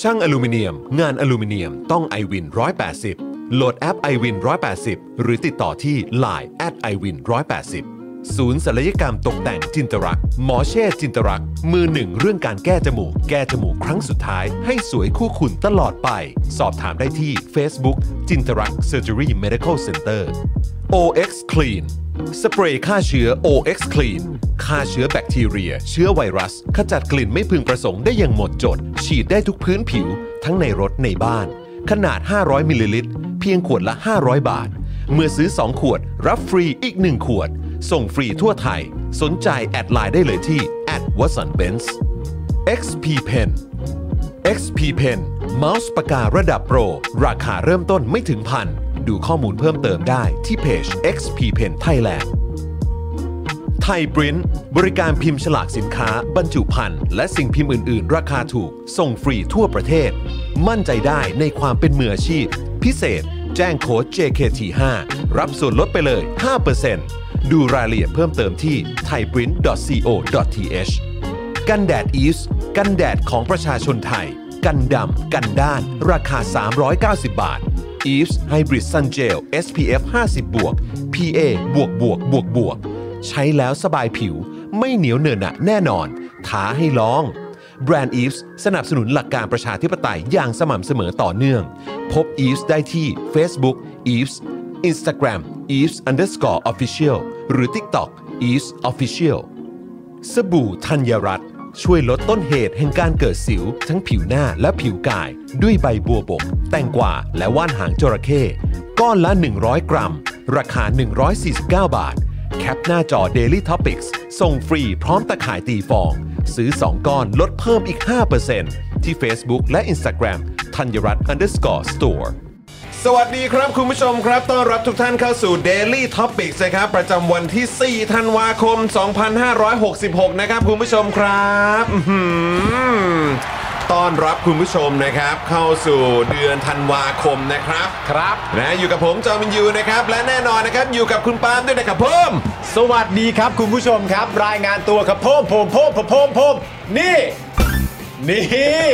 ช่างอลูมิเนียม งานอลูมิเนียมต้อง i w วิน180 โหลดแอป i w วิน180 หรือติดต่อที่ Line at i w วิน180 ศูนย์ศัลยกรรมตกแต่งจินตรัก หมอเช่จินตรัก มือหนึ่งเรื่องการแก้จมูก แก้จมูกครั้งสุดท้าย ให้สวยคู่คุณตลอดไป สอบถามได้ที่ Facebook จินตรัก Surgery Medical Center OX Clean สเปรย์ฆ่าเชื้อ OX Clean ฆ่าเชื้อแบคทีเรีย เชื้อไวรัส ขจัดกลิ่นไม่พึงประสงค์ได้อย่างหมดจด ฉีดได้ทุกพื้นผิว ทั้งในรถในบ้าน ขนาด 500มิลลิลิตร เพียงขวดละ 500 บาท เมื่อซื้อ 2 ขวด รับฟรีอีก 1 ขวด ส่งฟรีทั่วไทย สนใจแอดไลน์ได้เลยที่ w a t s o n b e n z XP Pen XP Pen เมาส์ปากการะดับโปร ราคาเริ่มต้นไม่ถึงพัน ดูข้อมูลเพิ่มเติมได้ที่เพจ XP Pen Thailand ไทยปริ้นบริการพิมพ์ฉลากสินค้า บรรจุภัณฑ์และสิ่งพิมพ์อื่น ๆ ราคาถูก ส่งฟรีทั่วประเทศ มั่นใจได้ในความเป็นมืออาชีพ พิเศษ แจ้งโค้ด JKT5 รับส่วนลดไปเลย 5%ดูรายละเอียดเพิ่มเติมที่ thaiprint.co.th กันแดดอีสกันแดดของประชาชนไทย กันดำ กันด้าน ราคา 390 บาท e v e s Hybrid Sun Gel SPF 50 บวก PA บวกบวกบวกบวก ใช้แล้วสบายผิว ไม่เหนียวเหนอะหนะแน่นอน ท้าให้ลอง แบรนด์ e v e s สนับสนุนหลักการประชาธิปไตยอย่างสม่ำเสมอต่อเนื่อง พบ e v e s ได้ที่ Facebook e v e s Instagram e v e s underscore official หรือ TikTok e v e s official สบู่ธัญรัตน์ช่วยลดต้นเหตุแห่งการเกิดสิว ทั้งผิวหน้าและผิวกาย ด้วยใบบัวบก แตงกวาและว่านหางจระเข้ก้อนละ 100 กรัม ราคา 149 บาท แคปหน้าจอ Daily Topics ส่งฟรีพร้อมตะข่ายตีฟอง ซื้อ 2 ก้อนลดเพิ่มอีก 5%ที่ Facebook และ Instagram ธัญรัตน์ underscore store สวัสดีครับคุณผู้ชมครับต้อนรับทุกท่านเข้าสู่ Daily Topics นะครับ ประจำวันที่ 4 ธันวาคม 2566 นะครับ คุณผู้ชมครับอื้อหือต้อนรับคุณผู้ชมนะครับ เข้าสู่เดือนธันวาคมนะครับ ครับ นะอยู่กับผมจอมินยูนะครับ และแน่นอนนะครับ อยู่กับคุณปาล์มด้วยนะครับเพิ่ม สวัสดีครับคุณผู้ชมครับ รายงานตัวครับผมผมผมผมผมผมนี่ นี่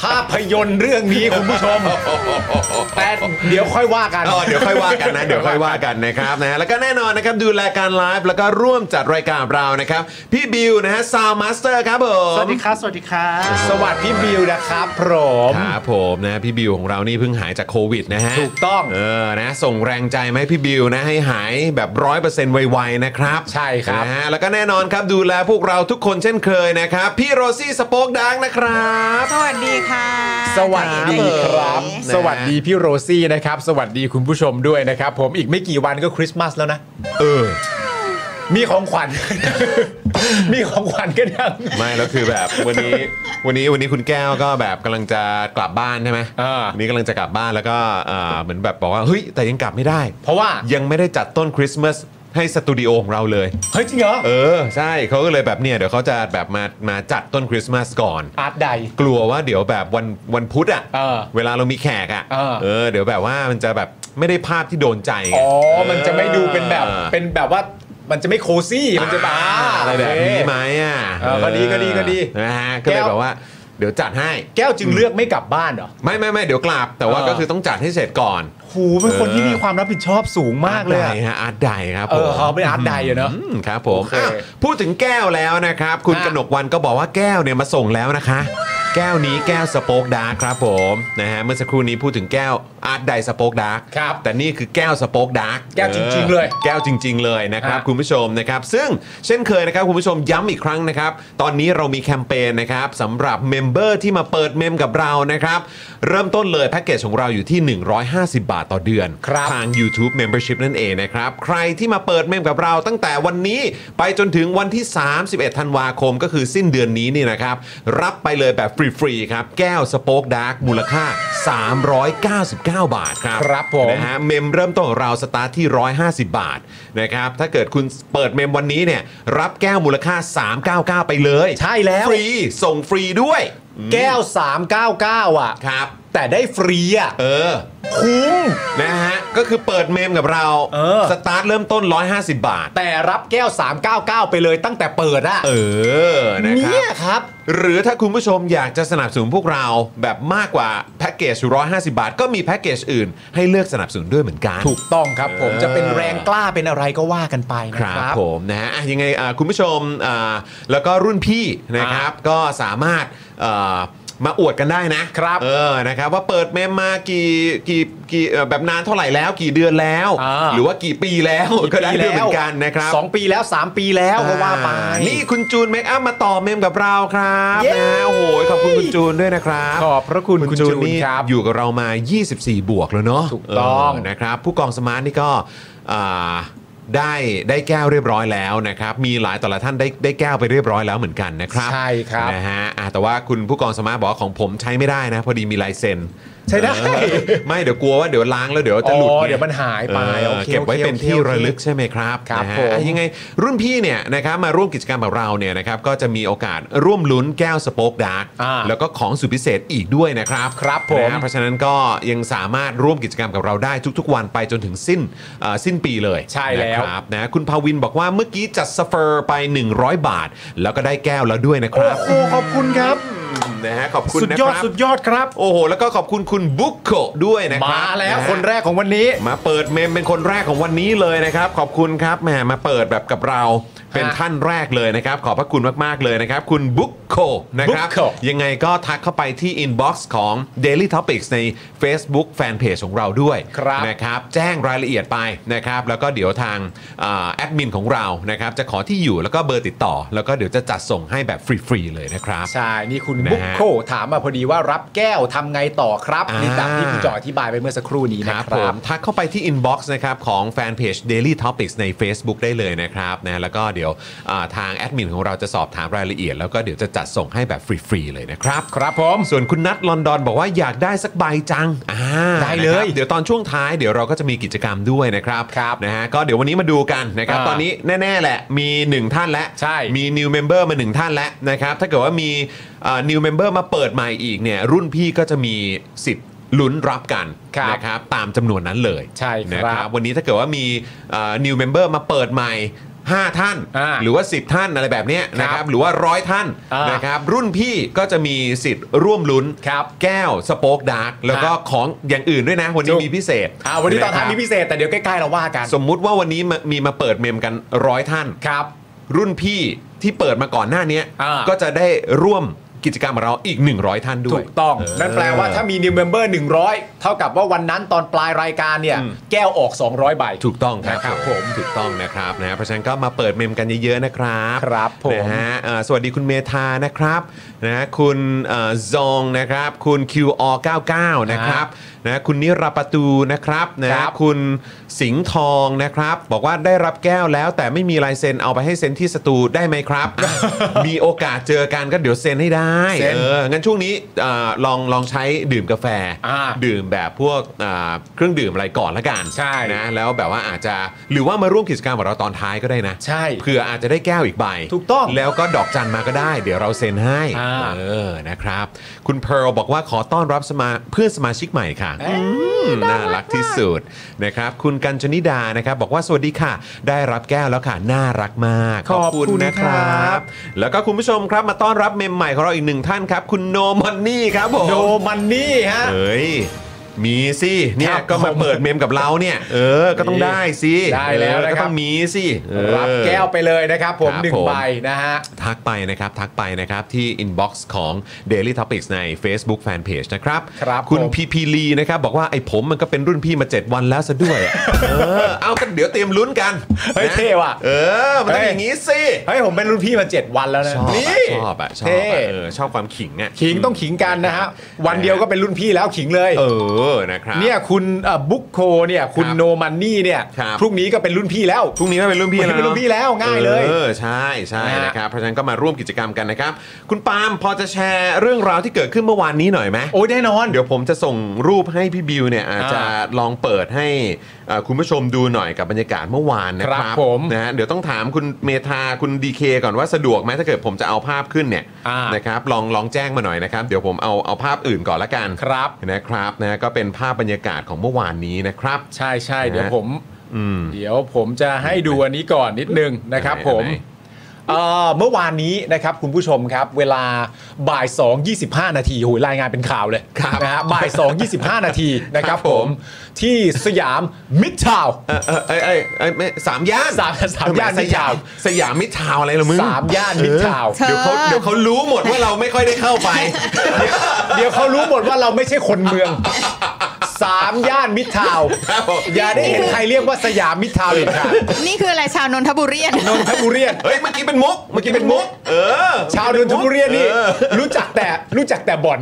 ภาพยนตร์เรื่องนี้คุณผู้ชมแต่เดี๋ยวค่อยว่ากัน อ๋อเดี๋ยวค่อยว่ากันนะ เดี๋ยวค่อยว่ากันนะครับนะฮะแล้วก็แน่นอนนะครับดูรายการไลฟ์แล้วก็ร่วมจัดรายการเรานะครับ พี่บิวนะฮะซาวมาสเตอร์ครับผม สวัสดีครับ สวัสดีครับ สวัสดีบิวนะครับผม ครับผมนะพี่บิวของเรานี่เพิ่งหายจากโควิดนะฮะ ถูกต้อง เออนะส่งแรงใจมาให้พี่บิวนะให้หายแบบร้อยเปอร์เซ็นต์ไวๆนะครับ ใช่ครับ นะฮะแล้วก็แน่นอนครับดูแลพวกเราทุกคนเช่นเคยนะครับพี่โรซี่สป็อกดังนะครับ สวัสดีค่ะ สวัสดีครับ นะ สวัสดีพี่โรซี่นะครับ สวัสดีคุณผู้ชมด้วยนะครับ ผมอีกไม่กี่วันก็คริสต์มาสแล้วนะ เออ มีของขวัญ มีของขวัญกันยัง ไม่แล้วคือแบบวันนี้วันนี้วันนี้คุณแก้วก็แบบกำลังจะกลับบ้านใช่ไหม อ่า วันนี้กำลังจะกลับบ้านแล้วก็อ่าเหมือนแบบบอกว่าเฮ้ยแต่ยังกลับไม่ได้ เพราะว่า ยังไม่ได้จัดต้นคริสต์มาส ให้สตูดิโอของเราเลย เฮ้ยจริงเหรอ เออ ใช่เขาก็เลยแบบเนี่ย เดี๋ยวเขาจะแบบมามาจัดต้นคริสต์มาสก่อน อาร์ตใด กลัวว่าเดี๋ยวแบบวันวันพุธอ่ะ เออ เวลาเรามีแขกอ่ะ เออ เดี๋ยวแบบว่ามันจะแบบไม่ได้ภาพที่โดนใจไง อ๋อ มันจะไม่ดูเป็นแบบ ออ เป็นแบบว่ามันจะไม่โคซี่มันจะบ้า อะไรแบบนี้ไหมอ่ะ เออก็ดีก็ดีก็ดี นะฮะก็เลย แก้ว แบบว่าเดี๋ยวจัดให้ แก้วจึงเลือกไม่กลับบ้านเหรอ ไม่ไม่ไม่เดี๋ยวกลับ แต่ว่า เออ ก็คือต้องจัดให้เสร็จก่อน หูเป็นคนที่มีความรับผิดชอบสูงมากเลย อา อะ ร์ตใดฮะอาร์ตใดครับ เอ ผม อเขาเป็นอาร์ตใดอะเนาะ อืมครับผม โอเค อ่ะพูดถึงแก้วแล้วนะครับ คุณ อ่ะ กนกวันก็บอกว่าแก้วเนี่ยมาส่งแล้วนะคะ แก้วนี้แก้วสโป๊กดาร์กครับผมนะฮะเมื่อสักครู่นี้พูดถึงแก้วอาร์ตใดสโป๊กดาร์ก ครับ แต่นี่คือแก้วสโป๊กดาร์ก แก้วจริงๆเลย แก้วจริง ๆ เลยนะครับ ฮะ คุณผู้ชมนะครับ ซึ่งเช่นเคยนะครับคุณผู้ชมย้ำอีกครั้งนะครับ ตอนนี้เรามีแคมเปญนะครับสำหรับเมมเบอร์ที่มาเปิดเมมกับเรานะครับ เริ่มต้นเลยแพ็กเกจของเราอยู่ที่ 150 บาทต่อเดือน ครับ ทาง ทาง YouTube Membership นั่นเองนะครับ ใครที่มาเปิดเมมกับเราตั้งแต่วันนี้ไปจนถึงวันที่ 31 ธันวาคมก็คือสิ้นเดือนนี้นี่นะครับ รับไปเลยแบบฟรี ๆ ครับ แก้วสโป๊กดาร์กมูลค่า 399 บาทครับ ครับผม นะฮะเมมเริ่มต้นของเราสตาร์ทที่ 150 บาทนะครับถ้าเกิดคุณเปิดเมมวันนี้เนี่ยรับแก้วมูลค่า 399 ไปเลย ใช่แล้ว ฟรีส่งฟรีด้วย แก้ว 399 อ่ะ ครับ แต่ได้ฟรีอ่ะ เออ คุ้ม นะฮะก็คือเปิดเมมกับเรา เออ สตาร์ทเริ่มต้น 150 บาท แต่รับแก้ว 399 ไปเลยตั้งแต่เปิดอ่ะ เออ นะค เนี่ รับ ยครับ หรือถ้าคุณผู้ชมอยากจะสนับสนุนพวกเราแบบมากกว่าแพ็กเกจ150 บาท ก็มีแพ็กเกจอื่น ให้เลือกสนับสนุนด้วยเหมือนกัน ถูกต้องครับผมจะเป็นแรงกล้าเป็นอะไรก็ว่ากันไปนะ ค ค รั รั บบ ผมนะฮะอ่ะยังไงอ่ะคุณผู้ชมอ่าแล้วก็รุ่นพี่นะครับก็สามารถเอ่อมาอวดกันได้นะครับเออนะครับว่าเปิดเมมมากี่กี่กี่เอ่อแบบนานเท่าไหร่แล้วกี่เดือนแล้ว อ่า หรือว่ากี่ปีแล้วก็ได้ด้วยเหมือนกันนะครับ สองปีแล้ว 3 ปีแล้วก็ว่าไป อ่นี่คุณจูนเมคอัพมาต่อเมมกับเราครับ เย้ นะโอ้โหขอบคุณคุณจูนด้วยนะครับ ขอบพระคุณ คุณ คุณ จู จู น น นี่ ครับ อยู่กับเรามา 24 บวกแล้วเนาะ ถูกต้อง เนะครับผู้กองสมาร์ทนี่ก็อ่าได้ได้แก้วเรียบร้อยแล้วนะครับ มีหลายต่อหละท่านได้ได้แก้วไปเรียบร้อยแล้วเหมือนกันนะครับ ใช่ครับ นะฮะอ่ะแต่ว่าคุณผู้กองสมาร์ทบอกว่าของผมใช้ไม่ได้นะ พอดีมีลายเซ็น ใช้ได้ เออไม่เดี๋ยวกลัวว่าเดี๋ยวล้างแล้วเดี๋ยวจะหลุด อ๋อ ไง เดี๋ยวมันหายไป เอ โอ อ ค เก็บไว้ โอค เป็นที่ โอค ระลึกใช่ไหมครับ ครับ นะฮะ ผม อ่ะยังไงรุ่นพี่เนี่ยนะครับมาร่วมกิจกรรมกับเราเนี่ยนะครับก็จะมีโอกาสร่วมลุ้นแก้วสโป๊กดาร์ก อ่า แล้วก็ของสุดพิเศษอีกด้วยนะครับ ครับผม นะฮะเพราะฉะนั้นก็ยังสามารถร่วมกิจกรรมกับเราได้ทุก ๆ วันไปจนถึงสิ้นเอ่อสิ้นปีเลย ใช่แล้ว นะครับนะคุณภาวินบอกว่าเมื่อกี้จัดสเฟอร์ไป 100 บาท แล้วก็ได้แก้วแล้วด้วยนะครับ โอ้โหขอบคุณครับ นะฮะขอบคุณ สุด นะ ยอ ค ด รับ สุดยอดครับ โอ้โห แล้วก็ขอบคุณคุณบุ๊กโกะด้วยนะครับ มาแล้ว ะฮะ คนแรกของวันนี้ มาเปิดเมมเป็นคนแรกของวันนี้เลยนะครับ ขอบคุณครับแหมมาเปิดแบบกับเราเป็นท่านแรกเลยนะครับ ขอบพระคุณมากๆเลยนะครับ คุณบุ๊กโคนะครับ บุ๊กโก ยังไงก็ทักเข้าไปที่ inbox ของ Daily Topics ใน Facebook Fanpage ของเราด้วย ครับ นะครับ แจ้งรายละเอียดไปนะครับ แล้วก็เดี๋ยวทางอ่าแอดมินของเรานะครับ จะขอที่อยู่แล้วก็เบอร์ติดต่อ แล้วก็เดี๋ยวจะจัดส่งให้แบบฟรีๆเลยนะครับ ใช่ นี่คุณ นะฮะ บุ๊กโคถามมาพอดีว่ารับแก้วทำไงต่อครับ อ่านี่ นี่ตามที่คุณจออธิบายไปเมื่อสักครู่นี้ ค นะ รับ ค ผ รับ มทักเข้าไปที่ inbox นะครับของแฟนเพจ Daily Topics ใน Facebook ได้เลยนะครับนะแล้วก็เดี๋ยวอ่าทางแอดมินของเราจะสอบถามรายละเอียด แล้วก็เดี๋ยวจะจัดส่งให้แบบฟรี ๆ เลยนะครับ ครับผม ส่วนคุณนัทลอนดอนบอกว่าอยากได้สักใบจังอ่า ได้เลย นะครับเดี๋ยวตอนช่วงท้ายเดี๋ยวเราก็จะมีกิจกรรมด้วยนะครับ ครับ นะฮะก็เดี๋ยววันนี้มาดูกันนะครับ อ่า ตอนนี้แน่ ๆ แหละ มี 1 ท่านแล้ว ใช่ มี new member มา 1 ท่านแล้วนะครับ ถ้าเกิดว่ามีเอ่อ new member มาเปิดใหม่อีกเนี่ยรุ่นพี่ก็จะมีสิทธิ์ลุ้นรับกัน ครับ นะครับตามจำนวนนั้นเลย ใช่ครับ นะวันนี้ถ้าเกิดว่ามีเอ่อ new member มาเปิดใหม่ 5 ท่าน อ่า หรือว่า 10 ท่านอะไรแบบเนี้ยนะค ค รั รั บบ หรือว่าร้อยท่าน อ่าน นะครับรุ่นพี่ก็จะมีสิทธิ์ร่วมลุ้น ครับ แก้วสโป๊กดาร์กแล้วก็ของอย่างอื่นด้วยนะ วันนี้ จุ๊บ มีพิเศษ อ่าวันนี้ตอนะ ค ท้า รั ย บ มีพิเศษ แต่เดี๋ยวใกล้ๆเราว่ากัน สมมุติว่าวันนี้มามีมาเปิดเมมกันร้อยท่าน ครับ รุ่นพี่ที่เปิดมาก่อนหน้าเนี้ย อ่า ก็จะได้ร่วมกิจกรรมกับเราอีก 100 ท่านด้ว ถู ย กต้อง นั่นแปลว่าถ้ามี new member 100 เท่ากับว่าวันนั้นตอนปลายรายการเนี่ย แก้วออก 200 ใบ ถูกต้องครับ นะครับผม ถูกต้องนะครับนะฮะเพราะฉะนั้นก็มาเปิดเมมกันเยอะๆนะครับ ครับผม นะฮะเอ่อสวัสดีคุณเมธานะครับนะฮะคุณเอ่อซองนะครับ คุณ QR99 นะครับนะคุณนิรประตูนะครับนะ ค ฮะ รับ คุณสิงห์ทองนะครับ บอกว่าได้รับแก้วแล้ว แต่ไม่มีลายเซ็นเอาไปให้เซ็นที่สตูได้ไหมครับ มีโอกาสเจอกันก็เดี๋ยวเซ็นให้ได้ ได้ เซ็น เอองั้นช่วงนี้อ่าลองลองใช้ดื่มกาแฟ อ่า ดื่มแบบพวกอ่าเครื่องดื่มอะไรก่อนละกัน ใช่ นะแล้วแบบว่าอาจจะหรือว่ามาร่วมกิจกรรมกับเราตอนท้ายก็ได้นะ ใช่ เผื่ออาจจะได้แก้วอีกใบ ถูกต้อง แล้วก็ดอกจันมาก็ได้ เดี๋ยวเราเซ็นให้ อ่า เออนะครับ คุณเพร์ลบอกว่าขอต้อนรับสมาเพื่อนสมาชิกใหม่ค่ะอืเอ๊ะมน่ารักที่สุดนะครับคุณกัญชนิดานะครับบอกว่าสวัสดีค่ะ ได้รับแก้วแล้วค่ะ น่ารักมาก ขอบคุณ นะค ครั รับ บ แล้วก็คุณผู้ชมครับมาต้อนรับเมมใหม่ของเราอีกหนึ่งท่านครับ คุณโนมอนนี่ครับผม โนมันนี่ฮะ เอ้ยมีสิเนี่ ค ย รับ ก็มาเปิดเมมกับเราเนี่ยเออก็ต้องได้สิ ได้แล้ว เออ นะครับ ก็ต้องมีสิเออ รับแก้วไปเลยนะครับ ผม ครับ หนึ่ง ผม ใบนะฮะ ทักไปนะครับ ทักไปนะครับ ที่ inbox ของ Daily Topics ใน Facebook Fanpage นะครับ ครับ คุณ ผม พีพีลีนะครับ บอกว่าไอ้ผมมันก็เป็นรุ่นพี่มา 7 วันแล้วซะด้วยอะ เออเอากันเดี๋ยวเตรียมลุ้นกัน เฮ้ย น เท่ว่ะ เออ มันต้องเฮ้ย อย่างงี้สิ เฮ้ยผมเป็นรุ่นพี่มา 7 วันแล้วนะ ชอบอะ นี่ ชอบอะชอบ เท่ อะเออชอบความขิงอะ ขิงต้องขิงกันนะฮะวันเดียวก็เป็นรุ่นพี่แล้วขิงเลย เออนะครับ เนี่ยคุณเอ่อบุ๊กโคเนี่ยคุณ ครับ โนมันนี่เนี่ย ครับ พรุ่งนี้ก็เป็นรุ่นพี่แล้ว พรุ่งนี้ก็เป็นรุ่นพี่ วันแล้วนี้เป็นรุ่นพี่แล้วง่ายเลย เออใช่ใช่ นะฮะ นะครับเพราะฉะนั้นก็มาร่วมกิจกรรมกันนะครับ คุณปาล์มพอจะแชร์เรื่องราวที่เกิดขึ้นเมื่อวานนี้หน่อยไหม โอ้ยแน่นอน เดี๋ยวผมจะส่งรูปให้พี่บิวเนี่ยอาจจะลองเปิดให้เอ่อคุณผู้ชมดูหน่อยกับบรรยากาศเมื่อวานนะค ครั รับบ ผม นะฮะเดี๋ยวต้องถามคุณเมธาคุณดีเคก่อนว่าสะดวกไหมถ้าเกิดผมจะเอาภาพขึ้นเนี่ย อ่าน นะครับลองลองแจ้งมาหน่อยนะครับ เดี๋ยวผมเอาเอาภาพอื่นก่อนละกัน ครับ นะครับนะฮะก็เป็นภาพบรรยากาศของเมื่อวานนี้นะครับ ใช่ใช่ นะฮะ เดี๋ยวผมเดี๋ยวผมจะให้ดูอันนี้ก่อนนิดนึงนะครับ อันไหน ผอัมนไหน เอ่อเมื่อวานนี้นะครับคุณผู้ชมครับ เวลาบ่าย 2 25 นาทีโหยรายงานเป็นข่าวเลยนะฮะบ่าย 2 25 นาทีนะครับผมที่สยามมิดทาวน์ เอ่อเอ่อเอ้ยเอ้ยเอ้ยไม่สามย่าน สามสามย่าน สยาม มิตรทาวน์ สยามมิตรทาวน์อะไรเหรอมึง สามย่านมิตรทาวน์ เออเดี๋ยวเขาเดี๋ยวเขารู้หมดว่าเราไม่ค่อยได้เข้าไป เดี๋ยวเขารู้หมดว่าเราไม่ใช่คนเมืองสามย่านมิดทาวน์ ครับผม อย่าได้เห็นใครเรียกว่าสยามมิดทาวน์เด็ดขาด นี่คืออะไรชาวนนทบุรีอะ นนทบุรี เฮ้ยเมื่อกี้เป็นมุกเมื่อกี้เป็นมุก เออ ชาวนนทบุรีนี่ เออ รู้จักแต่รู้จักแต่ บ่อน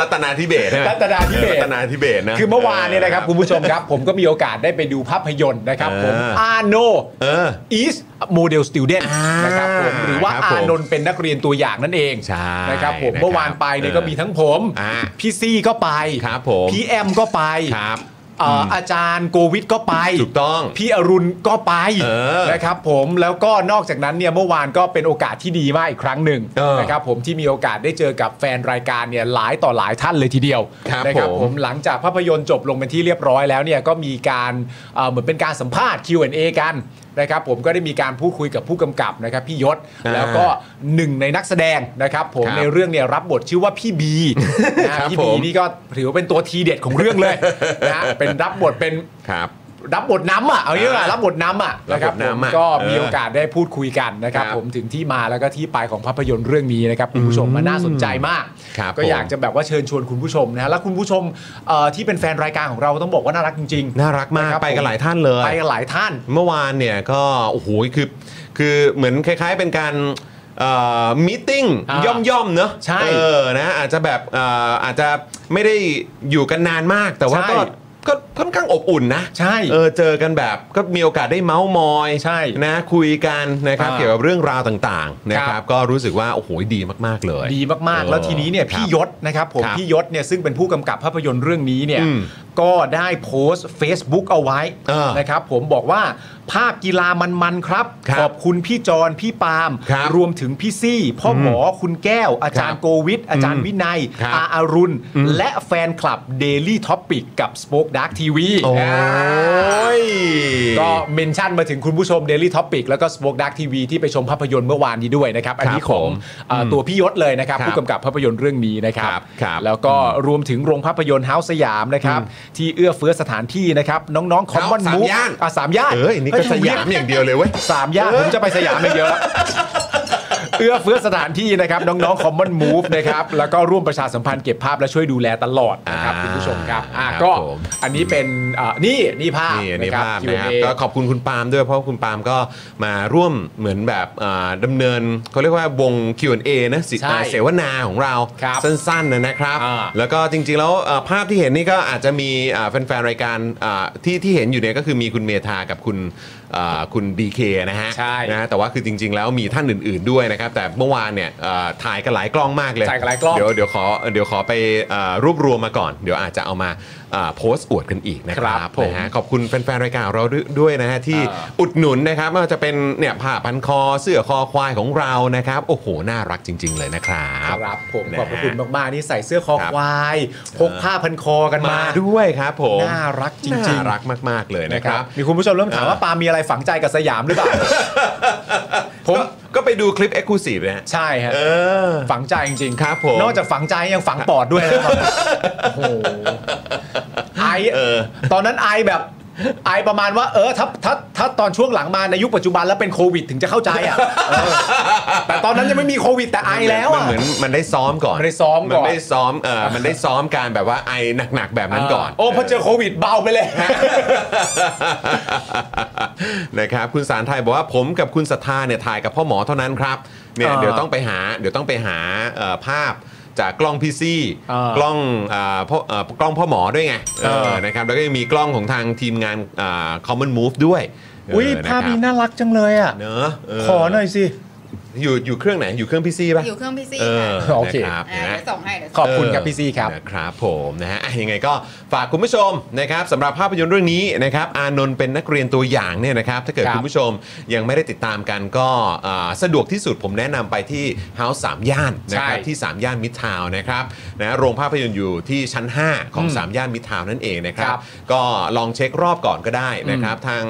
รัตนาธิเบศใช่ไหม รัตนาธิเบศ รัตนาธิเบศนะ คือเมื่อวานเนี่ยนะครับ คุณผู้ชมครับ ผมก็มีโอกาสได้ไปดูภาพยนตร์นะครับ ผม เออ อาโน เออ is model student อ่า นะครับผมหรือว่า ครับผม อานนท์เป็นนักเรียนตัวอย่างนั่นเอง ใช่ นะครับผม นะครับ เมื่อวานไปเนี่ยก็มีทั้งผม อ่า พี่ซี่ก็ไป ครับผม พี่แอมก็ไป ครับ เอ่ออาจารย์โกวิทก็ไป ถูกต้อง พี่อรุณก็ไป เออ นะครับผมแล้วก็นอกจากนั้นเนี่ยเมื่อวานก็เป็นโอกาสที่ดีมากอีกครั้งหนึ่ง เออ นะครับผมที่มีโอกาสได้เจอกับแฟนรายการเนี่ยหลายต่อหลายท่านเลยทีเดียว ครับ นะ ผม ผมหลังจากภาพยนตร์จบลงเป็นที่เรียบร้อยแล้วเนี่ยก็มีการเอ่อเหมือนเป็นการสัมภาษณ์ Q&A กันนะครับผมก็ได้มีการพูดคุยกับผู้กำกับนะครับพี่ยศ อ่า แล้วก็หนึ่งในนักแสดงนะครับผม ครับ ในเรื่องเนี่ยรับบทชื่อว่าพี่บีนะฮะ ครับ พี่ ผ บี ม นี่ก็ถือว่าเป็นตัวทีเด็ดของเรื่องเลยนะฮะเป็นรับบทเป็น ครับ รับบทน้ำอ่ะเอางี้ดีกว่า อ่า รับบทน้ำอ่ะ รั นะ บบครับ ท ผม น้ำอ่ะ ก็ เออ มีโอกาสได้พูดคุยกันนะครับ ครับ ผมถึงที่มาแล้วก็ที่ไปของภาพยนตร์เรื่องนี้นะครับคุณผู้ชมมันน่าสนใจมาก ครับ ก็ ผม อยากจะแบบว่าเชิญชวนคุณผู้ชมนะฮะแล้วคุณผู้ชมเอ่อที่เป็นแฟนรายการของเราต้องบอกว่าน่ารักจริงๆ น่ารักมาก ะคบ ไปกันหลาย ผม ท่านเลย ไปกันหลายท่าน เมื่อวานเนี่ยก็โอ้โหคือคือเหมือนคล้าย ๆ เป็นการมีติ้ง อ่า ย่อมย่อมๆเนอะ ใช่ เออนะอาจจะแบบเอ่ออาจจะไม่ได้อยู่กันนานมาก แต่ว่า ใช่ ก็ก็ค่อนข้างอบอุ่นนะ ใช่ เออเจอกันแบบก็มีโอกาสได้เมาส์มอย ใช่ นะคุยกันนะครับ อ่า เกี่ยวกับเรื่องราวต่างๆนะค ครั รับ บ ก็รู้สึกว่าโอ้โหดีมากๆเลย ดีมาก ออๆแล้วทีนี้เนี่ย ค พี่ รับ ยศนะครับผม ครับ พี่ยศเนี่ยซึ่งเป็นผู้กำกับภาพยนตร์เรื่องนี้เนี่ย อืม ก็ได้โพสต์ Facebook เอาไว้ เออ นะครับผมบอกว่าภาพกีฬามันๆครับ ครับ ขอบคุณพี่จรพี่ปาล์ม ครับ วมถึงพี่ซี่ พ่อหมอคุณแก้ว อาจาร ครั ย์ บ โกวิทอาจารย์วินัย ครับ อาอารุณ และแฟนคลับ Daily Topic กับ Spoke Dark TV โอ้ย ก็เมนชั่นมาถึงคุณผู้ชม Daily Topic แล้วก็ Spoke Dark TV ที่ไปชมภาพยนตร์เมื่อวานนี้ด้วยนะครับ อันนี้ ครับผขอ ม งเอ่อตัวพี่ยศเลยนะครับ ครับ ผู้กำกับภาพยนตร์เรื่องนี้นะครับ ครับครับ แล้วก็รวมถึงโรงภาพยนตร์ House สยามนะครับ ที่เอื้อเฟื้อสถานที่นะครับ น้องๆ Common สาม Move ย่าน อ่ะสามย่าน เอ้ยนี่ก็สยามอย่างเดียวเลยเว้ย สามย่านผมจะไปสยามอย่าง เดียวแล้ว เอื้อเฟื้อสถานที่นะครับ น้องๆ Common Move นะครับ แล้วก็ร่วมประชาสัมพันธ์เก็บภาพและช่วยดูแลตลอดนะครับ อ่า คุณผู้ชมครับอ่ะ ครับ ก็ ผม อันนี้เป็นเอ่อนี่นี่ภาพ นี่อันนี่ ะครับ ภาพ Q&A นะครับก็ขอบคุณคุณปาล์มด้วยเพราะคุณปาล์มก็มาร่วมเหมือนแบบอ่าดำาเนินเขาเรียกว่าวง Q&A นะสิ ใช่ อ่าเสวนาของเรา ครับ สั้นๆนะนะครับ อ่า แล้วก็จริงๆแล้วเอ่อภาพที่เห็นนี่ก็อาจจะมีอ่าแฟนๆรายการอ่าที่ที่เห็นอยู่เนี่ยก็คือมีคุณเมธากับคุณ อ่าคุณ DK นะฮะ ใช่ นะฮะแต่ว่าคือจริง ๆ แล้วมีท่านอื่น ๆด้วยนะครับ แต่เมื่อวานเนี่ยอ่าถ่ายกันหลายกล้องมากเลย ถ่ายกันหลายกล้อง เดี๋ยวเดี๋ยวขอเดี๋ยวขอไปอ่ารวบรวมมาก่อน เดี๋ยวอาจจะเอามาอ่าโพสต์อวดกันอีกนะครั ครับ บผม นะฮะขอบคุณแฟนๆรายการเราด้วยด้วยนะฮะที่ เออ อุดหนุนนะครับไม่ว่าจะเป็นเนี่ยผ้าพันคอเสื้อคอควายของเรานะครับโอ้โหน่ารักจริง ๆ เลยนะครับ ครับผม นะฮะ ขอบพระคุณมาก ๆ นี่ใส่เสื้อคอ ครับ ควายพกผ้าพันคอกันมา มาด้วยครับผม น่ารักจริงๆ น่ารักมากๆเลย นะ นะ ค ค รั รั บบ มีคุณผู้ชมเริ่มถามว่าปามีอะไรฝังใจกับสยามห รือเปล่า ผม ก็ก็ไปดูคลิป Exclusive นะฮะ ใช่ฮะ เออ ฝังใจจริงๆ ครับผม นอกจากฝังใจยังฝังปอดด้วยนะครับ โอ้โหไอตอนนั้นไอแบบ ไอประมาณว่าเออถ้าถ้าถ้าตอนช่วงหลังมาในยุคปัจจุบันแล้วเป็นโควิดถึงจะเข้าใจอ่ะเออแต่ตอนนั้นยังไม่มีโค วิดแต่ไอแล้ว มัน อ่ะ เหมือนมันได้ซ้อมก่อน มันได้ซ้อมก่อน มันได้ซ้อมเออมันได้ซ้อมการแบบว่าไอหนักๆแบบนั้นก่อน โอ้พอเจอโควิดเบาไปเลย นะครับคุณสารไทยบอกว่าผมกับคุณศรัทธาเนี่ยถ่ายกับพ่อหมอเท่านั้นครับเนี่ย อ่า เดี๋ยวต้องไปหาเดี๋ยวต้องไปหาเอ่อภาพจากกล้องพีซี อ่าก ล้องเอ่อพ่อเอ่อกล้องพ่อหมอด้วยไงเออ เออ นะครับแล้วก็ยังมีกล้องของทางทีมงาน Common Move ด้วยเ อุ้ย ะ ภาพ ครับ นี้น่ารักจังเลยอ่ะ เนอะเ ขอหน่อยสิ อยู่อยู่เครื่องไหนอยู่เครื่องพีซีป่ะ อยู่เครื่องพี่ซี่ เออ ค่ะ โอเค นะครับ อ่า เห็นไหม เดี๋ยวส่งให้เดี๋ยว ข ส่ง อบคุณครับพี่ซีครับ นะครับผมนะ ฮะอ่ะยังไงก็ฝากคุณผู้ชมนะครับสำหรับภาพยนตร์เรื่องนี้นะครับอานนท์เป็นนักเรียนตัวอย่างเนี่ยนะครับถ้าเกิด ครับ คุณผู้ชมยังไม่ได้ติดตามกันก็อ่าสะดวกที่สุดผมแนะนำไปที่ House 3ย่านนะครับที่ 3 ย่านมิตรทาวน์นะครับนะโรงภาพยนตร์อยู่ที่ชั้น 5 ของ 3 ย่านมิตรทาวน์นั่นเองนะครับ ครับ ก็ลองเช็ครอบก่อนก็ได้นะครับทาง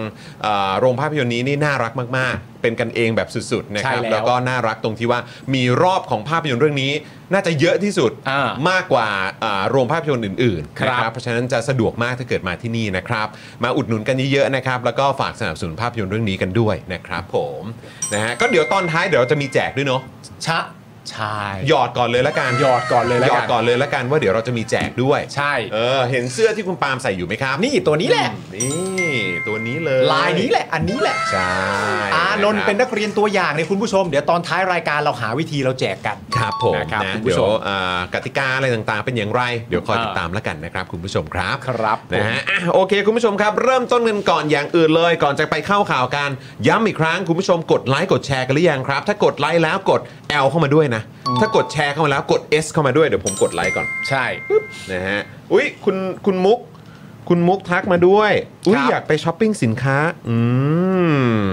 เอ่อโรงภาพยนตร์นี้นี่น่ารักมาก ๆ เป็นกันเองแบบสุดๆนะครับ ใช่แล้ว แล้วก็น่ารักตรงที่ว่ามีรอบของภาพยนตร์เรื่องนี้ น่าจะเยอะที่สุด อ่าม ากกว่าอ่าโรงภาพยนตร์อื่นๆ ครับ นะเพราะฉะนั้นจะสะดวกมากถ้าเกิดมาที่นี่นะครับ มาอุดหนุนกันเยอะๆนะครับ แล้วก็ฝากสนับสนุนภาพยนตร์เรื่องนี้กันด้วยนะครับผมนะฮะก็เดี๋ยวตอนท้ายเดี๋ยวเราจะมีแจกด้วยเนาะ ชะชาย หยอดก่อนเลยละกัน หยอดก่อนเลยแล้ว หยอ กั ด น ก่อนเลยละกันว่าเดี๋ยวเราจะมีแจกด้วย ใช่ เออเห็นเสื้อที่คุณปาล์มใส่อยู่ไหมครับ นี่ตัวนี้แหละ นี่ตัวนี้เลย ลายนี้แหละ อันนี้แหละ ใช่ อานนท์เป็นนักเรียนตัวอย่างเนี่ยคุณผู้ชม เดี๋ยวตอนท้ายรายการเราหาวิธีเราแจกกัน ครับผม นะครับ นะ คุณผู้ เดี๋ย ช ว ม อ่ากติกาอะไรต่างๆ เป็นอย่างไร เดี๋ยวคอย อ่า ติดตามแล้วกันนะครับคุณผู้ชมครับ ครับผม นะฮะอ่ะโอเค คุณผู้ชมครับ เริ่มต้นกันก่อนอย่างอื่นเลย ก่อนจะไปเข้าข่าวกัน ย้ำอีกครั้ง คุณผู้ชมกดไลค์กดแชร์กันหรือยังครับ ถ้ากดไลค์แล้วกด L เข้ามาด้วยนะ ถ้ากดแชร์เข้ามาแล้วกด S เข้ามาด้วย เดี๋ยวผมกดไลค์ก่อน ใช่ นะฮะอุ้ยคุณคุณมุก คุณมุกทักมาด้วยอุ้ย ครับ อยากไปช้อปปิ้งสินค้า อืม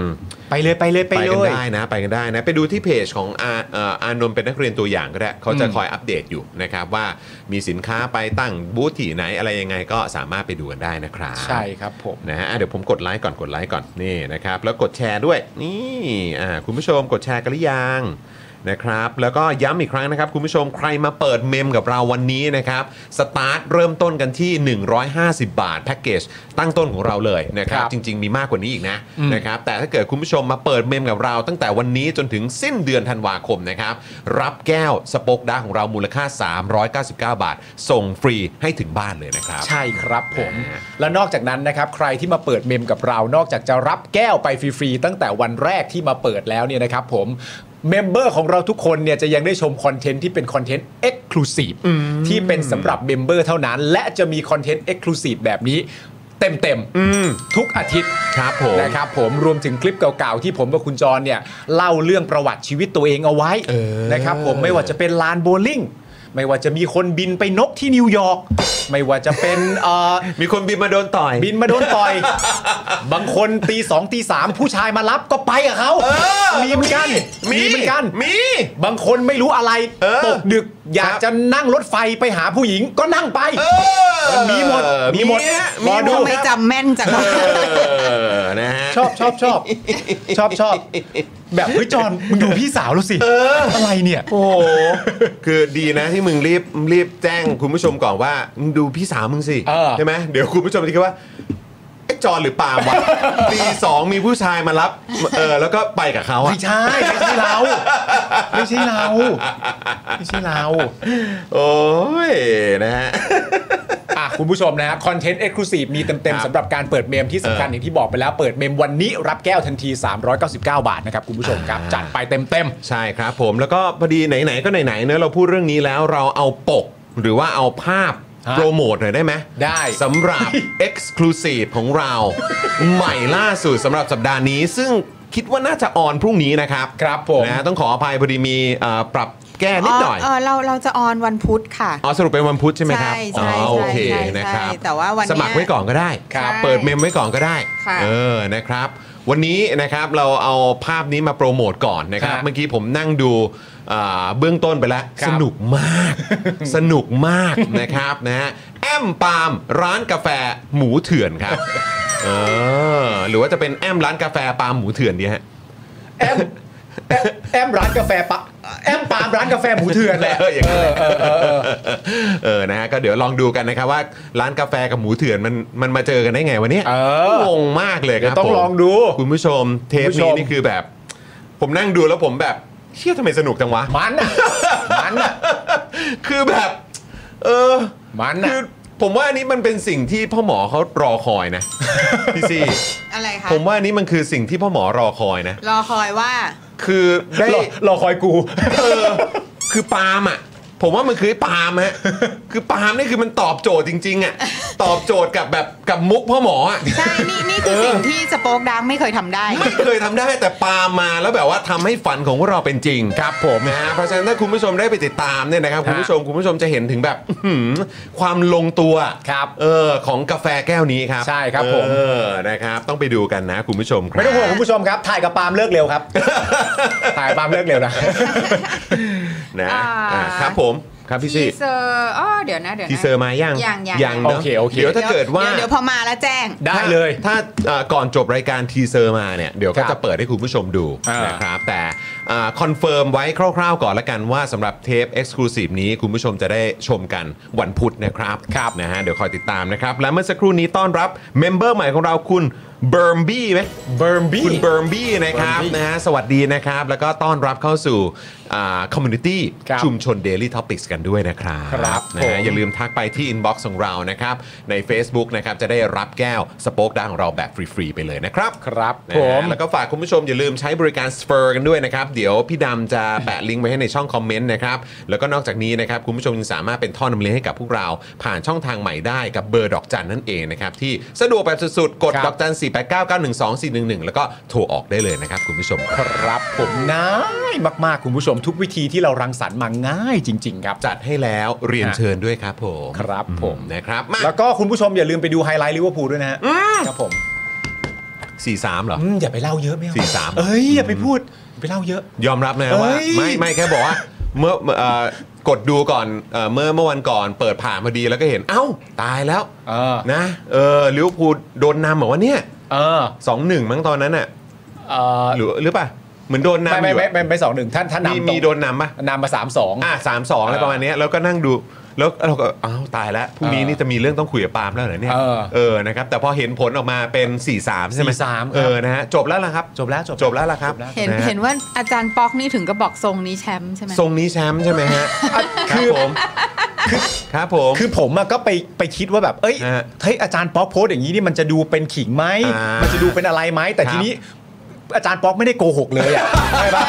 ไปเลยไปเลยไป ไป เล กัน ย ได้นะไปกันได้นะ ไปดูที่เพจของอาเอ่ออานนท์เป็นนักเรียนตัวอย่างก็ได้เขาจะ อืม คอยอัปเดตอยู่นะครับว่ามีสินค้าไปตั้งบูธที่ไหนอะไรยังไงก็สามารถไปดูกันได้นะครับ ใช่ครับผม นะฮะอ่ะเดี๋ยวผมกดไลค์ก่อนกดไลค์ก่อนนี่นะครับ แล้วกดแชร์ด้วยนี่อ่าคุณผู้ชมกดแชร์กันหรือยังนะครับ แล้วก็ย้ำอีกครั้งนะครับ คุณผู้ชมใครมาเปิดเมมกับเราวันนี้นะครับสตาร์ทเริ่มต้นกันที่ 150 บาทแพ็กเกจตั้งต้นของเราเลยนะครับ ครับ จริง ๆ มีมากกว่านี้อีกนะนะครับแต่ถ้าเกิดคุณผู้ชมมาเปิดเมมกับเรา ตั้งแต่วันนี้จนถึงสิ้นเดือนธันวาคมนะครับรับแก้วสป็อกดาร์กของเรามูลค่า 399 บาท ส่งฟรีให้ถึงบ้านเลยนะครับ ใช่ครับผม นะฮะ และนอกจากนั้นนะครับ ใครที่มาเปิดเมมกับเรา นอกจากจะรับแก้วไปฟรีๆ ตั้งแต่วันแรกที่มาเปิดแล้วเนี่ยนะครับผมเมมเบอร์ของเราทุกคนเนี่ยจะยังได้ชมคอนเทนต์ที่เป็นคอนเทนต์ Exclusive ที่เป็นสำหรับเมมเบอร์เท่านั้น และจะมีคอนเทนต์ Exclusive แบบนี้เต็มๆทุกอาทิตย์ ครับผม นะครับผมรวมถึงคลิปเก่าๆ ที่ผมกับคุณจรเนี่ยเล่าเรื่องประวัติชีวิตตัวเองเอาไว้นะครับผมไม่ว่าจะเป็นลานโบลิ่ง ไม่ว่าจะมีคนบินไปนกที่นิวยอร์กไม่ว่าจะเป็น เอ่อ มีคนบินมาโดนต่อย บินมาโดนต่อย บางคนตีสองตีสามผู้ชายมารับก็ไปกับเขามีเหมือนกัน มี เหมือนกัน มี บางคนไม่รู้อะไร เออ ตกดึกอยาคกรับ จะนั่งรถไฟไปหาผู้หญิงก็นั่งไป เออ มีหมดมีหมด ฮะ รอดู ทำไม ครับ จำแม่นจังวะ เออนะฮะ ชอบชอบชอบชอบชอบ แบบเฮ้ยจอนมึงดูพี่สาวแล้วสิอะไรเนี่ย โอ้โหคือดีนะที่มึงรีบรีบแจ้งคุณผู้ชมก่อนว่ามึงดูพี่สาวมึงสิ เออ ใช่ไหมเดี๋ยวคุณผู้ชมจะคิดว่าไอ้จอนหรือปาล์ม วะตีสองมีผู้ชายมารับเออแล้วก็ไปกับเขาอะ ไม่ใช่ไม่ใช่เรา ไม่ใช่เรา ไม่ใช่เรา โอ้ยนะฮะ อ่ะคุณผู้ชมนะครับคอนเทนต์เอ็กซ์คลูซีฟมี ครั เต็ม บ ๆสำหรับการเปิดเมมที่สำคัเออญอ อ ย่างที่บอกไปแล้วเปิดเมมวันนี้รับแก้วทันที 399 บาทนะครับคุณผู้ชมครับ จัดไปเต็ม ใช่ครับผมแล้วก็พอดีไหนๆก็ไหนๆเนอะเราพูดเรื่องนี้แล้วเราเอาปกหรือว่าเอาภาพ ฮะ โปรโมทหน่อยได้ไหม ได้ สำห รับ Exclusive ของเรา ใหม่ล่าสุดสำหรับสัปดาห์นี้ ซึ่งคิดว่าน่าจะออนพรุ่งนี้นะครับ ครับผม นะฮะต้องขออภัยพอดีมีเอ่อปรับแก้นิดหน่อย เเราเราจะออนวันพุธค่ะ อ๋อสรุปเป็นวันพุธใช่ไหมครับ ใช่ใช่ อ๋อ ใช่ โอเค ใช่ นะครับ ใช่แต่ว่าวันเนี้ย สมัครไว้ก่อนก็ได้ ครับ เปิดเมมไว้ก่อนก็ได้ ค่ะ เออนะครับ วันนี้นะครับเราเอาภาพนี้มาโปรโมทก่อนนะครับ ครับ เมื่อกี้ผมนั่งดูอ่าเบื้องต้นไปแล้ว ครั ส บ นุกมาก สนุกมากนะครับนะฮะแอมปาล์มร้านกาแฟหมูเถื่อนครับเออหรือว่าจะเป็นแอมร้านกาแฟปาล์มหมูเถื่อนดีฮะ แอมแอมแอมร้านกาแฟปะแอมปาล์มร้านกาแฟหมูเถื่อนแหละ เอออย่างนั้นแหละเออนะฮะก็เดี๋ยวลองดูกันนะครับว่าร้านกาแฟกับหมูเถื่อนมันมันมาเจอกันได้ไงวะเนี่ย เออง งมากเลยค เดี๋ย รับ วต้อง ผม ลองดู คุณผู้ชมเทป คุณผู้ช นี้ ม นี่คือแบบ ผมนั่งดูแล้วผมแบบเชี่ยทำไมสนุกจังวะ มันน่ะมันน่ะ คือแบบ เออ มันน่ะ คือผมว่าอันนี้มันเป็นสิ่งที่พ่อหมอเขารอคอยนะ พี่ซี่ อะไรคะ ผมว่าอันนี้มันคือสิ่งที่พ่อหมอรอคอยนะ รอคอยว่า คือได้ รอรอคอยกู เออคือปาล์มอ่ะ ผมว่ามันคือไอ้ปาล์ม ฮะคือปาล์มนี่คือมันตอบโจทย์จริง ๆ อ่ะ ตอบโจทย์กับแบบกับมุกพ่อหมออ่ะ ใช่นี่นี่คือ เออ สิ่งที่สโป๊กดังไม่เคยทำได้ ไม่เคยทำได้แต่ปาล์มมาแล้วแบบว่าทำให้ฝันของพวกเราเป็นจริงครับผมนะฮะเพราะฉะนั้นถ้าคุณผู้ชมได้ไปติดตามเนี่ยนะครับ ฮะ คุณผู้ชมคุณผู้ชมจะเห็นถึงแบบอื้อหือความลงตัว ครับ เออของกาแฟแก้วนี้ครับ ใช่ครับผม เออนะครับ ต้องไปดูกันนะคุณผู้ชมครับ ไม่ต้องห่วงคุณผู้ชมครับ ถ่ายกับปาล์มเลิกเร็วครับ ถ่ายปาล์มเลิกเร็วนะ นะ อ่า อ่าครับผมครับพี่ ที ซี่ เซอร์อ๋อเดี๋ยวนะเดี๋ยวนะ ทีเซอร์มายัง ยังยัง เนอะ โอเคโอเค เดี๋ยวถ้าเกิดว่า ยวเดี๋ยวพอมาแล้วแจ้ง ได้ ถ้า เลย ถ้าเอ่อก่อนจบรายการทีเซอร์มาเนี่ย เดี๋ยว ครั ก็ บ จะเปิดให้คุณผู้ชมดู อ่าน นะครับ แต่คอนเฟิร์มไว้คร่าวๆก่อนละกันว่าสำหรับเทป Exclusive นี้คุณผู้ชมจะได้ชมกันวันพุธนะครับ ครับ นะฮะเดี๋ยวคอยติดตามนะครับ และเมื่อสักครู่นี้ต้อนรับเมมเบอร์ใหม่ของเราคุณเบิร์มบี้ไหม Burmby คุณเบิร์มบี้นะครับ Burmby นะฮะสวัสดีนะครับ แล้วก็ต้อนรับเข้าสู่คอมมูนิตี้ ครับ ชุมชน Daily Topics กันด้วยนะครับ ครับ นะ ผ ฮะ ม อย่าลืม อย่าลืมทักไปที่ inbox ของเรานะครับ ใน Facebook นะครับ จะได้รับแก้วสโป๊กดังของเราแบบฟรี ๆ ไปเลยนะครับ ครับ นะฮะ ผม แล้วก็ฝากคุณผู้ชมอย่าลืมใช้บริการ s p u r กันด้วยนะครับ เดี๋ยวพี่ดำจะแปะลิงก์ไว้ให้ในช่องคอมเมนต์นะครับ แล้วก็นอกจากนี้นะครับ คุณผู้ชมยังสามารถเป็นท่อนำเลี้ยงให้กับพวกเรา ผ่านช่องทางใหม่ได้กับเบอร์ดอกจันนั่นเองนะครับ ที่สะดวกแบบสุดๆกด ครับ ดอกจัน 4 8 9 9 1 2 4 1 1 แล้วก็โทรออกได้เลยนะครับคุณผู้ชมครับ ครับผมง่ายมากๆ คุณผู้ชมทุกวิธีที่เรารังสรรค์มาง่ายจริง ๆ ครับ จัดให้แล้วเรียน ฮะ เชิญด้วยครับผม ครับผม นะครับมา แล้วก็คุณผู้ชมอย่าลืมไปดูไฮไลท์ลิเวอร์พูลด้วยนะฮะครับผม สี่สามเหรอ อืมอย่าไปเล่าเยอะไม่เอา สี่สาม เอ้ยอย่าไปพูดอย่าไปเล่าเยอะ ยอมรับนะ เอ้ย ว่าไม่ไม่แค่บอกว่าเมื่อเอ่อกดดูก่อนเอ่อเมื่อเมื่อวันก่อนเปิดผ่านพอดีแล้วก็เห็นเอ้าตายแล้ว เออ นะเออลิเวอร์พูลโดนนำเหมือนว่าเนี่ย เออ สองหนึ่งมั้งตอนนั้นน่ะ เออ หรือหรือเปล่ะเหมือนโดน ไม่ นำอ ไม่ ยู่ ไม่ อะ ไม่ไม่สองหนึ่งท่านท่าน มี นำตร มี ง โดนนำปะ นำมาสามสอง อ่ะสามสองอะไร เออ ประมาณเนี้ยแล้วก็นั่งดูแล้วเราก็อ้าวตายแล้วพรุ่งนี้ เออ นี่จะมีเรื่องต้องคุยกับปาล์มแล้วเหรอเนี่ย เออ เออนะครับแต่พอเห็นผลออกมาเป็น 4 3 ใช่ไหม 4-3ครับ เออนะฮะจบแล้วล่ะครับ จบแล้วจบ จบแล้วล่ะครับ จบแล้ว เห็นะ ฮะ เห็นว่าอาจารย์ป๊อกนี่ถึงก็บอกทรงนี้แชมป์ใช่ไหม ทรงนี้แชมป์ใช่ไหมฮะครับผมครับผม คือผมอะก็ไปไปคิดว่าแบบ เอ้ย ฮะ เฮ้ยอาจารย์ป๊อกโพสต์อย่างนี้นี่มันจะดูเป็นขิงไหม อ่ามั มันจะดูเป็นอะไรไหม แต่ ครับ ทีนี้อาจารย์ป๊อกไม่ได้โกหกเลยอะใช่ปะ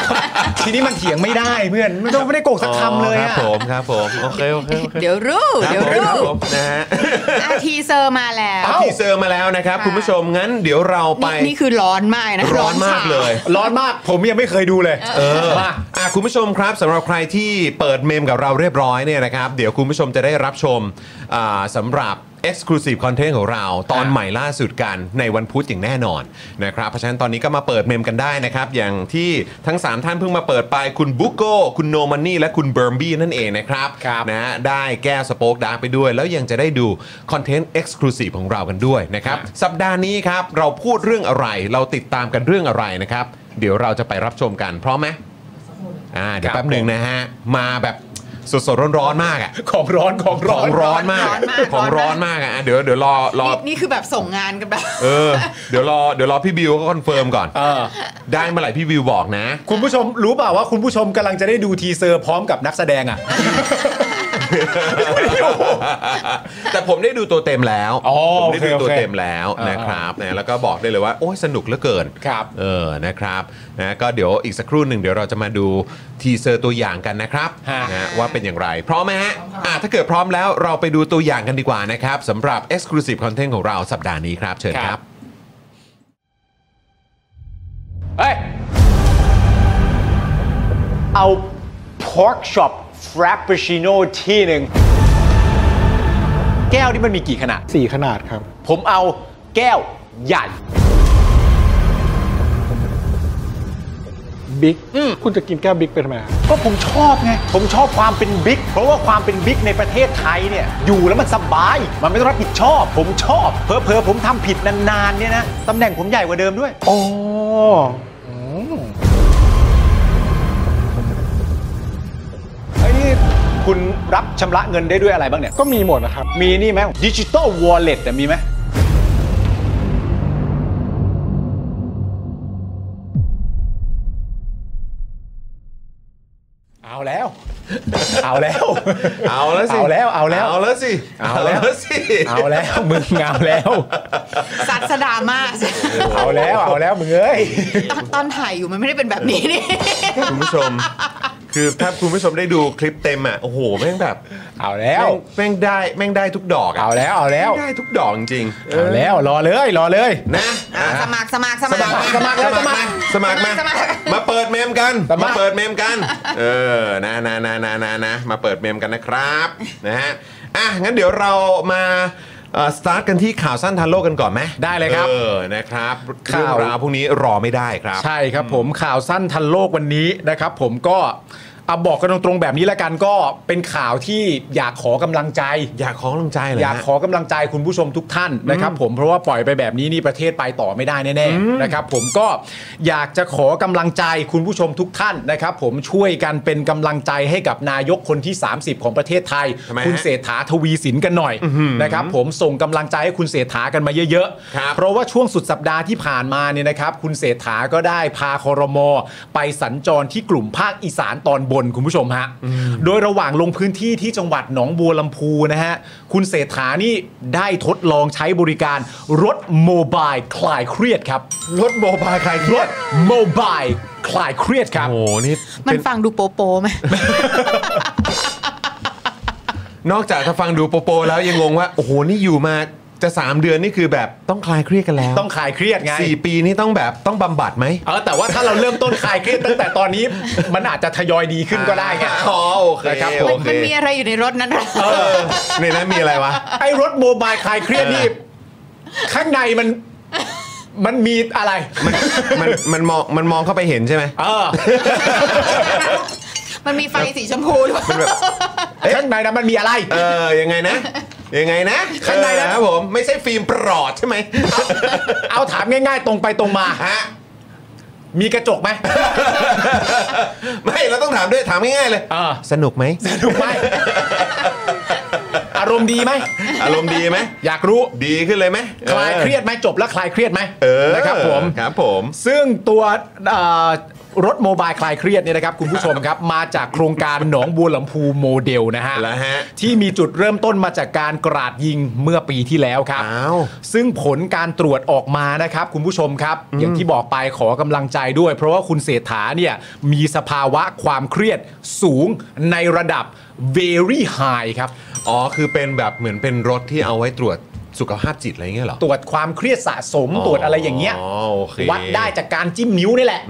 ทีนี้มันเถียงไม่ได้เพื่อนไม่ต้องไม่ได้โกหกสักคำเลย ครั อะ บผมครับผมโอเคโอเคโอเค เดี๋ยวรู้ ครับ เดี๋ยว ผมครั รู้ บผมนะฮะ อ่ะทีเซอร์มาแล้ว เอาทีเซอร์มาแล้วนะครับ ค่ะ คุณผู้ชมงั้นเดี๋ยวเราไป นี่นี่คือร้อนมากนะ ร้อนมาก ฉ่ำ เลย ร้อนมากผมยังไม่เคยดูเลย เออมา อ่ะคุณผู้ชมครับสำหรับใครที่เปิดเมมกับเราเรียบร้อยเนี่ยนะครับ เดี๋ยวคุณผู้ชมจะได้รับชมอ่าสำหรับ Exclusive Content ของเรา ตอน ครับ ใหม่ล่าสุดกันในวันพุธอย่างแน่นอนนะครับเพราะฉะนั้นตอนนี้ก็มาเปิดเมมกันได้นะครับ อย่างที่ทั้ง 3 ท่านเพิ่งมาเปิดไปคุณบุ๊กโกคุณโนมันนี่และคุณเบิร์มบี้นั่นเองนะครับ ครับ นะฮะได้แก้วสโป๊กดาร์กไปด้วย แล้วยังจะได้ดูคอนเทนต์ Exclusive ของเรากันด้วยนะครับ ครับ สัปดาห์นี้ครับเราพูดเรื่องอะไรเราติดตามกันเรื่องอะไรนะครับเดี๋ยวเราจะไปรับชมกันพร้อมไหม อ่าเดี๋ยว ครัแป๊บบหนึ่งนะฮะ มาแบบสดๆร้อนๆมากอ่ะ ของร้อนของ ข ร้อ อง น ร้อนมาก ร้อนมาก ของร้อนมากอ่ะอ่ะเดี๋ยวเดี๋ยวรอรอ นี่นี่คือแบบส่งงานกันแบบ เออเดี๋ยวรอเดี๋ยวรอพี่บิวเขาคอนเฟิร์มก่อน เออ ได้เมื่อไหร่พี่บิวบอกนะ คุณผู้ชมรู้เปล่าว่าคุณผู้ชมกำลังจะได้ดูทีเซอร์พร้อมกับนักแสดงอะ แต่ผมได้ดูตัวเต็มแล้ว อ๋อ ผมได้ดู โอเคโอเค ตัวเต็มแล้วนะครับนะแล้วก็บอกได้เลยว่า โอ้ยสนุกเหลือเกิน ครับ เออนะครับนะก็เดี๋ยวอีกสักครู่หนึ่งเดี๋ยวเราจะมาดูทีเซอร์ตัวอย่างกันนะครับนะว่าเป็นอย่างไร พร้อมไหมฮะอ่ะถ้าเกิดพร้อมแล้วเราไปดูตัวอย่างกันดีกว่านะครับสำหรับ Exclusive Content ของเราสัปดาห์นี้ครับเชิญครับ เฮ้ย เอา pork shop frappuccino ที่หนึ่ง แก้วนี่มันมีกี่ขนาด สี่ขนาดครับ ผมเอาแก้วใหญ่ บิ๊กคุณจะกินแก้วบิ๊กเป็นทำไมครับ ก็ผมชอบไง ผมชอบความเป็นบิ๊ก เพราะว่าความเป็นบิ๊กในประเทศไทยเนี่ย อยู่แล้วมันสบาย มันไม่ต้องรับผิดชอบ ผมชอบ เพอเพอๆผมทำผิดนานๆเนี่ยนะ ตำแหน่งผมใหญ่กว่าเดิมด้วย อ๋ออืม ไอ้นี่คุณรับชำระเงินได้ด้วยอะไรบ้างเนี่ย ก็มีหมดนะครับ มีนี่ไหมดิจิตอลวอลเล็ตมีไหม เอาแล้ว เอาแล้ว เอาแล้วสิ เอาแล้วเอาแล้ว เอาแล้วสิ เอาแล้ว สิ เอาแล้วมึงเอาแล้ว สัตสดามา เอาแล้วเอาแล้วมึงเอ้ย ตอนตอนถ่ายอยู่มันไม่ได้เป็นแบบนี้นี่ คุณผู้ชม คือถ้าคุณผู้ชมได้ดูคลิปเต็มอ่ะโอ้โหแม่งแบบ เอาแล้ว แม่งแม่งได้แม่งได้ทุกดอก เอา อ่ะ แล้วเอาแล้ว แม่งได้ทุกดอกจริงๆเอ เอา อ แล้วรอเลยรอเลย นะ อ่ะสมัครสมัครสมัคร สมัครแล้วสมัคร สมัครมา สมัคร มาเปิดเมมกัน สมั มา คร เปิดเมมกัน เออนะนะนะนะนะนะมาเปิดเมมกันนะครับนะฮะอ่ะงั้นเดี๋ยวเรามาสตาร์ทกันที่ข่าวสั้นทันโลกกันก่อนไหม ได้เลยครับ เออนะครับ ข่าว เรื่องราวพวกนี้รอไม่ได้ครับ ใช่ครับผมข่าวสั้นทันโลกวันนี้นะครับ ผมก็เอาบอกกันตรงๆแบบนี้ละกันก็เป็นข่าวที่อยากขอกำลังใจ อยากขอลงใจเหรออยอากขอกำลังใจคุณผู้ชมทุกท่านนะครับ ผมเพราะว่าปล่อยไปแบบนี้นี่ประเทศไปต่อไม่ได้แน่ๆนะครับ ผมก็อยากจะขอกำลังใจคุณผู้ชมทุกท่านนะครับ ผมช่วยกันเป็นกำลังใจให้กับนายกคนที่ 30 ของประเทศไทย ทำไมฮะ คุณเศรษฐาทวีสินกันหน่อยนะครับผมส่งกำลังใจให้คุณเศรษฐากันมาเยอะ ครับ ๆ เพราะว่าช่วงสุดสัปดาห์ที่ผ่านมาเนี่ยนะครับ คุณเศรษฐาก็ได้พาคอรมอไปสัญจรที่กลุ่มภาคอีสานตอนบนคุณผู้ชมฮะโดยระหว่างลงพื้นที่ที่จังหวัดหนองบัวลำพูนะฮะคุณเศรษฐานี่ได้ทดลองใช้บริการรถโมบายคลายเครียดครับ รถโมบายใคร รถโมบายคลายเครียดครับ โอ้โหนี่ มัน เป็น ฟังดูโปโปไหม นอกจากจะฟังดูโปโปแล้วยังงงว่า โอ้โห นี่อยู่มาจะ 3 เดือนนี่คือแบบต้องคลายเครียดกันแล้ว ต้องคลายเครียดไง สี่ปีนี่ต้องแบบต้องบำบัดไหม เออแต่ว่าถ้าเราเริ่มต้นคลายเครียดตั้งแต่ตอนนี้ มันอาจจะทยอยดีขึ้นก็ได้ไง อ๋อโอเค นะครับผ โอ มัน เค มันมีอะไรอยู่ในรถนั้นหรอ เออในนั้นมีอะไรวะ ไอ้รถโมบายคลายเครียดนี่ เออ ข้างในมันมันมีอะไร มันมันมองมันมองเข้าไปเห็นใช่ไหม เออ มันมีไฟสีชมพูด้วย ข้างในนะมันมีอะไร เออยังไงนะยังไงนะ ข้างในนะ เออครับผมไม่ใช่ฟิล์มปลอดใช่ไหม เอาถามง่ายๆ ตรงไปตรงมา ฮะ มีกระจกไหม ไม่เราต้องถามด้วยถามง่ายๆเลย เออ สนุกไหม ถูกไหมอารมณ์ดีไหม อารมณ์ดีไหม อยากรู้ ดีขึ้นเลยไหม คลายเครียดไหมจบแล้วคลายเครียดไหม เออ นะครับผม ครับผม ซึ่งตัวเอ่อรถโมบายคลายเครียดเนี่ยนะครับคุณผู้ชมครับ มาจากโครงการหนองบัวลำพูโมเดลนะฮะ แล้วฮะ ที่มีจุดเริ่มต้นมาจากการกราดยิงเมื่อปีที่แล้วครับ อ้าว ซึ่งผลการตรวจออกมานะครับคุณผู้ชมครับ อย่างที่บอกไปขอกำลังใจด้วย เพราะว่าคุณเศรษฐาเนี่ยมีสภาวะความเครียดสูงในระดับ very high ครับ อ๋อ คือเป็นแบบเหมือนเป็นรถที่เอาไว้ตรวจสุขภาพจิตอะไรอย่างเงี้ยเหรอ ตรวจความเครียดสะสม อ๋อ ตรวจอะไรอย่างเงี้ย โอเค วัดได้จากการจิ้มนิ้วนี่แหละ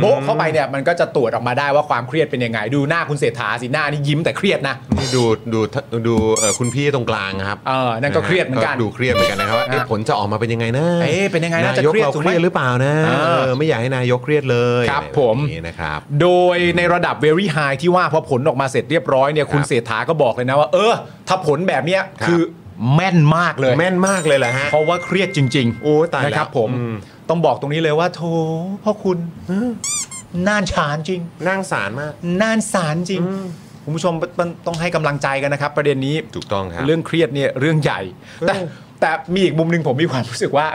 โบะเข้าไปเนี่ยมันก็จะตรวจออกมาได้ว่าความเครียดเป็นยังไง ดูหน้าคุณเศรษฐาสิหน้านี่ยิ้มแต่เครียดนะ นี่ดูดูดูเอ่อคุณพี่ตรงกลางนะครับ เออนั่นก็เครียดเหมือนกัน ดูเครียดเหมือนกันนะครับว่าเอ๊ะ อ่ะ ผลจะออกมาเป็นยังไงนะ เอ๊ะเป็นยังไงนะ นายก จะเครียด เรา ถูก เค ไหม รียดหรือเปล่านะ อ่า เออไม่อยากให้นายกเครียดเลย ครับ อะไแ ผม นี้นะครับ โดยในระดับ very high ที่ว่าพอผลออกมาเสร็จเรียบร้อยเนี่ยคุณ ครับ เศรษฐาก็บอกเลยนะว่า เออ ถ้าผลแบบเนี้ย ครับ คือแม่นมากเลย แม่นมากเลยแหละฮะ เพราะว่าเครียดจริงๆ โอ้ตายแล้ว นะครับผม อืม ต้องบอกตรงนี้เลยว่าโถพ่อคุณน่านฉานจริง นั่งสารมาก น่านสารจริง คุณผู้ชมมันต้องให้กำลังใจกันนะครับ ประเด็นนี้ ถูกต้องครับ เรื่องเครียดเนี่ยเรื่องใหญ่ แต่แต่มีอีกมุมหนึ่งผมมีความรู้สึกว่า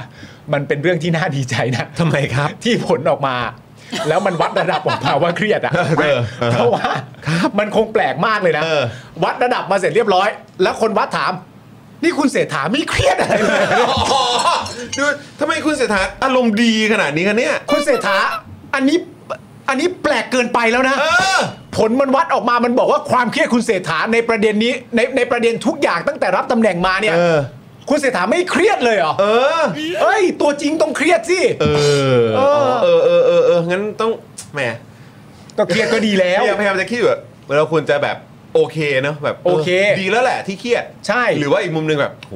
มันเป็นเรื่องที่น่าดีใจนะ ทำไมครับ ที่ผลออกมา แล้วมันวัดระดับของภาวะเครียดอะเพราะว่ามันคงแปลกมากเลยนะ เออ วัดระดับมาเสร็จเรียบร้อย แล้วคนวัดถาม นี่คุณเศรษฐาไม่เครียดอะไรเลย ดูทำไมคุณเศรษฐาอารมณ์ดีขนาดนี้คะเนี่ย คุณเศรษฐาอันนี้อันนี้แปลกเกินไปแล้วนะ อ ผลมันวัดออกมามันบอกว่าความเครียดคุณเศรษฐาในประเด็นนี้ในในประเด็นทุกอย่างตั้งแต่รับตำแหน่งมาเนี่ยคุณเศรษฐาไม่เครียดเลยเหรอ เออ เอ้ย ตัวจริงต้องเครียดสิ เออเออเออเออเออเอองั้นต้องแหม ก็เครียดก็ดีแล้ว พยายามพยายามจะคิดแบบเราควรจะแบบโอเคเนอะแบบ โอเค ดีแล้วแหละที่เครียด ใช่ หรือว่าอีกมุมหนึ่งแบบโห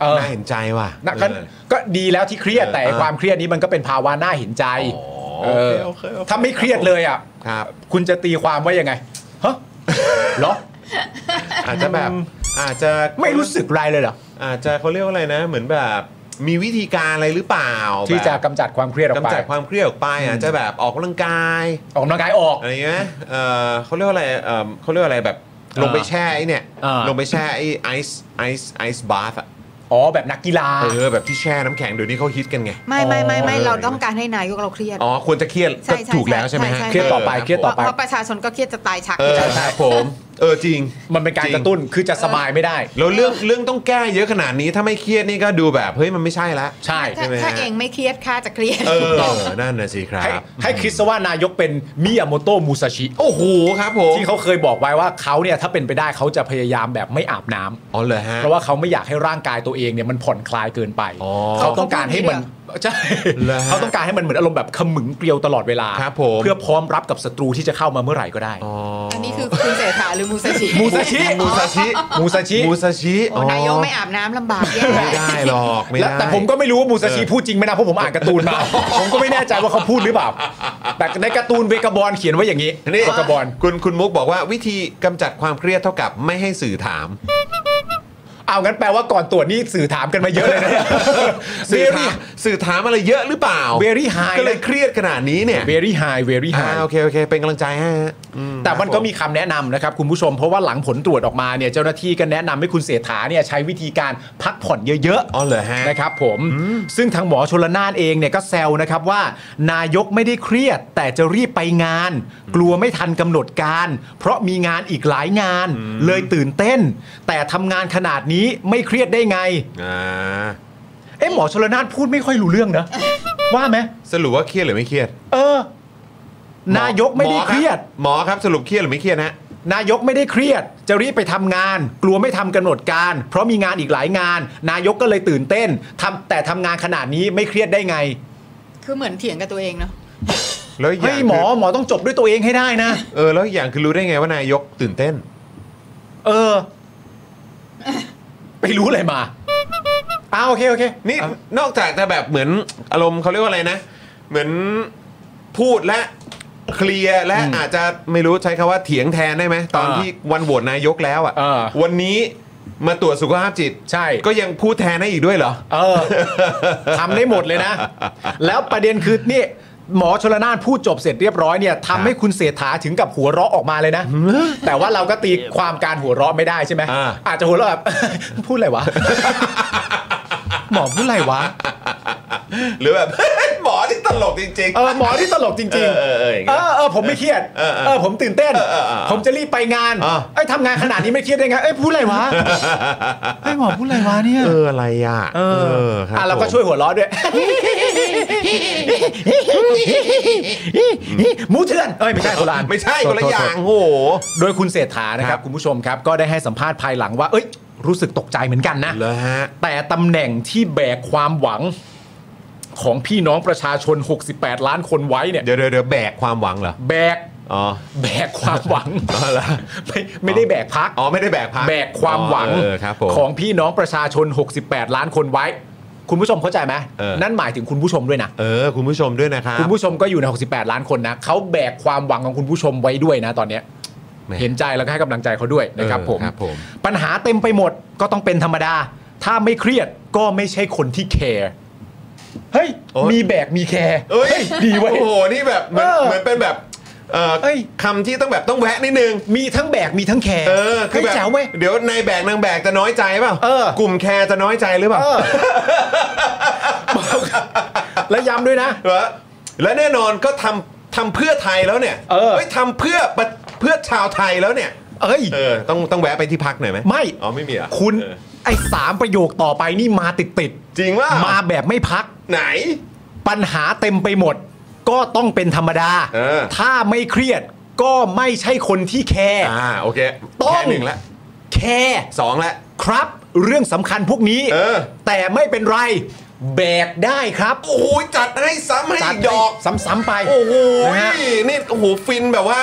เออ น่าเห็นใจว่ะ นะก็ เออ ก็ดีแล้วที่เครียดแต่ เออ ความเครียดนี้มันก็เป็นภาวะน่าเห็นใจ อ๋อ เออ โอเคโอเค ถ้าไม่เครียดเลยอ่ะ ครับ คุณจะตีความว่ายังไงฮะเหรอ อาจจะแบบอาจจะ ไม่รู้สึกไรเลยเหรอ อาจจะเขาเรียกว่าอะไรนะ เหมือนแบบมีวิธีการอะไรหรือเปล่า ที่จะ แบบ กำจัดความเครียดออกไป กำจัดความเครียดออกไปอาจจะแบบออกกำลังกาย ออกกำลังกายออก อะไรเงี้ยเอ่อเขาเรียกว่าอะไรเอ่อเขาเรียกว่าอะไรแบบลงไปแช่ไอ้เนี่ย อ่า ลงไปแช่ไอ้ไอซ์ไอซ์ไอซ์บาร์อะ อ๋อแบบนักกีฬา เออแบบที่แช่น้ำแข็งเดี๋ยวนี้เขาฮิตกันไง ไม่ไม่ไม่ไม่ เออ เราต้องการให้นายกเราเครียด อ๋อ ควรจะเครียด ใช่ ก็ ใช่ ถูกแล้วใช่ไหมฮะ ใช่ใช่ เครียดต่อไปเครียดต่อ เพราะเพราะประชาชนก็เครียดจะตายชัก เออครับผม เออจริง มันเป็นการ จง กระตุ้นคือจะสบายไม่ได้ แล้วเรื่องเรื่องต้องแก้เยอะขนาดนี้ถ้าไม่เครียดนี่ก็ดูแบบเฮ้ยมันไม่ใช่ละ ใช่ ใช่ ถ้า ไหมฮะ ถ้าเองไม่เครียดข้าจะเครียด เออ นั่นนะสิครั ให้ บ ให้คิดซะว่านายกเป็นมิยาโมโตะมูซาชิ โอ้โหครับผม ที่เขาเคยบอกไว้ว่าเขาเนี่ยถ้าเป็นไปได้เขาจะพยายามแบบไม่อาบน้ำ อ๋อเลยฮะ เพราะว่าเขาไม่อยากให้ร่างกายตัวเองเนี่ยมันผ่อนคลายเกินไป อ๋อ เขาต้องการให้มันใช่ เหรอฮะ เขาต้องการให้มันเหมือนอารมณ์แบบขมึงเกลียวตลอดเวลา ครับผม เพื่อพร้อมรับกับศัตรูที่จะเข้ามาเมื่อไหร่ก็ได้ อ๋อ อันนี้คือคุณเศรษฐาหรือมูซาชิ มูซาชิ มูซาชิ มูซาชิ มูซาชิ โอ้นายกไม่อาบน้ำลำบากแย่ อ๋อไม่ได้หรอกไม่ และ ได้ แต่ผมก็ไม่รู้ว่ามูซาชิพูดจริงไหมนะเพราะผมอ่านการ์ตูนมา ผมก็ไม่แน่ใจว่าเขาพูดหรือเปล่า แต่ในการ์ตูนเวกาบอลเขียนไว้อย่างนี้ นี่ เวกาบอล คุณคุณมุกบอกว่าวิธีกำจัดความเครียดเท่ากับไม่ให้สื่อถาม เอางั้นแปลว่าก่อนตรวจนี่สื่อถามกันมาเยอะเลยนะ สื่อ very ถามสื่อถามอะไรเยอะหรือเปล่า Very high ก็เลยเครียดขนาดนี้เนี่ย very high very อ่า high โอเคโอเค เป็นกำลังใจให้ฮะอื แต่มัน ค ก็ รับผ มีคำแนะนำนะครับคุณผู้ชมเพราะว่าหลังผลตรวจออกมาเนี่ยเจ้าหน้าที่ก็แนะนำให้คุณเสถาเนี่ยใช้วิธีการพักผ่อนเยอะ อ๋อเหรอฮะ นะครับผมซึ่งทางหมอชลนานเองเนี่ยก็แซวนะครับว่า นายกไม่ได้เครียด แต่จะรีบไปงาน กลัวไม่ทันกำหนดการ เพราะมีงานอีกหลายงาน เลยตื่นเต้น แต่ทำงานขนาดนี้ไม่เครียดได้ไง อ่า เอ๊ะหมอชลนานพูดไม่ค่อยรู้เรื่องนะ ว่าไหม สรุปว่าเครียดหรือไม่เครียด เออ นายกไม่ได้เครียด หมอครับสรุปเครียดหรือไม่เครียดฮะ นายกไม่ได้เครียด จะรีบไปทำงาน กลัวไม่ทำกำหนดการ เพราะมีงานอีกหลายงาน นายกก็เลยตื่นเต้นทำแต่ทำงานขนาดนี้ไม่เครียดได้ไง คือเหมือนเถียงกับตัวเองเนาะ แล้วอีกอ เฮ้ ย่าย ง หมอ คือ หมอต้องจบด้วยตัวเองให้ได้นะ เออแล้วอีกอย่างคือรู้ได้ไงว่านายกตื่นเต้น เออ ไปรู้อะไรมาอ้าโอเคโอเค นี่นอกจากจะแบบเหมือนอารมณ์เขาเรียกว่าอะไรนะ เหมือนพูดและเคลียร์และอาจจะไม่รู้ใช้คำว่าเถียงแทนได้ไหมตอนที่วันโหวตนายกแล้วอ่ะ เออ วันนี้มาตรวจสุขภาพจิต ใช่ ก็ยังพูดแทนได้อีกด้วยเหรอ เออ ทำได้หมดเลยนะ แล้วประเด็นคือนี่ หมอชลนานพูดจบเสร็จเรียบร้อยเนี่ยทำให้คุณเศรษฐาถึงกับหัวเราะออกมาเลยนะ แต่ว่าเราก็ตีความการหัวเราะไม่ได้ใช่ไหม อ่า อาจจะหัวเราะแบบ พูดอะไรวะ หมอพูดอะไรวะ หรือแบบ หมอที่ตลกจริง เออหมอที่ตลกจริง ๆ เออเออเอออย่างเงี้ เอย อเออผมไม่เครียด เออเออ ผมตื่นเต้น เออเออเออ ผมจะรีบไปงาน อ่ะ ไอ้ยทำงานข นาดนี้ไม่เครียดได้ไงเอ้ยพูดอะไร วะไอ้ยหมอพูดอะไรวะเนี่ย เอออะไรอ่ะ เออ คบ อ่ะเราก็ ผม ช่วยหัวเราะด้วย หมูเถื่อนเอ้ยไม่ใช่โบราณ ไม่ใช่คนละ โทษ อย่าง โทษ โอ้โห โดยคุณเศรษฐานะครับ คุณผู้ชมครับ ก็ได้ให้สัมภาษณ์ภายหลังว่า เอ้ย รู้สึกตกใจเหมือนกันนะ เลยฮะ แต่ตำแหน่งที่แบกความหวังของพี่น้องประชาชน 68 ล้านคนไว้เนี่ย เดี๋ยวเดยวเดี๋ยวแบกความหวังเหรอ แบก อ๋อ แบกความหวังไม่ไม่ได้แบกพัก อ๋อไม่ได้แบกพัก แบกความหวัง อ๋อเออครับผม ของพี่น้องประชาชน 68 ล้านคนไว้ คุณผู้ชมเข้าใจไหม เออ นั่นหมายถึงคุณผู้ชมด้วยนะ เออคุณผู้ชมด้วยนะครับ คุณผู้ชมก็อยู่ใน 68 ล้านคนนะเขาแบกความหวังของคุณผู้ชมไว้ด้วยนะตอนเนี้ย แหม เห็นใจแล้วก็ให้กำลังใจเขาด้วยนะครับ เออ ผม ครับผม ปัญหาเต็มไปหมดก็ต้องเป็นธรรมดา ถ้าไม่เครียดก็ไม่ใช่คนที่แคร์เฮ้ย โอ๊ย มีแบกมีแคร์ เอ้ย ดีเว้ย โอ้โหนี่แบบเหมือน เออ เหมือนเป็นแบบเอ่อ เอ้ย คำที่ต้องแบบต้องแวะนิดนึง มีทั้งแบกมีทั้งแคร์ เออคือ เฮ้ย แบบ แจ๋วเว้ย เดี๋ยวนายแบกนางแบกจะน้อยใจเปล่า เออ กลุ่มแคร์จะน้อยใจหรือเปล่า เออ และย้ำด้วยนะ เหรอและแน่นอนก็ทำ ทำเพื่อไทยแล้วเนี่ย เออ ฮ้ยทำเพื่อประเพื่อชาวไทยแล้วเนี่ย เอ้ย เออ ต้องต้องแวะไปที่พักหน่อยไหม ไม่ อ๋อไม่มีเหรอ่ะ คุณไอ้สามประโยคต่อไปนี่มาติดติด จริงว่า ๆมา มา แบบไม่พัก ไหน ปัญหาเต็มไปหมด ก็ต้องเป็นธรรมดา เออ ถ้าไม่เครียดก็ไม่ใช่คนที่แคร์ อ่าโอเค ต้อง แค่หนึ่งละ แคร์ สองละ ครับ เรื่องสำคัญพวกนี้ เออ แต่ไม่เป็นไร แบกได้ครับ โอ้โหจัดให้ซ้ำให้ จั อีกดอก ซ้ำๆไป โอ้โห นะฮะ นี่โอ้โหฟินแบบว่า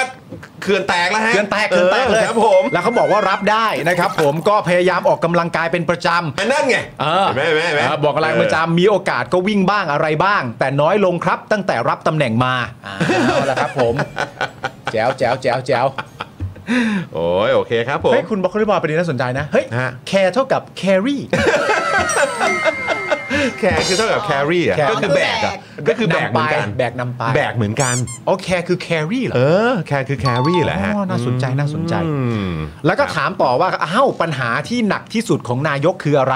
เขื่อนแตกแล้วฮะ เกินแตกเกินแตกเลย ออครับผม แล้วเขาบอกว่ารับได้นะครับ ผมก็พยายามออกกำลังกายเป็นประจำ อันนั่นไง เออ เห็นไหมเห็นไหมเห็นไหม เออบอกอะไรประจำมีโอกาสก็วิ่งบ้างอะไรบ้าง แต่น้อยลงครับตั้งแต่รับตำแหน่งมาเอาละครับ ผมแจ๋วแจ๋วแจ๋วแจ๋ว โอ้ยโอเคครับผม เฮ้ยคุณบล็อกคลิบอลประเด็นน่าสนใจนะเฮ้ย ฮะ แคร์เท่ากับแครี่ แคร์คือเท่ากับแครี่อ่ะ แคร์ ก็คือแบกอ่ะก็คือแบกเหมือนกัน แบกนำไป แบกเหมือนกัน อ๋อแคร์คือแครี่เหรอ เออ แคร์คือแครี่แหละฮะ อ๋อน่าสนใจน่าสนใจ อืม แล้วก็ถามต่อว่าอ้าวปัญหาที่หนักที่สุดของนายกคืออะไร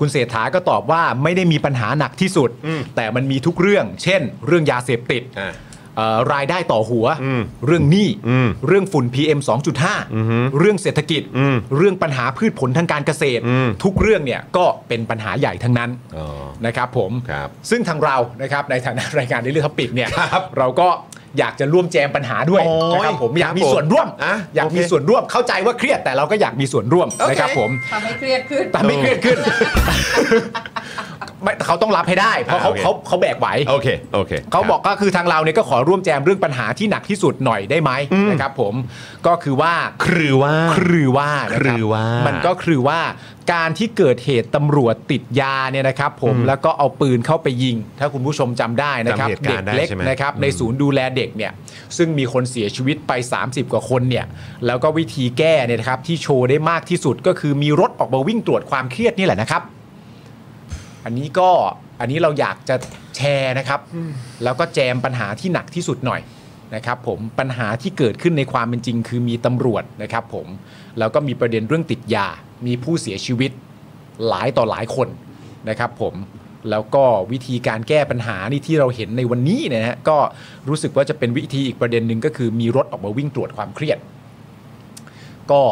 คุณเศรษฐาก็ตอบว่าไม่ได้มีปัญหาหนักที่สุด แต่มันมีทุกเรื่อง เช่น เรื่องยาเสพติด อ่ะ เอ่อรายได้ต่อหัว อืม เรื่องหนี้ อืม เรื่องฝุ่น PM 2.5 เรื่องเศรษฐกิจ อืม เรื่องปัญหาพืชผลทางการเกษตร อืม ทุกเรื่องเนี่ยก็เป็นปัญหาใหญ่ทั้งนั้น อ๋อ นะครับผม ครับ ซึ่งทางเรานะครับในฐานะรายการดิลิทอปิกเนี่ย ครับ เราก็อยากจะร่วมแจมปัญหาด้วย โอ้ย นะครับผมอยากมี ครับผม ส่วนร่วม อ่ะ อยากมี โอเค ส่วน ร่วมเข้าใจว่าเครียดแต่เราก็อยากมีส่วนร่วม โอเค นะครับผม ทำให้เครียดขึ้น แต่ไม่เครียด ขึ้น ไม่เขาต้องรับให้ได้ เพราะเขา อ่าโอเค เขาเขาแบกไหว โอเคโอเค เขาบอกก็คือทางเราเนี่ยก็ขอร่วมแจมเรื่องปัญหาที่หนักที่สุดหน่อยได้ไหมนะครับผมก็คือว่า คือว่า คือว่านะรับ คือว่ามั นก็คือว่าการที่เกิดเหตุตำรวจติดยาเนี่ยนะครับ ผมแล้วก็เอาปืนเข้าไปยิง ถ้าคุณผู้ชมจำได้นะครัจำบเหตุ เด็ การ ก ณ์ได้ เล็ก ใช่ไหม นะครับ ในศูนย์ดูแลเด็กเนี่ยซึ่งมีคนเสียชีวิตไป 30 กว่าคนเนี่ยแล้วก็วิธีแก้เนี่ยนะครับที่โชว์ได้มากที่สุดก็คือมีรถออกมาวิ่งตรวจความเครียดนี่แหละนะครับ อันนี้ก็อันนี้เราอยากจะแชร์นะครับ แล้วก็แจมปัญหาที่หนักที่สุดหน่อยนะครับผมปัญหาที่เกิดขึ้นในความเป็นจริง คือมีตำรวจนะครับ ผมแล้วก็มีประเด็นเรื่องติดยา มีผู้เสียชีวิตหลายต่อหลายคนนะครับ ผมแล้วก็วิธีการแก้ปัญหานี่ที่เราเห็นในวันนี้เนยนะฮะก็รู้สึกว่าจะเป็นวิธีอีกประเด็นหนึ่งก็คือมีรถออกมาวิ่งตรวจความเครียด ก็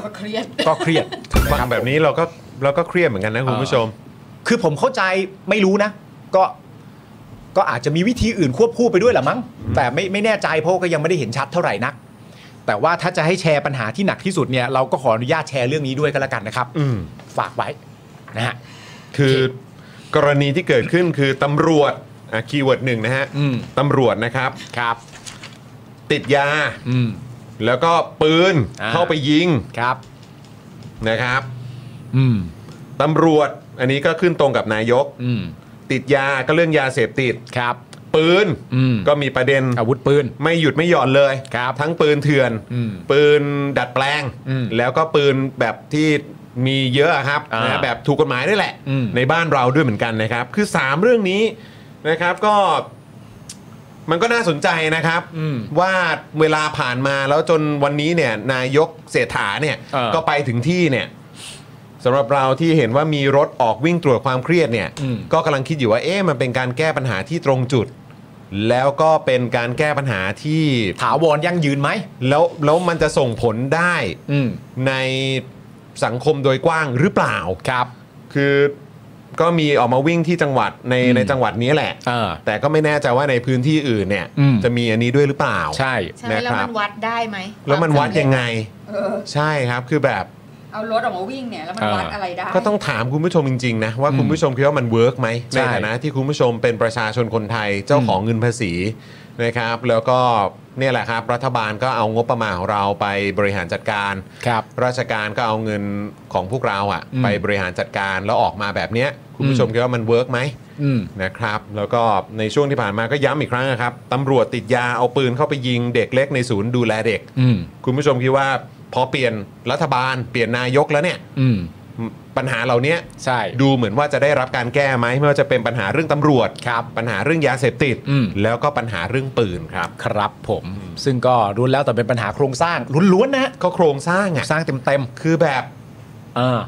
ก็เครียด ก็เครียด ฟั นะ ง ครับ แบบนี้เราก็เราก็เครียดเหมือนกันนะคุณผู้ชม คือผมเข้าใจไม่รู้นะ ก็ก็อาจจะมีวิธีอื่นควบคู่ไปด้วยแหละมั้ง แต่ไม่ไม่แน่ใจเพราะก็ยังไม่ได้เห็นชัดเท่าไหร่นัก แต่ว่าถ้าจะให้แชร์ปัญหาที่หนักที่สุดเนี่ยเราก็ขออนุญาตแชร์เรื่องนี้ด้วยก็แล้วกันนะครับ อืม ฝากไว้นะฮะ คือกรณีที่เกิดขึ้นคือตำรวจคีย์เวิร์ดหนึ่งนะฮะ อืม ตำรวจนะครับ ครับ ติดยา อืม แล้วก็ปืน อ่า เข้าไปยิง ครับ นะครับ อืม ตำรวจอันนี้ก็ขึ้นตรงกับนายก อืม ติดยาก็เรื่องยาเสพติด ครับ ปืน อืม ก็มีประเด็น อาวุธปืน ไม่หยุดไม่หย่อนเลย ครับ ทั้งปืนเถื่อน อืม ปืนดัดแปลง อืม แล้วก็ปืนแบบที่มีเยอะอะครับ อ่าน นะแบบถูกกฎหมายนี่แหละ อืม ในบ้านเราด้วยเหมือนกันนะครับ คือ 3 เรื่องนี้นะครับก็ มันก็น่าสนใจนะครับ อืม ว่าเวลาผ่านมาแล้วจนวันนี้เนี่ย นายกเศรษฐาเนี่ย เออ ก็ไปถึงที่เนี่ยสำหรับเราที่เห็นว่ามีรถออกวิ่งตรวจความเครียดเนี่ย อืม ก็กำลังคิดอยู่ว่า เอ๊ะมันเป็นการแก้ปัญหาที่ตรงจุด แล้วก็เป็นการแก้ปัญหาที่ ถาวรยั่งยืนไหม แล้วแล้วมันจะส่งผลได้ อืม ในสังคมโดยกว้างหรือเปล่า ครับ คือก็มีออกมาวิ่งที่จังหวัดใน อืม ในจังหวัดนี้แหละ เออ แต่ก็ไม่แน่ใจว่าในพื้นที่อื่นเนี่ย อืม จะมีอันนี้ด้วยหรือเปล่า ใช่ ใช่แล้ว นะครับ มันวัดได้ไหม แล้วมันวัดยังไง เออ ใช่ครับคือแบบ เอารถออกมาวิ่งเนี่ย แล้วมันวัด เอออ อะไรได้ ก็ต้องถามคุณผู้ชมจริงๆนะว่า อืม คุณผู้ชมคิดว่ามันเวิร์กไหม ใช่ ในฐานะที่คุณผู้ชมเป็นประชาชนคนไทยเจ้าของเงินภาษีนะครับ แล้วก็เนี่ยแหละครับ รัฐบาลก็เอางบประมาณของเราไปบริหารจัดการ ครับ ราชการก็เอาเงินของพวกเราอะ่ะ อืม ไปบริหารจัดการแล้วออกมาแบบเนี้ยคุณผู้ชม อืม คิดว่ามันเวิร์กไหม อืม นะครับ แล้วก็ในช่วงที่ผ่านมาก็ย้ำอีกครั้งนะครับตำรวจติดยาเอาปืนเข้าไปยิงเด็กเล็กในศูนย์ดูแลเด็ก อืม คุณผู้ชมคิดว่าพอเปลี่ยนรัฐบาลเปลี่ยนนายกแล้วเนี่ย อืม ปัญหาเหล่านี้ ใช่ ดูเหมือนว่าจะได้รับการแก้ไหมไม่ว่าจะเป็นปัญหาเรื่องตำรวจ ครับ ปัญหาเรื่องยาเสพติด อืม แล้วก็ปัญหาเรื่องปืนครับ ครับผม ซึ่งก็รุนแล้วแต่เป็นปัญหาโครงสร้างล้วนๆนะฮะ ก็โครงสร้างอะ สร้างเต็มเต็ม คือแบบ ๆเออ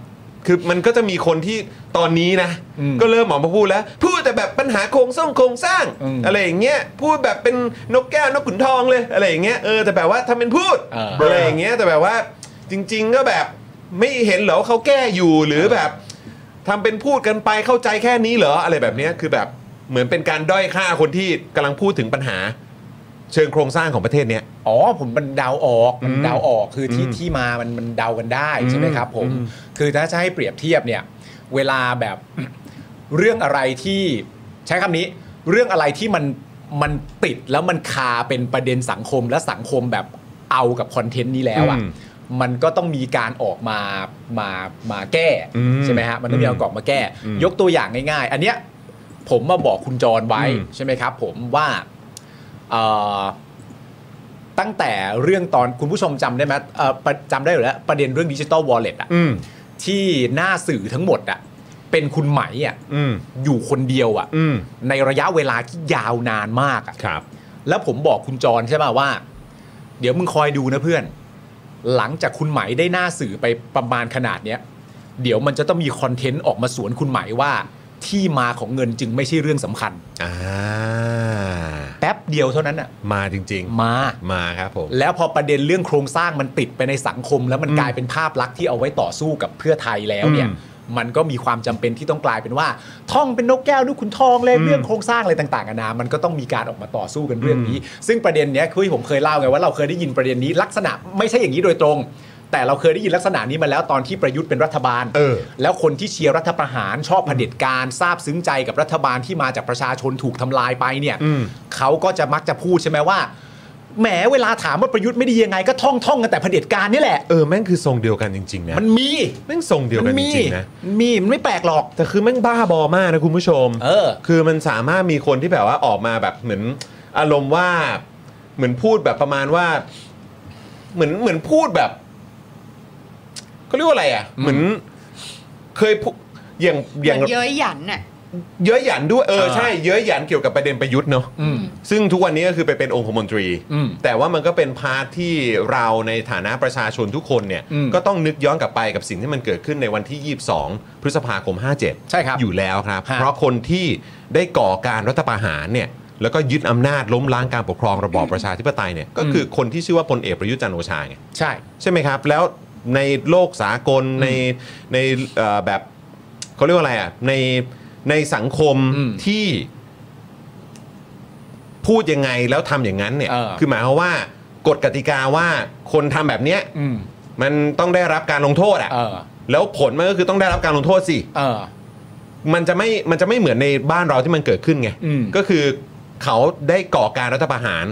คือมันก็จะมีคนที่ตอนนี้นะ อืม ก็เริ่มออกมาพูดแล้ว พูด แต่แบบปัญหาโครงสร้างโครงสร้าง อืม อะไรอย่างเงี้ยพูดแบบเป็นนกแก้วนกขุนทองเลยอะไรอย่างเงี้ยเออแต่แบบว่าทำเป็นพูด เอออ อะไรอย่างเงี้ยแต่แบบว่าจริง ๆ ก็แบบไม่เห็นเหรอว่าเขาแก้อยู่หรือแบบทำเป็นพูดกันไปเข้าใจแค่นี้เหรออะไรแบบเนี้ยคือแบบเหมือนเป็นการด้อยค่าคนที่กำลังพูดถึงปัญหา เชิงโครงสร้างของประเทศเนี้ย อ๋อผมมันเดาออกมันเดาออกคือที่ อืม ที่มามันมันเดากันได้ใช่ไหมครับผม อืม คือถ้าจะให้เปรียบเทียบเนี่ย เวลาแบบ เรื่องอะไรที่ใช้คำนี้ เรื่องอะไรที่มันมันติดแล้วมันคาเป็นประเด็นสังคมและสังคมแบบเอากับคอนเทนต์นี้แล้วอ่ะ อืม มันก็ต้องมีการออกมามามาแก้ อืม ใช่ไหมฮะมันต้องมีการออกมาแก้ อืม ยกตัวอย่างง่าย ๆ อันเนี้ยผมมาบอกคุณจรไว้ อืม ใช่ไหมครับ ผมว่าเอ่อ ตั้งแต่เรื่องตอนคุณผู้ชมจำได้ไหมเอ่อประจำได้อยู่แล้ว ประเด็นเรื่องดิจิตอลวอลเล็ตอะ อืม ที่หน้าสื่อทั้งหมดอะเป็นคุณไหมอะ อืม อยู่คนเดียวอะ อืม ในระยะเวลาที่ยาวนานมากอะ ครับ แล้วผมบอกคุณจรใช่ป่ะว่า เดี๋ยวมึงคอยดูนะเพื่อน หลังจากคุณไหมได้หน้าสื่อไปประมาณขนาดเนี้ยเดี๋ยวมันจะต้องมีคอนเทนต์ออกมาสวนคุณไหมว่า ที่มาของเงินจึงไม่ใช่เรื่องสำคัญ อ่า แป๊บเดียวเท่านั้นอะ มาจริง มา ๆ มาครับผม แล้วพอประเด็นเรื่องโครงสร้างมันติดไปในสังคม แล้วมัน อืม กลายเป็นภาพลักษณ์ที่เอาไว้ต่อสู้กับเพื่อไทยแล้วเนี่ย อืม มันก็มีความจำเป็นที่ต้องกลายเป็นว่า ท่องเป็นนกแก้วลูกขุนทองเลย อืม เรื่องโครงสร้างอะไรต่างๆนานามันก็ต้องมีการออกมาต่อสู้กันเรื่องนี้ ซึ่งประเด็นเนี้ยคือผมเคยเล่าไงว่าเราเคยได้ยินประเด็นนี้ลักษณะไม่ใช่อย่างนี้โดยตรง แต่เราเคยได้ยินลักษณะนี้มาแล้วตอนที่ประยุทธ์เป็นรัฐบาล เออ แล้วคนที่เชียร์รัฐประหารชอบเผด็จการทราบซึ้งใจกับรัฐบาลที่มาจากประชาชนถูกทำลายไปเนี่ย อืม เขาก็จะมักจะพูดใช่ไหมว่า แหมเวลาถามว่าประยุทธ์ไม่ดียังไง ก็ท่องท่องกันแต่เผด็จการนี่แหละ เออ แม่งคือทรงเดียวกันจริง ๆ นะ มันมี แม่งทรงเดียว มั กันจ มี ริง ๆ นะ มันมีมันไม่แปลกหรอก แต่คือแม่งบ้าบอมากนะคุณผู้ชม เออ คือมันสามารถมีคนที่แบบว่าออกมาแบบเหมือนอารมณ์ว่าเหมือนพูดแบบประมาณว่า เหมือนเหมือนพูดแบบเขาเรียกว่าอะไรอ่ะ เหมือนเคยพูดอย่าง เหมือย่า องนเย้ยหยันน่ะ เยอะหยันด้วยเออ เออ ใช่เยอะหยันเกี่ยวกับประเด็นประยุทธ์เนาะ อืม ซึ่งทุกวันนี้ก็คือไปเป็นองคมนตรี อืม แต่ว่ามันก็เป็นพาร์ทที่เราในฐานะประชาชนทุกคนเนี่ย อืม ก็ต้องนึกย้อนกลับไปกับสิ่งที่มันเกิดขึ้นในวันที่ 22 พฤษภาคม 57 ใช่ครับ อยู่แล้วครับ ฮะ เพราะคนที่ได้ก่อการรัฐประหารเนี่ยแล้วก็ยึดอำนาจล้มล้างการปกครองระบอบประชาธิปไตยเนี่ยก็ อืม คือคนที่ชื่อว่าพลเอกประยุทธ์จันทร์โอชาไง ใช่ ใช่ไหมครับ แล้วในโลกสากลในในเอ่อแบบเขาเรียกว่าอะไรอ่ะในในสังคม อืม ที่พูดยังไงแล้วทำอย่างนั้นเนี่ย เออ คือหมายความว่ากฎกติกาว่าคนทำแบบเนี้ย อืม มันต้องได้รับการลงโทษอ่ะ เออ แล้วผลมันก็คือต้องได้รับการลงโทษสิ เออ มันจะไม่มันจะไม่เหมือนในบ้านเราที่มันเกิดขึ้นไง อืม ก็คือเขาได้ก่อการรัฐประหาร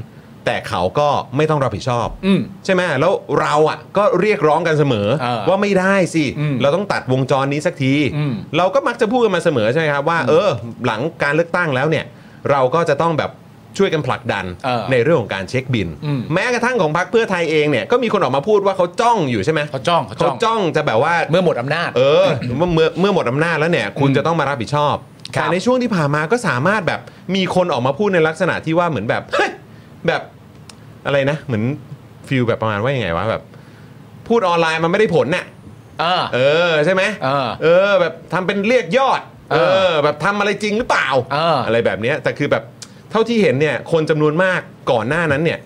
แต่เขาก็ไม่ต้องรับผิดชอบ อืม ใช่ไหมแล้วเราอ่ะก็เรียกร้องกันเสมอ เออ ว่าไม่ได้สิ อืม เราต้องตัดวงจรนี้สักที อืม เราก็มักจะพูดกันมาเสมอใช่ไหมครับว่า เออ หลังการเลือกตั้งแล้วเนี่ย เราก็จะต้องแบบช่วยกันผลักดัน เออ ในเรื่องของการเช็คบิน อืม แม้กระทั่งของพรรคเพื่อไทยเองเนี่ยก็มีคนออกมาพูดว่าเขาจ้องอยู่ใช่ไหม เขาจ้องเขา เขา จ้อง จ้องจะแบบว่า เมื่อหมดอำนาจ เออเมื่อเมื่อเมื่อหมดอำนาจแล้วเนี่ย คุณจะต้องมารับผิดชอบ ครับ แต่ในช่วงที่ผ่านมาก็สามารถแบบมีคนออกมาพูดในลักษณะที่ว่าเหมือนแบบ แบบอะไรนะ เหมือนฟิลแบบประมาณว่ายังไงวะแบบ พูดออนไลน์มันไม่ได้ผลน่ะ า เออใช่ไหม เออ เออ แบบทำเป็นเรียกยอด เอ เอ อ อ แบบทำอะไรจริงหรือเปล่า เอออ ไรแบบเนี้ยแต่คือแบบเท่าที่เห็นเนี่ย คนจำนวนมากก่อนหน้านั้นเนี่ย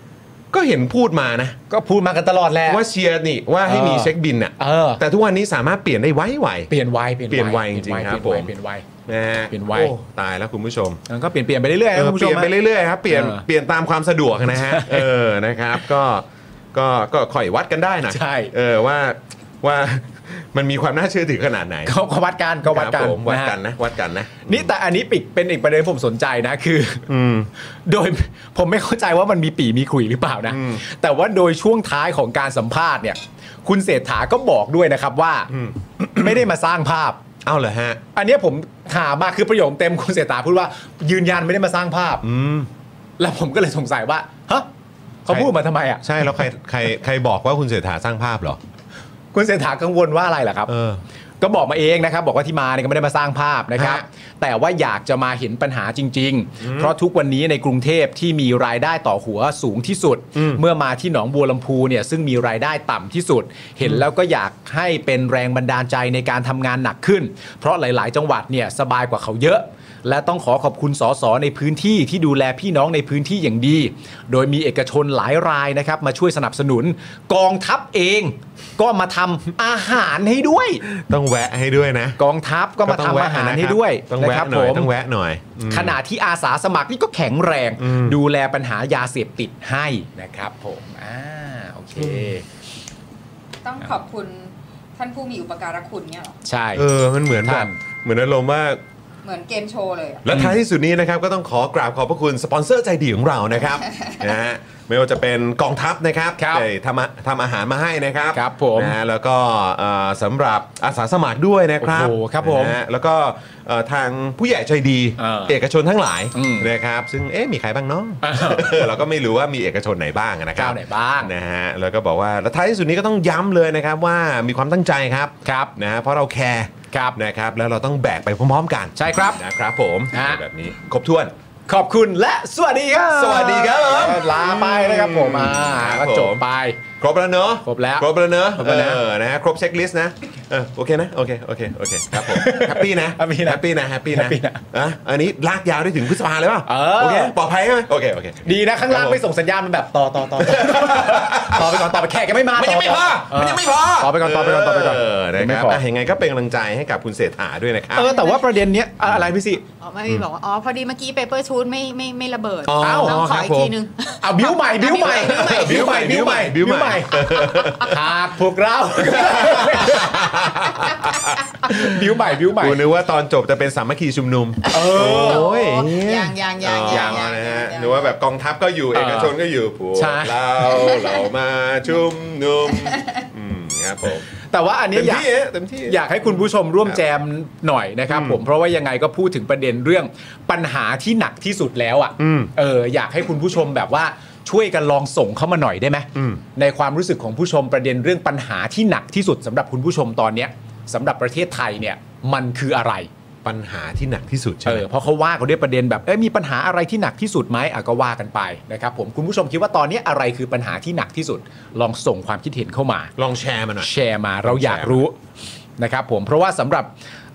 ก็เห็นพูดมานะ ก็พูดมากันตลอดแหละ ว่าเชียร์นี่ว่าให้มี เออ เช็คบินน่ะ เออ แต่ทุกวันนี้สามารถเปลี่ยนได้ไวไวๆ เปลี่ยนวัย เปลี่ยนวัยจริงๆครับผม เปลี่ยนวัย นะฮะ เปลี่ยนวัย โอ้ตายแล้วคุณผู้ชม แล้วก็เปลี่ยนเปลี่ยนไปเรื่อยๆ เอ นะ อ คุณผู้ เป ชม ลี่ยนไป นะ เรื่อยๆครับเปลี่ยน เออ เปลี่ยนตามความสะดวกนะฮะเออนะครับก็ก็ก็ค่อยวัดกันได้หนะ ใช่ เออว่าว่า มันมีความน่าเชื่อถือขนาดไหน เขาเขาวัดกันเขาวัดกัคนรับผมวัดกัน ฮ นะวัดกันนะ นี่แต่อันนี้ปิดเป็นอีกประเด็นผมสนใจนะคือ อืม โดยผมไม่เข้าใจว่ามันมีปีมีขลุยหรือเปล่านะ อืม แต่ว่าโดยช่วงท้ายของการสัมภาษณ์เนี่ย คุณเศรษฐาก็บอกด้วยนะครับว่า ไม่ได้มาสร้างภาพ เอาเหรอฮะ อันเนี้ยผมหามากคือประโยคเต็มคุณเศรษฐาพูดว่ายืนยันไม่ได้มาสร้างภาพ อืม แล้วผมก็เลยสงสัยว่าฮะเขาพูดมาทำไมอ่ะ ใช่แล้วใครใครใครบอกว่าคุณเศรษฐาสร้างภาพเหรอ คุณเศรษฐากังวลว่าอะไรล่ะครับ เออ ก็บอกมาเองนะครับ บอกว่าที่มาเนี่ยก็ไม่ได้มาสร้างภาพนะครับ ฮะ แต่ว่าอยากจะมาเห็นปัญหาจริง ๆ เพราะทุกวันนี้ในกรุงเทพที่มีรายได้ต่อหัวสูงที่สุด อืม เมื่อมาที่หนองบัวลำพูเนี่ยซึ่งมีรายได้ต่ำที่สุด เห็นแล้วก็อยากให้เป็นแรงบันดาลใจในการทำงานหนักขึ้น เพราะหลาย ๆ จังหวัดเนี่ยสบายกว่าเขาเยอะ และต้องขอขอบคุณสสในพื้นที่ที่ดูแลพี่น้องในพื้นที่อย่างดี โดยมีเอกชนหลายรายนะครับ มาช่วยสนับสนุน กองทัพเอง ก็มาทำอาหารให้ด้วย ต้องแวะให้ด้วยนะ กองทัพก็มาทำอาหารให้ด้วย ต้อง นะ แวะ ครับ หน่ ผ อย ม ต้องแวะหน่อย ขณะที่อาสาสมัครนี่ก็แข็งแรง ดูแลปัญหายาเสพติดให้นะครับผมอ่าโอเค ต้องขอบคุณท่านผู้มีอุปการะคุณเนี่ยเหรอ ใช่ เออ มันเหมือนแบบ ท่าน เหมือนอารมณ์ว่า เหมือนเกมโชว์เลยอะ และท้ายที่สุดนี้นะครับ ก็ต้องขอกราบขอบพระคุณสปอนเซอร์ใจดีของเรานะครับ นะฮะไม่ว่าจะเป็นกองทัพนะครับ ครับ ได้ทำอาทำอาหารมาให้นะครับ ครับผม นะฮะแล้วก็เอ่อสำหรับอาสาสมัครด้วยนะครับ โอ้โหครับผม นะฮะแล้วก็เอ่อทางผู้ใหญ่ใจดี เออ เอกชนทั้งหลาย อืม นะครับ ซึ่งเอ๊ะมีใครบ้างเนาะ อ้าว เราก็ไม่รู้ว่ามีเอกชนไหนบ้างนะครับ เจ้าไหนบ้าง นะฮะแล้วก็บอกว่าแล้วท้ายที่สุดนี้ก็ต้องย้ำเลยนะครับว่ามีความตั้งใจครับ ครับ นะฮะเพราะเราแคร์ ครับ นะครับแล้วเราต้องแบกไปพร้อมๆกัน ใช่ครับ นะครับผม ฮะ แบบนี้ครบถ้วน ขอบคุณและสวัสดีครับ สวัสดีครับผม ลาไปนะครับผมอ่า ครับ ก็จบ ผม ไป ครบแล้วเนอะ ครบแล้ว ครบแล้วเนอะ ครบแล้วนะ เออนะฮะครบเช็คลิสต์นะเออโอเคนะโอเคโอเคโอเคครับผมแฮปปี้นะ Happy นะ แฮปปี้นะแฮปปี้นะ Happy นะ อ่ะอันนี้ลากยาวได้ถึงพฤษภาเลยเปล่า เออ โอเคปลอดภัยใช่ไหมโอเคโอเค ดีนะ ข้างล่างไม่ส่งสัญญาณมันแบบต่อต่อต่อต่อต่อไปก่อนต่อไปแขกยังไม่มา มันยังไม่พอ มันยังไม่พอ ต่อไปก่อนต่อไปก่อนต่อไปก่อน เออนะ ยัคงไม่ รับ พอ อ่ะยังไงก็เป็นกำลังใจให้กับคุณเศรษฐาด้วยนะครับ เออแต่ว่าประเด็นเนี้ยอะอะไรพี่สิ อ๋อไม่มีบอกว่าอ๋อพอดีเมื่อกี้เปเปอร์ชูดไม่ไม่ไม่ระเบิด อ๋อ ต้องข ครั อบผอีก ม ทีนึง เอาบิ้วใหม่บิ้วใหม่บิ้วใหม่บิ้วใหม่ บิ้วใหม่ หากพวกเราบิ้วใหม่บิ้วใหม่ กูนึกว่าตอนจบจะเป็นสามัคคีชุมนุม เออ โอ้ย ยังยังยัง อ ยั ย่าง ง นะฮะ ยัง นึกว่าแบบกองทัพก็อยู่ เออ เอกชนก็อยู่พวก ใช่ เราเรามาชุมนุมอืมครับผม แต่ว่าอันเนี้ เต็ ย ม อยาก ที่ฮะเต็มที่ อยากให้คุณผู้ชมร่วมแจมหน่อยนะครับผมเพราะว่ายังไงก็พูดถึงประเด็นเรื่องปัญหาที่หนักที่สุดแล้วอ่ะ อืม เอออยากให้คุณผู้ชมแบบว่าช่วยกันลองส่งเข้ามาหน่อยได้ไหม อืม ในความรู้สึกของผู้ชมประเด็นเรื่องปัญหาที่หนักที่สุดสำหรับคุณผู้ชมตอนเนี้ยสำหรับประเทศไทยเนี่ยมันคืออะไร ปัญหาที่หนักที่สุดใช่ เอ ไหม อเพราะเขาว่าเขาด้วยประเด็นแบบเอ้ยมีปัญหาอะไรที่หนักที่สุดไหมอ่ะก็ว่ากันไปนะครับผมคุณผู้ชมคิดว่าตอนเนี้ยอะไรคือปัญหาที่หนักที่สุด ลองส่งความคิดเห็นเข้ามา ลองแชร์มาหน่อย แชร์มาเราอยากรู้นะครับผมเพราะว่าสำหรับ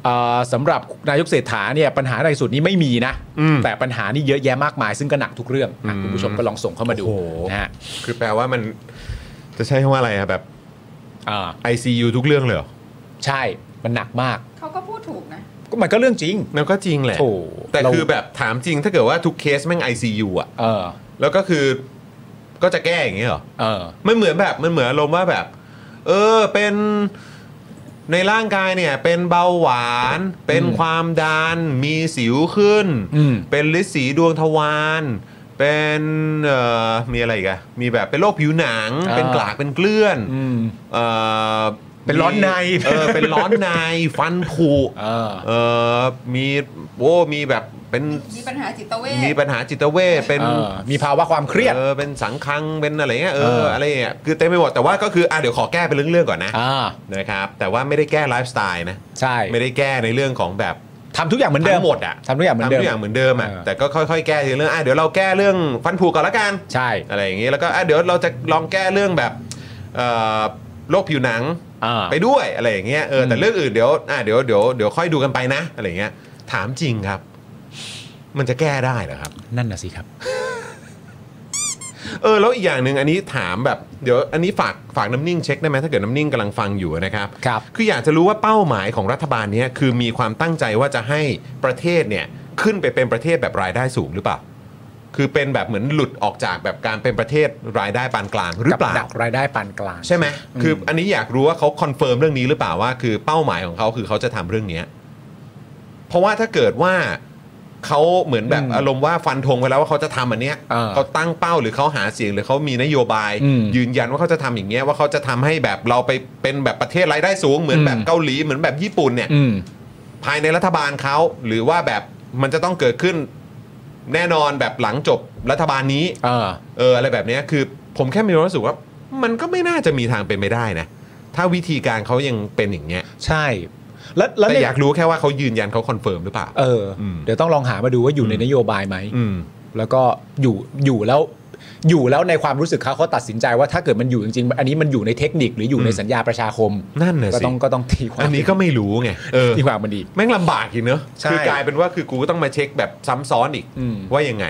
เอ่อสำหรับนายกเศรษฐาเนี่ยปัญหาในสุดนี้ไม่มีนะ อืม แต่ปัญหานี่เยอะแยะมากมาย ซึ่งก็หนักทุกเรื่องอ่ะคุณผู้ชมก็ลองส่งเข้ามาดู โอ้โห นะฮะ คือแปลว่ามันจะใช้คำว่าอะไรอะแบบ อ่า ICU ทุกเรื่องเลยเหรอ ใช่มันหนักมาก เขาก็พูดถูกนะ ก็มันก็เรื่องจริง มันก็จริงแหละ โอ้ แต่ เรา คือแบบถามจริงถ้าเกิดว่าทุกเคสแม่ง ICU อ่ะ เออ แล้วก็คือก็จะแก้อย่างเงี้ยเหรอ เออ มันเหมือนแบบมันเหมือนอารมณ์ว่าแบบ เออเป็นในร่างกายเนี่ย เป็นเบาหวาน เป็น อืม ความดันมีสิวขึ้น อืม เป็นลิสีดวงทวารเป็นเอ่อมีอะไรอีกอะมีแบบเป็นโรคผิวหนัง อ่า เป็นกลากเป็นเกลื่อน อืม เออ เป็นร้อนใน เออเป็นร้อนในฟันผุ เออ เออมีโอ้มีแบบเป็น มีปัญหาจิตเว มี ช ปัญหาจิตเวชเป็น เออมีภาวะความเครียด เออเป็นสังคังเป็นอะไรเงี้ยเอ เอ อ ออ อะไรเงี้ยคือเต็มไปหมดแต่ว่าก็คืออ่ะเดี๋ยวขอแก้เป็นเรื่องๆก่อนนะ อ่า นะครับแต่ว่าไม่ได้แก้ไลฟ์สไตล์นะ ใช่ ไม่ได้แก้ในเรื่องของแบบ ทำทุกอย่างเหมือนเดิม ทั้งหมดอ่ะ ทำทุกอย่างเหมือนเดิม ทำทุกอย่างเหมือนเดิมอ่ะ เออ แต่ก็ค่อยๆแก้ทีละเรื่องอ่ะเดี๋ยวเราแก้เรื่องฟันผุก่อนละกัน ใช่ อะไรอย่างงี้แล้วก็อ่ะเดี๋ยวเราจะลองแก้เรื่องแบบเอ่อโรคผิวหนัง อ่า ไปด้วยอะไรอย่างเงี้ยเอออ ม แต่เรื่องอื่นเดี๋ยวอ่ะเดี๋ยวเดี๋ยวเดี๋ยวค่อยดูกันไปนะอะไรอย่างเงี้ยถามจริงครับ มันจะแก้ได้เหรอครับ นั่นน่ะสิครับ เออแล้วอีกอย่างหนึ่งอันนี้ถามแบบเดี๋ยวอันนี้ฝากฝากน้ำนิ่งเช็คได้ไหมถ้าเกิดน้ำนิ่งกำลังฟังอยู่นะครับ ครับ คืออยากจะรู้ว่าเป้าหมายของรัฐบาลเนี้ยคือมีความตั้งใจว่าจะให้ประเทศเนี่ยขึ้นไปเป็นประเทศแบบรายได้สูงหรือเปล่า คือเป็นแบบเหมือนหลุดออกจากแบบการเป็นประเทศรายได้ปานกลางหรือเปล่า กับดักรายได้ปานกลาง ใช่ไหม อืม คืออันนี้อยากรู้ว่าเขาคอนเฟิร์มเรื่องนี้หรือเปล่าว่า คือเป้าหมายของเขาคือเขาจะทำเรื่องเนี้ยเพราะว่าถ้าเกิดว่าเขาเหมือนแบบอารมณ์ว่าฟันธงไปแล้วว่าเขาจะทำอันเนี้ย อ่า เขาตั้งเป้าหรือเขาหาเสียงหรือเขามีนโยบาย อืม ยืนยันว่าเขาจะทำอย่างเงี้ยว่าเขาจะทำให้แบบเราไปเป็นแบบประเทศรายได้สูงเหมือนแบบ อืม เกาหลีเหมือนแบบญี่ปุ่นเนี่ย อืม ภายในรัฐบาลเขาหรือว่าแบบมันจะต้องเกิดขึ้น แน่นอนแบบหลังจบรัฐบาลนี้ เออ เอออะไรแบบเนี้ยคือผมแค่มีความรู้สึกว่ามันก็ไม่น่าจะมีทางเป็นไปได้นะ ถ้าวิธีการเขายังเป็นอย่างเงี้ย ใช่แล้วแล้ว แต่ ใน อยากรู้แค่ว่าเขายืนยันเขาคอนเฟิร์มหรือเปล่า เอออ ม เดี๋ยวต้องลองหามาดูว่าอยู่ในนโยบายไหม อืม แล้วก็อยู่อยู่แล้ว อยู่แล้วในความรู้สึกเขาเขาตัดสินใจว่าถ้าเกิดมันอยู่จริงๆ อันนี้มันอยู่ในเทคนิคหรืออยู่ในสัญญาประชาคม นั่นน่ะสิ ก็ต้องก็ต้องตีความ อันนี้ก็ไม่รู้ไงเออ ตีความมันดี แม่งลำบากอีกเนอะ ใช่ คือกลายเป็นว่าคือกูก็ต้องมาเช็คแบบซ้ำซ้อนอีก อืม ว่ายังไง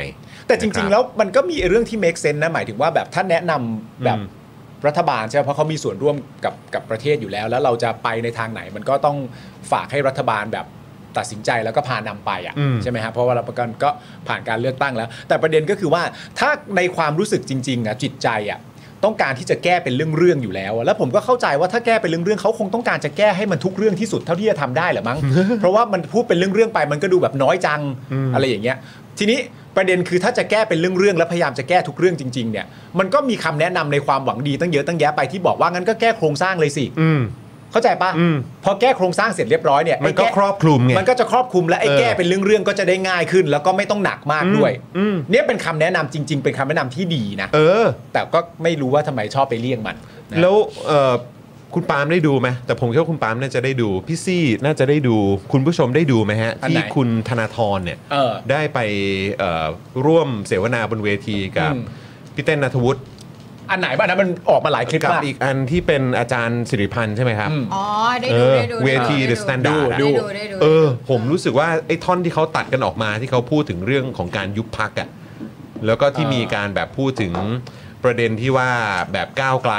แต่จริง ๆ แล้วมันก็มีเรื่องที่ make sense นะหมายถึงว่าแบบถ้าแนะนำแบบ อืม รัฐบาลใช่ไหมเพราะเขามีส่วนร่วมกับกับประเทศอยู่แล้ว แล้วเราจะไปในทางไหน มันก็ต้องฝากให้รัฐบาลแบบตัดสินใจแล้วก็พานำไปอ่ะใช่ไหมฮะเพราะว่าเราประกันก็ผ่านการเลือกตั้งแล้ว แต่ประเด็นก็คือว่าถ้าในความรู้สึกจริงๆนะจิตใจอ่ะต้องการที่จะแก้เป็นเรื่องๆอยู่แล้วอะแล้วผมก็เข้าใจว่าถ้าแก้เป็นเรื่องๆเขาคงต้องการจะแก้ให้มันทุกเรื่องที่สุดเท่าที่จะทำได้ แหละมั้ง เพราะว่ามันพูดเป็นเรื่องๆไปมันก็ดูแบบน้อยจังอะไรอย่างเงี้ย ทีนี้ประเด็นคือถ้าจะแก้เป็นเรื่องๆแล้วพยายามจะแก้ทุกเรื่องจริง ๆ เนี่ยมันก็มีคำแนะนำในความหวังดีตั้งเยอะตั้งแยะไปที่บอกว่างั้นก็แก้โครงสร้างเลยสิ อืม เข้าใจปะ อืม พอแก้โครงสร้างเสร็จเรียบร้อยเนี่ย มันก็ ไแ ครอบคลุมไง มันก็จะครอบคลุมและไอ้ เออ แก้เป็นเรื่องๆก็จะได้ง่ายขึ้น แล้วก็ไม่ต้องหนักมากด้วย อืม เนี่ยเป็นคำแนะนำจริง ๆ เป็นคำแนะนำที่ดีนะ เออ แต่ก็ไม่รู้ว่าทำไมชอบไปเลี่ยงมันนะ แล้วเอ่อคุณปาล์มได้ดูไหมแต่ผมคิดว่าคุณปาล์มน่าจะได้ดู พี่ซี่น่าจะได้ดูคุณผู้ชมได้ดูไหมฮะ อันไหน ที่คุณธนาธรเนี่ย เออ ได้ไปเอ่อร่วมเสวนาบนเวทีกับ อืม พี่เต้นนัทวุฒิ อันไหนบ้างนะมันออกมาหลายคลิป กับ มาก อีกอันที่เป็นอาจารย์สิริพันธ์ใช่ไหมครับ อืม อ๋อ ได้ เอ ดู อ ได้ดู เวที ได้ เดอะสแตนดาร์ด ได้ดูได้ดู เออผมรู้สึกว่าไอ้ท่อนที่เขาตัดกันออกมาที่เขาพูดถึงเรื่องของการยุบพักอะ่ะแล้วก็ที่ อ่ามี มีการแบบพูดถึงประเด็นที่ว่าแบบก้าวไกล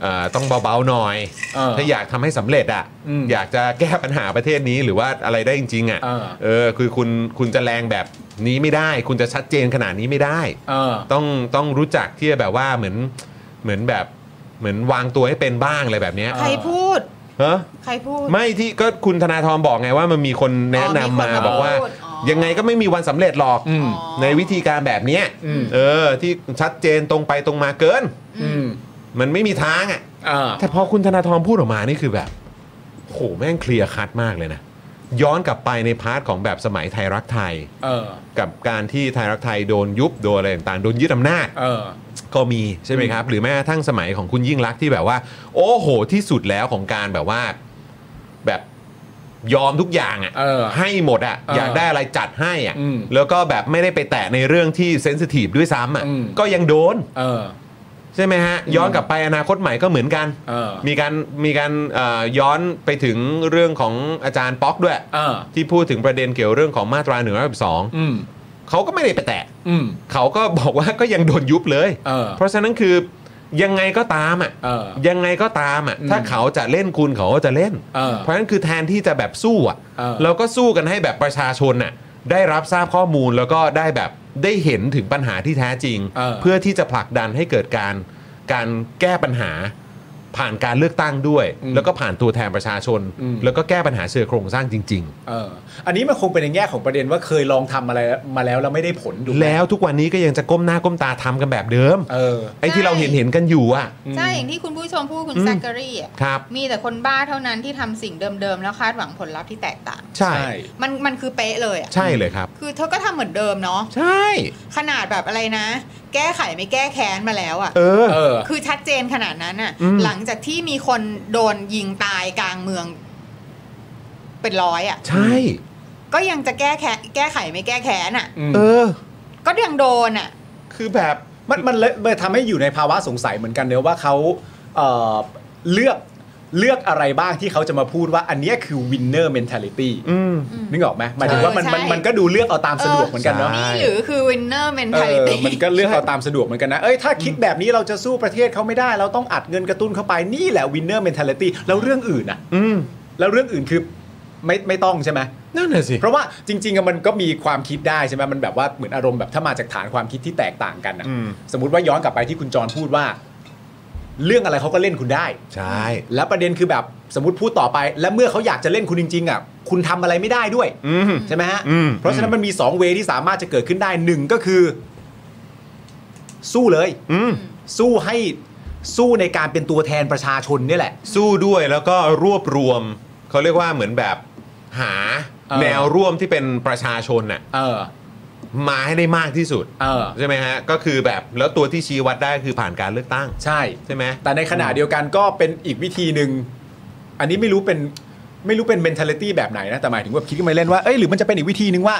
เอ่อต้องเบาๆหน่อย เออ ถ้าอยากทำให้สำเร็จอะ่ะ อืม อยากจะแก้ปัญหาประเทศนี้หรือว่าอะไรได้จริงๆอะ่ะ เออ เออคือคุณคุณจะแรงแบบนี้ไม่ได้ คุณจะชัดเจนขนาดนี้ไม่ได้ เออ ต้องต้องรู้จักที่จะแบบว่าเหมือนเหมือนแบบเหมือนวางตัวให้เป็นบ้างอะไรแบบเนี้ย ใครพูด ฮะ ใครพูด ไม่ที่ก็คุณธนาธรบอกไงว่ามันมีคนแนะนำมา อ๋อมีคนมา บอกว่า พูดอ๋อ ยังไงก็ไม่มีวันสำเร็จหรอก อืม ในวิธีการแบบเนี้ย อืม เออ ที่ชัดเจนตรงไปตรงมาเกิน อืม มันไม่มีทางอ่ะ อ่า แต่พอคุณธนาธรพูดออกมานี่คือแบบโหแม่งเคลียร์คัดมากเลยนะ ย้อนกลับไปในพาร์ทของแบบสมัยไทยรักไทย เออ กับการที่ไทยรักไทยโดนยุบโดนอะไรต่างๆโดนยึดอำนาจ เออ ก็มีใช่ไหมครับ หรือแม้กระทั่งสมัยของคุณยิ่งรักษณ์ที่แบบว่า โอ้โหที่สุดแล้วของการแบบว่าแบบยอมทุกอย่าง เออ อะ่ะให้หมดอะ่ะ เอออยอากได้อะไรจัดให้อะ่ะ อืม แล้วก็แบบไม่ได้ไปแตะในเรื่องที่เซนซิทีฟด้วยซ้ำอะ่ะ อืม ก็ยังโดน เออ ใช่ไหมฮะ ย้อนกลับไปอนาคตใหม่ก็เหมือนกัน เออ มีการมีการเอ่อย้อนไปถึงเรื่องของอาจารย์ป๊อกด้วย เออ ที่พูดถึงประเด็นเกี่ยวเรื่องของมาตราหนึ่งร้อยสอง อืม เขาก็ไม่ได้ไปแตะ อืม เขาก็บอกว่าก็ยังโดนยุบเลย เออ เพราะฉะนั้นคือยังไงก็ตามอ่ะ เออ ยังไงก็ตามอ่ะ อืม ถ้าเขาจะเล่นคุณเขาก็จะเล่น เออ เพราะฉะนั้นคือแทนที่จะแบบสู้อ่ะ เออ เราก็สู้กันให้แบบประชาชนน่ะได้รับทราบข้อมูลแล้วก็ได้แบบได้เห็นถึงปัญหาที่แท้จริง เออ เพื่อที่จะผลักดันให้เกิดการการแก้ปัญหาผ่านการเลือกตั้งด้วย อืม แล้วก็ผ่านตัวแทนประชาชน อืม แล้วก็แก้ปัญหาเชิงโครงสร้างจริง ๆ เออ อันนี้มันคงเป็นในแง่ของประเด็นว่าเคยลองทำอะไรมาแล้วแล้วไม่ได้ผลดูไหม แล้วทุกวันนี้ก็ยังจะก้มหน้าก้มตาทำกันแบบเดิม เออ ไอ้ที่เราเห็นเห็นๆกันอยู่อ่ะ ใช่ อย่างที่คุณผู้ชมพูดคุณ อืม แซคเกอรี่อะ ครับ มีแต่คนบ้าเท่านั้นที่ทำสิ่งเดิมๆ แล้วคาดหวังผลลัพธ์ที่แตกต่าง ใช่ ใช่ มันมันคือเป๊ะเลยอ่ะ ใช่เลยครับ คือเธอก็ทำเหมือนเดิมเนาะ ใช่ ขนาดแบบอะไรนะ แก้ไขไม่แก้แค้นมาแล้วอ่ะ เออ เออ คือชัดเจนขนาดนั้นอ่ะ อืม หลังจากที่มีคนโดนยิงตายกลางเมือง เป็นร้อยอ่ะ ใช่ ก็ยังจะแก้แค้นแก้ไขไม่แก้แค้นอ่ะ อืม เออ ก็ยังโดนอ่ะ คือแบบ มันมันเลยมันทำให้อยู่ในภาวะสงสัยเหมือนกันเนอะว่าเขาเอ่อเลือกเลือกอะไรบ้างที่เขาจะมาพูดว่าอันเนี้ยคือ winner mentality อืม นึกออกไหมหมายถึงว่ามัน ใช่ มันมันก็ดูเลือกเอาตามสะดวกเหมือนกันเนาะ ใช่ นี่หรือคือ winner เออ mentality มันก็เลือกเอาตามสะดวกเหมือนกันนะ เอ้ย ถ้าคิดแบบนี้เราจะสู้ประเทศเขาไม่ได้ เราต้องอัดเงินกระตุ้นเข้าไป นี่แหละ winner mentality แล้วเรื่องอื่นอ่ะ อืม แล้วเรื่องอื่นคือไม่ไม่ต้องใช่ไหม นั่นน่ะสิ เพราะว่าจริงๆอะมันก็มีความคิดได้ใช่ไหมมันแบบว่าเหมือนอารมณ์แบบถ้ามาจากฐานความคิดที่แตกต่างกันนะ อืม สมมติว่าย้อนกลับไปที่คุณจรพูดว่า เรื่องอะไรเขาก็เล่นคุณได้ ใช่ แล้วประเด็นคือแบบสมมติพูดต่อไป และเมื่อเขาอยากจะเล่นคุณจริงๆอ่ะคุณทำอะไรไม่ได้ด้วย อืม ใช่ไหมฮะ อืม เพราะฉะนั้นมันมี 2 เวย์ที่สามารถจะเกิดขึ้นได้หนึ่งก็คือ สู้เลย อืม สู้ให้สู้ในการเป็นตัวแทนประชาชนเนี่ยแหละ สู้ด้วยแล้วก็รวบรวม เขาเรียกว่าเหมือนแบบหา เออ แนวร่วมที่เป็นประชาชนน่ะ เออ มาให้ได้มากที่สุด เออ ใช่ไหมฮะ ก็คือแบบแล้วตัวที่ชี้วัดได้คือผ่านการเลือกตั้ง ใช่ ใช่ไหม แต่ในขณะเดียวกันก็เป็นอีกวิธีหนึ่ง อันนี้ไม่รู้เป็นไม่รู้เป็น mentality แบบไหนนะ แต่หมายถึงว่าคิดขึ้นมาเล่นว่า เอ้ยหรือมันจะเป็นอีกวิธีหนึ่งว่า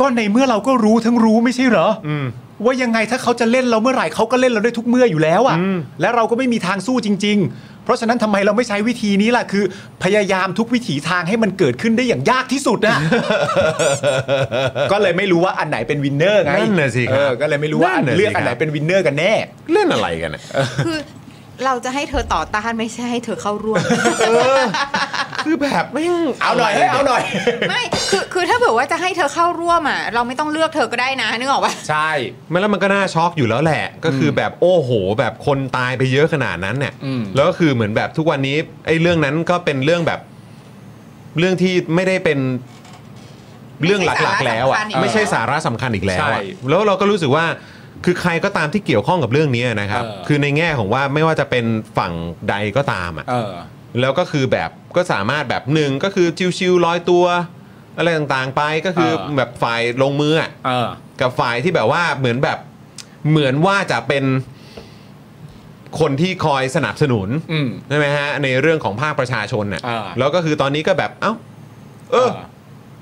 ก็ในเมื่อเราก็รู้ทั้งรู้ไม่ใช่เหรอ อืม ว่ายังไงถ้าเขาจะเล่นเราเมื่อไหร่เขาก็เล่นเราได้ทุกเมื่ออยู่แล้วอะ่ะและเราก็ไม่มีทางสู้จริง ๆ เพราะฉะนั้นทำไมเราไม่ใช้วิธีนี้ล่ะคือ พยายามทุกวิถีทางให้มันเกิดขึ้นได้อย่างยากที่สุดนะ ก็เลยไม่รู้ว่าอันไหนเป็นวินเนอร์ไง นั่นน่ะสิครับ เออก็เลยไม่รู้ว่า นั่นน่ะสิ เลือกอันไหน ครับ เป็นวินเนอร์กันแน่ เล่นอะไรกันอะ คือเราจะให้เธอต่อต้านไม่ใช่ให้เธอเข้าร่วม คือแบบไม่ง เอาหน่อยให้ยเอาหน่อย ไม่ คือคือถ้าเผื่อว่าจะให้เธอเข้าร่วมอ่ะ เราไม่ต้องเลือกเธอก็ได้นะนึกออกปะ ใช่ ไม่แล้วมันก็น่าช็อกอยู่แล้วแหละ ก็คือแบบโอ้โห แบบคนตายไปเยอะขนาดนั้นเนี่ย อืม แล้วก็คือเหมือนแบบทุกวันนี้ไอ้เรื่องนั้นก็เป็นเรื่องแบบ เรื่องที่ไม่ได้เป็นเรื่องหลักๆ แล้วอ่ะไม่ใช่สาระสำคัญอีกแล้วอะ ใช่ แล้วเราก็รู้สึกว่าคือใครก็ตามที่เกี่ยวข้องกับเรื่องนี้นะครับ เออ คือในแง่ของว่าไม่ว่าจะเป็นฝั่งใดก็ตามอ่ะ เออ แล้วก็คือแบบก็สามารถแบบหนึ่งก็คือชิวๆลอยตัว อะไรต่างๆไปก็คือ เออ แบบฝ่ายลงมืออะ เออ กับฝ่ายที่แบบว่าเหมือนแบบเหมือนว่าจะเป็นคนที่คอยสนับสนุน อืม ใช่ไหมฮะในเรื่องของภาคประชาชนน่ะ เออ แล้วก็คือตอนนี้ก็แบบเอ้าเอ เอ อ อ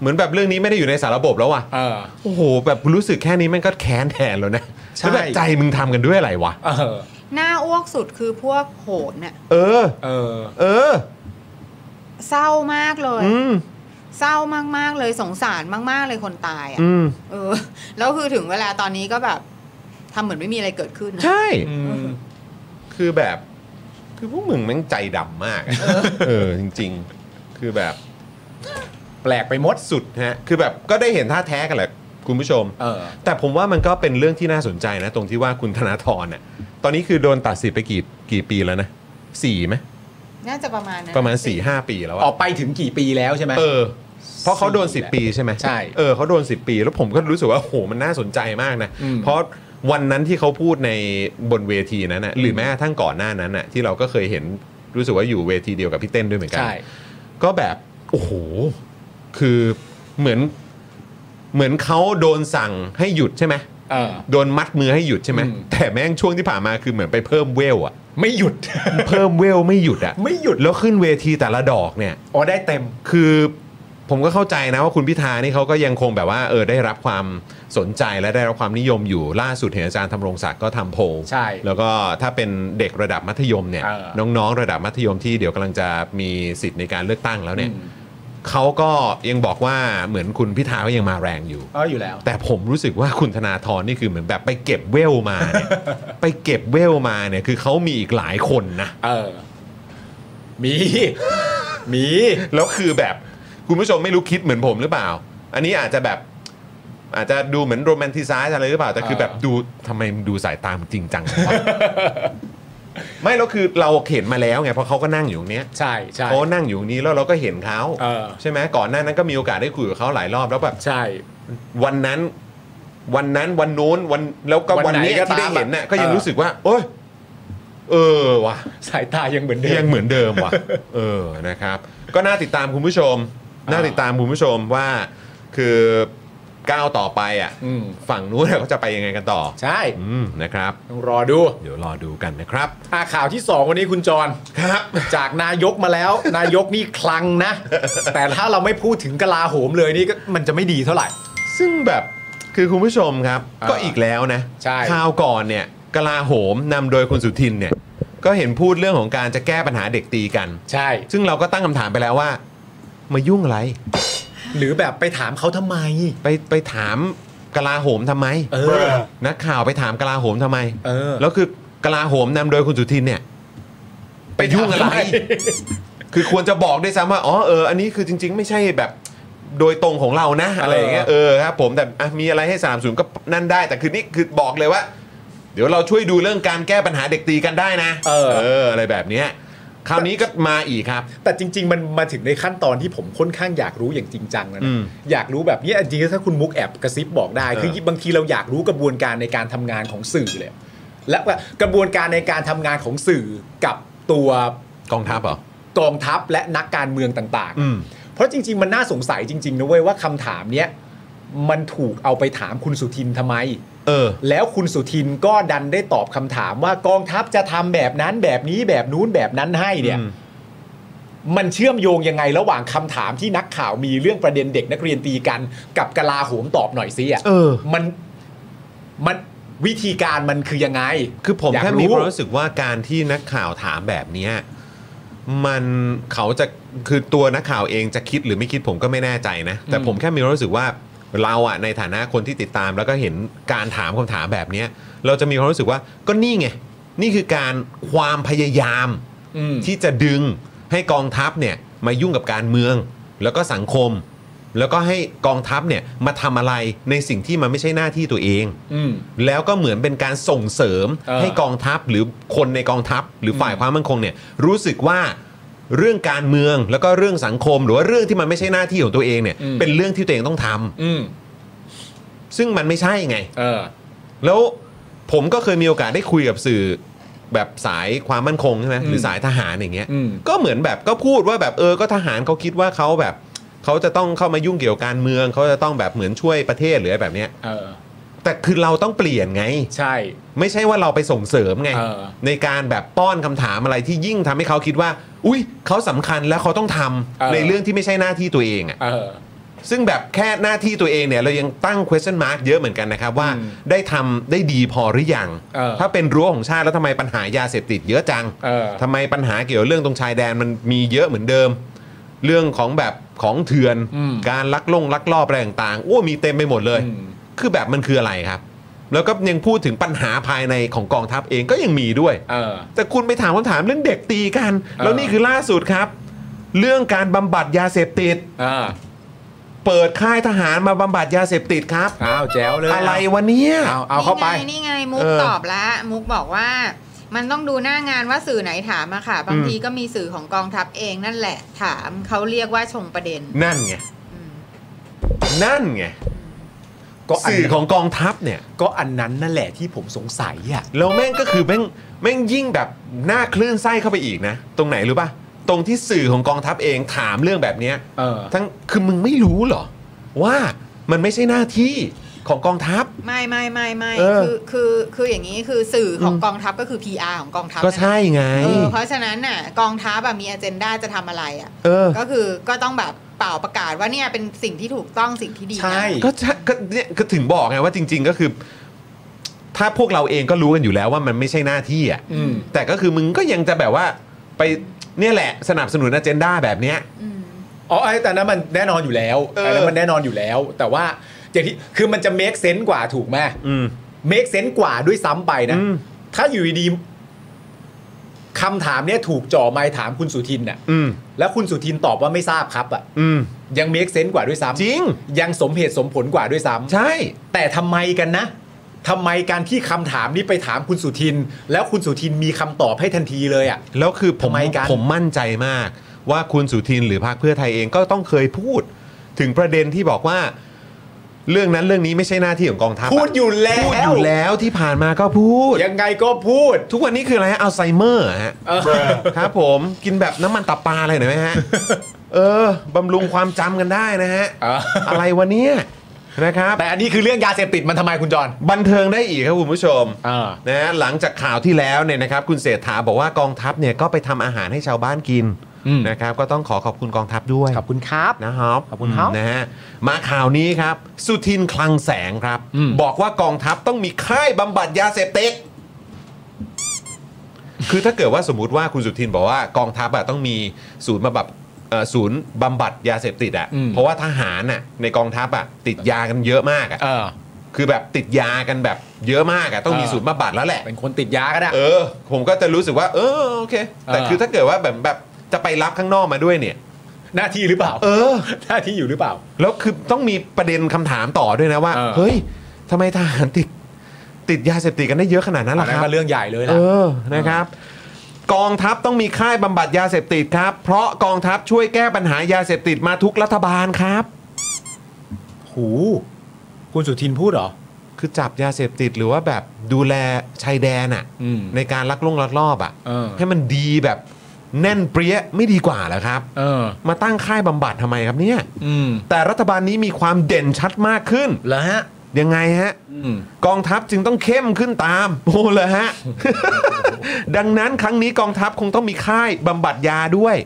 เหมือนแบบเรื่องนี้ไม่ได้อยู่ในสารระบบแล้วว่ะ เออ โอ้โหแบบรู้สึกแค่นี้แมันก็แค้นแทนแล้วนะ ใช่ แล้วแบบใจมึงทำกันด้วยอะไรวะ เออ หน้าอ้วกสุดคือพวกโหนน่ะ เออ เออ เออ เศร้ามากเลย อืม เศร้ามากๆเลยสงสารมากๆเลยคนตายอ่ะ อืม เออ แล้วคือถึงเวลาตอนนี้ก็แบบทำเหมือนไม่มีอะไรเกิดขึ้นนะ ใช่ อืม คือแบบ คือพวกมึงแม่งใจดำมาก เออ จริง ๆ คือแบบ แปลกไปหมด สุดฮะ คือแบบก็ได้เห็นท่าแท้กันแหละคุณผู้ชม เออ แต่ผมว่ามันก็เป็นเรื่องที่น่าสนใจนะ ตรงที่ว่าคุณธนาธรเนี่ยตอนนี้คือโดนตัดสิทธิ์ไปกี่กี่ปีแล้วนะสี่ไหม น่าจะประมาณนั้น ประมาณ4ี่ห้าปีแล้ว อ อะ อกไปถึงกี่ปีแล้วใช่ไหม เออ เพราะเขาโดน สี่แล้ว 10 ปีใช่ไหม ใช่ เออเขาโดน 10 ปี แล้วผมก็รู้สึกว่าโอ้โหมันน่าสนใจมากนะ อืม เพราะวันนั้นที่เขาพูดในบนเวทีนั้นนะหรือแม้กระทั่งก่อนหน้านั้นน่ะที่เราก็เคยเห็นรู้สึกว่าอยู่เวทีเดียวกับพี่เต้นด้วยเหมือนกั ใช่ ก็แบบโอ้โห คือเหมือนเหมือนเขาโดนสั่งให้หยุดใช่ไหม เออ โดนมัดมือให้หยุดใช่ไหม อืม แต่แม่งช่วงที่ผ่านมาคือเหมือนไปเพิ่มเวลอะ ไม่หยุด เพิ่มเวลไม่หยุดอะ ไม่หยุด แล้วขึ้นเวทีแต่ละดอกเนี่ย อ๋อได้เต็ม คือผมก็เข้าใจนะว่าคุณพิธานี่เขาก็ยังคงแบบว่าเออได้รับความสนใจและได้รับความนิยมอยู่ล่าสุดเห็นอาจารย์ธำรงศักดิ์ก็ทำโพล ใช่ แล้วก็ถ้าเป็นเด็กระดับมัธยมเนี่ย เออ น้องๆ ระดับมัธยมที่เดี๋ยวกำลังจะมีสิทธิ์ในการเลือกตั้งแล้วเนี่ย อืม เขาก็ยังบอกว่าเหมือนคุณพิธาก็ยังมาแรงอยู่ อ๋ออยู่แล้ว แต่ผมรู้สึกว่าคุณธนาธรนี่คือเหมือนแบบไปเก็บเวลมา เนี่ย ไปเก็บเวลมาเนี่ยคือเขามีอีกหลายคนนะ เออ มี มี แล้วคือแบบคุณผู้ชมไม่รู้คิดเหมือนผมหรือเปล่า อันนี้อาจจะแบบอาจจะดูเหมือนโรแมนติไซส์อะไรหรือเปล่า แต่คือ เออ แบบดูทำไมมึงดูสายตามงจริงจังจังวะ ไม่แล้วคือเราเห็นมาแล้วไงเพราะเขาก็นั่งอยู่ตรงเนี้ย ใช่ใช่ เขานั่งอยู่ตรงนี้แล้วเราก็เห็นเขา เออ ใช่ไหมก่อนหน้านั้นก็มีโอกาสได้คุยกับเขาหลายรอบแล้วแบบ ใช่ วันนั้นวันนั้นวันนู้นวันแล้วก็ วัน วันเนี้ย ไหนก็ ที่ได้ ตามอะ เห็นน่ะก็ยัง เออ รู้สึกว่า โอ้ยเออว่ะ สายตายังเหมือนเดิ ยั ม งเหมือนเดิมว่ะ เออนะครับ ก็น่าติดตามคุณผู้ชม น่าติดตามคุณผู้ชมว่าคือก้าวต่อไปอ่ะ อืม ฝั่งนู้นเนี่ยเขาจะไปยังไงกันต่อ ใช่ อืมนะครับ ต้องรอดู เดี๋ยวรอดูกันนะครับ อ่าข่าวที่สองวันนี้คุณจร ครับ จากนายกมาแล้ว นายกนี่คลังนะ แต่ถ้าเราไม่พูดถึงกลาโหมเลยนี่ก็มันจะไม่ดีเท่าไหร่ ซึ่งแบบคือคุณผู้ชมครับ อ่า ก็อีกแล้วนะ ใช่ ข่าวก่อนเนี่ยกลาโหมนำโดยคุณสุทินเนี่ย ก็เห็นพูดเรื่องของการจะแก้ปัญหาเด็กตีกัน ใช่ ซึ่งเราก็ตั้งคำถามไปแล้วว่า มายุ่งอะไร หรือแบบไปถามเขาทำไม ไปไปถามกลาโหมทำไม เออ นักข่าวไปถามกลาโหมทำไม เออ แล้วคือกลาโหมนำโดยคุณสุทินเนี่ย ไปยุ่งอะไร คือควรจะบอกด้วยซ้ำว่าอ๋อเอออันนี้คือจริง ๆ ไม่ใช่แบบโดยตรงของเรานะอะไรอย่างเงี้ยเออครับผมแต่อ่ะมีอะไรให้สามศูนย์ก็นั่นได้ แต่คือนี่คือบอกเลยว่า เดี๋ยวเราช่วยดูเรื่องการแก้ปัญหาเด็กตีกันได้นะ เออ อะไรแบบเนี้ยคราวนี้ก็มาอีกครับ แต่จริง ๆ มันมาถึงในขั้นตอนที่ผมค่อนข้างอยากรู้อย่างจริงจังแล้ว อื นะ ม อยากรู้แบบเนี้ยจริงๆถ้าคุณมุกแอบกระซิบบอกได้ เออ คือบางทีเราอยากรู้กระบวนการในการทำงานของสื่อเลย และว่ากระบวนการในการทำงานของสื่อกับตัว กองทัพเหรอ กองทัพและนักการเมืองต่าง อืม ๆ เพราะจริง ๆ มันน่าสงสัยจริง ๆ นะเว้ยว่าคำถามเนี้ยมันถูกเอาไปถามคุณสุทินทำไม เออ แล้วคุณสุทินก็ดันได้ตอบคำถามว่ากองทัพจะทำแบบนั้นแบบนี้แบบนู้นแบบนั้นให้เนี่ย อืม มันเชื่อมโยงยังไงระหว่างคำถามที่นักข่าวมีเรื่องประเด็นเด็กนักเรียนตีกัน กับกลาโหมตอบหน่อยซิอ่ะ เออ มันมัน วิธีการมันคือยังไง คือผม ยาก แค่มี รู้ ความรู้สึกว่าการที่นักข่าวถามแบบเนี้ยมันเขาจะคือตัวนักข่าวเองจะคิดหรือไม่คิดผมก็ไม่แน่ใจนะ แต่ผมแค่มีความรู้สึกว่าเราอะในฐานะคนที่ติดตามแล้วก็เห็นการถามคำถามแบบเนี้ยเราจะมีความรู้สึกว่าก็นี่ไง นี่คือการความพยายาม อืม ที่จะดึงให้กองทัพเนี่ยมายุ่งกับการเมือง แล้วก็สังคม แล้วก็ให้กองทัพเนี่ยมาทำอะไรในสิ่งที่มันไม่ใช่หน้าที่ตัวเอง อืม แล้วก็เหมือนเป็นการส่งเสริม เออ ให้กองทัพหรือคนในกองทัพ หรือฝ่าย อืม ความมั่นคงเนี่ยรู้สึกว่าเรื่องการเมืองแล้วก็เรื่องสังคม หรือว่าเรื่องที่มันไม่ใช่หน้าที่ของตัวเองเนี่ยเป็นเรื่องที่ตัวเองต้องทำ อืม ซึ่งมันไม่ใช่ไง เออ แล้วผมก็เคยมีโอกาสได้คุยกับสื่อแบบสายความมั่นคงใช่ไหม อืม หรือสายทหารอย่างเงี้ย อืม ก็เหมือนแบบก็พูดว่าแบบเออก็ทหารเขาคิดว่าเขาแบบเขาจะต้องเข้ามายุ่งเกี่ยวกับการเมืองเขาจะต้องแบบเหมือนช่วยประเทศหรืออะไรแบบเนี้ย เออ แต่คือเราต้องเปลี่ยนไง ใช่ ไม่ใช่ว่าเราไปส่งเสริมไง เออ ในการแบบป้อนคำถามอะไรที่ยิ่งทำให้เขาคิดว่า อุ้ยเขาสำคัญและเขาต้องทำ เออ ในเรื่องที่ไม่ใช่หน้าที่ตัวเองอะ เออ ซึ่งแบบแค่หน้าที่ตัวเองเนี่ยเรายังตั้ง question mark เยอะเหมือนกันนะครับ ว่า อืม ได้ทำได้ดีพอหรือยัง เออ ถ้าเป็นรั้วของชาติแล้วทำไมปัญหายาเสพติดเยอะจัง เออ ทำไมปัญหาเกี่ยวเรื่องตรงชายแดนมันมีเยอะเหมือนเดิม เรื่องของแบบของเถื่อนการลักลงลักลอบอะไรต่างๆโอ้มีเต็มไปหมดเลย อืม คือแบบมันคืออะไรครับ แล้วก็ยังพูดถึงปัญหาภายในของกองทัพเองก็ยังมีด้วย เออ แต่คุณไปถามคำถามเรื่องเด็กตีกัน แล้วนี่คือล่าสุดครับ เรื่องการบำบัดยาเสพติด เออ เปิดค่ายทหารมาบำบัดยาเสพติดครับ อ้าวแจ๋วเลย อะไรวะเนี่ย เอาเอาเข้าไป นี่ไงนี่ไงมุก เออ ตอบแล้ว มุกบอกว่า มันต้องดูหน้างานว่าสื่อไหนถามอะค่ะ บางทีก็มีสื่อของกองทัพเองนั่นแหละถามเขาเรียกว่าชงประเด็น นั่นไง นั่นไง ก็อัน สื่อของกองทัพเนี่ย ก็อันนั้นนั่นแหละที่ผมสงสัยอ่ะ แล้วแม่งก็คือแม่งแม่งยิ่งแบบหน้าคลื่นไส้เข้าไปอีกนะ ตรงไหนรู้ป่ะ ตรงที่สื่อของกองทัพเองถามเรื่องแบบเนี้ย เออ ทั้งคือมึงไม่รู้เหรอ ว่ามันไม่ใช่หน้าที่ของกองทัพ ไม่ไม่ไม่ไม่ เออ คือคือคืออย่างนี้คือสื่อของกองทัพก็คือ PR ของกองทัพ ก็ใช่ไง เออเพราะฉะนั้นน่ะกองทัพแบบมีอเจนดาจะทำอะไรอ่ะ เออ ก็คือก็ต้องแบบเป่าประกาศว่าเนี่ยเป็นสิ่งที่ถูกต้องสิ่งที่ดีนะ ใช่ ก็ใช่ก็เนี่ยก็ถึงบอกไงว่าจริง ๆ ก็คือ ถ้าพวกเราเองก็รู้กันอยู่แล้วว่ามันไม่ใช่หน้าที่อ่ะ อืม แต่ก็คือมึงก็ยังจะแบบว่าไปเนี่ยแหละสนับสนุนอเจนดาแบบเนี้ย อืม อ๋อไอ้แต่นั้นมันแน่นอนอยู่แล้ว เออ ไอ้นั้นมันแน่นอนอยู่แล้ว แต่ว่าอย่างที่คือมันจะ make sense กว่าถูกไหม อืม make sense กว่าด้วยซ้ำไปนะ อืม ถ้าอยู่ดีๆคำถามเนี้ยถูกจ่อไมค์ถามคุณสุทินน่ะ อืม แล้วคุณสุทินตอบว่าไม่ทราบครับอ่ะ อืม ยัง make sense กว่าด้วยซ้ำ จริง ยังสมเหตุสมผลกว่าด้วยซ้ำ ใช่ แต่ทำไมกันนะทำไมการที่คำถามนี้ไปถามคุณสุทิน แล้วคุณสุทินมีคำตอบให้ทันทีเลยอ่ะ แล้วคือผม ทำไมกัน ผมมั่นใจมาก ว่าคุณสุทินหรือพรรคเพื่อไทยเองก็ต้องเคยพูด ถึงประเด็นที่บอกว่า เรื่องนั้นเรื่องนี้ไม่ใช่หน้าที่ของกองทัพะ พูดอยู่แล้ว พูดอยู่แล้วที่ผ่านมาก็พูด ยังไงก็พูด ทุกวันนี้คืออะไรฮะอัลไซเมอร์ฮะ เออ ครับผมกินแบบน้ำมันตับปลาอะไรหน่อยไหมฮะ เออบำรุงความจำกันได้นะฮะ เอออ อะไรวะเนี่ยนะครับ แต่อันนี้คือเรื่องยาเสพติดมันทำไมคุณจอน บันเทิงได้อีกครับคุณผู้ชม อ่าน นะฮะหลังจากข่าวที่แล้วเนี่ยนะครับคุณเศรษฐาบอกว่ากองทัพเนี่ยก็ไปทำอาหารให้ชาวบ้านกินนะครับก็ต้องขอขอบคุณกองทัพด้วย ขอบคุณครับ นะครับ ขอบคุณครับ นะฮะมาข่าวนี้ครับ สุทินคลังแสงครับ อืม บอกว่ากองทัพต้องมีค่ายบำบัดยาเสพติดคือถ้าเกิดว่าสมมุติว่าคุณสุทินบอกว่ากองทัพอะต้องมีศูนย์บำบัดเอ่อศูนย์บำบัดยาเสพติดอะเพราะว่าทหารอะในกองทัพอะติดยากันเยอะมากอะ เออ คือแบบติดยากันแบบเยอะมากอะต้องมี เออ ศูนย์บำบัดแล้วแหละ เป็นคนติดยาก็ได้ เออ ผมก็จะรู้สึกว่า เออโอเค แต่ เออ คือถ้าเกิดว่าแบบแบบจะไปรับข้างนอกมาด้วยเนี่ย หน้าที่หรือเปล่า เออ หน้าที่อยู่หรือเปล่า แล้วคือต้องมีประเด็นคำถามต่อด้วยนะว่า เออ เฮ้ยทำไมทหารติด ติดยาเสพติดกันได้เยอะขนาดนั้น อั ล่ะ น ค นั้น รับ ก็เรื่องใหญ่เลย เอ ล่ะ อ นะครับ กองทัพต้องมีค่ายบำบัดยาเสพติดครับ เพราะกองทัพช่วยแก้ปัญหายาเสพติดมาทุกรัฐบาลครับ หู คุณสุทินพูดเหรอ คือจับยาเสพติดหรือว่าแบบดูแลชายแดนอะ อืม ในการลักลงลักลอบอะ เออ ให้มันดีแบบแน่นเปรี้ยไม่ดีกว่าเหรอครับ เออ มาตั้งค่ายบำบัดทำไมครับเนี่ย อืม แต่รัฐบาลนี้มีความเด่นชัดมากขึ้น แล้วฮะ ยังไงฮะ อืม กองทัพจึงต้องเข้มขึ้นตาม โอ้เลยฮะ ดังนั้นครั้งนี้กองทัพคงต้องมีค่ายบำบัดยาด้วย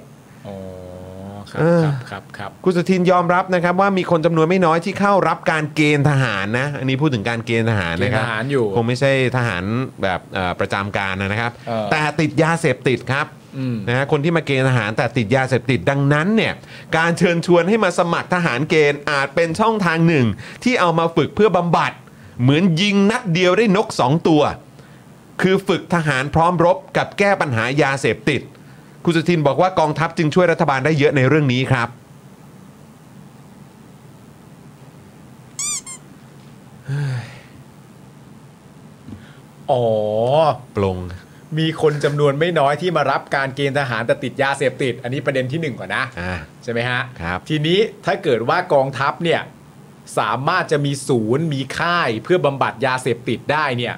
อ๋อ ครับครับครับครับ คุณสุทินยอมรับนะครับว่ามีคนจำนวนไม่น้อยที่เข้ารับการเกณฑ์ทหารนะ อันนี้พูดถึงการเกณฑ์ทหารนะครับ เกณฑ์ทหารอยู่ คงไม่ใช่ทหารแบบเอ่อประจำการนะครับ เออ แต่ติดยาเสพติดครับ อืม นะฮะคนที่มาเกณฑ์ทหารแต่ติดยาเสพติดดังนั้นเนี่ยการเชิญชวนให้มาสมัครทหารเกณฑ์อาจเป็นช่องทางหนึ่ง ที่เอามาฝึกเพื่อบำบัด เหมือนยิงนัดเดียวได้นกสองตัว คือฝึกทหารพร้อมรบกับแก้ปัญหายาเสพติด คุณสุทินบอกว่ากองทัพจึงช่วยรัฐบาลได้เยอะในเรื่องนี้ครับ อ๋อ ปลง มีคนจำนวนไม่น้อยที่มารับการเกณฑ์ทหารแต่ติดยาเสพติด อันนี้ประเด็นที่หนึ่งก่อนนะ อ่า ใช่ไหมฮะ ครับ ทีนี้ถ้าเกิดว่ากองทัพเนี่ยสามารถจะมีศูนย์มีค่ายเพื่อบำบัดยาเสพติดได้เนี่ย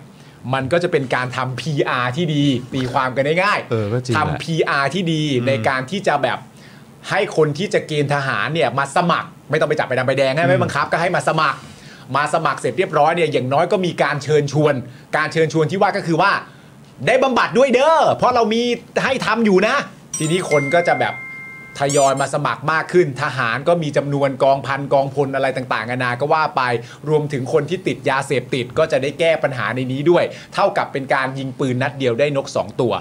มันก็จะเป็นการทำ PR ที่ดีตีความกันได้ง่าย เออก็จริงแหละ ทำ PR ที่ดีในการที่จะแบบให้คนที่จะเกณฑ์ทหารเนี่ยมาสมัคร ไม่ต้องไปจับไปดำไปแดงให้ไม่บังคับก็ให้มาสมัคร มาสมัครเสร็จเรียบร้อยเนี่ยอย่างน้อยก็มีการเชิญชวน การเชิญชวนที่ว่าก็คือว่า ได้บำบัดด้วยเด้อเพราะเรามีให้ทำอยู่นะ ทีนี้คนก็จะแบบทยอยมาสมัครมากขึ้น ทหารก็มีจำนวนกองพันกองพลอะไรต่างๆนานาก็ว่าไปรวมถึงคนที่ติดยาเสพติดก็จะได้แก้ปัญหาในนี้ด้วย เท่ากับเป็นการยิงปืนนัดเดียวได้นกสองตัว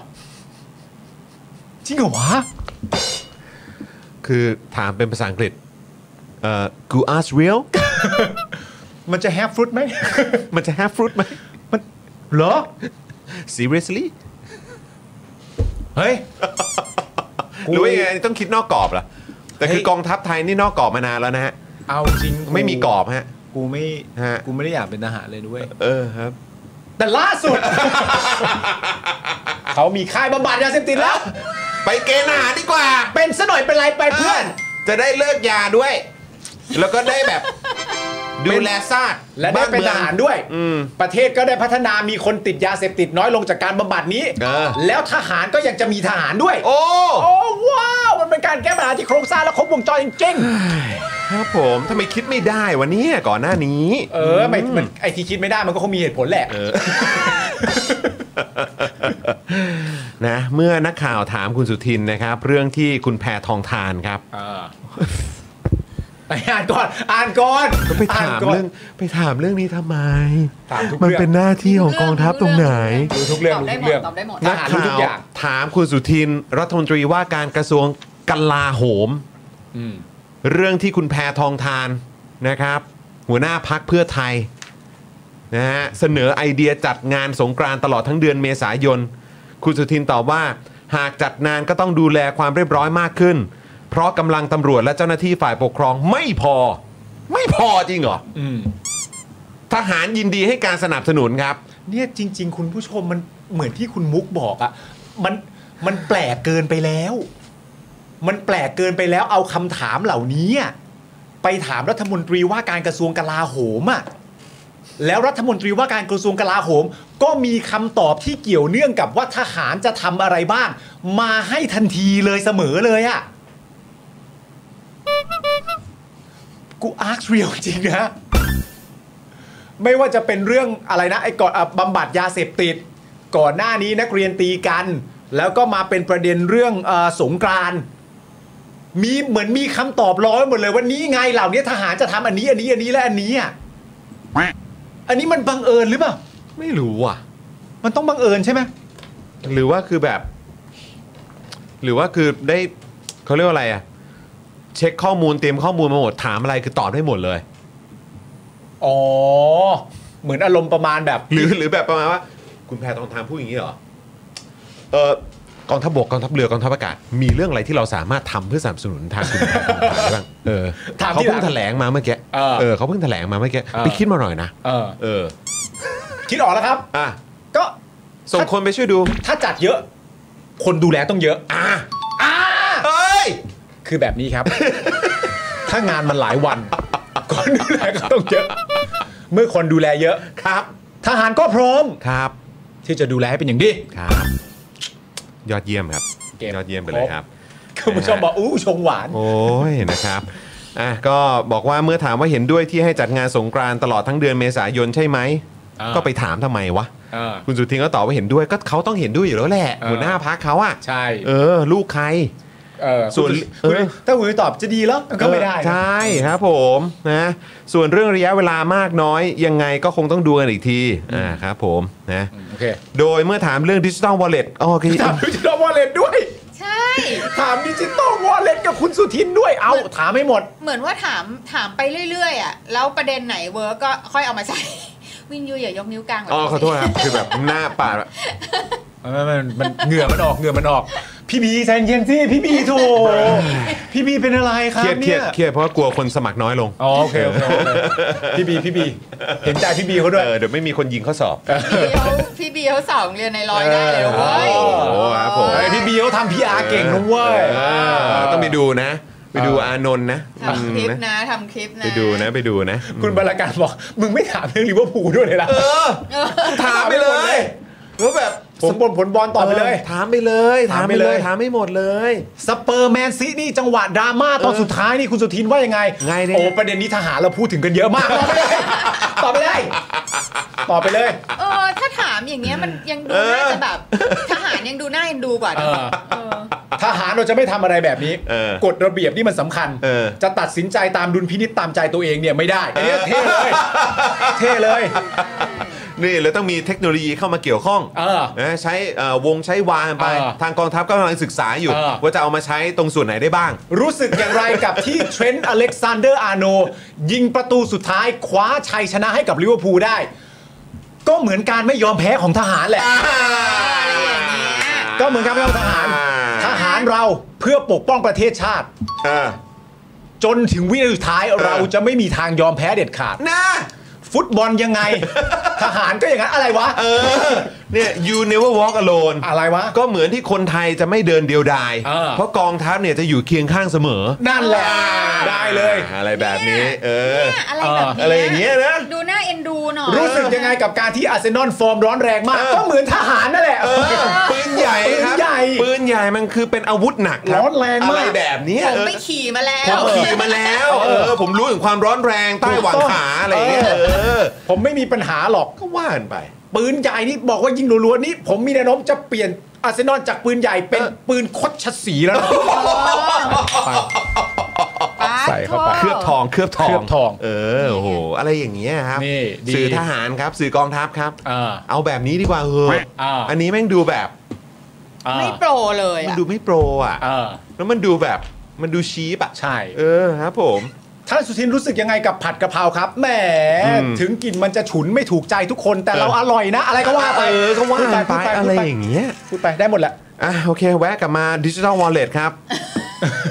จริงเหรอวะ คือถามเป็นภาษาอังกฤษ เอ่อ กูอาร์สเรียล มันจะแฮปฟรุตไหม มันจะแฮฟรุตไหม มัน เหรอ seriously เฮ้ย กู หรือว่ายังไงต้องคิดนอกกรอบเหรอ แต่คือกองทัพไทยนี่นอกกรอบมานานแล้วนะฮะ เอาจริง ไม่มีกรอบฮะ กูไม่ ฮะ กูไม่ได้อยากเป็นทหารเลยด้วย เออครับ แต่ล่าสุ ด เขามีค่ายบำบัดยาเสพติดแล้ว ไปเกณฑ์ทหารดีกว่า เป็นซะหน่อยเป็นไรไปเพื่อน จะได้เลิกยาด้วย แล้วก็ได้แบบ ดูแลซาด และได้เป็นทหารด้วย อืม ประเทศก็ได้พัฒนามีคนติดยาเสพติดน้อยลงจากการบำบัดนี้ เออ แล้วทหารก็ยังจะมีทหารด้วย โอ้ โอ้ว้าว มันเป็นการแก้ปัญหาที่โครงสร้างและครบวงจรจริง ครับผมทำไมคิดไม่ได้วันนี้ก่อนหน้านี้ ๆเออไม่มันไอที่คิดไม่ได้มันก็คงมีเหตุผลแหละ นะเมื่อนักข่าวถามคุณสุทินนะครับ เรื่องที่คุณแพทองทานครับ เออ ไปอ่านก่อน อ่านก่อน ก็ไปถาม ก่น เรื่องไปถามเรื่องนี้ทำไม ถามทุก มัน เรื่อง เป็นหน้าที่ของกองทัพตรงไหน รู้ทุกเรื่อง ตอบได้หม รู้ทุกเรื่ ด อง ตอบได้หมด นะ นัก รู้ ข่า ทุก ว อย่าง ถามคุณสุทิน รัฐมนตรีว่าการกระทรวงกลาโหม อืม เรื่องที่คุณแพทองทานนะครับ หัวหน้าพักเพื่อไทยนะฮะเสนอไอเดียจัดงานสงกรานต์ตลอดทั้งเดือนเมษายน คุณสุทินตอบว่า หากจัดนานก็ต้องดูแลความเรียบร้อยมากขึ้น เพราะกำลังตำรวจและเจ้าหน้าที่ฝ่ายปกครองไม่พอ ไม่พอจริงเหรอ อืม ทหารยินดีให้การสนับสนุนครับ เนี่ยจริง ๆ คุณผู้ชมมันเหมือนที่คุณมุกบอกอะมันมันแปลกเกินไปแล้ว มันแปลกเกินไปแล้วเอาคำถามเหล่านี้อะไปถามรัฐมนตรีว่าการกระทรวงกลาโหมอะแล้วรัฐมนตรีว่าการกระทรวงกลาโหม ก็มีคำตอบที่เกี่ยวเนื่องกับว่าทหารจะทำอะไรบ้าง มาให้ทันทีเลยเสมอเลยอะกูอาร์คเรียลจริงนะ ไม่ว่าจะเป็นเรื่องอะไรนะไอ้ก่อนอ่ะบำบัดยาเสพติด ก่อนหน้านี้นักเรียนตีกัน แล้วก็มาเป็นประเด็นเรื่องเออสงกรานต์มีเหมือนมีคำตอบร้อยหมดเลยว่านี้ไงเหล่านี้ทหารจะทำอันนี้อันนี้อันนี้และอันนี้อ่ะอันนี้มันบังเอิญหรือเปล่า ไม่รู้อ่ะ มันต้องบังเอิญใช่ไหม หรือว่าคือแบบ หรือว่าคือได้เขาเรียกว่าอะไรอะเช็คข้อมูลเตรียมข้อมูลมาหมดถามอะไรคือตอบได้หมดเลย อ๋อ เหมือนอารมณ์ประมาณแบบ หรือหรือแบบประมาณว่า คุณแพทองทานพูดอย่างนี้เหรอเออกองทัพบกกองทัพเรือกองทัพอากาศ มีเรื่องอะไรที่เราสามารถทำเพื่อสนับสนุนทางคุณแพทองทานได้บ้างเออ ถาม เขา ที่ห เพิ่งลัง แถลงมาเมื่อกี้ เออ เออเขาเพิ่งแถลงมาเมื่อกี้ เออ ไปคิดมาหน่อยนะ เออ เออ คิดออกแล้วครับ อ่ะ ก็ ส่งคนไปช่วยดู ถ้าจัดเยอะ คนดูแลต้องเยอะ อ่ะ อ่า เอ้ย คือแบบนี้ครับ ถ้างานมันหลายวัน คนดูแลก็ต้องเยอะ เมื่อคนดูแลเยอะ ครับ ทหารก็พร้อม ครับ ที่จะดูแลให้เป็นอย่างดี ครับ ยอดเยี่ยมครับ เก็บ ยอดเยี่ยมไปเลยครับ คุณผู้ชมบอกอู้ชงหวาน โอ้ยนะครับอ่ะก็บอกว่าเมื่อถามว่าเห็นด้วยที่ให้จัดงานสงกรานต์ตลอดทั้งเดือนเมษายนใช่ไหม อ่า ก็ไปถามทำไมวะ เออ คุณสุทินก็ตอบว่าเห็นด้วยก็เขาต้องเห็นด้วยอยู่แล้วแหละ เออ หัวหน้าพักเขาอะ ใช่ เออ ลูกใคร เออ ส่วน คุณ เออ ถ้าหุยตอบจะดีแล้วก็ไม่ได้ ใช่ครับผมนะส่วนเรื่องระยะเวลามากน้อย ยังไงก็คงต้องดูกันอีกทีอ่าครับผมนะ โอเค โดยเมื่อถามเรื่องดิจิ t a ลวอลเล็ตอ๋อคือ ถามดิจิตอลวอลเล็ตด้วย ใช่ ถามดิจิตอลวอลเล็ตกับคุณสุทินด้วยเอาถามให้หมด เหมือนว่าถามถามไปเรื่อยๆอ่ะแล้วประเด็นไหนเวิร์กก็ค่อยเอามาใช้ วินยูอย่ายกนิ้วกลางแบบ อ๋อขอโทษครับ คือแบบหน้าปาด มันมันมันเหงื่อมันออกเหงื่อมันออก พี่บีใจเย็นสิพี่บีโถพี่บีเป็นอะไรครั เค บ รียดเครีดเนี่ย ยเครียดเพราะว่ากลัวคนสมัครน้อยลง อ๋อโอเคโอเคโอเคพี่บีพี่บีเห็นใจพี่บีเขาด้วย เออเดี๋ยวไม่มีคนยิงข้อสอบ พี่เบียวพี่เบียวสองเรียนในร้อยได้เลยเว้ย โอ้โห ครับผม เฮ้ยพี่บีเขาทำพีอาร์เก่งนุ้งเว้ย เออต้องไปดูนะ ไปดูอานนท์นะ ทำคลิปนะทำคลิปนะ ไปดูนะไปดูนะ คุณบรรการบอก มึงไม่ถามเรื่องลิเวอร์พูลด้วยเลยล่ะ ถามไปเลย แล้วแบบ สมบูรณ์ผลบอลต่อไปเลย ถามไปเลยถามไปเลย ถามไปเลย ถามไม่หมดเลย สเปอร์แมนซินี่จังหวะดราม่าตอนสุดท้ายนี่คุณสุทินว่ายังไง ไงเนี่ย โอ้ประเด็นนี้ทหารเราพูดถึงกันเยอะมาก ตอบไปเลยตอบไปเลย เออถ้าถามอย่างเงี้ยมันยังดูน่าจะแบบทหารยังดูน่าเอ็นดูกว่านะ เออ ทหารเราจะไม่ทำอะไรแบบนี้ เออก ฎระเบียบนี่มันสำคัญ เออ จะตัดสินใจตามดุลพินิจตามใจตัวเองเนี่ยไม่ได้อันเนี้ยเท่เลย เท่เลย นี่แล้วต้องมีเทคโนโลยีเข้ามาเกี่ยวข้อง เออ นะใช้เอ่อวงใช้วางไป เออ ทางกองทัพก็กำลังศึกษาอยู่ เออ ว่าจะเอามาใช้ตรงส่วนไหนได้บ้าง รู้สึกอย่างไรกับที่เทรนต์อเล็กซานเดอร์อาร์โน ยิงประตูสุดท้ายคว้าชัยชนะให้กับลิเวอร์พูลได้ ก็เหมือนการไม่ยอมแพ้ของทหารแหละ อะไรอย่างเงี้ย ก็เหมือนการไม่ยอมทหาร อ่า ทหารเราเพื่อปกป้องประเทศชาติ เออ จนถึงวินาทีสุดท้ายเราจะไม่มีทางยอมแพ้เด็ดขาด นะ ฟุตบอลยังไง ทหารก็อย่างนั้นอะไรวะ เออ เนี่ย you never walk alone อะไรวะ ก็เหมือนที่คนไทยจะไม่เดินเดียวดาย เออ เพราะกองทัพเนี่ยจะอยู่เคียงข้างเสมอ นั่นแหละ ได้เลย อะไรแบบนี้ เออ เนี่ยอะไรแบบ อะไรอย่างเงี้ยนะ ดูน่าเอ็นดูหน่อย รู้สึกยังไงกับการที่อาร์เซนอลฟอร์มร้อนแรงมาก เออ ก็เหมือนทหารนั่นแหละ เออปืนใหญ่ครับ ปืนใหญ่ ปืนใหญ่มันคือเป็นอาวุธหนักคบ ร้อนแรงมาก อะไรแบบเนี้ย ผม เออ ไปขี่มาแล้ ผม ว ขี่มาแล้วเออผมรู้ถึงความร้อนแรงใต้หวังขาอะไรอย่างเงี้ยเออ ผมไม่มีปัญหาหรอก ก็ว่ากันไป ปืนใหญ่นี่บอกว่ายิงรัวๆนี่ผมมีแนวโน้มจะเปลี่ยนอาร์เซนอลจากปืนใหญ่เป็น เออ ปืนคดชะสีแล้วนะ ใส่เข้าไป เคลือบทองเคลือบทอง เคลือบทอง เออโอ้โหอะไรอย่างเงี้ยครับ นี่ดี สื่อทหารครับสื่อกองทัพครับ อ่า เอาแบบนี้ดีกว่าเอออา อันนี้แม่งดูแบบ ไม่โปรเลย มัน อะ ดูไม่โปรอ่ะ เออ แล้วมันดูแบบมันดูชี้ปะ ใช่ เออครับผม ท่านสุทินรู้สึกยังไงกับผัดกะเพราครับแหมถึงกลิ่นมันจะฉุนไม่ถูกใจทุกคน แต่เราอร่อยนะ อะไรก็ว่าไป เออก็ว่า พูด กันไป พูด อะไรอย่างเงี้ย พูดไปได้หมดแหละ อ่ะโอเค แวะกลับมาดิจิ t a ลวอลเล็ต ครับ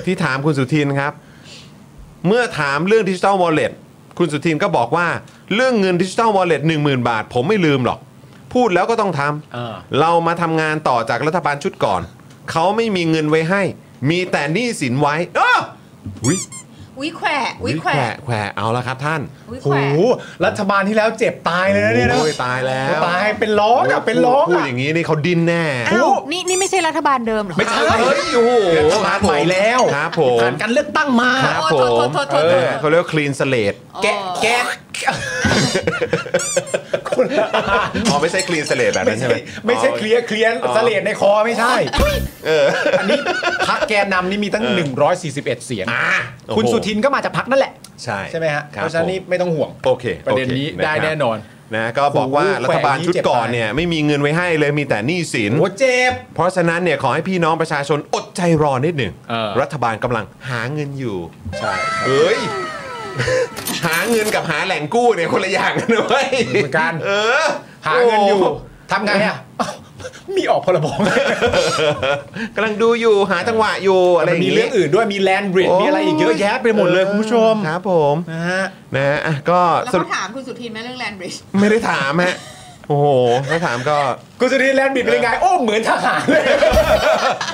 ที่ถามคุณสุทินครับ เมื่อถามเรื่องดิจิ t a ลวอลเล็ตคุณสุทินก็บอกว่า เรื่องเงินดิจิ t a ลวอลเล็ตหนึ่งหมื่นบาท ผมไม่ลืมหรอก พูดแล้วก็ต้องท เออ ำเรามาทำงานต่อจากรัฐบาลชุดก่อน เขาไม่มีเงินไว้ให้ มีแต่หนี้สินไว้เออวิ วิแขวะวิแขวะ แขวะเอาละครับท่าน วิแข โห วะ รัฐบาลที่แล้วเจ็บตายเลยนะเนี่ยนะ โอ้ยตายแล้ว ตายเป็นร้องอ่ะเป็นร้อง พูด อ่ะ อย่างนี้นี่เขาดิ้นแน่ โอ้ อ้าว โห นี่นี่ไม่ใช่รัฐบาลเดิมเหรอ ไม่ใช่ เฮ้ยโอ้โห รัฐบาลใหม่แล้ว ครับผม ผ่านการเลือกตั้งมา ครับ โอ้ ผม โทษโทษโทษ เอ โท อ ษ เขาเรียกว่าคลีนสเลด แกะแกะคนละ อ๋อไม่ใช่คลีนสเลดแบบ ไม่ นั้น ใช่ ใช่ไหม ไม่ใช่ อ๋อ เคลียร์เคลียร์ อ๋อ เสลดในคอไม่ใช่อันนี้พักแกนนำนี่มีตั้ง 141 เสียง อ่ะ คุณ โอ้โห สุทินก็มาจากพักนั่นแหละ ใช่ ใช่ไหมฮะ คบ เพราะฉะนั้นนี่ ผม ไม่ต้องห่วง โอเค ประเด็น โอค นี้ได้ ะครับ แน่นอน นะก็บอกว่า โอ้โห รัฐบาลชุด แขวะนี้เจ็บ ก่อนเนี่ยไม่มีเงินไว้ให้เลยมีแต่หนี้สิน โอ้เจ็บ เพราะฉะนั้นเนี่ยขอให้พี่น้องประชาชนอดใจรอนิดหนึ่ง เออ รัฐบาลกำลังหาเงินอยู่ ใช่ เฮ้ย หาเงินกับหาแหล่งกู้เนี่ยคนละอย่างกันนะเว้ย เหมือนกัน เออ หาเงินอยู่ โ ทำไงอ่ะอ้าวมีออกพรบไง กำลังดูอยู่หาจังหวะอยู่อะไร มัน ย่า มี งี้ เรื่องอื่นด้วยมีแลนด์บริดจ์มีอะไรอีกเยอะแยะไปหมดเลย ออ คุณผู้ชม ครับผม นะฮะ นะฮะอ่ะก็ แล้ว ส เขา รุป ถามคุณสุทินไหมเรื่องแลนบริดจ์ ไม่ได้ถามฮะโอ้โหถ้าถาม ก็ กูจะดีแลนด์บริดจ์เป็นยังไง โอ้ เหมือนทหารเลย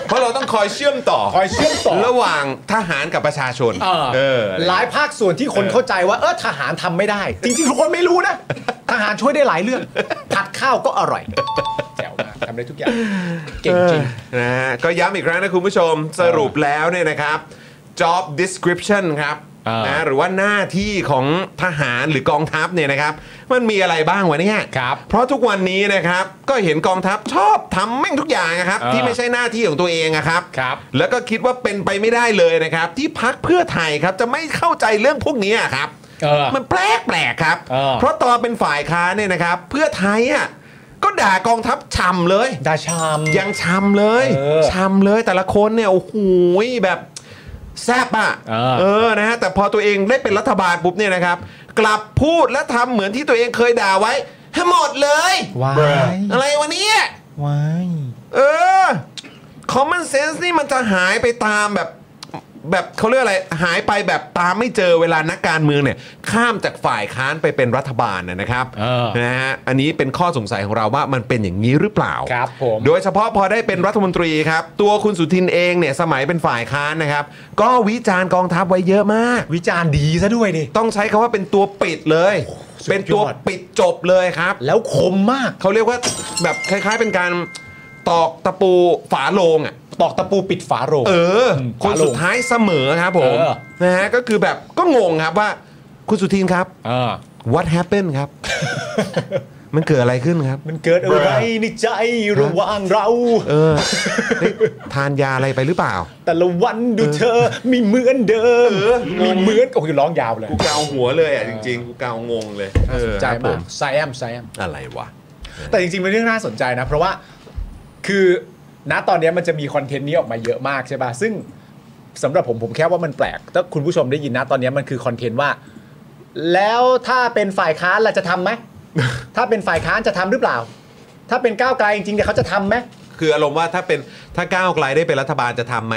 เพราะเราต้องคอยเชื่อมต่อ คอยเชื่อมต่อ ระหว่างทหารกับประชาชน เออ เออ หลายภาคส่วนที่คนเข้าใจว่า เออทหารทำไม่ได้ จริงๆทุกคนไม่รู้นะ ทหารช่วยได้หลายเรื่องผัดข้าวก็อร่อยแจ๋วมากทำได้ทุกอย่าง เก่งจริง นะฮะก็ย้ำอีกครั้งนะคุณผู้ชมสรุปแล้วเนี่ยนะครับ job description ครับ เออ นะหรือว่าหน้าที่ของทหารหรือกองทัพเนี่ยนะครับ มันมีอะไรบ้างวะเนี่ย ครับ เพราะทุกวันนี้นะครับก็เห็นกองทัพชอบทำแม่งทุกอย่างนะครับ เออ ที่ไม่ใช่หน้าที่ของตัวเองนะครับ ครับ แล้วก็คิดว่าเป็นไปไม่ได้เลยนะครับ ที่พักเพื่อไทยครับจะไม่เข้าใจเรื่องพวกนี้อะครับ เออ มันแปลกแปลกๆครับ เออ เพราะตอนเป็นฝ่ายค้านเนี่ยนะครับ เพื่อไทยอ่ะก็ด่ากองทัพฉ่ำเลย ดาชาม ยังช้ำเลย เออ ช้ำเลยแต่ละคนเนี่ยโอ้โหแบบแซบอ่ะ เออ นะฮะแต่พอตัวเองได้เป็นรัฐบาลปุ๊บเนี่ยนะครับ กลับพูดและทำเหมือนที่ตัวเองเคยด่าไว้ให้หมดเลย วาย อะไรวะเนี่ย วาย เออ common sense นี่มันจะหายไปตามแบบ แบบเขาเรียกอะไรหายไปแบบตามไม่เจอเวลานักการเมืองเนี่ย ข้ามจากฝ่ายค้านไปเป็นรัฐบาลนะนะครับ เออ นะฮะอันนี้เป็นข้อสงสัยของเราว่ามันเป็นอย่างนี้หรือเปล่า ครับผม โดยเฉพาะพอได้เป็นรัฐมนตรีครับ ตัวคุณสุทินเองเนี่ยสมัยเป็นฝ่ายค้านนะครับ ก็วิจารณ์กองทัพไว้เยอะมาก วิจารณ์ดีซะด้วยดิ ต้องใช้คำว่าเป็นตัวปิดเลย สุดยอด เป็นตัวปิดจบเลยครับ แล้วคมมาก เขาเรียกว่าแบบคล้าย ๆเป็นการตอกตะปูฝาโลงอ่ะ ตอกตะปูปิดฝาโรง เออ อืม คนสุดท้ายเสมอครับผม เออ นะฮะก็คือแบบก็งงครับว่า คุณสุทินครับ เออ what happened ครับ มันเกิดอะไรขึ้นครับ มันเกิดอะไรในใจระหว่างเรา เออได้ทานยาอะไรไปหรือเปล่า แต่ละวันดูเธอไม่เหมือนเดิมไม่เหมือนโอ้ยร้องยาวเลย กูเกาหัวเลยอ่ะจริงๆ กูเกางงเลย น่าสนเออใจครับผม าก ม ไซแอมไซแอม อะไรวะ แต่จริงๆเป็นเรื่องน่าสนใจนะ เพราะว่าคือณตอนเนี้ยมันจะมีคอนเทนต์นี้ออกมาเยอะมากใช่ป่ะซึ่งสำหรับผมผมแค่ว่ามันแปลกถ้าคุณผู้ชมได้ยินนะตอนเนี้ยมันคือคอนเทนต์ว่า แล้วถ้าเป็นฝ่ายค้านล่ะจะทำไห ม ถ้าเป็นฝ่ายค้านจะทำหรือเปล่า ถ้าเป็นก้าวไกลจริงๆเนี่ยเขาจะทำไหม คืออารมณ์ว่าถ้าเป็นถ้าก้าวไกลได้เป็นรัฐบาลจะทำไหม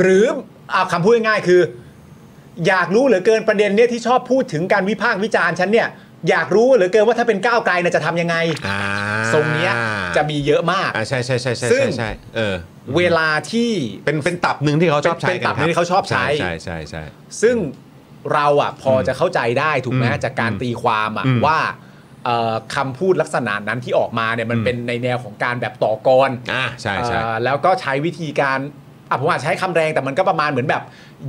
หรือเอาคำพูดง่ายๆคือ อยากรู้เหลือเกินประเด็นเนี่ยที่ชอบพูดถึงการวิพากษ์วิจารณ์ฉันเนี่ยอยากรู้เหลือเกินว่าถ้าเป็นก้าวไกลน่ะจะทำยังไง อ่า ทรงเนี้ยจะมีเยอะมาก อ่าใช่ใช่ใช่ใช่ ซึ่ง ใช่ใช่เออ เวลาที่ เป็นเป็นตับหนึ่งที่เขาชอบใช้ เป็น กั ตับหนึ่งที่เขาชอบใช้ ใช่ใช่ใช่ ซึ่งเราอ่ะพอจะเข้าใจได้ถูกไหม อืม จากการตีความอ่ะ อืม ว่าเอ่อคำพูดลักษณะนั้นที่ออกมาเนี่ยมัน อืม เป็นในแนวของการแบบต่อกร อ่าใช่ใช่ เอ่อแล้วก็ใช้วิธีการอ่ะผมอาจจะใช้คำแรงแต่มันก็ประมาณเหมือนแบบ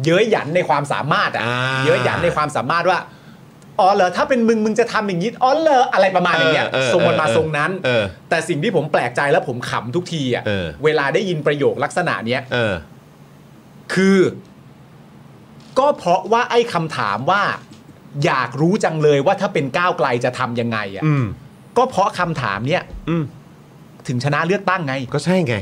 เย้ยหยันในความสามารถอ่ะ า เย้ยหยันในความสามารถว่าอ๋อเหรอถ้าเป็นมึงมึงจะทำอย่างนี้อ๋อเหรออะไรประมาณอย่างเงี้ย เออเออ ทรงมันมา เออ ทรงนั้น เออ แต่สิ่งที่ผมแปลกใจแล้วผมขำทุกทีอ่ะ เออ เวลาได้ยินประโยคลักษณะเนี้ย เออ คือ ก็เพราะว่าไอ้คำถามว่า อยากรู้จังเลยว่าถ้าเป็นก้าวไกลจะทำยังไงอ่ะ อืม ก็เพราะคำถามเนี่ย อืม ถึงชนะเลือกตั้งไง ก็ใช่ไง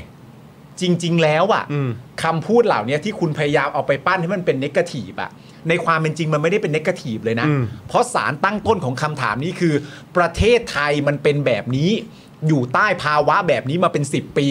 จริง ๆ แล้วอ่ะ อืม คำพูดเหล่านี้ที่คุณพยายามเอาไปปั้นให้มันเป็นเนกาทีฟอ่ะ ในความเป็นจริงมันไม่ได้เป็นเนกาทีฟเลยนะ อืม เพราะสารตั้งต้นของคำถามนี้คือ ประเทศไทยมันเป็นแบบนี้ อยู่ใต้ภาวะแบบนี้มาเป็น 10 ปี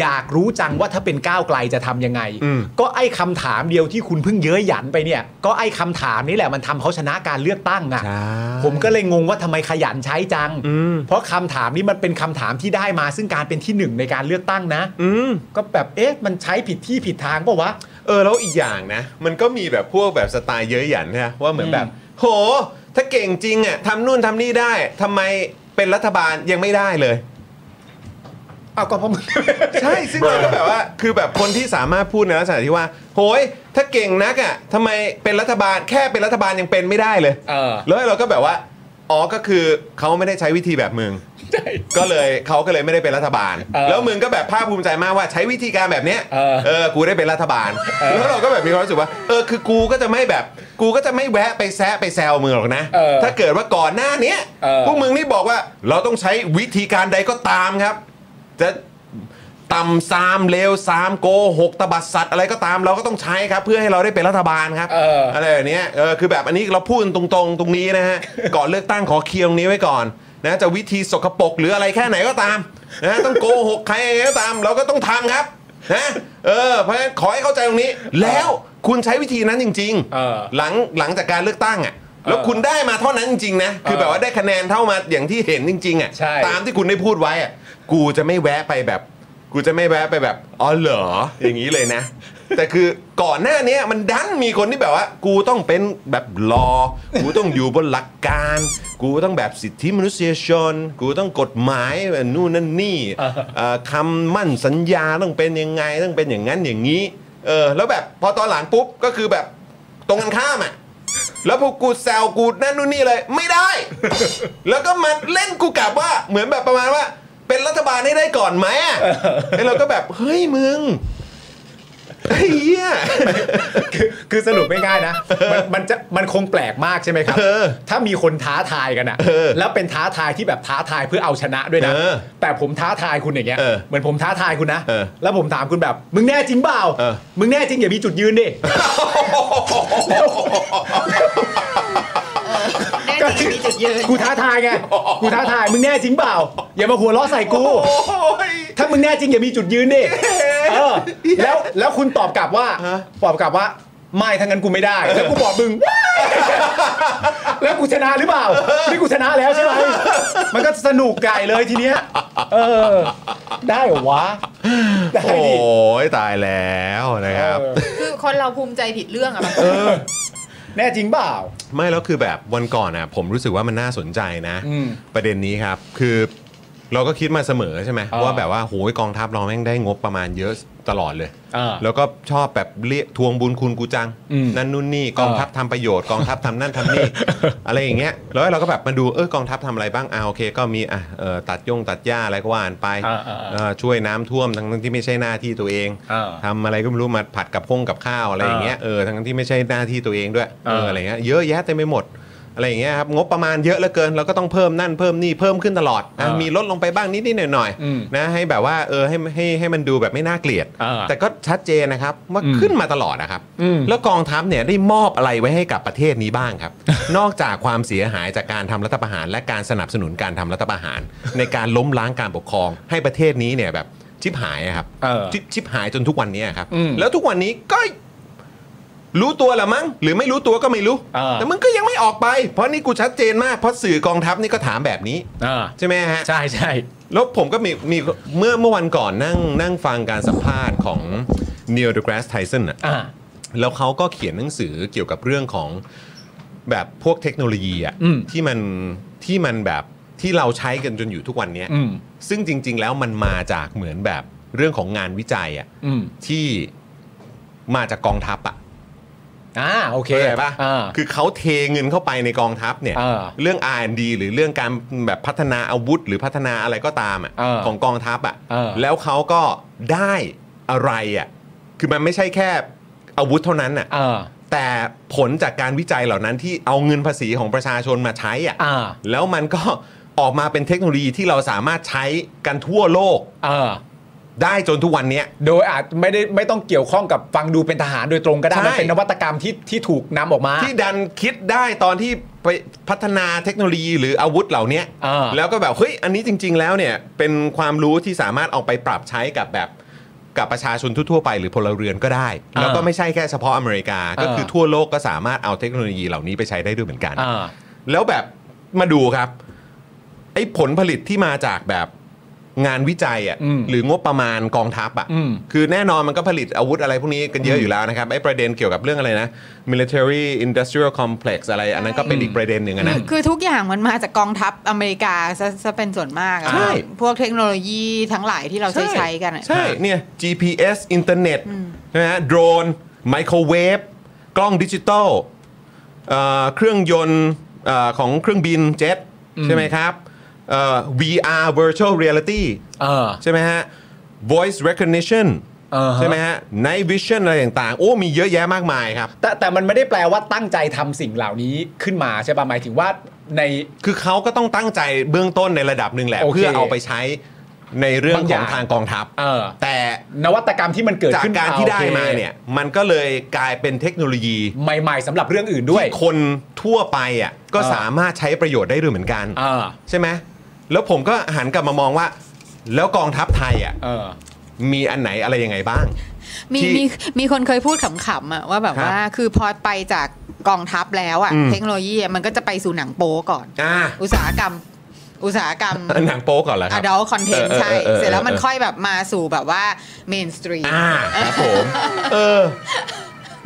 อยากรู้จังว่าถ้าเป็นก้าวไกลจะทำยังไง อืม ก็ไอ้คำถามเดียวที่คุณเพิ่งเย้ยหยันไปเนี่ย ก็ไอ้คำถามนี่แหละมันทำเขาชนะการเลือกตั้งอ่ะ ใช่ ผมก็เลยงงว่าทำไมขยันใช้จัง อืม เพราะคำถามนี้มันเป็นคำถามที่ได้มาซึ่งการเป็นที่หนึ่งในการเลือกตั้งนะ อืม ก็แบบเอ๊ะมันใช้ผิดที่ผิดทางเปล่าวะ เออแล้วอีกอย่างนะ มันก็มีแบบพวกแบบสไตล์เยอะหยันนะว่าเหมือนแบบ อืม โห ถ้าเก่งจริงอ่ะทำนู่นทำนี่ได้ทำไมเป็นรัฐบาลยังไม่ได้เลย เอาก็เพราะมึง ใช่ซึ่งเราก็แบบว่าคือแบบคนที่สามารถพูดในลักษณะที่ว่า โหย ถ้าเก่งนักอ่ะทำไมเป็นรัฐบาลแค่เป็นรัฐบาลยังเป็นไม่ได้เลย เออ แล้วเราก็แบบว่าอ๋อก็คือเขาไม่ได้ใช้วิธีแบบมึง ใช่ ก็เลยเขาก็เลยไม่ได้เป็นรัฐบาล เออ แล้วมึงก็แบบภาคภูมิใจมากว่าใช้วิธีการแบบเนี้ย เออ กูได้เป็นรัฐบาล แล้วเราก็แบบมีความรู้สึกว่า เออคือกูก็จะไม่แบบ กูก็จะไม่แวะไปแซะไปแซวมึงหรอกนะ เออ ถ้าเกิดว่าก่อนหน้าเนี้ย เออ พวกมึงนี่บอกว่าเราต้องใช้วิธีการใดก็ตามครับ จะต่ำซามเลวซามโกหกตบัดสัตว์อะไรก็ตามเราก็ต้องใช้ครับ เพื่อให้เราได้เป็นรัฐบาลครับ เอออ ไรแบบเนี้ยเออคือแบบอันนี้เราพูดตรงๆ ตรงนี้นะฮะ ก่อนเลือกตั้งขอเคลียร์ตรงนี้ไว้ก่อนนะจะวิธีสกปรกหรืออะไรแค่ไหนก็ตามนะต้องโกหกใครยังไงก็ตาม เราก็ต้องทำครับนะเออเพราะฉะนั้นขอให้เข้าใจตรงนี้ แล้วคุณใช้วิธีนั้นจริง เออ หลังหลังจากการเลือกตั้งอ่ะแล้วคุณได้มาเท่านั้นจริงๆนะคือ เออ แบบว่าได้คะแนนเท่ามาอย่างที่เห็นจริงๆอ่ะ ใช่ ตามที่คุณได้พูดไว้อ่ะกูจะไม่แวะไปแบบ กูจะไม่แวะไปแบบอ๋อเหรออย่างนี้เลยนะ แต่คือก่อนหน้าเนี้ยมันดันมีคนที่แบบว่า กูต้องเป็นแบบรอ กูต้องอยู่บนหลักการ กูต้องแบบสิทธิมนุษยชน กูต้องกฎหมายแบบนู่นนั่น นี่เอ่อคำมั่นสัญญาต้องเป็นยังไงต้องเป็นอย่างนั้นอย่างนี้เออแล้วแบบพอตอนหลังปุ๊บก็คือแบบตรงกันข้ามอ่ะ แล้วพอกูแซวกูนั่นนู่นนี่เลย ไม่ได้ แล้วก็มันเล่นกูกลับว่าเหมือนแบบประมาณว่า เป็นรัฐบาลให้ได้ก่อนไหมอะไอ้เราก็แบบเฮ้ยมึงไอ้เหี้ย คือ คือสรุปไม่ง่ายๆนะ มันมันจะมันคงแปลกมากใช่ไหมครับ เออ ถ้ามีคนท้าทายกันอะ เออ แล้วเป็นท้าทายที่แบบท้าทายเพื่อเอาชนะด้วยนะ เออ แต่ผมท้าทายคุณอย่างเงี้ย เออ มือนผมท้าทายคุณนะ เออ แล้วผมถามคุณแบบ มึงแน่จริงเปล่า เออ มึงแน่จริงอย่ามีจุดยืนดิ แน่จริงมีจุดยืน กูท้าทายไง กูท้าทาย มึงแน่จริงเปล่า อย่ามาหัวล้อใส่กู โอ้ย ถ้ามึงแน่จริงอย่ามีจุดยืนดิ เออ แล้วแล้วคุณตอบกลับว่า ฮะ ตอบกลับว่า ไม่ทั้างนั้นกูไม่ได้ แล้วกูบอกมึง แล้วกูชนะหรือเปล่า นี่กูชนะแล้วใช่ไหม มันก็สนุกไก่เลยทีเนี้ย เออ ได้เหรอวะ ได้ โอ้ ดยิตายแล้วนะครับ เออ คือคนเราภูมิใจผิดเรื่องอะบางที แน่จริงเปล่า ไม่แล้วคือแบบวันก่อนอ่ะผมรู้สึกว่ามันน่าสนใจนะ อืม ประเด็นนี้ครับ คือเราก็คิดมาเสมอใช่ไหม อ่า ว่าแบบว่าโหยกองทัพเราแม่งได้งบประมาณเยอะตลอดเลย อ่า แล้วก็ชอบแบบเรียกทวงบุญคุณกูจัง อืม นั่นนู่นนี่กองทัพทำประโยชน์กองทัพทำนั่นทำนี่ อะไรอย่างเงี้ยแล้วเราก็แบบมาดูเออกองทัพทำอะไรบ้างอ่าโอเค ก็มีอ่ะเอ่อตัดยงตัดหญ้าอะไรก็ว่ากันไป อ่าอ่าอ่า เอ่อช่วยน้ำท่วมทั้งๆที่ไม่ใช่หน้าที่ตัวเอง อ่า ทำอะไรก็ไม่รู้มาผัดกับพงกับข้าวอะไรอย่างเงี้ยเออทั้งๆที่ไม่ใช่หน้าที่ตัวเองด้วย เออ เอออ อะไรเงี้ยเยอะแยะเต็มไปหมดอะไรอย่างเงี้ยครับงบประมาณเยอะเหลือเกินเราก็ต้องเพิ่มนั่นเพิ่มนี่เพิ่มขึ้นตลอดอ่ะ อ่ามี มีลดลงไปบ้างนิดนิดหน่อยหน่อยๆ อืม นะให้แบบว่าเออให้ให้ให้มันดูแบบไม่น่าเกลียด อ่า แต่ก็ชัดเจนนะครับว่า อืม ขึ้นมาตลอดนะครับ อืม แล้วกองทัพเนี่ยได้มอบอะไรไว้ให้กับประเทศนี้บ้างครับ นอกจากความเสียหายจากการทำรัฐประหาร และการสนับสนุนการทำรัฐประหาร ในการล้มล้างการปกครอง ให้ประเทศนี้เนี่ยแบบชิบหายอะครับ เออ ชิบชิบหายจนทุกวันนี้ครับ อืม แล้วทุกวันนี้ก็รู้ตัวละมั้ง หรือไม่รู้ตัวก็ไม่รู้ อ่า แต่มึงก็ยังไม่ออกไป เพราะนี่กูชัดเจนมาก เพราะสื่อกองทัพนี่ก็ถามแบบนี้ อ่า ใช่ไหมฮะ ใช่ใช่ แล้วผมก็มีมีเมื่อเมื่อวันก่อนนั่งนั่งฟังการสัมภาษณ์ของ Neil deGrasse Tyson อ่ะ อ่า แล้วเขาก็เขียนหนังสือเกี่ยวกับเรื่องของแบบพวกเทคโนโลยีอ่ะ อืม ที่มันที่มันแบบที่เราใช้กันจนอยู่ทุกวันเนี้ย อืม ซึ่งจริง ๆ แล้วมันมาจากเหมือนแบบเรื่องของงานวิจัยอ่ะ อืม ที่มาจากกองทัพอ่ะ อ่า โอเค เข้าใจปะ อ่า คือเขาเทเงินเข้าไปในกองทัพเนี่ย เออ เรื่อง R&D หรือเรื่องการแบบพัฒนาอาวุธ หรือพัฒนาอะไรก็ตามอ่ะ เออ ของกองทัพอ่ะ เออ แล้วเขาก็ได้อะไรอ่ะคือมันไม่ใช่แค่อาวุธเท่านั้นอ่ะ เออ แต่ผลจากการวิจัยเหล่านั้นที่เอาเงินภาษีของประชาชนมาใช้อ่ะ อ่า แล้วมันก็ ออกมาเป็นเทคโนโลยีที่เราสามารถใช้กันทั่วโลก เออ ได้จนทุกวันเนี้ย โดยอาจไม่ได้ไม่ต้องเกี่ยวข้องกับฟังดูเป็นทหารโดยตรงก็ได้ ใช่ มันเป็นนวัตกรรมที่ที่ถูกนำออกมา ที่ดันคิดได้ตอนที่ไปพัฒนาเทคโนโลยีหรืออาวุธเหล่าเนี้ย อ่า แล้วก็แบบเฮ้ยอันนี้จริง ๆ แล้วเนี่ยเป็นความรู้ที่สามารถเอาไปปรับใช้กับแบบกับประชาชนทั่วๆไปหรือพลเรือนก็ได้ อ่า แล้วก็ไม่ใช่แค่เฉพาะอเมริกา ก็คือ เออ ทั่วโลกก็สามารถเอาเทคโนโลยีเหล่านี้ไปใช้ได้ด้วยเหมือนกัน อ่า แล้วแบบมาดูครับ ไอ้ผลผลิตที่มาจากแบบงานวิจัยอ่ะ อืม หรืองบประมาณกองทัพอ่ะ อืม คือแน่นอนมันก็ผลิตอาวุธอะไรพวกนี้กันเยอะอยู่แล้วนะครับไอ้ประเด็นเกี่ยวกับเรื่องอะไรนะ military industrial complex อะไรอันนั้นก็เป็นอีกประเด็นหนึ่งอะนะ คือทุกอย่างมันมาจากกองทัพอเมริกาซะซะเป็นส่วนมากอะ ใช่ พวกเทคโนโลยีทั้งหลายที่เราใช้ใช้กันอะ ใช่เนี่ย GPS อินเทอร์เน็ตนะฮะโดรนไมโครเวฟกล้องดิจิตอลเอ่อเครื่องยนต์เอ่อของเครื่องบินเจ็ตใช่ไหมครับเอ่อ VR virtual reality เออ ใช่ไหมฮะ voice recognition อ่าฮะ ใช่ไหมฮะ night vision อะไรต่างๆ โอ้ มีเยอะแยะมากมายครับ แต่แต่มันไม่ได้แปลว่าตั้งใจทำสิ่งเหล่านี้ขึ้นมาใช่ป่ะหมายถึงว่าใน คือเขาก็ต้องตั้งใจเบื้องต้นในระดับหนึ่งแหละ โอเค เพื่อเอาไปใช้ในเรื่อง บาง ข อย่า อง ง ทางกองทัพ เออ แต่ นวัตกรรมที่มันเกิด จาก ขึ้น การที่ได้ โอค มาเนี่ย มันก็เลยกลายเป็นเทคโนโลยี ใหม่ๆสำหรับเรื่องอื่นด้วย ที่คนทั่วไปอ่ะก็ อ่า สามารถใช้ประโยชน์ได้ด้วยเหมือนกัน เออ ใช่ไหมแล้วผมก็หันกลับมามองว่า แล้วกองทัพไทยอ่ะ เออ มีอันไหนอะไรยังไงบ้าง มี ที่ มีมีคนเคยพูดขำๆอะว่าแบบ ครับ ว่าคือพอไปจากกองทัพแล้วอะ อืม เทคโนโลยีอะมันก็จะไปสู่หนังโป๊ก่อน อ่า อุตสาหกรรม อุตสาหกรรม หนังโป๊ก่อนเหรอครับ adult content เออเออ ใช่ เออเออ เสร็จแล้วมันค่อยแบบมาสู่แบบว่า mainstream อ่าครับผม เออ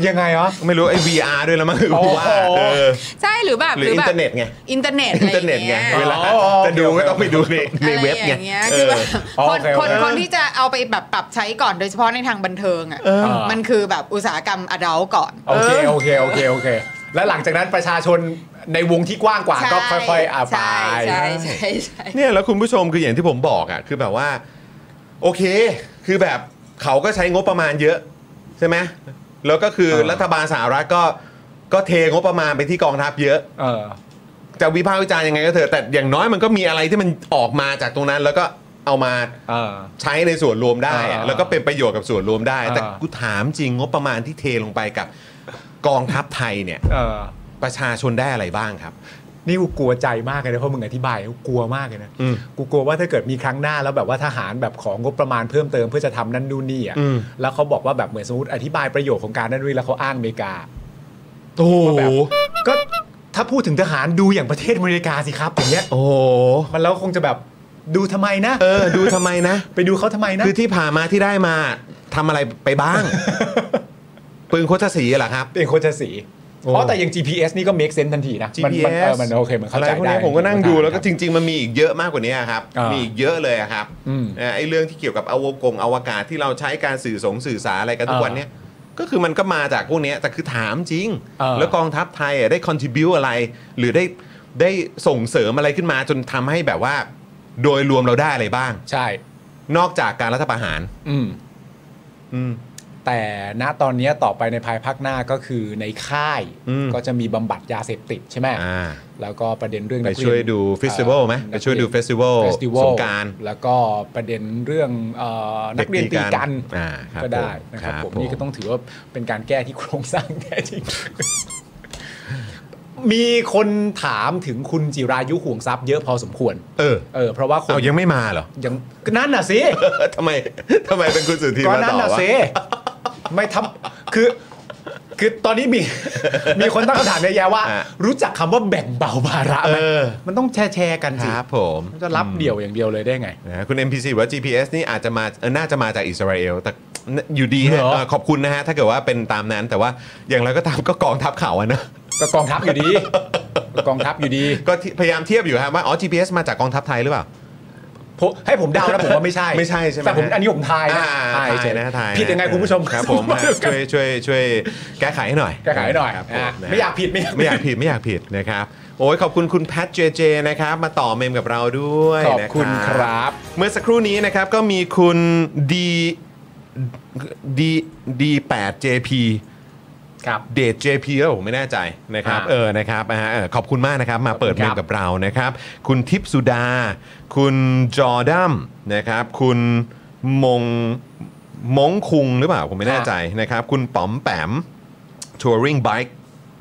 ยังไงวะ ไม่รู้ไอ้ VR ด้วยแล้วมั้งคือ โอ้โห ว่าเออ ใช่หรือแบบ หรืออิ แบ น บ เทอร์เน็ตไง อินเทอร์เน็ต อินเทอร์เน็ตไง อะ เว ไร ลา อย่างเงี้ย อ๋อ จะดู โอเค ก็ต้องไปดูในในเว็บ อะไงไรอย่างเงี้ย เอ คือ อ แบบ อ๋อ คน โอเคโอเค คนคนที่จะเอาไปแบบปรับใช้ก่อนโดยเฉพาะในทางบันเทิงอะ เออ มันคือแบบอุตสาหกรรม adult ก่อน โอเคโอเคโอเคโอเค และหลังจากนั้นประชาชนในวงที่กว้างกว่าก็ค่อยๆอาไป ใช่ใช่ใช่ใช่ เนี่ยแล้วคุณผู้ชมคืออย่างที่ผมบอกอ่ะคือแบบว่า โอเค คือแบบเขาก็ใช้งบประมาณเยอะใช่ไหมแล้วก็คือ เออ รัฐบาลสหรัฐก็ก็เทงบประมาณไปที่กองทัพเยอะ เออ จะวิพากษ์วิจารณ์ยังไงก็เถอะแต่อย่างน้อยมันก็มีอะไรที่มันออกมาจากตรงนั้น แล้วก็เอามา เออ ใช้ในส่วนรวมได้อะ อ่า แล้วก็เป็นประโยชน์กับส่วนรวมได้ แต่ อ่ากู กูถามจริงงบประมาณที่เทลงไปกับกองทัพไทยเนี่ย เออ ประชาชนได้อะไรบ้างครับ นี่กูกลัวใจมากเลยนะเพราะมึงอธิบายกูกลัวมากเลยนะ อืม กูกลัวว่าถ้าเกิดมีครั้งหน้าแล้วแบบว่าทหารแบบของงบประมาณเพิ่มเติมเพื่อจะทำนั่นนู่นนี่อ่ะ อืม แล้วเขาบอกว่าแบบเหมือนสมมติอธิบายประโยชน์ของการนั่นนู่นนี่แล้วเขาอ้างอเมริกา โอ้โห ก็ถ้าพูดถึงทหารดูอย่างประเทศอเมริกาสิครับอย่างเงี้ย โอ้โห มันแล้วคงจะแบบดูทำไมนะ เออ ดูทำไมนะ ไปดูเขาทำไมนะ คือที่ผ่านมาที่ได้มาทำอะไรไป บ้าง ปืนโคชสีเหรอครับ เป็นคนจะสี โอ้ อ๋อแต่อย่าง GPS นี่ก็ make sense ทันทีนะมันมันเอ GPS อมันโอเคมันเข้า อะไร ใจ พวก ได้ นี้ผมก็นั่งดูแล้วก็จริง ๆ มันมีอีกเยอะมากกว่านี้ครับ อ่ามีมีอีกเยอะเลยอะครับ อืม นะไอ้เรื่องที่เกี่ยวกับอวกงอวกาศที่เราใช้การสื่อสงสื่อสารอะไรกันทุก อ่า วันเนี้ยก็คือมันก็มาจากพวกเนี้ยแต่คือถามจริง อ่า แล้วกองทัพไทยอะได้ contribu อะไร หรือได้ได้ส่งเสริมอะไรขึ้นมาจนทำให้แบบว่า โดยรวมเราได้อะไรบ้าง ใช่ นอกจากการรัฐประหาร อืม อืม แต่ณตอนเนี้ยต่อไปในภายภาคหน้าก็คือในค่าย อืม ก็จะมีบำบัดยาเสพติดใช่ไหม อ่า แล้วก็ประเด็นเรื่อง ไป นักเรีน ช่วยดูเฟสติวัลไหม อ่อ ไปช่วยดูเฟสติวัล เฟสติวัล สงกรานต์ แล้วก็ประเด็นเรื่องเอ่อนักเรียนตีกัน อ่าครับ ก็ได้นะครับผมนี่ก็ต้องถือว่าเป็นการแก้ที่โครงสร้างแท้จริง มีคนถามถึงคุณจิรายุห่วงทรัพย์เยอะพอสมควร เออ เออเพราะว่าคน เอายังไม่มาเหร อ ยังนั่นน่ะสิ เออทำไมทำไมเป็นคุณสุธี ก็ มา นั่ ต่ น อ น่ะ วะ สิไม่ทำคือคือตอนนี้ มี มีคนตั้งคำถามเยอะแยะว่า รู้จักคำว่าแบ่งเบาภาระ เอ ไหม อ มันต้องแชร์แชร์กัน ค สิ รับผม มันจะรับเดี่ยวอย่างเดียวเลยได้ไง นะคุณ MPC บอกว่า GPS นี่อาจจะมาเออน่าจะมาจากอิสราเอลแต่อยู่ดีฮะ เหรอ เออขอบคุณนะฮะ ถ้าเกิดว่าเป็นตามนั้น แต่ว่าอย่างไรก็ตาม ก็กองทัพเขาอะนะ ก็กองทัพอยู่ดี ก็กองทัพอยู่ดี ก็ที่พยายามเทียบอยู่ฮะว่าอ๋อ GPS มาจากกองทัพไทยหรือเปล่า ผมให้ผมเดานะผมว่าไม่ใช่ ไม่ใช่ใช่ไหม แต่ผม ฮะ อันนี้ผมทายนะ อ่าไทย เฉ นะไทย ผิดยังไงคุณผู้ชม ครับผม าดูกัน ช่วยช่วยช่วยแก้ไขให้หน่อย แก้ไขให้หน่อย ครับผ อ่ะ นะฮะ ไม่อยากผิดไม่อยาก ไม่อยากผิดไม่อยากผิดนะครับ โอ้ยขอบคุณคุณแพทเจเจนะครับ มาต่อเมมกับเราด้วย ขอบ นะ คุณครับ เมื่อสักครู่นี้นะครับก็มีคุณดีดีดีแปดเจพี ครับ เดท JP แล้วผมไม่แน่ใจนะครับ อ่า เออนะครับนะฮะเออขอบคุณมากนะครับ มาเปิด ค เม รับ มกับเรานะครับ คุณทิพย์สุดา คุณจอดัมนะครับ คุณมงมงคุงหรือเปล่าผมไม่แน่ใจนะครับ คุณป๋อมแปม Touring Bike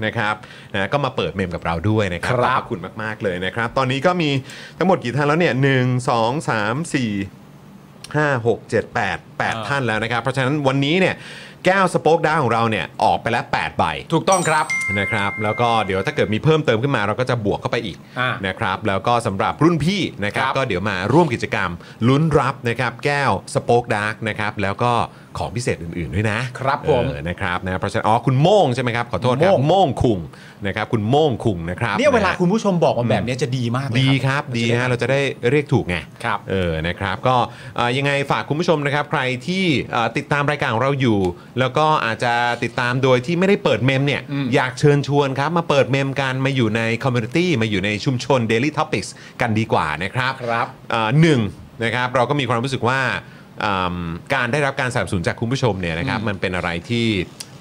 นะครับนะก็มาเปิดเมมกับเราด้วยนะครั ครัขอบบพะคุณมาก ๆ เลยนะครับ ตอนนี้ก็มีทั้งหมดกี่ท่านแล้วเนี่ย 1 2 3 4 5 6 7 8 8 ท่านแล้วนะครับ เพราะฉะนั้นวันนี้เนี่ยแก้วสโป๊กดาของเราเนี่ยออกไปแล้ว8ใบ ถูกต้องครับ นะครับ แล้วก็เดี๋ยวถ้าเกิดมีเพิ่มเติมขึ้นมาเราก็จะบวกเข้าไปอีก อ่า นะครับ แล้วก็สำหรับรุ่นพี่นะครับ ครับ ก็เดี๋ยวมาร่วมกิจกรรมลุ้นรับนะครับแก้วสโป๊กดาร์กนะครับแล้วก็ของพิเศษอื่น ๆ ด้วยนะ ครับผม เออนะครับนะเพราะฉะนั้นอ๋อคุณโม่งใช่ไหมครับขอโทษครับ โม่ง โม่งคุงนะครับคุณโม่งคุงนะครับ เนี่ยเวลา ะฮะ คุณผู้ชมบอกมาแบบเนี้ยจะดีมากเลย ดีครับดีฮะเราจะได้เรียกถูกไง ครับ เออนะครับก็เอ่อยังไงฝากคุณผู้ชมนะครับใครที่เอ่อติดตามรายการของเราอยู่ แล้วก็อาจจะติดตามโดยที่ไม่ได้เปิดเมมเนี่ย อืม อยากเชิญชวนครับมาเปิดเมมกันมาอยู่ในคอมมูนิตี้มาอยู่ในชุมชน Daily Topics กันดีกว่านะครับ ครับ อ่าหนึ่งนะครับเราก็มีความรู้สึกว่าอ่าการได้รับการสนับสนุนจากคุณผู้ชมเนี่ยนะครับมันเป็นอะไรที่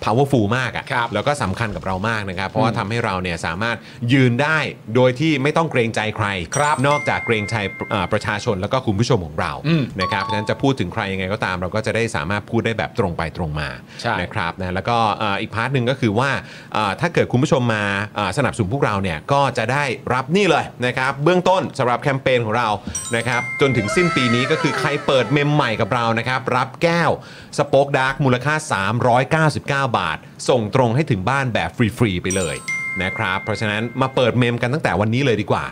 powerful มาก ครั อะ่ะ บ แล้วก็สำคัญกับเรามากนะครับ เพราะว่าทำให้เราเนี่ยสามารถยืนได้โดยที่ไม่ต้องเกรงใจใคร ครับ นอกจากเกรงใจอ่าประชาชนแล้วก็คุณผู้ชมของเรา อืม นะครับเพราะฉะนั้นจะพูดถึงใครยังไงก็ตาม เราก็จะได้สามารถพูดได้แบบตรงไปตรงมา ใช่ นะ ครับนะแล้วก็เอ่ออีกพาร์ทหนึ่งก็คือว่าเอ่อถ้าเกิดคุณผู้ชมมาเอ่อสนับสนุนพวกเราเนี่ยก็จะได้รับนี่เลยนะครับเบื้องต้นสำหรับแคมเปญของเรานะครับจนถึงสิ้นปีนี้ก็คือใครเปิดเมมใหม่กับเรานะครับรับแก้วสป็อกดาร์กมูลค่า 399 บาท ส่งตรงให้ถึงบ้านแบบฟรี ๆ ไปเลยนะครับเพราะฉะนั้นมาเปิดเมมกันตั้งแต่วันนี้เลยดีกว่า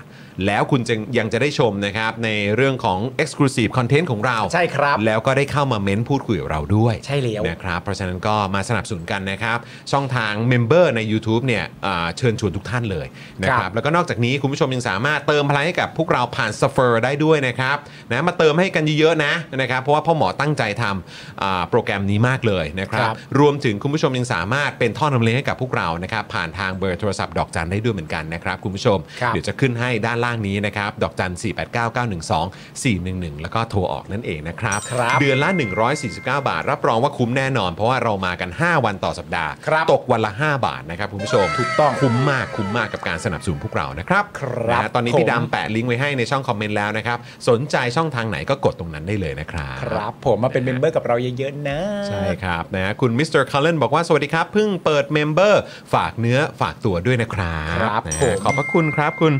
แล้วคุณจะยังจะได้ชมนะครับ ในเรื่องของ Exclusive Content ของเรา ใช่ครับ แล้วก็ได้เข้ามาเม้นพูดคุยกับเราด้วย ใช่แล้ว นะครับ เพราะฉะนั้นก็มาสนับสนุนกันนะครับ ช่องทางเมมเบอร์ใน YouTube เนี่ยอ่าเชิญชวนทุกท่านเลยนะค ครั รับ บ แล้วก็นอกจากนี้คุณผู้ชมยังสามารถเติมพลังให้กับพวกเราผ่านสเฟอร์ได้ด้วยนะครับนะมาเติมให้กันเยอะๆนะนะครับ เพราะว่าพ่อหมอตั้งใจทำอ่าโปรแกรมนี้มากเลยนะครับ ครับ รวมถึงคุณผู้ชมยังสามารถเป็นท่อนำเลี้ยงให้กับพวกเรานะครับผ่านทางเบอร์โทรศัพท์ดอกจันได้ด้วยเหมือนกันนะครับคุณผู้ชม ครับ เดี๋ยวจะขึ้นให้ด้านล่างนี้นะครับ ดอกจัน 4 8 9 9 1 2 4 1 1 แล้วก็โทรออกนั่นเองนะครับ ครับ เดือนละ 149 บาท รับรองว่าคุ้มแน่นอน เพราะว่าเรามากัน 5 วันต่อสัปดาห์ ครับ ตกวันละ 5 บาทนะครับคุณผู้ชม ถูกต้อง คุ้มมากคุ้มมากกับการสนับสนุนพวกเรานะครับ ครับ นะตอนนี้พี่ดำแปะลิงก์ไว้ให้ในช่องคอมเมนต์แล้วนะครับ สนใจช่องทางไหนก็กดตรงนั้นได้เลยนะครับ ครับ ผมมาเป็นเมมเบอร์กับเราเยอะๆนะ ใช่ครับนะคุณมิสเตอร์คาร์เลนบอกว่าสวัสดีครับ เพิ่งเปิดเมมเบอร์ฝากเนื้อฝากตัวด้วยนะครับ ครับ นะฮะ ผม ขอบพระคุณครับคุณ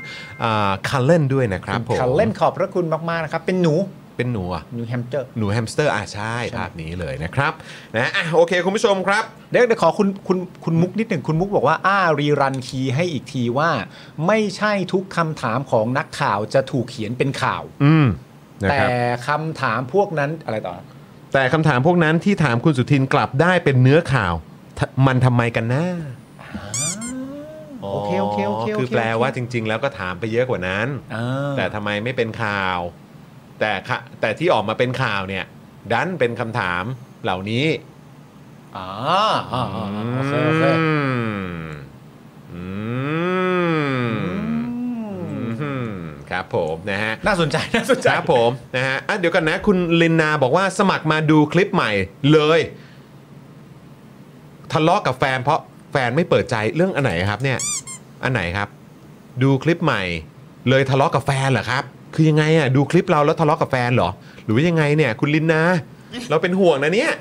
คาร์เลนด้วยนะครับผม คัลเล่นขอบพระคุณมากๆนะครับ เป็นหนู เป็นหนูอะ หนูแฮมสเตอร์ หนูแฮมสเตอร์อ่าใช่ ใช่ ภาพนี้เลยนะครับนะอ่ะโอเค คุณผู้ชมครับ เดี๋ยวเดี๋ยวขอคุณคุณคุณมุกนิดหนึ่งคุณมุกบอกว่าอ้ารีรันคีย์ให้อีกทีว่า ไม่ใช่ทุกคำถามของนักข่าวจะถูกเขียนเป็นข่าว อืมนะ แต่ ครับ คำถามพวกนั้นอะไรต่อ แต่คำถามพวกนั้นที่ถามคุณสุทินกลับได้เป็นเนื้อข่าวทะมันทำไมกันนะ โอเคโอเคโอเคโอเค คือแปลว่าจริง ๆ แล้วก็ถามไปเยอะกว่านั้น อ่า แต่ทำไมไม่เป็นข่าว แต่ค่ะแต่ที่ออกมาเป็นข่าวเนี่ย ดันเป็นคำถามเหล่านี้ อ่าอ่าอ่าโอเคโอเค อืมอืมอืมครับผมนะฮะ น่าสนใจ น่าสนใจ ครับผมนะฮะอ่ะเดี๋ยวกันนะ คุณลินนาบอกว่าสมัครมาดูคลิปใหม่เลย ทะเลาะกับแฟนเพราะแฟนไม่เปิดใจเรื่องอันไหนครับ เนี่ย อันไหนครับ ดูคลิปใหม่ เลยทะเลาะกับแฟนเหรอครับ คือยังไงอ่ะดูคลิปเราแล้วทะเลาะกับแฟนเหรอ หรือว่ายังไงเนี่ย คุณลินนะ เราเป็นห่วงนะเนี่ย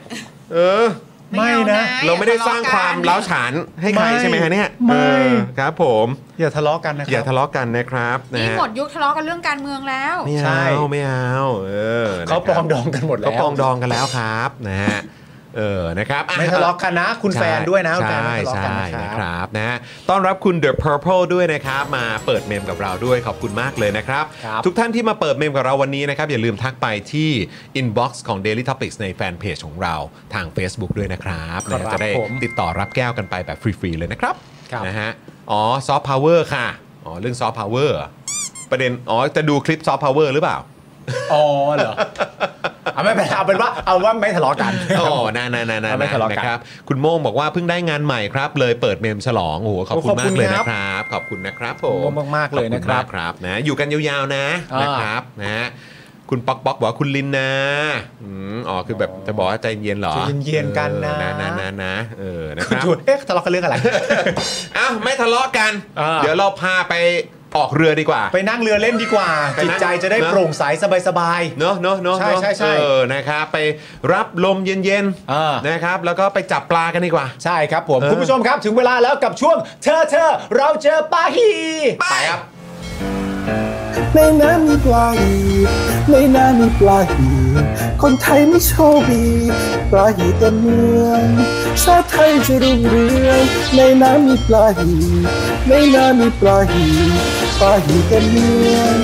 เออ ไม่ เอา นะ เราไม่ได้สร้างความ แล้ เล้าว ฉานให้ใคร ไม่ ใช่ไหมฮะเนี่ย ไม่ เออครับผม อย่าทะเลาะกันนะค อย่า รับ ทะเลาะกันนะครับนะ นี่ ฮะ หมดยุคทะเลาะกันเรื่องการเมืองแล้ว ไม่ ใช่ เอาไม่เอาเออ เขา นะ ป ค ร รับ องดองกันหมดแล้ว เขาปรองดองกันแล้วครับนะฮะเออนะครับอ่ ไม่ทะเลาะกันนะ คุณแฟนด้วยนะคุณแฟน ใช่ ไม่ทะเลาะ ใช่นะกันนะ ค ครัรับบนะฮะต้อนรับคุณ The Purple ด้วยนะครับ มาเปิดเมมกับเราด้วยขอบคุณมากเลยนะครับ ครับ ทุกท่านที่มาเปิดเมมกับเราวันนี้นะครับ อย่าลืมทักไปที่ inbox ของ Daily Topics ในแฟนเพจของเราทาง Facebook ด้วยนะครับ ครับ นะจะได้ ผม ติดต่อรับแก้วกันไปแบบฟรี ๆ เลยนะครับ ครับ นะฮะอ๋อซอฟต์พาวเวอร์ค่ะ อ๋อ เรื่องซอฟต์พาวเวอร์ประเด็นอ๋อจะดูคลิปซอฟต์พาวเวอร์หรือเปล่า อ๋อเหรอเอาไม่เป็นไรเอาเป็นว่าเอาว่าไม่ทะเลาะกัน โอ้นานานานา ไม่ทะเลาะกัน นะครับ คุณโม่งบอกว่าเพิ่งได้งานใหม่ครับ เลยเปิดเมมฉลอง โอ้โห ขอบคุณ โอ้ขอบ มา คุ ก ณ เลย ครั นะ บ ครับ ขอบคุณนะครับผม ขอบคุณมากๆเลยนะครัขอณบมากครับ นะ อยู่กันยาวๆนะ นะครับนะฮะคุณป๊อกป๊อกบอกว่าคุณลินนะอืมอ๋อ คือแบบจะบอกว่าใจเย็นเหรอ ใจเย็นๆกันนะ เออนะนะนะเออ นะค คุณ รับ ชวนเอ๊ะทะเลาะกันเรื่องอะไร อ้าวไม่ทะเลาะกัน อ่า เดี๋ยวเราพาไปออกเรือดีกว่า ไปนั่งเรือเล่นดีกว่า ไป จิต นั่ง ใจจะได้ นะ โปร่งใสสบาย เนอะเนอะเนอะ ใช่ใช่ใช่ เออ นะครับ ไปรับลมเย็น ๆอ่า ๆ นะครับ แล้วก็ไปจับปลากันดีกว่า ใช่ครับผม เออ คุณผู้ชมครับถึงเวลาแล้วกับช่วง เธอเธอเราเจอปาฮี ไปครับ ในน้ำมีปลาหีในน้ำมีปลาหีคนไทยไม่โชคดีปลาหีเต็มเมือง ชาติไทยจะรุ่งเรืองในน้ำมีปลาหีในน้ำมีปลาหีปลาหีเต็มเมือง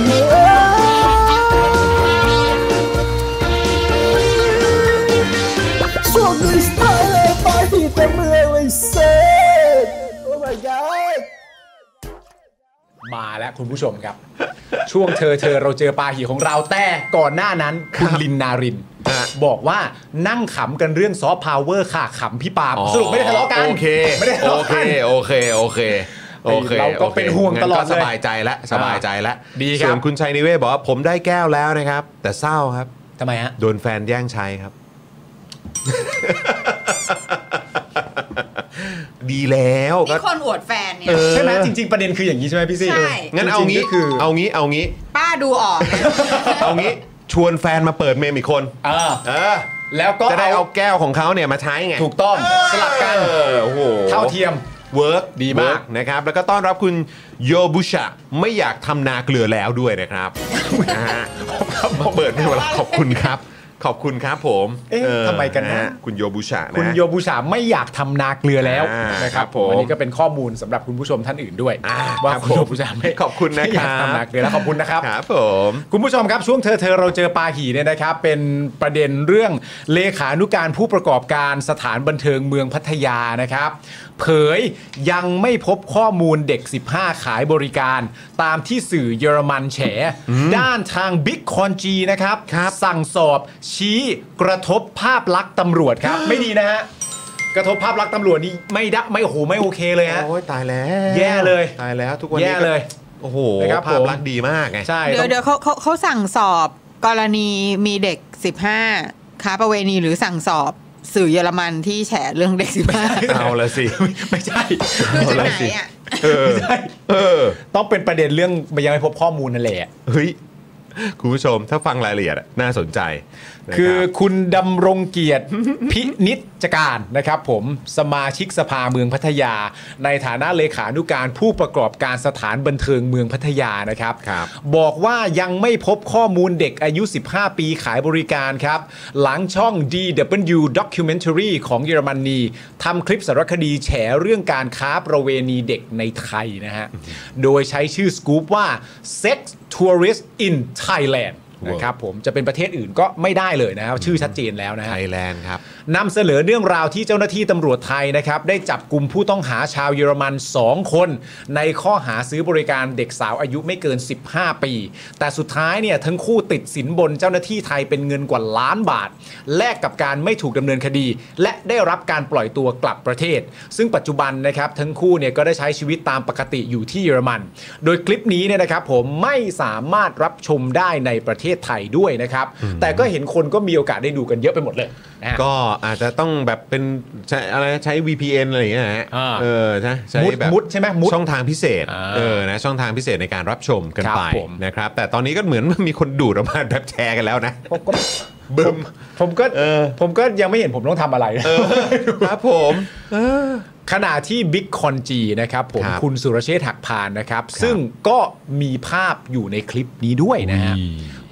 โชคดีสไตล์เลยปลาหีเต็มเมืองเลยเซ็ต Oh my god มาแล้วคุณผู้ชมครับ ช่วงเธอเธอเราเจอปาหีของเราแต่ก่อนหน้านั้น คุณลินนาริน ฮะ บอกว่านั่งขำกันเรื่องซอฟต์พาวเวอร์ค่ะขำพี่ปาล์ม อ๋อ สรุปไม่ได้ทะเลาะกัน โอเค ไม่ได้ทะ โอ เลาะ เค กัน โอเคโอเคโอเค เราก็เป็น โค ห่วงตลอด งั้น เลย ก็สบายใจละสบายใจละ ดีครับ ส่วนคุณชัยนิเวศบอกว่าผมได้แก้วแล้วนะครับ แต่เศร้าครับ ทำไมฮะ โดนแฟนแย่งใช้ ครับ ดีแล้วก็ นี่คนอวดแฟนเนี่ย เออ ใช่ไหมจริง ๆ ประเด็นคืออย่างนี้ใช่ไหมพี่ซี่ ใช่ งั้นเอางี้ จริๆก็คือ เอางี้เอางี้ ป้าดูออกเลย เอางี้ชวนแฟนมาเปิดเมมอีกคน เออ เออ แล้วก็ จะได้เอาแก้วของเขาเนี่ยมาใช้ไง ถูกต้องสลับกัน เออโอ้โห เท่าเทียม เวิร์ก ดีมาก เวิร์นะครับแล้วก็ต้อนรับคุณโยบุชะไม่ อยากทำนาเกลือแล้วด้วยนะครับนะฮะมาเปิดในเวลาขอบคุณครับ ขอบคุณครับผม เอ๊ะทำไมกันนะ ฮคุณโยบุชะนะ คุณโยบูชาไม่อยากทำนาเกลือแล้ว อ่าน นะครัครับบผม วันนี้ก็เป็นข้อมูลสำหรับคุณผู้ชมท่านอื่นด้วย อ่า ว่า ครับ คุณโยบูชาไม่ ขอบคุณนะครับ ไม่อยากทำนาเกลือแล้วขอบคุณนะครับ ครับผม คุณผู้ชมครับช่วงเธอเธอเราเจอปาหีเนี่ยนะครับ เป็นประเด็นเรื่องเลขานุการผู้ประกอบการสถานบันเทิงเมืองพัทยานะครับ เผยยังไม่พบข้อมูลเด็ก 15 ขายบริการ ตามที่สื่อเยอรมันแฉ ด้านทางบิ๊กคอนจีนะครับ สั่งสอบชี้กระทบภาพลักษณ์ตำรวจ ครับ ไม่ดีนะฮะกระทบภาพลักษณ์ตำรวจนี่ไม่ได้ไม่โอ้โหไม่โอเคเลยฮะ โอ้ยตายแล้ว แย่เลย ตายแล้วทุกวันนี้ แย่เลย ก็โอ้โห นะครับ ภาพ ผม ลักษณ์ดีมากไง ใช่ เดี๋ ต้ ยวอง เดี๋ยวเขาเขาเขาสั่งสอบกรณีมีเด็ก 15 ค้าประเวณีหรือสั่งสอบสื่อเยอรมันที่แฉเรื่องเด็ก 15 เอาละสิ ไม่ใช่ คือจากไหนอ่ะ เออ เออ ต้องเป็นประเด็นเรื่องยังไม่พบข้อมูลนั่นแหละ เฮ้ย คุณผู้ชมถ้าฟังรายละเอียดอะน่าสนใจนะ คือ รับ คุณดำรงเกียรติ พินิจการนะครับผมสมาชิกสภาเมืองพัทยา ในฐานะเลขานุการผู้ประกอบการสถานบันเทิงเมืองพัทยานะครับ ครับ บอกว่ายังไม่พบข้อมูลเด็กอายุ 15 ปีขายบริการครับ หลังช่อง DW Documentary ของเยอรมนีทำคลิปสารคดีแฉเรื่องการค้าประเวณีเด็กในไทยนะฮะ โดยใช้ชื่อสกู๊ปว่า Sex Tourist in Thailand นะครับผมจะเป็นประเทศอื่นก็ไม่ได้เลยนะครับ ชื่อชัดเจนแล้วนะ ไท ฮะ ยแลนด์ครับ นำเสนอเรื่องราวที่เจ้าหน้าที่ตำรวจไทยนะครับ ได้จับกลุ่มผู้ต้องหาชาวเยอรมัน 2 คน ในข้อหาซื้อบริการเด็กสาวอายุไม่เกิน 15 ปี แต่สุดท้ายเนี่ยทั้งคู่ติดสินบนเจ้าหน้าที่ไทยเป็นเงินกว่าล้านบาท แลกกับการไม่ถูกดำเนินคดี และได้รับการปล่อยตัวกลับประเทศ ซึ่งปัจจุบันนะครับทั้งคู่เนี่ยก็ได้ใช้ชีวิตตามปกติอยู่ที่เยอรมัน โดยคลิปนี้เนี่ยนะครับผมไม่สามารถรับชมได้ในประเทศไทยด้วยนะครับแต่ก็เห็นคนก็มีโอกาสได้ดูกันเยอะไปหมดเลยนะฮะ ก็อาจจะต้องแบบเป็นใช้อะไรใช้ VPN อะไรอย่างเงี้ยฮะ อ่า เออนะใช้ มุด แบบ มุดใช่ไหมมุด ช่องทางพิเศษ อ่า เออนะช่องทางพิเศษในการรับชมกัน ครับ ไป ผม นะครับ แต่ตอนนี้ก็เหมือนมีคนดูดออกมาแบบแชร์กันแล้วนะ ก็ บึม ผมก็ เออ ผมก็ยังไม่เห็นผมต้องทำอะไร ครับผม ขณะที่บิ๊กคอนจีนะครับผม ครับ คุณสุรเชษฐ์หักพานนะครับ ซึ่งก็มีภาพอยู่ในคลิปนี้ด้วยนะฮะ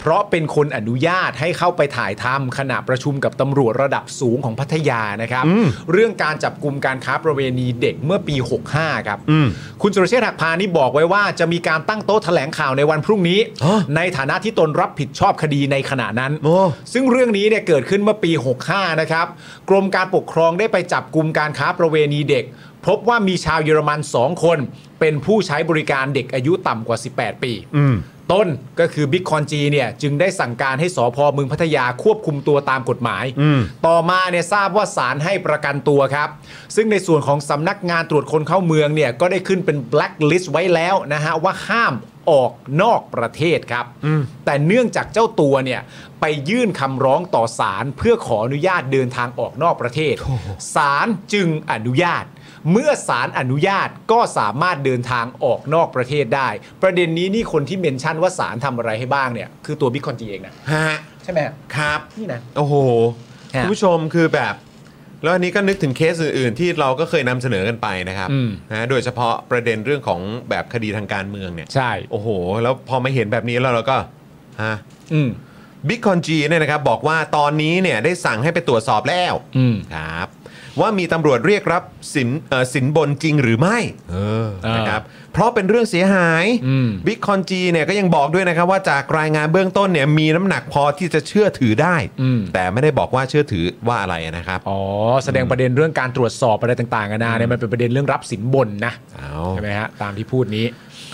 เพราะเป็นคนอนุญาตให้เข้าไปถ่ายทำขณะประชุมกับตำรวจระดับสูงของพัทยานะครับ เรื่องการจับกลุ่มการค้าประเวณีเด็กเมื่อปี 65 ครับ อืม คุณสุรเชษฐ์หักพานนี่บอกไว้ว่าจะมีการตั้งโต๊ะแถลงข่าวในวันพรุ่งนี้ ฮะ ในฐานะที่ตนรับผิดชอบคดีในขณะนั้น โอ้ ซึ่งเรื่องนี้เนี่ยเกิดขึ้นเมื่อปี 65 นะครับ กรมการปกครองได้ไปจับกลุ่มการค้าประเวณีเด็ก พบว่ามีชาวเยอรมัน 2 คน เป็นผู้ใช้บริการเด็กอายุต่ำกว่า 18 ปี อืม ต้นก็คือบิ๊กคอนจีเนี่ยจึงได้สั่งการให้สอพอเมืองพัทยาควบคุมตัวตามกฎหมาย อืม ต่อมาเนี่ยทราบว่าศาลให้ประกันตัวครับ ซึ่งในส่วนของสำนักงานตรวจคนเข้าเมืองเนี่ยก็ได้ขึ้นเป็นแบล็คลิสต์ไว้แล้วนะฮะ ว่าห้ามออกนอกประเทศครับ แต่เนื่องจากเจ้าตัวเนี่ย ไปยื่นคำร้องต่อศาลเพื่อขออนุญาตเดินทางออกนอกประเทศศาลจึงอนุญาต เมื่อศาลอนุญาตก็สามารถเดินทางออกนอกประเทศได้ ประเด็นนี้นี่คนที่เมนชั่นว่าศาลทำอะไรให้บ้างเนี่ยคือตัวบิ๊กคอนจีเองนะ ฮะ ใช่ไหมฮะ ครับ นี่นะ โอ้โห ฮะ คุณผู้ชมคือแบบ แล้วอันนี้ก็นึกถึงเคสอื่นๆ ที่เราก็เคยนำเสนอกันไปนะครับ อืม นะโดยเฉพาะประเด็นเรื่องของแบบคดีทางการเมืองเนี่ย ใช่ โอ้โห แล้วพอมาเห็นแบบนี้แล้วเราก็ฮะ อืม บิ๊กคอนจีเนี่ยนะครับบอกว่าตอนนี้เนี่ยได้สั่งให้ไปตรวจสอบแล้ว อืม ครับ ว่ามีตำรวจเรียกรับสินเอ่อสินบนจริงหรือไม่เออ อ่าน นะครับเพราะเป็นเรื่องเสียหาย อืม บิ๊กคอนจีเนี่ยก็ยังบอกด้วยนะครับว่าจากรายงานเบื้องต้นเนี่ยมีน้ำหนักพอที่จะเชื่อถือได้ แต่ไม่ได้บอกว่าเชื่อถือว่าอะไรนะครับ อ๋อ แสดงประเด็นเรื่องการตรวจสอบอะไรต่างๆกันานาเนี่ยมันเป็นประเด็นเรื่องรับสินบนนะ เอา ใช่ไหมฮะตามที่พูดนี้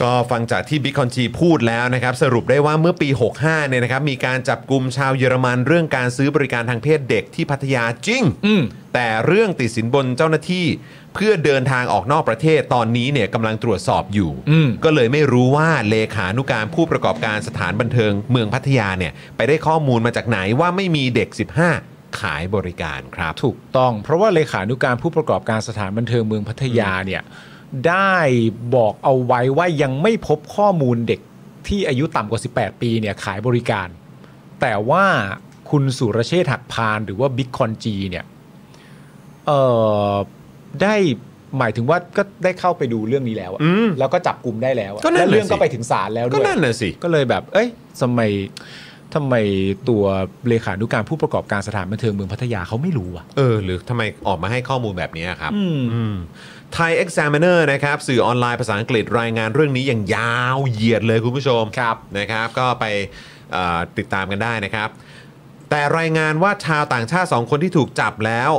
ก็ฟังจากที่บิ๊กคอนจีพูดแล้วนะครับ สรุปได้ว่าเมื่อปี 65 เนี่ยนะครับ มีการจับกลุ่มชาวเยอรมันเรื่องการซื้อบริการทางเพศเด็กที่พัทยาจริง อืม แต่เรื่องติดสินบนเจ้าหน้าที่ เพื่อเดินทางออกนอกประเทศตอนนี้เนี่ยกำลังตรวจสอบอยู่ อืม ก็เลยไม่รู้ว่าเลขานุการผู้ประกอบการสถานบันเทิงเมืองพัทยาเนี่ยไปได้ข้อมูลมาจากไหนว่าไม่มีเด็ก 15 ขายบริการครับ ถูกต้องเพราะว่าเลขานุการผู้ประกอบการสถานบันเทิงเมืองพัทยาเนี่ยได้บอกเอาไว้ว่ายังไม่พบข้อมูลเด็กที่อายุต่ำกว่า 18 ปีเนี่ยขายบริการ แต่ว่าคุณสุรเชษฐ์หักพานหรือว่าบิ๊กคอนจีเนี่ยเอ่อได้หมายถึงว่าก็ได้เข้าไปดูเรื่องนี้แล้วอะ อืม แล้วก็จับกลุ่มได้แล้วอะ ก็นั่นน่ะและเรื่องก็ สิ ไปถึงศาลแล้ว ก็ ด้วย นั่นน่ะสิ ก็เลยแบบ เอ้ยทำไม ทำไมตัวเลขานุการผู้ประกอบการสถานบันเทิงเมืองพัทยาเขาไม่รู้อ่ะ เออ หรือทำไมออกมาให้ข้อมูลแบบนี้ครับ อืม อืมไทย Examiner นะครับ สื่อออนไลน์ภาษาอังกฤษรายงานเรื่องนี้อย่างยาวเหยียดเลยคุณผู้ชมครับนะครับ ก็ไปเอ่อติดตามกันได้นะครับ แต่รายงานว่าชาวต่างชาติ 2 คนที่ถูกจับแล้ว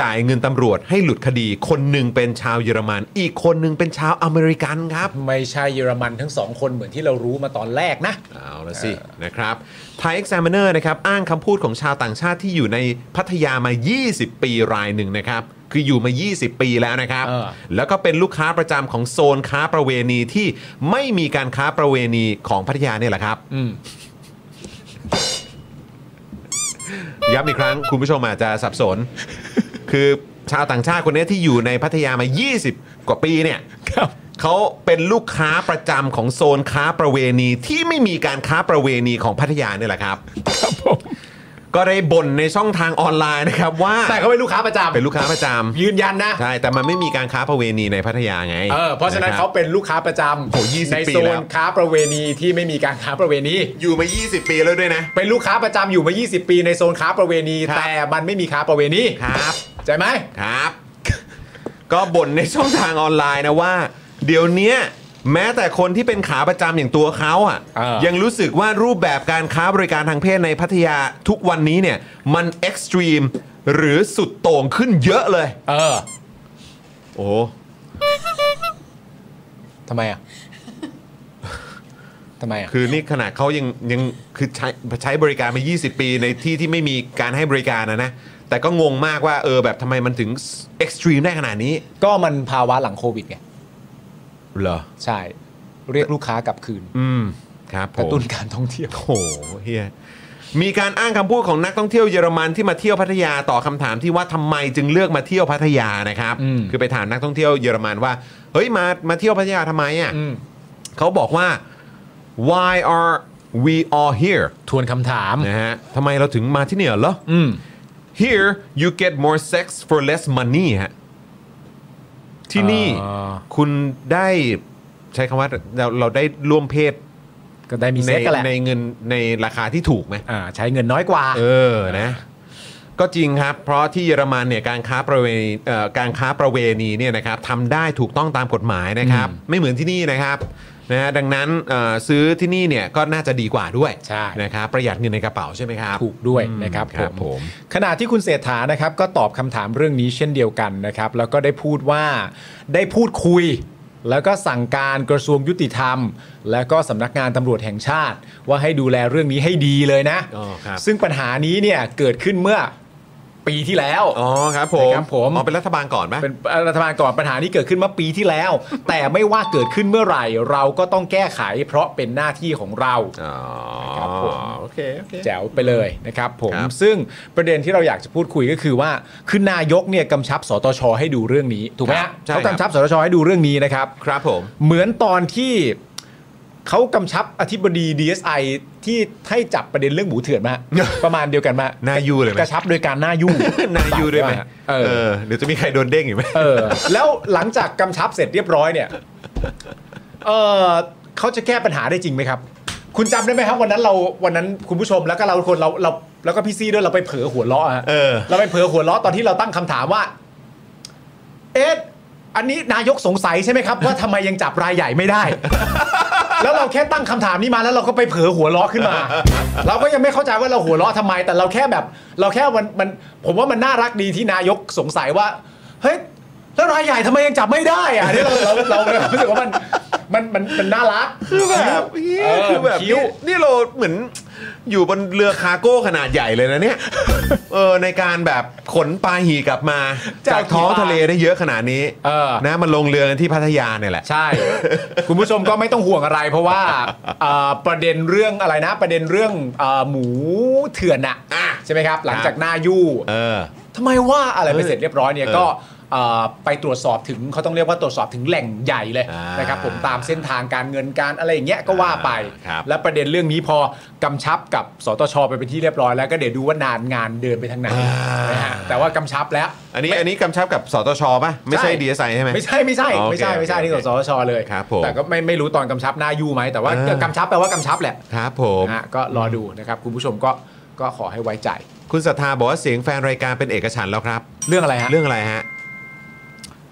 จ่ายเงินตำรวจให้หลุดคดี คนหนึ่งเป็นชาวเยอรมัน อีกคนหนึ่งเป็นชาวอเมริกันครับ ไม่ใช่เยอรมันทั้งสองคนเหมือนที่เรารู้มาตอนแรกนะ เอาละสินะครับไทย Examiner นะครับอ้างคำพูดของชาวต่างชาติที่อยู่ในพัทยามา 20 ปีรายหนึ่งนะครับ คืออยู่มา 20 ปีแล้วนะครับ เออ แล้วก็เป็นลูกค้าประจำของโซนค้าประเวณีที่ไม่มีการค้าประเวณีของพัทยาเนี่ยแหละครับ อืม ย้ำอีกครั้งคุณผู้ชมอาจจะสับสน คือชาวต่างชาติคนนี้ที่อยู่ในพัทยามา 20 กว่าปีเนี่ย ครับ เขาเป็นลูกค้าประจำของโซนค้าประเวณีที่ไม่มีการค้าประเวณีของพัทยาเนี่ยแหละครับ ครับผม ก็ได้บ่นในช่องทางออนไลน์นะครับว่า แต่เขาเป็นลูกค้าประจำ เป็นลูกค้าประจำ ยืนยันนะ ใช่แต่มันไม่มีการค้าประเวณีในพัทยาไง เออเพราะฉะนั้น คบ เขาเป็นลูกค้าประจำ โอ้โห20 ใน ปี โซ แล้ น ว ค้าประเวณีที่ไม่มีการค้าประเวณี อยู่มา 20 ปีแล้วด้วยนะ เป็นลูกค้าประจำอยู่มา 20 ปีในโซนค้าประเวณี ครับ แต่มันไม่มีค้าประเวณี ครับ ใช่ไหม ครับ ก็บ่นในช่องทางออนไลน์นะว่า เดี๋ยวเนี้ยแม้แต่คนที่เป็นขาประจำอย่างตัวเขาอ่ะ เออ ยังรู้สึกว่ารูปแบบการค้าบริการทางเพศในพัทยาทุกวันนี้เนี่ยมันเอ็กซ์ตรีมหรือสุดโต่งขึ้นเยอะเลย เออ โอ้ ทำไมอ่ ะทำไมอ่ะ คือนี่ขนาดเขายังยังคือใช้ใช้บริการมา 20 ปีในที่ที่ไม่มีการให้บริการนะนะ แต่ก็งงมากว่าเออแบบทำไมมันถึงเอ็กซ์ตรีมได้ขนาดนี้ ก็มันภาวะหลังโควิดไง เหรอ ใช่ เรียกลูกค้ากลับคืน อืม ครับผ กระ ม ตุ้นการท่องเที่ยว โอ้โหเฮียมีการอ้างคำพูดของนักท่องเที่ยวเยอรมันที่มาเที่ยวพัทยาต่อคำถามที่ว่าทำไมจึงเลือกมาเที่ยวพัทยานะครับ อืม คือไปถามนักท่องเที่ยวเยอรมันว่า เฮ้ยมามาเที่ยวพัทยาทำไมอ่ะ อืม เขาบอกว่า why are we all here ทวนคำถาม นะฮะทำไมเราถึงมาที่เนี่ยเหรอ อืม Here you get more sex for less money ฮะที่นี่ อ่า คุณได้ใช้คำว่าเราเราได้ร่วมเพศ ก็ได้มี ใน เซ็กกันแหละ ในเงินในราคาที่ถูกไหม อ่า ใช้เงินน้อยกว่า เออนะ ก็จริงครับ เพราะที่เยอรมันเนี่ยการค้าประเวณีเอ่อการค้าประเวณีเนี่ยนะครับทำได้ถูกต้องตามกฎหมายนะครับ อืม ไม่เหมือนที่นี่นะครับนะฮะดังนั้นเอ่อซื้อที่นี่เนี่ยก็น่าจะดีกว่าด้วย ใช่ นะครับประหยัดเงินในกระเป๋าใช่ไหมครับ ถูกด้วยนะครับ อืมครับผม ขณะที่คุณเศรษฐานะครับก็ตอบคำถามเรื่องนี้เช่นเดียวกันนะครับ แล้วก็ได้พูดว่าได้พูดคุย แล้วก็สั่งการกระทรวงยุติธรรม และก็สำนักงานตำรวจแห่งชาติ ว่าให้ดูแลเรื่องนี้ให้ดีเลยนะ อ๋อครับ ซึ่งปัญหานี้เนี่ยเกิดขึ้นเมื่อปีที่แล้ว อ๋อครับผม นะครับผม อ๋อเป็นรัฐบาลก่อนไหม เป็นรัฐบาลก่อนปัญหานี้เกิดขึ้นเมื่อปีที่แล้ว แต่ไม่ว่าเกิดขึ้นเมื่อไหร่ เราก็ต้องแก้ไข เพราะเป็นหน้าที่ของเรา อ๋อ ครับผม โอเค โอเค แจ๋วไปเลยนะครับผม ครับ ซึ่งประเด็นที่เราอยากจะพูดคุยก็คือว่าคือนายกเนี่ยกำชับสตชให้ดูเรื่องนี้ถูกไหมฮะเขากำชับสตชให้ดูเรื่องนี้นะครับ ครับผม เหมือนตอนที่เขากำชับอธิบดี DSI ที่ให้จับประเด็นเรื่องหมูเถื่อนมา ประมาณเดียวกันมา หน้ายู่เลยไหม กระชับโดยการหน้ายู่ นายยูด้วยไหม เออ เดี๋ยวจะมีใครโดนเด้งอีกไหม เออแล้วหลังจากกำชับเสร็จเรียบร้อยเนี่ยเออเขาจะแก้ปัญหาได้จริงไหมครับ คุณจำได้ไหมครับวันนั้นเราวันนั้นคุณผู้ชมแล้วก็เราทุกคนเราเราแล้วก็พี่ซีด้วยเราไปเผลอหัวล้อฮะ เออ เราไปเผลอหัวล้อตอนที่เราตั้งคำถามว่า เอ๊ะอันนี้นายกสงสัยใช่ไหมครับ ว่าทำไมยังจับรายใหญ่ไม่ได้ แล้วเราแค่ตั้งคำถามนี้มาแล้วเราก็ไปเผลอหัวล้อขึ้นมา เราก็ยังไม่เข้าใจว่าเราหัวล้อทำไม แต่เราแค่แบบ เราแค่มันมันผมว่ามันน่ารักดีที่นายกสงสัยว่าเฮ้ยแล้วรายใหญ่ทำไมยังจับไม่ได้อะอันนี่เราเราเราเรารู้สึกว่ามันมันมันมันน่ารัก คือแบบ เอ เหี้ย อ คือแบบ คิ้ว นี่นี่เราเหมือนอยู่บนเรือคาร์โก้ขนาดใหญ่เลยนะ เนี่ย เออ ในการแบบขนปลาหีกลับมา จะ จาก เอากี่ ท้อง ปลา ทะเลได้เยอะขนาดนี้ เออ นะมันลงเรือกันที่พัทยาเนี่ยแหละ ใช่ คุณผู้ชมก็ไม่ต้องห่วงอะไร เพราะว่าเอ่อประเด็นเรื่องอะไรนะ ประเด็นเรื่องเอ่อหมูเถื่อนอะ อ่ะ ใช่ไหมครับ หลัง ครับ จากหน้ายู่ เออ ทำไมว่าอะไรไปเสร็จเรียบร้อยเนี่ย เออ ก็ เอ่อไปตรวจสอบถึงเขาต้องเรียกว่าตรวจสอบถึงแหล่งใหญ่เลย อ่าน นะครับผมตามเส้นทางการเงินการอะไรอย่างเงี้ยก็ว่าไป ครับ และประเด็นเรื่องนี้พอกำชับกับสตชไปเป็นที่เรียบร้อยแล้วก็เดี๋ยวดูว่านานงานเดินไปทางไหน อ่าน นะฮะแต่ว่ากำชับแล้ว อันนี้อันนี้กำชับกับสตชป่ะ ไม่ใช่ดีเอสไอใช่ไหม ไม่ใช่ไม่ใช่ โอเค ไม่ใช่ไม่ใช่ โอเค ที่สสชเลย ครับผม แต่ก็ไม่ไม่รู้ตอนกำชับหน้ายูไหมแต่ว่าก็กำชับแปลว่ากำชับแหละ ครับผม นะฮะก็รอดูนะครับคุณผู้ชมก็ก็ขอให้ไว้ใจ คุณศรัทธาบอกว่าเสียงแฟนรายการเป็นเอกฉันท์แล้วครับ เรื่องอะไรฮะ เรื่องอะไรฮะ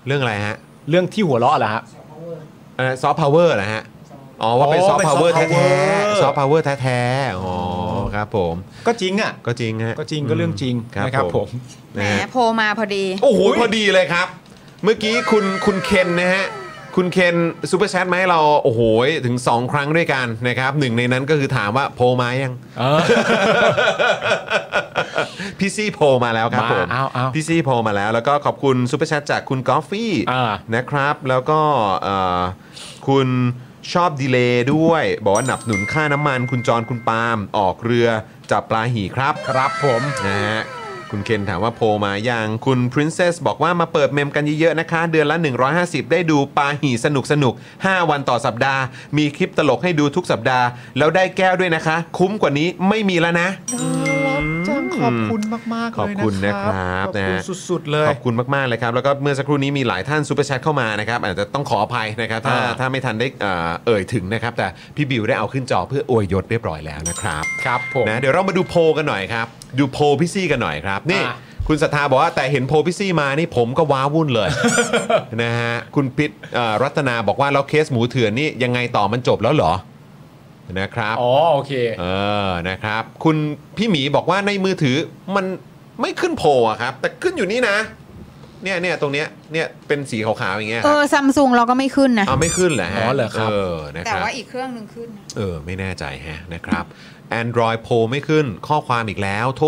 เรื่องอะไรฮะ เรื่องที่หัวเราะเหรอฮะ ซอฟต์พาวเวอร์นะฮะ อ๋อว่าเป็น อ๋อ ซอฟ เป็ ต์ น พาวเวอร์ soft แท้ power ๆซอฟต์พาวเวอร์แท้ๆอ๋อครับผม ก็จริงอ่ะ ก็จริงฮะ ก็จริงก็เรื่องจริง ครับ นะครับผม แหม นะฮะ โพลมาพอดี โอ้โหพอดีเลยครับ เมื่อกี้คุณคุณเคนนะฮะ คุณเคนซูเปอร์แชทมาให้เราโอ้โหถึง 2 ครั้งด้วยกันนะครับหนึ่งในนั้นก็คือถามว่าโพลมายัง พี่ซี่โพลมาแล้วครับ มา ผม เอาเอา พี่ซี่โพลมาแล้ว แล้วก็ขอบคุณซูเปอร์แชทจากคุณกอฟฟี่ อ่า นะครับ แล้วก็เอ่อคุณชอบดีเลย์ด้วย บอกว่าหนับหนุนค่าน้ำมัน คุณจรคุณปาล์มออกเรือจับปลาหี่ครับ ครับผม นะฮะคุณเคนถามว่าโพลมาอย่างคุณ Princess บอกว่ามาเปิดเมมกันเยอะๆนะคะ เดือนละ 150 ได้ดูปาหี่สนุกสนุกๆ5วันต่อสัปดาห์ มีคลิปตลกให้ดูทุกสัปดาห์ แล้วได้แก้วด้วยนะคะ คุ้มกว่านี้ไม่มีแล้วนะ จังขอบคุณมากๆ ขอบคุณนะครับนะฮะ สุดๆเลย ขอบคุณมากๆเลยครับ แล้วก็เมื่อสักครู่นี้มีหลายท่านซูเปอร์แชทเข้ามานะครับ อาจจะต้องขออภัยนะครับ ถ้า อ่า ถ้าไม่ทันได้เอ่อเอ่ยถึงนะครับ แต่พี่บิวได้เอาขึ้นจอเพื่ออวยยศเรียบร้อยแล้วนะครับ ครับผม นะเดี๋ยวเรามาดูโพลกันหน่อยครับ ดูโพลพี่ซี่กันหน่อยครับ นี่ อ่ะ คุณศรัทธาบอกว่าแต่เห็นโพลพี่ซี่มานี่ผมก็ว้าวุ่น เลย นะฮะคุณพิษเอ่อรัตนาบอกว่าแล้วเคสหมูเถื่อนนี่ยังไงต่อมันจบแล้วเหรอนะครับ อ๋อโอเค เออนะครับ คุณพี่หมีบอกว่าในมือถือมันไม่ขึ้นโพลอะครับ แต่ขึ้นอยู่นี่นะ เนี่ยเนี่ยตรงเนี้ยเนี่ยเป็นสีขาวๆอย่างเงี้ย เอ ครับ อซัมซุงเราก็ไม่ขึ้นนะ เอาไม่ขึ้นเหรอฮะ อ๋อเหรอครับ เออนะค แต่ รับ ว่าอีกเครื่องหนึ่งขึ้นนะ เออ ไม่แน่ใจแฮะนะครับ Android โพลไม่ขึ้นข้อความอีกแล้วโท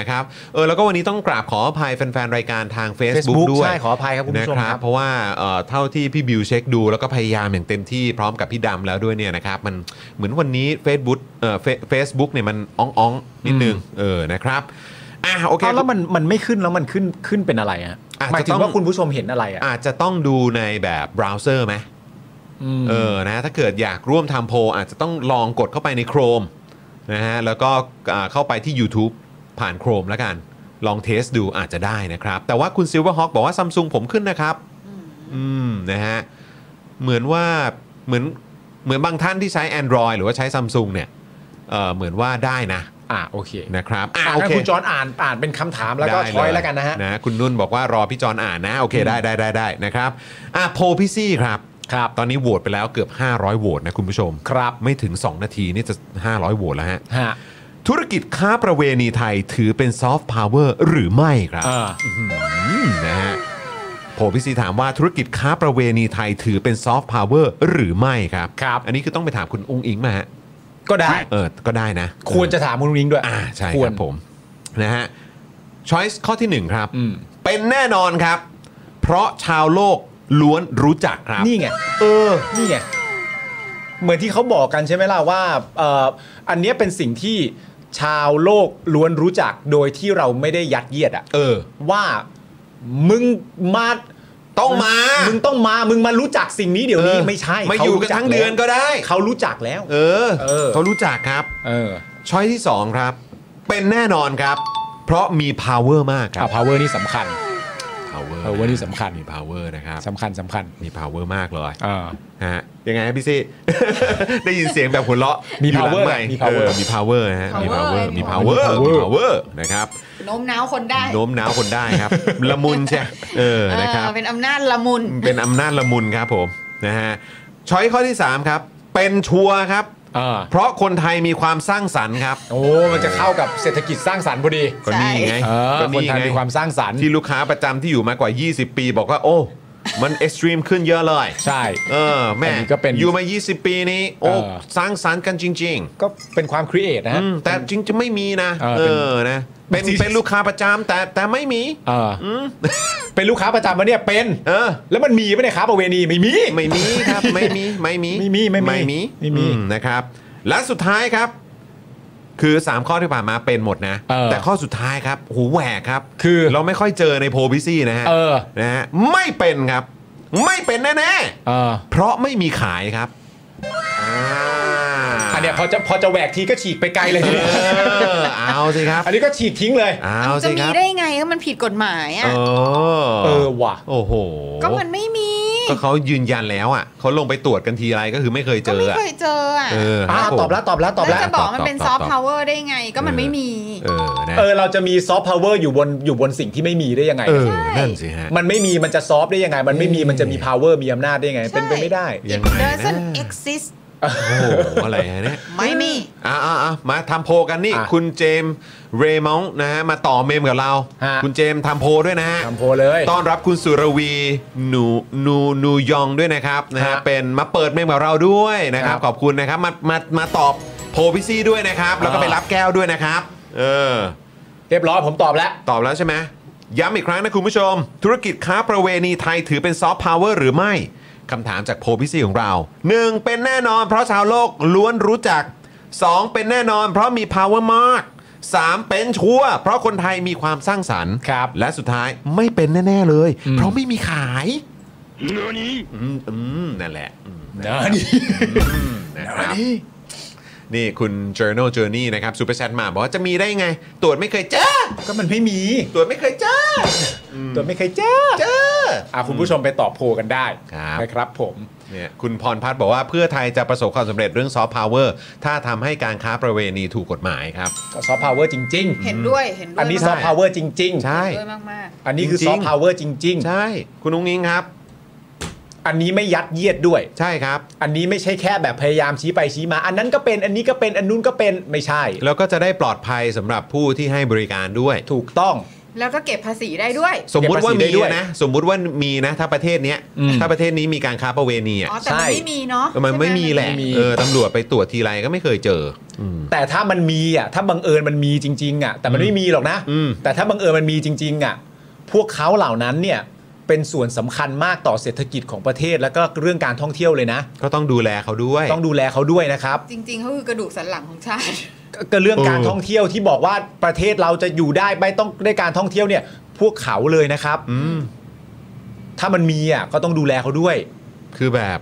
นะครับเออแล้วก็วันนี้ต้องกราบขออภัยแฟน ๆ รายการทาง Facebook, Facebook ด้วย ใช่ขออภัยครับคุณผู้ นะ ชมครับ เพราะว่าเอ่อเท่าที่พี่บิวเช็คดู แล้วก็พยายามอย่างเต็มที่พร้อมกับพี่ดำแล้วด้วยเนี่ยนะครับ มันเหมือนวันนี้ Facebook เอ่อเฟซบุ๊กเนี่ยมันอ่องอ้องๆนิดนึงเออนะครับอ่ะโอเค เอาแล้วมันมันไม่ขึ้นแล้วมันขึ้นขึ้นเป็นอะไรฮะ อาจจะ หมายถึ ต้ ง อง ว่าคุณผู้ชมเห็นอะไรอ่ะ อาจจะต้องดูในแบบเบราว์เซอร์ไหม ม เออ นะ ถ้าเกิดอยากร่วมทำโพลอาจจะต้องลองกดเข้าไปใน Chrome นะฮะ แล้วก็อ่าเข้าไปที่ YouTube ผ่าน Chrome แล้วกัน ลองเทสดูอาจจะได้นะครับ แต่ว่าคุณ Silverhawk บอกว่าซัมซุงผมขึ้นนะครับ อืม นะฮะ เหมือนว่า เหมือน เหมือนบางท่านที่ใช้ Android หรือว่าใช้ซัมซุงเนี่ย เออเหมือนว่าได้นะ อ่าโอเค นะครับ อ่า โอเค คุณจอนอ่านอ่านเป็นคำถามแล้วก็ ได้ ช้อยแล้วกันนะฮะ นะคุณนุ่นบอกว่ารอพี่จอนอ่านนะ โอเคได้ได้ได้ได้นะครับอ่ะโพลพี่ซี่ครับ ครับ ตอนนี้โหวตไปแล้วเกือบ 500โหวตนะคุณผู้ชม ครับ ไม่ถึง 2 นาทีนี่จะ 500โหวตแล้วฮะ ฮะ ธุรกิจค้าประเวณีไทยถือเป็นซอฟต์พาวเวอร์หรือไม่ครับ อ่า อืมนะฮะโพลพี่ซี่ถามว่าธุรกิจค้าประเวณีไทยถือเป็นซอฟต์พาวเวอร์หรือไม่ครับ ครับ อันนี้คือต้องไปถามคุณอุ้งอิงมาฮะ ก็ได้ เออก็ได้นะ ควรจะถามคุณวิงด้วย อ่าใช่ ค คว ร รับผมนะฮะช้อยส์ข้อทีหนึ่งครับ อืม เป็นแน่นอนครับ เพราะชาวโลกล้วนรู้จักครับ นี่ไง เออ นี่ไงเหมือนที่เขาบอกกันใช่ไหมล่ะว่าเอ่ออันเนี้ยเป็นสิ่งที่ชาวโลกล้วนรู้จักโดยที่เราไม่ได้ยัดเยียดอะ เออ ว่ามึงมา ต้องมา มึงต้องมามึงมารู้จักสิ่งนี้เดี๋ยวนี้ เออ ไม่ใช่ มาอยู่กันทั้งเดือนก็ได้ เขารู้จักแล้ว เออ เออ เขารู้จักครับ เออ ช้อยที่ 2 ครับ เป็นแน่นอนครับ เพราะมี power มากครั อ่า บ power นี่สำคัญ power power นี่สำคัญ มี power นะครับ สำคัญสำคัญ มี power มากเลย อ่า ฮะยังไงฮะพี่ซี่ ได้ยินเสียงแบบหัวเราะ มี อยู่หลัง power ไค์ มี power เออมี power ฮะมี power power มี power มมีี power power นะครับ โน้มน้าวคนได้ โน้มน้าวคนได้ ครับ ละมุนใช่เออ เอ นะครับ อเป็นอำนาจละมุน เป็นอำนาจละมุนครับผมนะฮะช้อยข้อที่ 3 ครับ เป็นชัวร์ครับ อ่า เพราะคนไทยมีความสร้างสรรค์ครับ โอ้ มันจะเข้ากับเศรษฐกิจสร้างสรรค์พอดี ก็นี่ไง เออ ก็ คน นี่ ไทย ไง มีความสร้างสรรค์ ที่ลูกค้าประจำที่อยู่มากว่า 20 ปี บอกว่า โอ้ มันเอ็กซ์ตรีมขึ้นเยอะเลย ใช่ เออแม่ อันนี้ก็เป็น อยู่มา 20 ปีนี้ โอ้ เออ สร้างสรรค์กันจริง ๆ ก็เป็นความครีเอทนะฮะ อืมแต่จริงจะไม่มีนะ เออ เอ เป็น อนะเป็น จริง เป็นลูกค้าประจำแต่แต่ไม่มี เอออเป็นลูกค้าประจำมาเนี่ยเป็น เออ แล้วมันมีไหมเนี่ยค้าประเวณีไม่มี ไม่มีครับ ไม่มีไม่มี ไม่มีไม่มี ไม่มี ไม่มี อืนะครับ และสุดท้ายครับ คือ 3 ข้อที่ผ่านมาเป็นหมดนะ เออ แต่ข้อสุดท้ายครับหูแหวกครับ คือ เราไม่ค่อยเจอในโพลพิซี่นะฮะ เออ นะฮะไม่เป็นครับ ไม่เป็นแน่ เออ ๆ เพราะไม่มีขายครับอ่า อันเนี้ยพอจะพอจะแหวกทีก็ฉีกไปไกลเลยทีเดียว เออเอาสิครับ อันนี้ก็ฉีกทิ้งเลย เอา จะ สิค มี รับ ได้ไงก็มันผิดกฎหมาย เอ อ่ะ อ เออว่ะ โอ้โห ก็มันไม่มี ก็เขายืนยันแล้วอ่ะเขาลงไปตรวจกันทีไรก็คือไม่เคยเจ ก็ อ ไม่ อะ เคยเจออ่ะ เออ อ่า ครับผม ตอบแล้วตอบแล้วตอบ แล้ว แล้ว จะบอกมัตนอบ เป็น ตอบ ซอฟ ตอบ ต์พาวเวอร์ได้ไง ก็มันไม่มี เออนะ เออเราจะมีซอฟต์พาวเวอร์อยู่บนอยู่บนสิ่งที่ไม่มีได้ยังไง เออนั่นสิฮะ มันไม่มีมันจะซอฟต์ได้ยังไง มันไม่มีมันจะมีพาวเวอร์มีอำนาจได้ยังไง ใช่ เป็นไปไม่ได้ ยั it งไงนะ doesn't exist โอ้โหอะไรฮะเนี่ย ไม่มี อ่ะอ่ะอ่ะมาทำโพลกันนี่ อ่ะ คุณเจมส์เรมองค์นะฮะมาต่อเมมกับเรา ฮะ คุณเจมส์ทำโพลด้วยนะฮะ ทำโพลเลย ต้อนรับคุณสุรวีหนูหนูหนูยองด้วยนะครับนะฮะ ฮะ เป็นมาเปิดเมมกับเราด้วยนะครับ ครับ ขอบคุณนะครับมามามาตอบโพลพี่ซี่ด้วยนะครับ แล้วก็ อ่า ไปรับแก้วด้วยนะครับ เออ เรียบร้อยผมตอบแล้ว ตอบแล้วใช่ไหมย้ำอีกครั้งนะคุณผู้ชม ธุรกิจค้าประเวณีไทยถือเป็นซอฟต์พาวเวอร์หรือไม่คำถามจากโพลพิซี่ของเรา 1. เป็นแน่นอนเพราะชาวโลกล้วนรู้จัก 2. เป็นแน่นอนเพราะมี power มาก 3. เป็นชัวร์เพราะคนไทยมีความสร้างสรรค์ ครับ และสุดท้ายไม่เป็นแน่ ๆเลย เพราะไม่มีขายอืมอืมนั่นแหละอืม นะนี่ นะครับนี่คุณ Journal Journey นะครับซูเปอร์แชทมาบอกว่าจะมีได้ไง ตรวจไม่เคยเจอ ก็มันไม่มี ตรวจไม่เคยเจอ ตัวไม่เคยเจอ เจอ อ่ะคุณผู้ชมไปตอบโพลกันได้ ครับ นะครับผม เนี่ยคุณพรพัฒน์บอกว่าเพื่อไทยจะประสบความสำเร็จเรื่องซอฟต์พาวเวอร์ถ้าทำให้การค้าประเวณีถูกกฎหมายครับ ก็ซอฟต์พาวเวอร์จริง เห็นด้วยเห็นด้ ๆ วย อันนี้ มาก ซอฟต์พาวเวอร์จริง ใช่ เห็นด้วยมาก ๆ อันนี้คือ จริ ซ งๆ อฟต์พาวเวอร์จริง ใช่ คุณนุ้งนิ้งครับ ๆ อันนี้ไม่ยัดเยียดด้วย ใช่ครับ อันนี้ไม่ใช่แค่แบบพยายามชี้ไปชี้มา อันนั้นก็เป็นอันนี้ก็เป็นอันนู้นก็เป็นไม่ใช่ แล้วก็จะได้ปลอดภัยสำหรับผู้ที่ให้บริการด้วย ถูกต้อง ๆ แล้วก็เก็บภาษีได้ด้วย สมมุติว่า เก็บภาษีได้ มี ด้วย นะสมมุติว่ามีนะถ้าประเทศเนี้ย อืม ถ้าประเทศนี้มีการค้าประเวณีอ่ะ อ๋อ แต่มัน ใช่ ไม่มีเนาะ มันไม่มีแหละ ไม่มี เออตำรวจไปตรวจทีไรก็ไม่เคยเจออืม แต่ถ้ามันมีอ่ะถ้าบังเอิญมันมีจริง ๆ อ่ะ แต่มันไม่มีหรอกนะ อืม แต่ถ้าบังเอิญมันมีจริง ๆ อ่ะ พวกเขาเหล่านั้นเนี่ยเป็นส่วนสำคัญมากต่อเศรษฐกิจของประเทศแล้วก็เรื่องการท่องเที่ยวเลยนะ ก็ต้องดูแลเขาด้วย ต้องดูแลเขาด้วยนะครับ จริงๆเขาคือกระดูกสันหลังของชา ติ ก็ก็เรื่องการ เออ ท่องเที่ยวที่บอกว่าประเทศเราจะอยู่ได้ไม่ต้องด้วยการท่องเที่ยวเนี่ย พวกเขาเลยนะครับ อืม ถ้ามันมีอ่ะก็ต้องดูแลเขาด้วย คือแบบ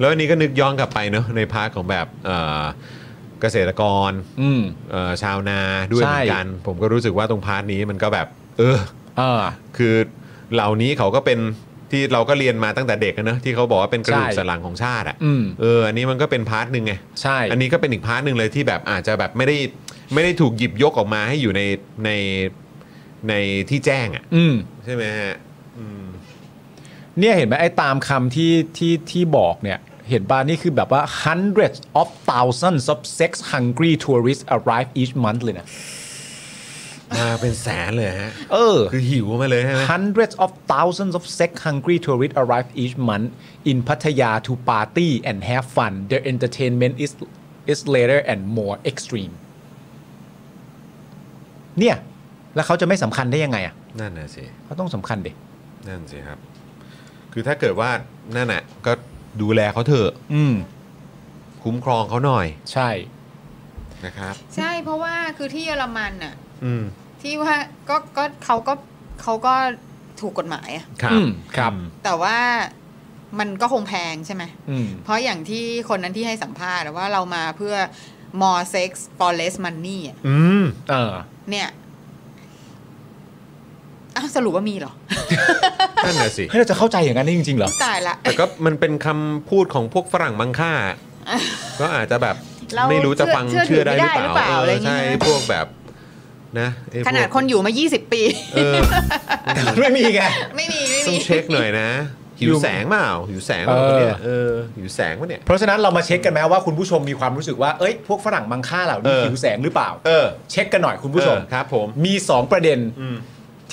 แล้วอันนี้ก็นึกย้อนกลับไปเนอะในพาร์ทของแบบเอ่อเกษตรกร อืม เอ่อชาวนาด้วย ใช่ เหมือนกัน ผมก็รู้สึกว่าตรงพาร์ทนี้มันก็แบบ เออ เออ คือเหล่านี้เขาก็เป็นที่เราก็เรียนมาตั้งแต่เด็กอะเนอะที่เขาบอกว่าเป็นกระดูก ใช่ สันหลังของชาติอ่ะ อืม เอออันนี้มันก็เป็นพาร์ทหนึ่งไง ใช่ อันนี้ก็เป็นอีกพาร์ทหนึ่งเลยที่แบบอาจจะแบบไม่ได้ไม่ได้ถูกหยิบยกออกมาให้อยู่ในในในที่แจ้งอ่ะ อืม ใช่ไหมฮะอืม เนี่ยเห็นไหมไอ้ตามคำที่ที่ที่บอกเนี่ย เห็นป่ะนี่คือแบบว่า hundreds of thousands of sex hungry tourists arrive each month เลยนะ มาเป็นแสนเลยฮะ เออ คือหิวมาเลยใช่ไหม hundreds of thousands of sex hungry tourists arrive each month in Pattaya to party and have fun their entertainment is is later and more extreme เนี่ย แล้วเขาจะไม่สำคัญได้ยังไงอ่ะ นั่นน่ะสิ เขาต้องสำคัญดิ นั่นสิครับ คือถ้าเกิดว่า นั่นน่ะ ก็ดูแลเขาเถอะ อืม คุ้มครองเขาหน่อย ใช่ นะครับ ใช่เพราะว่าคือที่เยอรมันน่ะ อืม ที่ว่าก็ก็เขาก็เขาก็ถูกกฎหมายอะ ครับ อืมครับ อืม แต่ว่ามันก็คงแพงใช่ไหม อืม เพราะอย่างที่คนนั้นที่ให้สัมภาษณ์อะว่าเรามาเพื่อ more sex for less money อะ อืม เออ เนี่ยอ้าวสรุปว่ามีเหรอ นั่นน่ะสิ เฮ้ยเราจะเข้าใจอย่างนั้นได้จริงๆเหรอ ตาย ละ แต่ก็มันเป็นคำพูดของพวกฝรั่งมังค่า ก็อาจจะแบบ เรา ไม่รู้จะฟัง เชื่อ เชื่อได้หรือเปล่าถือไม่ได้หรือเปล่า เอ อะไรอ อย่าง งี้ ใช่ ใช่ไหม พวกแบบนะไอ้พวก ขนาดคนอยู่มา 20 ปี เออ ไม่มีไง ไม่มี ไม่ ต้อ มี งเช็คหน่อย นะ หิวแสงเปล่าหิวแสงเปล่า เออ เนี่ยเออหิวแสงปะเนี่ย เพราะฉะนั้นเรามาเช็คกันไหมว่าคุณผู้ชมมีความรู้สึกว่า เอ้ย พวกฝรั่งมังค่าเหล่านี้ เออ หิวแสงหรือเปล่า เออ เช็คกันหน่อยคุณผู้ชม เออครับผม มี 2 ประเด็น อืม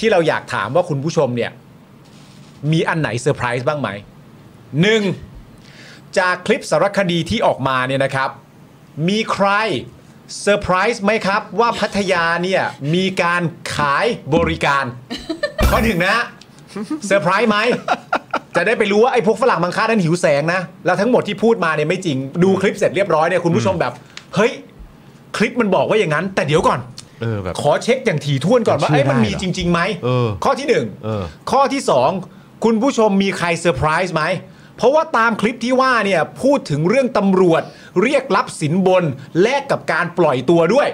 ที่เราอยากถามว่าคุณผู้ชมเนี่ย มีอันไหนเซอร์ไพรส์บ้างไหมหนึ่งจากคลิปสารคดีที่ออกมาเนี่ยนะครับ มีใครเซอร์ไพรส์ไหมครับ ว่าพัทยาเนี่ยมีการขายบริการ ข้อหนึ่งนะเซอร์ไพรส์ไหม จะได้ไปรู้ว่าไอ้พวกฝรั่งมังค่านั้นหิวแสงนะ แล้วทั้งหมดที่พูดมาเนี่ยไม่จริงดูคลิปเสร็จเรียบร้อยเนี่ยคุณผู้ชมแบบ เฮ้ย คลิปมันบอกว่าอย่างนั้น แต่เดี๋ยวก่อน เออแบบ ขอเช็คอย่างถี่ถ้วนก่อนว่า เชื่อ เอ้ยมัน ได้ มี เหรอ จริงๆไหม เออ ข้อที่หนึ่ง เออ ข้อที่สองคุณผู้ชมมีใครเซอร์ไพรส์ไหม เพราะว่าตามคลิปที่ว่าเนี่ยพูดถึงเรื่องตำรวจ เรียกรับสินบน แลกกับการปล่อยตัวด้วย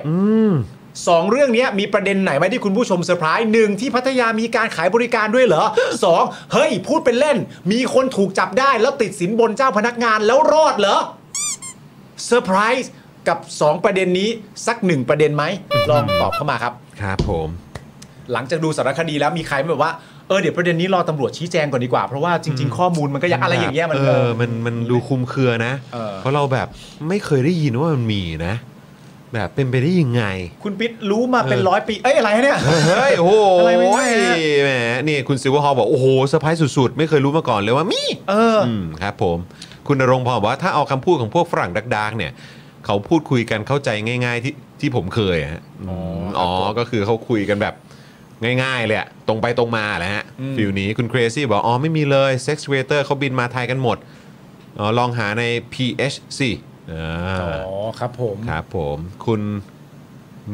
สองเรื่องเนี้ยมีประเด็นไหนไหมที่คุณผู้ชมเซอร์ไพรส์หนึ่งที่พัทยามีการขายบริการด้วยเหรอ สองเฮ้ย พูดเป็นเล่น มีคนถูกจับได้แล้วติดสินบนเจ้าพนักงานแล้วรอดเหรอ เซอร์ไพรส์กับ 2 ประเด็นนี้สักหนึ่งประเด็นไหม ลองตอบเข้ามาครับ ครับผม หลังจากดูสารคดีแล้วมีใครแบบว่า เออเดี๋ยวประเด็นนี้รอตำรวจชี้แจงก่อนดีกว่า เพราะว่าจริง ๆ ข้อมูลมันก็อยากอะไรอย่างเงี้ยมัน เออ มัน มันดูคลุมเครือนะ เออ เพราะเราแบบไม่เคยได้ยินว่ามันมีนะ แบบเป็นไปได้ยังไง คุณปิ๊ดรู้มาเป็นร้อยปี เอ้ยอะไรฮะเนี่ย เฮ้ย โอ้โห อะไรไม่ได้ฮะ แหมนี่คุณซิลเวอร์ฮอลบอก โอ้โหเซอร์ไพรส์สุดๆ ไม่เคยรู้มาก่อนเลยว่ามี เออ มครับผม คุณณรงค์พรบอกว่าถ้าเอาคำพูดของพวกฝรั่งดักๆเนี่ย เขาพูดคุยกันเข้าใจง่าย ๆ ที่ที่ผมเคยอะฮะมอ๋อ ก็คือเขาคุยกันแบบง่ายๆเลยอะตรงไปตรงมาแหละฮะ อืม ฟิลนี้คุณเครซี่บอก อ๋อ ไม่มีเลยเซ็กซ์เวเตอร์เขาบินมาไทยกันหมดอ๋อลองหาใน PH สิอ่ อ๋ า อครับผม ครับผมคุณ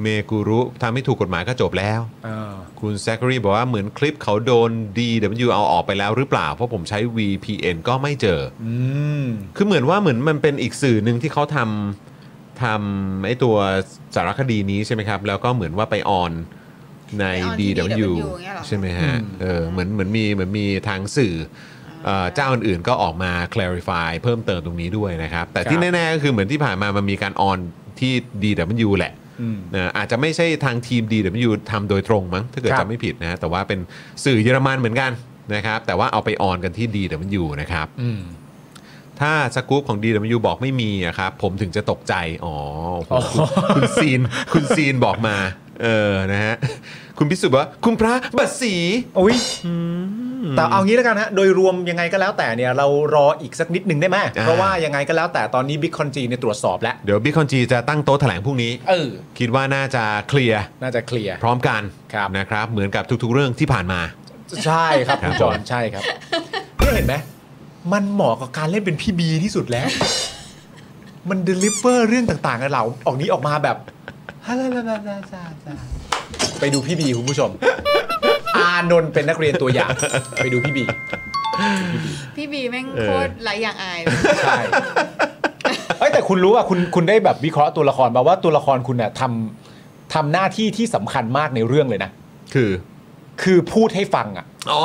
เมกุรุทำให้ถูกกฎหมายก็จบแล้ว เออ คุณแซคครีบอกว่าเหมือนคลิปเขาโดน DW เอาออกไปแล้วหรือเปล่า เพราะผมใช้ VPN ก็ไม่เจอ อืม คือเหมือนว่าเหมือนมันเป็นอีกสื่อหนึ่งที่เขาทำทำไอตัวสารคดีนี้ใช่ไหมครับ แล้วก็เหมือนว่าไปออนใน ไปออนที่ DW DW อย่างเงี้ยเหรอ ใช่ไหมฮะเออเหมือนเหมือนมีเหมือนมีทางสื่อเอ่อเจ้าอื่นๆก็ออกมา clarify เพิ่มเติมตรงนี้ด้วยนะครับ แต่ที่ ครับ แน่ๆก็คือเหมือนที่ผ่านมามันมีการออนที่ DW แหละ อืม นะอาจจะไม่ใช่ทางทีม DW ทำโดยตรงมั้ง ถ้าเกิด ครับ จำไม่ผิดนะ แต่ว่าเป็นสื่อเยอรมันเหมือนกันนะครับ แต่ว่าเอาไปออนกันที่ DW นะครับ อืม ถ้าสกู๊ปของ DW บอกไม่มีอะครับ ผมถึงจะตกใจ อ๋อโอ้โห อ๋อ คุณคุณซีน คุณซีนบอกมา เออ นะฮะ คุณพิสุทธิ์บอกว่าคุณพระบัตรสี อุ้ยแต่เอางี้แล้วกันฮะ โดยรวมยังไงก็แล้วแต่เนี่ยเรารออีกสักนิดหนึ่งได้ไหม อ่า เพราะว่ายังไงก็แล้วแต่ตอนนี้บิ๊กคอนจีเนี่ยตรวจสอบแล้ว เดี๋ยวบิ๊กคอนจีจะตั้งโต๊ะแถลงพรุ่งนี้ เออ คิดว่าน่าจะเคลียร์ น่าจะเคลียร์ พร้อมกัน ครับ นะครับ เหมือนกับทุกๆเรื่องที่ผ่านมา ใช่ครับ ครับคุณจอห์ ผ น ม ใช่ครับเนี่ยเห็นไหมมันเหมาะกับการเล่นเป็นพี่บีที่สุดแล้ว มันเดลิเวอร์เรื่องต่างๆกันเราออกนี้ออกมาแบบฮัลโหลลาลาลาลาไปดูพี่บีคุณผู้ชม อานนท์เป็นนักเรียนตัวอย่าง ไปดูพี่บี พี่บีแม่ง เออ โคตรไรอย่างอายเลย ใช่เอ้ยแต่คุณรู้ว่าคุณคุณได้แบบวิเคราะห์ตัวละครมาว่าตัวละครคุณเนี่ยทำทำหน้าที่ที่สำคัญมากในเรื่องเลยนะ คือ คือพูดให้ฟังอ่ะ อ๋อ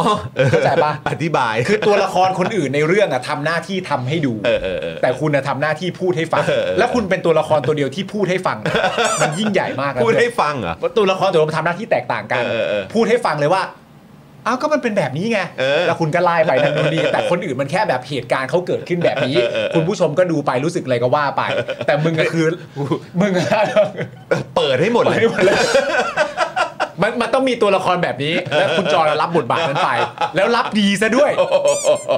เข้าใจปะ อธิบาย คือตัวละครคนอื่นในเรื่องอะทำหน้าที่ทำให้ดู เออเออเออ แต่คุณน่ะทำหน้าที่พูดให้ฟัง เออเออ และคุณเป็นตัวละครตัวเดียวที่พูดให้ ฟัง มันยิ่งใหญ่มากนะ พูดให้ฟังเหรอ เพราะตัวละครตัวเดียวมันทำหน้าที่แตกต่างกัน เออเออเออ พูดให้ฟังเลยว่าอ้าวก็มันเป็นแบบนี้ไง เออ แล้วคุณก็ไล่ไปนั่นนู่น นี่แต่คนอื่นมันแค่แบบเหตุการณ์เขาเกิดขึ้นแบบนี้ เออเออเออ คุณผู้ชมก็ดูไปรู้สึกอะไรก็ว่าไป แต่มึงก็คือ มึงอะ เปิดให้หมดเลย ไม่หมดเลยมันมันต้องมีตัวละครแบบนี้ แล้วคุณจอห์นรับบทบาทนั้นไป แล้วรับดีซะด้วย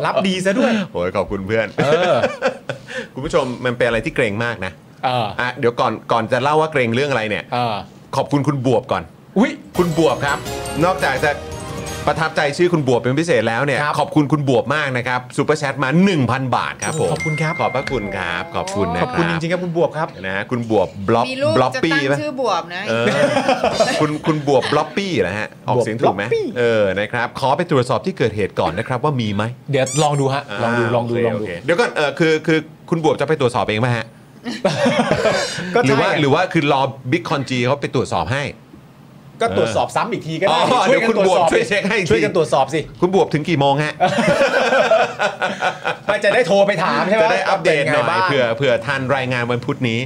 รับดีซะด้วย โอ้ยขอบคุณเพื่อน เออ คุณผู้ชมมันเป็นอะไรที่เกรงมากนะ เออ อ่ะเดี๋ยวก่อนก่อนจะเล่าว่าเกรงเรื่องอะไรเนี่ย เออ ขอบคุณคุณบวบก่อน อุ้ย คุณบวบครับ นอกจากจะประทับใจชื่อคุณบวบเป็นพิเศษแล้วเนี่ย ครับ ขอบคุณคุณบวบมากนะครับซูเปอร์แชทมา 1,000 บาทครับผม ขอบคุณครับ ขอบพระคุณครับ ขอบคุณนะ ขอบคุณจริงๆครับคุณบวบครับ ๆนะฮะคุณบวบบล็อก มีรูป บล็อป จะ ปี้ ตั้ง ปะ ชื่อบวบนะ เอ อคุณคุณบวบบล็อบปี้นะฮะ ออกเสียงถูกไหม บวบบล็อบปี้ เออนะครับ ขอไปตรวจสอบที่เกิดเหตุก่อนนะครับว่ามีไหม เดี๋ยวลองดูฮะ ลองดู ลองดู า ลอง โเคโเค ดู เดี๋ยวก่อนเออคือคือคุณบวบจะไปตรวจสอบเองไหมฮะ ก็ หรือ ใช่ ว่าหรือว่าคือรอบิ๊กคอนจีเขาไปตรวจสอบให้ ก็ตรวจสอบซ้ำอีกทีก็ อ๋ ได้ อ ช่วยเดี๋ยกัน วคุณ ตรวจสอวบบช่วยเช็คให้อีกที ช่วยกันตรวจสอบสิ คุณบวบถึงกี่โมงฮะ มันจะได้โทรไปถามใช่ไหม จะได้อัปเดตหน่อย ว่าป็ไงบ้าง เผื่อเผื่อทันรายงานวันพุธนี้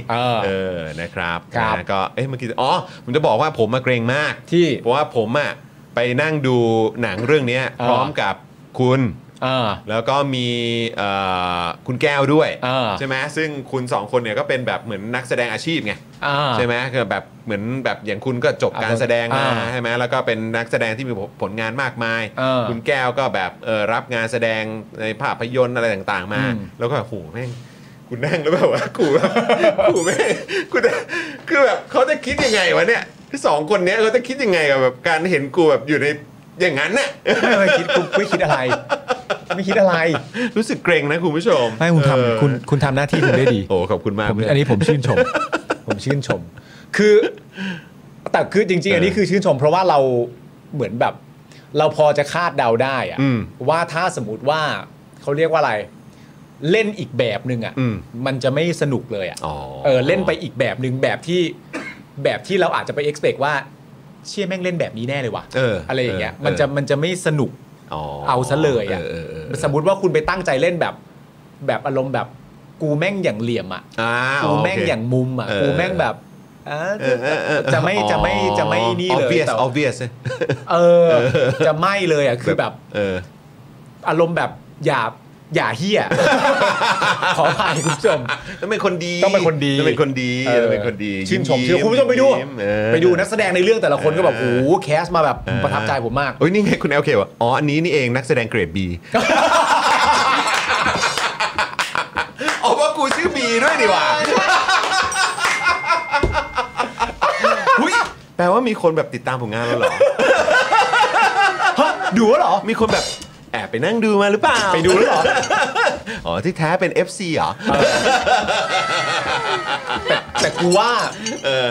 เออ นะครับ ครับ นะก็เอ๊ะเมื่อกี้อ๋อผมจะบอกว่าผมมาเกรงมาก ที่ เพราะว่าผมอะไปนั่งดูหนังเรื่องเนี้ย เออ พร้อมกับคุณ อ่า แล้วก็มีเอ่อคุณแก้วด้วย อ่า ใช่ไหมซึ่งคุณสองคนเนี่ยก็เป็นแบบเหมือนนักแสดงอาชีพไง อ่า ใช่ไหมคือแบบเหมือนแบบอย่างคุณก็จบการแสดงมา อ่า ใช่ไหมแล้วก็เป็นนักแสดงที่มีผลงานมากมาย อ่า คุณแก้วก็แบบเอ่อรับงานแสดงในภาพยนตร์อะไรต่างๆ มา อืม แล้วก็แบบโหแม่งกูนั่งแล้วแบบว่ากู แบบกูแม่งกูจะคือแบบเขาจะคิดยังไงวะเนี่ยสองคนเนี้ยเขาจะคิดยังไงกับแบบการเห็นกูแบบอยู่ในอย่างนั้นน่ะ ไม่ไม่คิดคุณไม่คิดอะไร ไม่คิดอะไร รู้สึกเกรงนะคุณผู้ชม ไม่คุณ เออ ทำคุณคุณทำหน้น้าที่คุณได้ดี โอ้ขอบคุณมาก ผม เพื่อน อันนี้ผมชื่นชม ผมชื่นชม คือแต่คือจริง ๆ อันนี้คือชื่นชม เพราะว่าเราเหมือนแบบ เราพอจะคาดเดาได้อะ อืม ว่าถ้าสมมติว่าเขาเรียกว่าอะไร เล่นอีกแบบหนึ่งอะ อืม มันจะไม่สนุกเลยอะ อ๋อ เออเล่นไปอีกแบบหนึ่งแบบที่แบบที่เราอาจจะไป expect ว่า เชี่ยแม่งเล่นแบบนี้แน่เลยว่ะ เออ อะไรอย่างเงี้ย เออ มันจะมันจะไม่สนุก อ๋อ เอาซะเลยอ่ะ เเออ สมมติว่าคุณไปตั้งใจเล่นแบบ แบบอารมณ์แบบกูแม่งอย่างเหลี่ยมอ่ะ อ่า กู โเค แม่งอย่างมุมอ่ะ เออ กูแม่งแบบเออ เออเออเออ จะไม่จะไม่จะไม่นี่ อ๋อ เลย obvious แต่ obvious เออ จะไม่เลยอ่ะคือแบบ เออ อารมณ์แบบอย่าอย่าเฮี้ย ขออภัยคุณผู้ชม ต้องเป็นคนดี ต้องเป็นคนดี ต้องเป็นคนดี เออ ต้องเป็นคนดี ชื่นชม ยิ้ ชื่อคุณผู้ชมไปดู ยิ้เออ ไปดูนักแสดงในเรื่องแต่ละคนก็แบบ เอ โอ้ อ โหแคสมาแบบประทับใจผมมาก โอ้ยนี่ไงคุณเอลเคว่ะอ๋ออันนี้นี่เองนักแสดงเกรด B อ๋อว่ากูชื่อ B ด้วยดีว่ะหุ้ยแปลว่ามีคนแบบติดตามผลงานเราเหรอ ดูแล้วเหรอ มีคนแบบแอบไปนั่งดูมาหรือเปล่า ไปดูแล้วเหรอ อ๋อ ที่แท้เป็น FC เหรอ แต่กูว่า เออ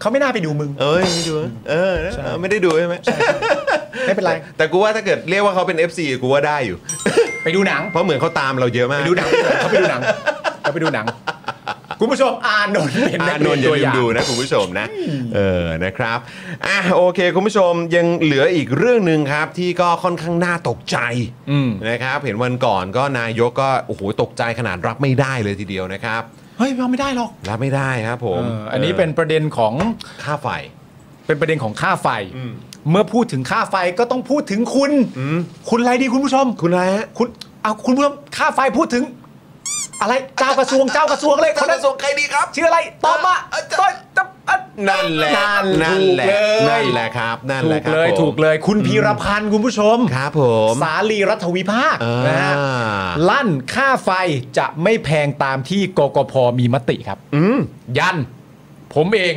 เขาไม่น่าไปดูมึง เอ้ยไม่ดูนะเออเออ ไม่ได้ดูใช่ไหม ไม่เป็นไร แต่กูว่าถ้าเกิดเรียกว่าเขาเป็น FC กูว่าได้อยู่ ไปดูหนัง เพราะเหมือนเขาตามเราเยอะมาก ไปดูหนังเขาไปดูหนังเขาไปดูหนัง คุณผู้ชมอานนท์เป็นนัก อาน เรีนยน ท์อย่า ตัว ลืมอย่าง ดูนะคุณผู้ชมนะ เออนะครับอ่ะโอเค คุณผู้ชมยังเหลืออีกเรื่องหนึ่งครับ ที่ก็ค่อนข้างน่าตกใจ อืม นะครับเห็นวันก่อนก็นายกก็โอ้โหตกใจขนาดรับไม่ได้เลยทีเดียวนะครับ เฮ้ยเราไม่ได้หรอก รับไม่ได้ครับผม เอออันนี้เป็นประเด็นของ ค่าไฟ เป็นประเด็นของค่าไฟ เมื่อพูดถึงค่าไฟก็ต้องพูดถึงคุณ คุณอะไรดีคุณผู้ชม คุณอะไรฮะ คุณเอาคุณผู้ชมค่าไฟพูดถึง อะไรเจ้ากระทรวงเจ้ากระทรวงเลยคนนั้น ส่งใครดีครับ ชื่ออะไรตอบมาตอบตอบอ่ะ นั่นแหละ นั่ นั่น น แห แห ละ ละ นั่นแหละครับ นั่น ถู แหละ ก ครับ เลย ผม ถูกเลย คุณพีรพันธ์คุณผู้ชม ครับผม สาลีรัฐวิภาค อ่า นะฮะลั่นค่าไฟจะไม่แพงตามที่กกพมีมติครับ อืม ยัน ผมเอง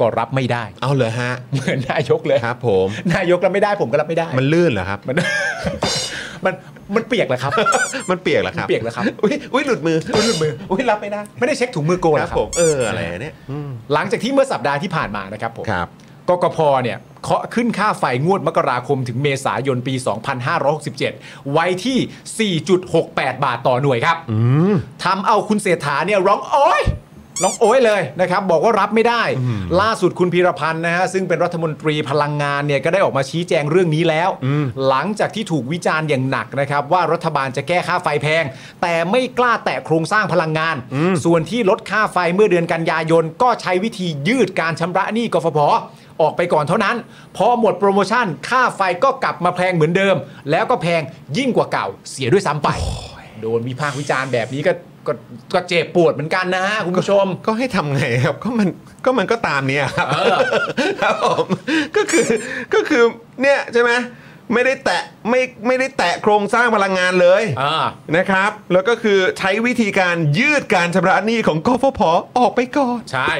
ก็รับไม่ได้ เอาเลยฮะ เหมือนนายกเลย ครับผม นายกรับไม่ได้ผมก็รับไม่ได้ มันลื่นเหรอครับ มัน มันมันเปียกเหรอครับ มันเปียกเหรอครับ มันเปียกเหรอครับ อุ้ยอุ้ยหลุดมืออุ้ยหลุดมืออุ้ยรับไม่ได้ ไม่ได้เช็คถุงมือโกคนเหร รั อบ ครับ ผมเอออะไรเนี่ยอืม หลังจากที่เมื่อสัปดาห์ที่ผ่านมานะครับผม ครับ กกพเนี่ยเคาะขึ้นค่าไฟงวดมกราคมถึงเมษายนปี 2567 ไว้ที่ 4.68 บาทต่อหน่วยครับทำเอาคุณเศรษฐาเนี่ยร้องโอ้ยร้องโอ้ยเลยนะครับ บอกว่ารับไม่ได้ ล่าสุดคุณพีรพันธ์นะฮะซึ่งเป็นรัฐมนตรีพลังงานเนี่ยก็ได้ออกมาชี้แจงเรื่องนี้แล้ว หลังจากที่ถูกวิจารณ์อย่างหนักนะครับ ว่ารัฐบาลจะแก้ค่าไฟแพง แต่ไม่กล้าแตะโครงสร้างพลังงาน ส่วนที่ลดค่าไฟเมื่อเดือนกันยายนก็ใช้วิธียืดการชำระหนี้กฟผ ออกไปก่อนเท่านั้น พอหมดโปรโมชั่น ค่าไฟก็กลับมาแพงเหมือนเดิม แล้วก็แพงยิ่งกว่าเก่า เสียด้วยซ้ำไป โดนวิพากษ์วิจารณ์แบบนี้ก็ก็ก็เจ็บปวดเหมือนกันนะฮะคุณผู้ชม ก็ให้ทำไงครับก็มันก็มันก็ตามเนี้ยครับครับผมก็คือก็คือเนี่ยใช่ไหมไม่ได้แตะไม่ไม่ได้แตะโครงสร้างพลังงานเลย อ่า นะครับ แล้วก็คือใช้วิธีการยืดการชำระหนี้ของกฟผออกไปก่อน ใช่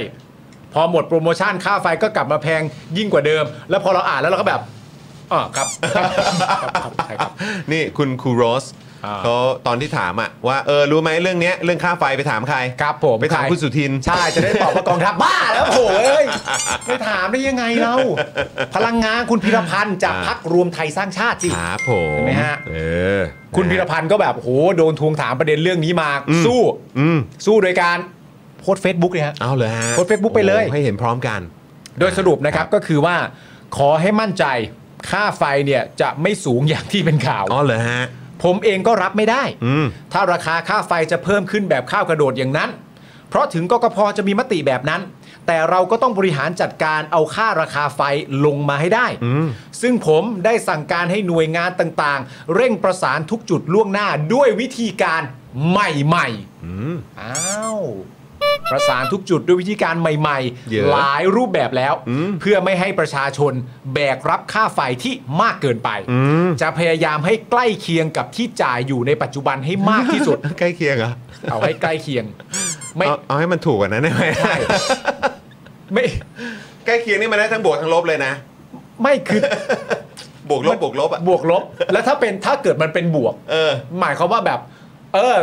พอหมดโปรโมชั่นค่าไฟก็กลับมาแพงยิ่งกว่าเดิม แล้วพอเราอ่านแล้วเราก็แบบอ๋อครับครับครับใช่ครับ นี่คุณครูโรส อ่า เขาตอนที่ถามอะว่าเออรู้ไหมเรื่องเนี้ยเรื่องค่าไฟไปถามใคร ครับผม ไปถาม ใร คุณสุทิน ใช่ จะได้ตอบว่ากองทัพบ้าแล้วโหเอ้ยไม่ถามได้ยังไงเรา พลังงานคุณพีรพันธ์จาก อ่า พักรวมไทยสร้างชาติสิ ครับผม เห็นไหมฮะ เออ คุณพีรพันธ์ก็แบบโหโดนทวงถามประเด็นเรื่องนี้มาสู้ อืม สู้โดยการโพสเฟซบุ๊กเนี่ยฮะ เอาเลยฮะ โพสต์ Facebook ไปเลย โอ้ให้เห็นพร้อมกัน โดยสรุปนะครับก็คือว่าขอให้มั่นใจค่าไฟเนี่ยจะไม่สูงอย่างที่เป็นข่าว อ๋อเหรอฮะ ผมเองก็รับไม่ได้ อืม ถ้าราคาค่าไฟจะเพิ่มขึ้นแบบข้าวกระโดดอย่างนั้น เพราะถึงกกพจะมีมติแบบนั้น แต่เราก็ต้องบริหารจัดการเอาค่าราคาไฟลงมาให้ได้ ซึ่งผมได้สั่งการให้หน่วยงานต่างๆ เร่งประสานทุกจุดล่วงหน้าด้วยวิธีการใหม่ อืม ๆ อ้าว ประสานทุกจุดด้วยวิธีการใหม่ เยอะ ๆ หลายรูปแบบแล้ว เพื่อไม่ให้ประชาชนแบกรับค่าไฟที่มากเกินไป ม จะพยายามให้ใกล้เคียงกับที่จ่ายอยู่ในปัจจุบันให้มากที่สุด ใกล้เคียงเหรอ เอาให้ใกล้เคียง ไม่ เอาเอาให้มันถูกกว่านั้นได้ไหม ใช่ไม่ ใกล้เคียงนี่มันได้ทั้งบวกทั้งลบเลยนะ ไม่คือบ วกลบบวกลบอะ บวกลบ แล้วถ้าเป็นถ้าเกิดมันเป็นบวก เออ หมายความว่าแบบ เออ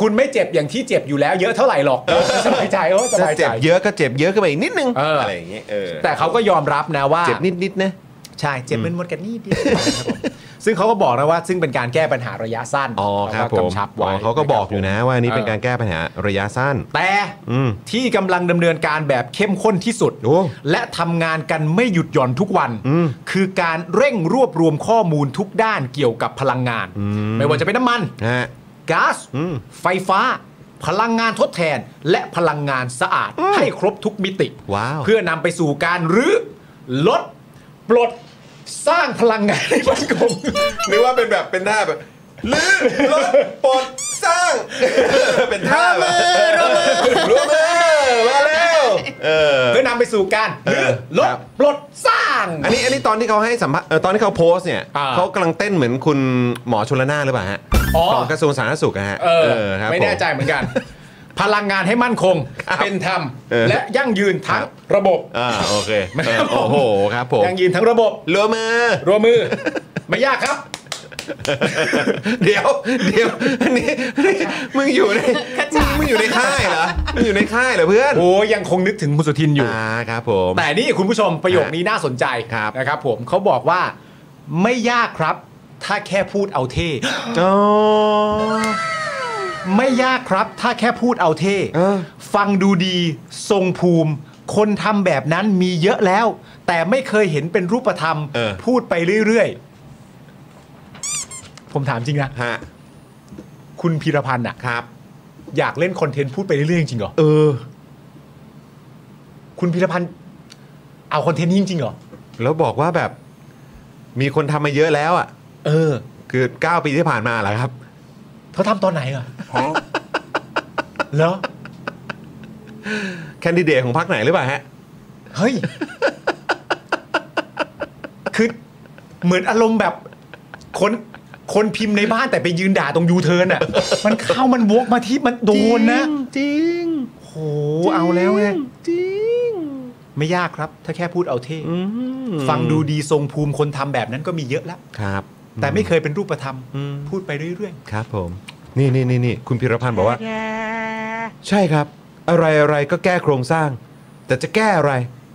คุณไม่เจ็บอย่างที่เจ็บอยู่แล้วเยอะเท่าไหร่หรอกสบายใจโอ้ส จะ บายใจ เจ็บเยอะก็เจ็บเยอะขึ้นมาอีกนิดนึง เอออ อะไรอย่างเงี้ยเออ แต่เขาก็ยอมรับนะว่า เจ็บนิดๆนะ ใช่เจ็บเป็นมดกันนี่เดียวครับผมซึ่งเขาก็บอกนะว่า ซึ่งเป็นการแก้ปัญหาระยะสั้น อ๋อครับผมเขาก็กำชับไว้ อ๋อเขาก็บอกอยู่นะว่าอันนี้เป็นการ ออ แก้ปัญหาระยะสั้น แต่ อืม ที่กำลังดำเนินการแบบเข้มข้นที่สุด โอ้ และทำงานกันไม่หยุดหย่อนทุกวัน อืม คือการเร่งรวบรวมข้อมูลทุกด้านเกี่ยวกับพลังงาน อืม ไม่ว่าจะเป็นน้ำมัน ฮะ ก๊าซ อืม ไฟฟ้า พลังงานทดแทน และพลังงานสะอาดให้ครบทุกมิติ ว้าว เพื่อนำไปสู่การรื้อลด ปลด สร้างพลังงานให้มั่น คง หรือว่าเป็นแบบเป็นท่าแบบลื้อลดปลดสร้าง เป็นท่าแบบรู้มือมาแล้วเออ เพื่อนำไปสู่การรื้อลด ครับ ปลด สร้าง อันนี้อันนี้ตอนที่เขาให้สัมภาษณ์เอ่อตอนที่เขาโพสต์เนี่ย อ่า เขากำลังเต้นเหมือนคุณหมอชลนาหรือเปล่าฮะ อ๋อ ของกระทรวงสาธารณสุขอะฮะ เออ ครับ ไม่แน่ ผ ใจเหมือนกัน พลังงานให้มั่นคง ครับ เป็นธรรม เออ และยั่งยืนทั้งระบบ อ่าโอเค ไม่ เออครับผม โอ้โหครับผม ยั่งยืนทั้งระบบ รัวมือ รวมมือ ไม่ยากครับ เดี๋ยวเดี๋ยวอันนี้อันนี้มึงอยู่ในมึงมึงอยู่ในค่ายเหรอมึงอยู่ในค่ายเหรอเพื่อน โอ้ยังคงนึกถึงคุณสุทินอยู่ อ่าครับผม แต่นี่คุณผู้ชมประโยคนี้น่าสนใจ ครับ นะครับผมเขาบอกว่าไม่ยากครับ ถ้าแค่พูดเอาเท่ อ๋อ ไม่ยากครับ ถ้าแค่พูดเอาเท่ เออ ฟังดูดี ทรงภูมิ คนทำแบบนั้นมีเยอะแล้ว แต่ไม่เคยเห็นเป็นรูปธรรม พูดไปเรื่อยๆ ผมถามจริงนะ ฮะ คุณพีรพันธ์อะ ครับ อยากเล่นคอนเทนต์พูดไปเรื่อยๆจริงเหรอ เออ คุณพีรพันธ์เอาคอนเทนต์นี้จริงๆเหรอ แล้วบอกว่าแบบมีคนทำมาเยอะแล้วอ่ะ เออ คือ 9 ปีที่ผ่านมาเหรอครับ เขาทำตอนไหนอะเหรอ แคนดิเดตของพรรคไหนหรือเปล่าฮะ เฮ้ย คือเหมือนอารมณ์แบบ คนคนพิมพ์ในบ้านแต่ไปยืนด่าตรงยูเทิร์นอ่ะ มันเข้ามันวกมาที่มันโดนนะ จริงโหเอาแล้วไงจริง ไม่ยากครับ ถ้าแค่พูดเอาเท่ฟังดูดีทรงภูมิคนทำแบบนั้นก็มีเยอะแล้ว ครับ แต่ไม่เคยเป็นรูปธรรม พูดไปเรื่อย ครับผม นี่นี่นี่นี่คุณพิรพันธ์บอกว่า ใช่ครับ อะไรอะไรก็แก้โครงสร้าง แต่จะแก้อะไร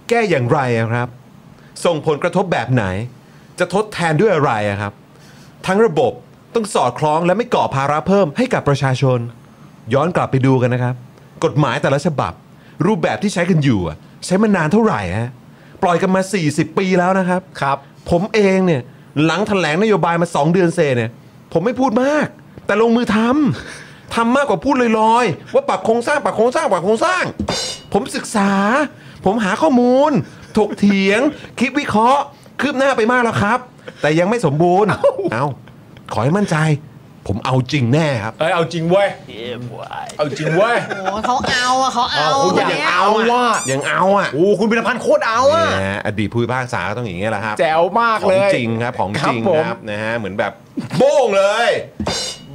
แก้อย่างไรอะครับ ส่งผลกระทบแบบไหน จะทดแทนด้วยอะไรอะครับ ทั้งระบบต้องสอดคล้องและไม่ก่อภาระเพิ่มให้กับประชาชน ย้อนกลับไปดูกันนะครับ กฎหมายแต่ละฉบับ รูปแบบที่ใช้กันอยู่อะใช้มานานเท่าไหร่ฮะปล่อยกันมา 40 ปีแล้วนะครับ ๆ ครับ ผมเองเนี่ยหลังแถลงนโยบายมา 2 เดือนเศษเนี่ย ผมไม่พูดมาก แต่ลงมือทำทำมากกว่าพูดลอยๆ ว่าปรับโครงสร้างปรับโครงสร้างปรับโครงสร้าง ผมศึกษา ผมหาข้อมูล ถกเถียง คิดวิเคราะห์ คืบหน้าไปมากแล้วครับ แต่ยังไม่สมบูรณ์ เอาขอให้มั่นใจ ผมเอาจริงแน่ครับ เอ้ยเอาจริงเว้ยเอาจริงเว้ย โอ้เขาเอาอะเขาเอา คุณ คน ยัง เนี้ย เอาว่า ยังเอาอ่ะ โอ้คุณพิรพันธ์โคตรเอาอ่ะ นะฮะอดีตผู้พิพากษาก็ต้องอย่างเงี้ยแหละครับ แจ๋วมาก ของ เลย จริงครับของจริง ผม ครับนะฮะเหมือนแบบโบ้งเลย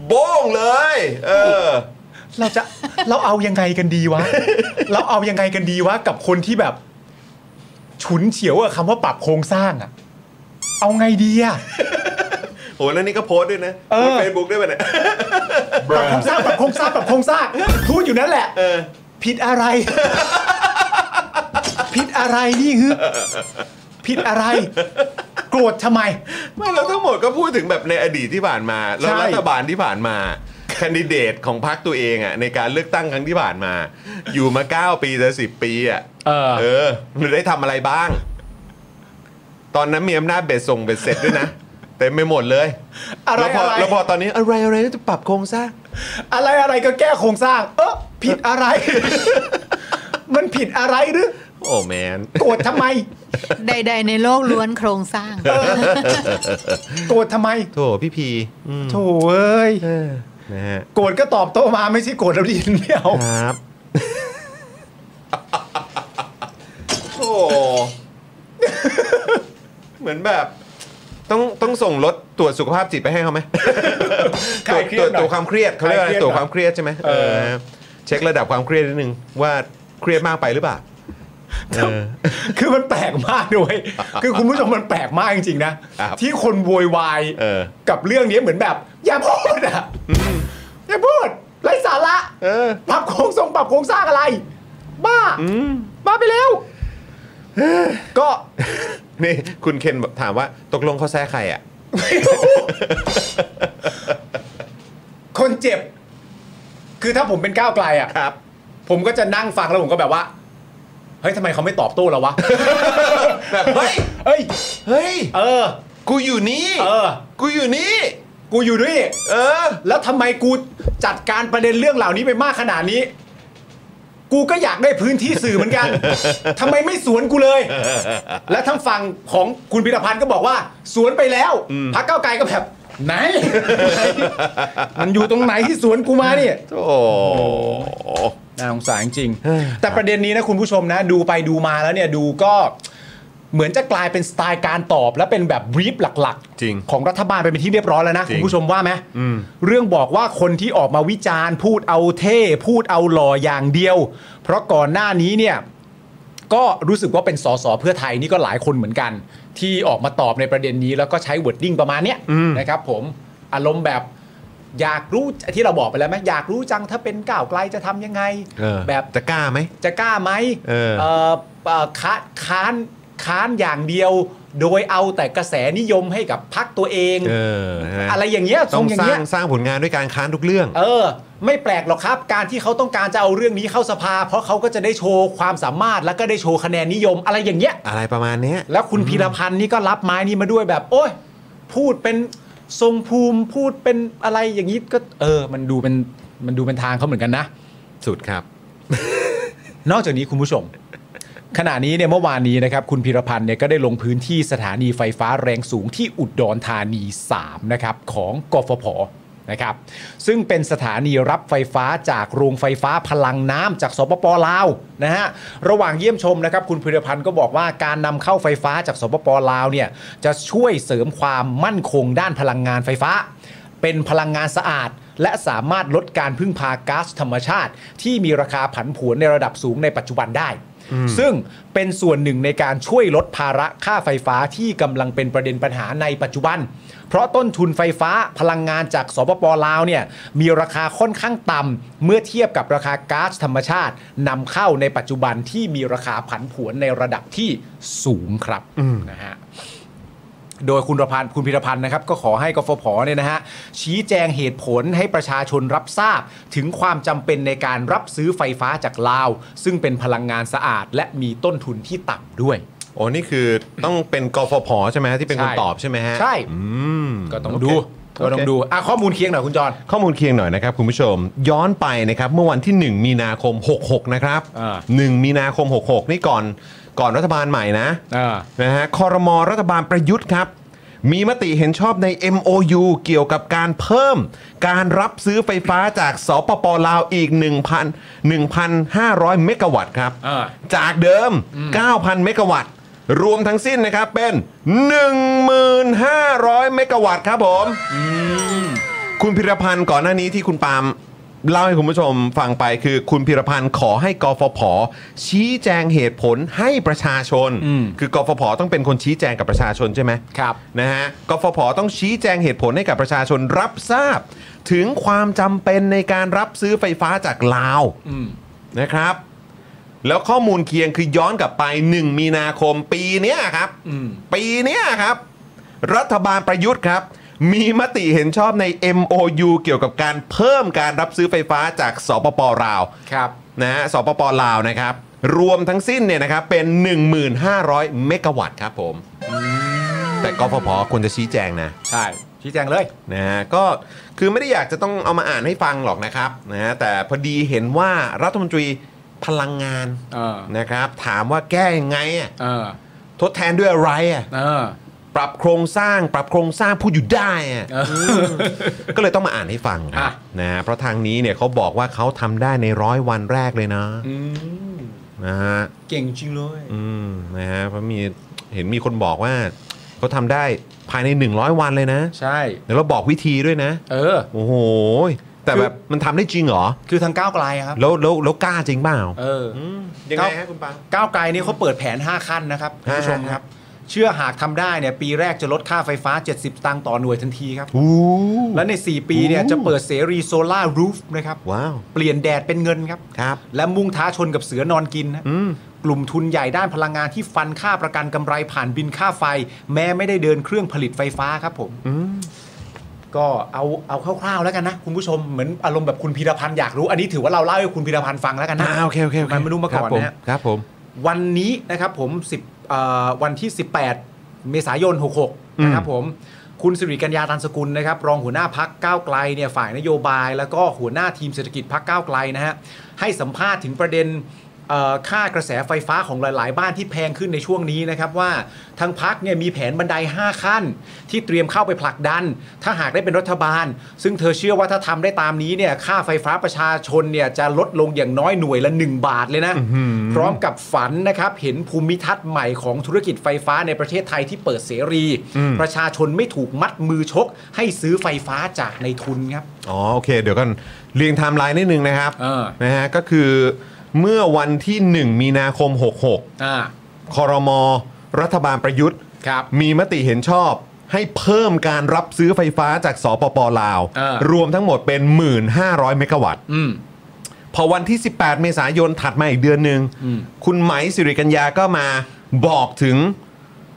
โบ้งเลย เออ เราจะ เราเอายังไงกันดี วะ เราเอายังไงกันดีวะ กับคนที่แบบ ฉุนเฉียวอะคำว่าปรับโครงสร้างอะเอาไงดีอะ โหแล้วนี่ก็โพสต์ด้วยนะบนเฟซบุ๊กด้วยป่ะเนี่ย ปรับโครงสร้างปรับโครงสร้างปรับโครงสร้างพูดอยู่นั่นแหละผิดอะไร ผิดอะไรนี่คือผิดอะไร โกรธทำไม ไม่เราทั้งหมดก็พูดถึงแบบในอดีตที่ผ่านมาแล้ว ใช่ รัฐบาลที่ผ่านมาแคนดิเดตของพรรคตัวเองอ่ะในการเลือกตั้งครั้งที่ผ่านมา อยู่มา 9 ปีจะ10 ปีอ่ะ เออ เออหรือได้ทำอะไรบ้าง ตอนนั้นมีอำนาจเบ็ดส่งเบ็ดเสร็จด้วยนะเต็มไปหมดเลย อะไร แล้วพอ อะไร แล้วพอตอนนี้อะไรอะไรก็จะปรับโครงสร้าง อะไรอะไรก็แก้โครงสร้าง เออผิดอะไร มันผิดอะไรหรือ โอ้แมน โกรธทำไม ใด ๆ ในโลกล้วนโครงสร้าง โกรธทำไม โถพี่พีอืม โถเอ้ย นะฮะ โกรธก็ตอบโต้มาไม่ใช่โกรธแล้วดินไม่เอาค รับ โอ้เหมือนแบบ ต้องต้องส่งรถตรวจสุขภาพจิตไปให้เขา ไหม คลายเครี ตร ยว ด จ หน่ ตร อ วจ ย ความเครียดเขาเรียกอะไร คลายเครียด ตรวจความเครียดใช่ไหม เออ เออ เช็คระดับความเครียดนิดนึงว่าเครียดมากไปหรือเปล่าเอ อ คือมันแปลกมากด้วยคือคุณผู้ชมมันแปลกมากจริงๆนะครับ ที่คนโวยวาย เออ กับเรื่องนี้เหมือนแบบ อย่าพูดอ่ะอย่าพูดไร้สา เออ ปรับโครงทรงปรับโครงสร้างอะไร บ้าบ้าไปแล้ว ก็ นี่คุณเคนแบบถามว่าตกลงเขาแซ่ใครอ่ะ คนเจ็บ คือถ้าผมเป็นก้าวไกลอ่ะ ครับ ผมก็จะนั่งฟังแล้วผมก็แบบว่า เฮ้ยทำไมเขาไม่ตอบโต้เราวะ แบบเฮ้ย เอ้ย เฮ้ย เออ กูอยู่นี่ เออ กูอยู่นี่ กูอยู่ด้วย เออ แล้วทำไมกูจัดการประเด็นเรื่องเหล่านี้ไปมากขนาดนี้ กูก็อยากได้พื้นที่สื่อเหมือน กันทำไมไม่สวนกูเลย และทั้งฝั่งของคุณพิรพันธ์ก็บอกว่า สวนไปแล้วพักเก้าวไกลก็แบบไหน มันอยู่ตรงไหนที่สวนกูมาเนี่ย โอ้โห น่าสงสารจริงๆแต่ประเด็นนี้นะคุณผู้ชมนะ ดูไปดูมาแล้วเนี่ยดูก็เหมือนจะกลายเป็นสไตล์การตอบ และเป็นแบบบรีฟหลัก จริง ของรัฐบาลไปเป็นที่เรียบร้อยแล้วนะ จริง คุณผู้ชมว่าไหมเรื่องบอกว่าคนที่ออกมาวิจารณ์พูดเอาเท่ พูดเอาหล่ออย่างเดียว เพราะก่อนหน้านี้เนี่ย ก็รู้สึกว่าเป็นสสเพื่อไทยนี่ก็หลายคนเหมือนกัน ที่ออกมาตอบในประเด็นนี้แล้วก็ใช้วอร์ดดิ้งประมาณเนี้ยนะครับผมอารมณ์แบบอยากรู้ที่เราบอกไปแล้วไหมอยากรู้จังถ้าเป็นก้าวไกลจะทำยังไง เออ แบบ จะกล้าไหม จะกล้าไหม เออ เอ่อเอ่อค้าค้านค้านอย่างเดียว โดยเอาแต่กระแสนิยมให้กับพักตัวเอง เออนะ อะไรอย่างเงี้ยท ต้ ร อง ง อย่า ส ง ร้า เงี้ ง ย สร้างผลงานด้วยการค้านทุกเรื่อง เออ ไม่แปลกหรอกครับ การที่เขาต้องการจะเอาเรื่องนี้เข้าสภา เพราะเขาก็จะได้โชว์ความสามารถแล้วก็ได้โชว์คะแนนนิยมอะไรอย่างเงี้ย อะไรประมาณเนี้ย แล้วคุณพีรพันธ์นี่ก็รับไม้นี้มาด้วยแบบ โอ้ยพูดเป็นทรงภูมิพูดเป็นอะไรอย่างนี้ก็ เออ มันดูเป็นมันดูเป็นทางเขาเหมือนกันนะ สุดครับ นอกจากนี้คุณผู้ชม ขณะนี้เนี่ยเมื่อวานนี้นะครับ คุณพิรพันธ์เนี่ยก็ได้ลงพื้นที่สถานีไฟฟ้าแรงสูงที่อุดรธานี 3 นะครับของกฟผนะครับ ซึ่งเป็นสถานีรับไฟฟ้าจากโรงไฟฟ้าพลังน้ำจากสปปลาวนะฮะระหว่างเยี่ยมชมนะครับ คุณพิรพันธ์ก็บอกว่าการนำเข้าไฟฟ้าจากสปปลาวเนี่ยจะช่วยเสริมความมั่นคงด้านพลังงานไฟฟ้า เป็นพลังงานสะอาด และสามารถลดการพึ่งพาก๊าซธรรมชาติ ที่มีราคาผันผวนในระดับสูงในปัจจุบันได้ ซึ่งเป็นส่วนหนึ่งในการช่วยลดภาระค่าไฟฟ้าที่กำลังเป็นประเด็นปัญหาในปัจจุบัน เพราะต้นทุนไฟฟ้าพลังงานจากสปปลาวเนี่ยมีราคาค่อนข้างต่ำเมื่อเทียบกับราคาก๊าซธรรมชาตินำเข้าในปัจจุบันที่มีราคาผันผวนในระดับที่สูงครับนะฮะ โดยคุณประพันธ์คุณพิรพันธ์นะครับ ก็ขอให้กฟผเนี่ยนะฮะชี้แจงเหตุผลให้ประชาชนรับทราบ ถึงความจำเป็นในการรับซื้อไฟฟ้าจากลาว ซึ่งเป็นพลังงานสะอาด และมีต้นทุนที่ต่ำด้วย โอ้นี่คือต้องเป็นกฟผใช่ไหมที่เป็นคน ใช่ ตอบใช่ไหมฮะ ใช่ อืม ก็ต้อง โเค ดู ก็ต้องดูอ่ะข้อมูลเคียงหน่อยคุณจร ข้อมูลเคียงหน่อยนะครับคุณผู้ชม ย้อนไปนะครับ เมื่อวันที่ 1 มีนาคม 66 นะครับ อ่า 1 มีนาคม 66 นี่ก่อนก่อนรัฐบาลใหม่นะ อ่า นะฮะคอรมอรัฐบาลประยุทธ์ครับ มีมติเห็นชอบใน MOU เกี่ยวกับการเพิ่ม การรับซื้อไฟฟ้าจากสปปลาวอีก 1,000 1,500 เมกะวัตต์ครับ อ่า จากเดิม 9,000 เมกะวัตต์ รวมทั้งสิ้นนะครับเป็น 1,500 เมกะวัตต์ครับผม คุณพิรพันธ์ก่อนหน้านี้ที่คุณปาล์มเล่าให้คุณผู้ชมฟังไปคือคุณพิรพันธ์ขอให้กฟผ ชี้แจงเหตุผลให้ประชาชน คือกฟผ ต้องเป็นคนชี้แจงกับประชาชนใช่ไหม ครับ นะฮะกฟผ ต้องชี้แจงเหตุผลให้กับประชาชนรับทราบ ถึงความจำเป็นในการรับซื้อไฟฟ้าจากลาวนะครับ แล้วข้อมูลเคียงคือย้อนกลับไป 1 มีนาคมปีเนี้ยครับ ปีเนี้ยครับ รัฐบาลประยุทธ์ครับ มีมติเห็นชอบใน MOU เกี่ยวกับการเพิ่มการรับซื้อไฟฟ้าจากสปปลาว ครับ นะฮะสปปลาวนะครับ รวมทั้งสิ้นเนี่ยนะครับเป็น 1,500 เมกะวัตต์ครับผม แต่กฟผควรจะชี้แจงนะ ใช่ ชี้แจงเลย นะฮะก็คือไม่ได้อยากจะต้องเอามาอ่านให้ฟังหรอกนะครับนะฮะแต่พอดีเห็นว่ารัฐมนตรีพลังงาน เออ นะครับถามว่าแก้ยังไงอะ เออ ทดแทนด้วยอะไรอะ เออ ปรับโครงสร้าง ปรับโครงสร้างพูดอยู่ได้อะ ก็เลยต้องมาอ่านให้ฟังครับ อ่ะ นะฮะเพราะทางนี้เนี่ยเขาบอกว่าเขาทำได้ในร้อยวันแรกเลยนะนะฮะ เก่งจริงเลย อืมนะฮะเพราะมีเห็นมีคนบอกว่าเขาทำได้ภายใน 100 วันเลยนะ ใช่ เดี๋ยวเราบอกวิธีด้วยนะ เออ โอ้โห แต่แบบมันทำได้จริงเหรอ คือทางก้าวไกลอะครับ แล้วแล้วแล้วกล้าจริงเปล่า เออ ยังไงฮะคุณปัง ก้าวไกลนี่เขาเปิดแผน 5 ขั้นนะครับคุณผู้ชมครับ เชื่อหากทำได้เนี่ยปีแรกจะลดค่าไฟฟ้า 70 สตางค์ต่อหน่วยทันทีครับ และใน 4 ปีเนี่ยจะเปิดเสรีโซลาร์รูฟนะครับ ว้าว เปลี่ยนแดดเป็นเงินครับ ครับ และมุ่งท้าชนกับเสือนอนกินนะกลุ่มทุนใหญ่ด้านพลังงานที่ฟันค่าประกันกำไรผ่านบินค่าไฟ แม้ไม่ได้เดินเครื่องผลิตไฟฟ้าครับผมก็เอาเอาคร่าวๆแล้วกันนะคุณผู้ชมเหมือนอารมณ์แบบคุณพีรพันธ์อยากรู้อันนี้ถือว่าเราเล่าให้คุณพีรพันธ์ฟังแล้วกันนะ อ่าโอเคโอเคโอเค มันไม่รู้มาก่อนนะฮะ ครับผม วันนี้นะครับผม10เอ่อวันที่ 18 เมษายน 66 นะครับผม คุณสิริกัญญาตันสกุลนะครับ รองหัวหน้าพักก้าวไกลเนี่ยฝ่ายนโยบาย แล้วก็หัวหน้าทีมเศรษฐกิจพักก้าวไกลนะฮะให้สัมภาษณ์ถึงประเด็นเอ่อค่ากระแสไฟฟ้าของหลาย ๆ บ้านที่แพงขึ้นในช่วงนี้นะครับว่าทางพักเนี่ยมีแผนบันได 5 ขั้น ที่เตรียมเข้าไปผลักดัน ถ้าหากได้เป็นรัฐบาล ซึ่งเธอเชื่อว่าถ้าทำได้ตามนี้เนี่ยค่าไฟฟ้าประชาชนเนี่ยจะลดลงอย่างน้อยหน่วยละ 1 บาทเลยนะ พร้อมกับฝันนะครับ เห็นภูมิทัศน์ใหม่ของธุรกิจไฟฟ้าในประเทศไทยที่เปิดเสรี ประชาชนไม่ถูกมัดมือชก ให้ซื้อไฟฟ้าจากในทุนครับ อ๋อโอเค เดี๋ยวกันเรียงไทม์ไลน์นิดนึงนะครับ เออ นะฮะก็คือเมื่อวันที่ 1 มีนาคม อ่า 66คอรมอรัฐบาลประยุทธ์ ครับ มีมติเห็นชอบให้เพิ่มการรับซื้อไฟฟ้าจากสปปลาว เออ รวมทั้งหมดเป็น 1,500 เมกะวัตต์ อืม พอวันที่ 18 เมษายนถัดมาอีกเดือนหนึ่ง อืม คุณไหมสิริกัญญาก็มาบอกถึง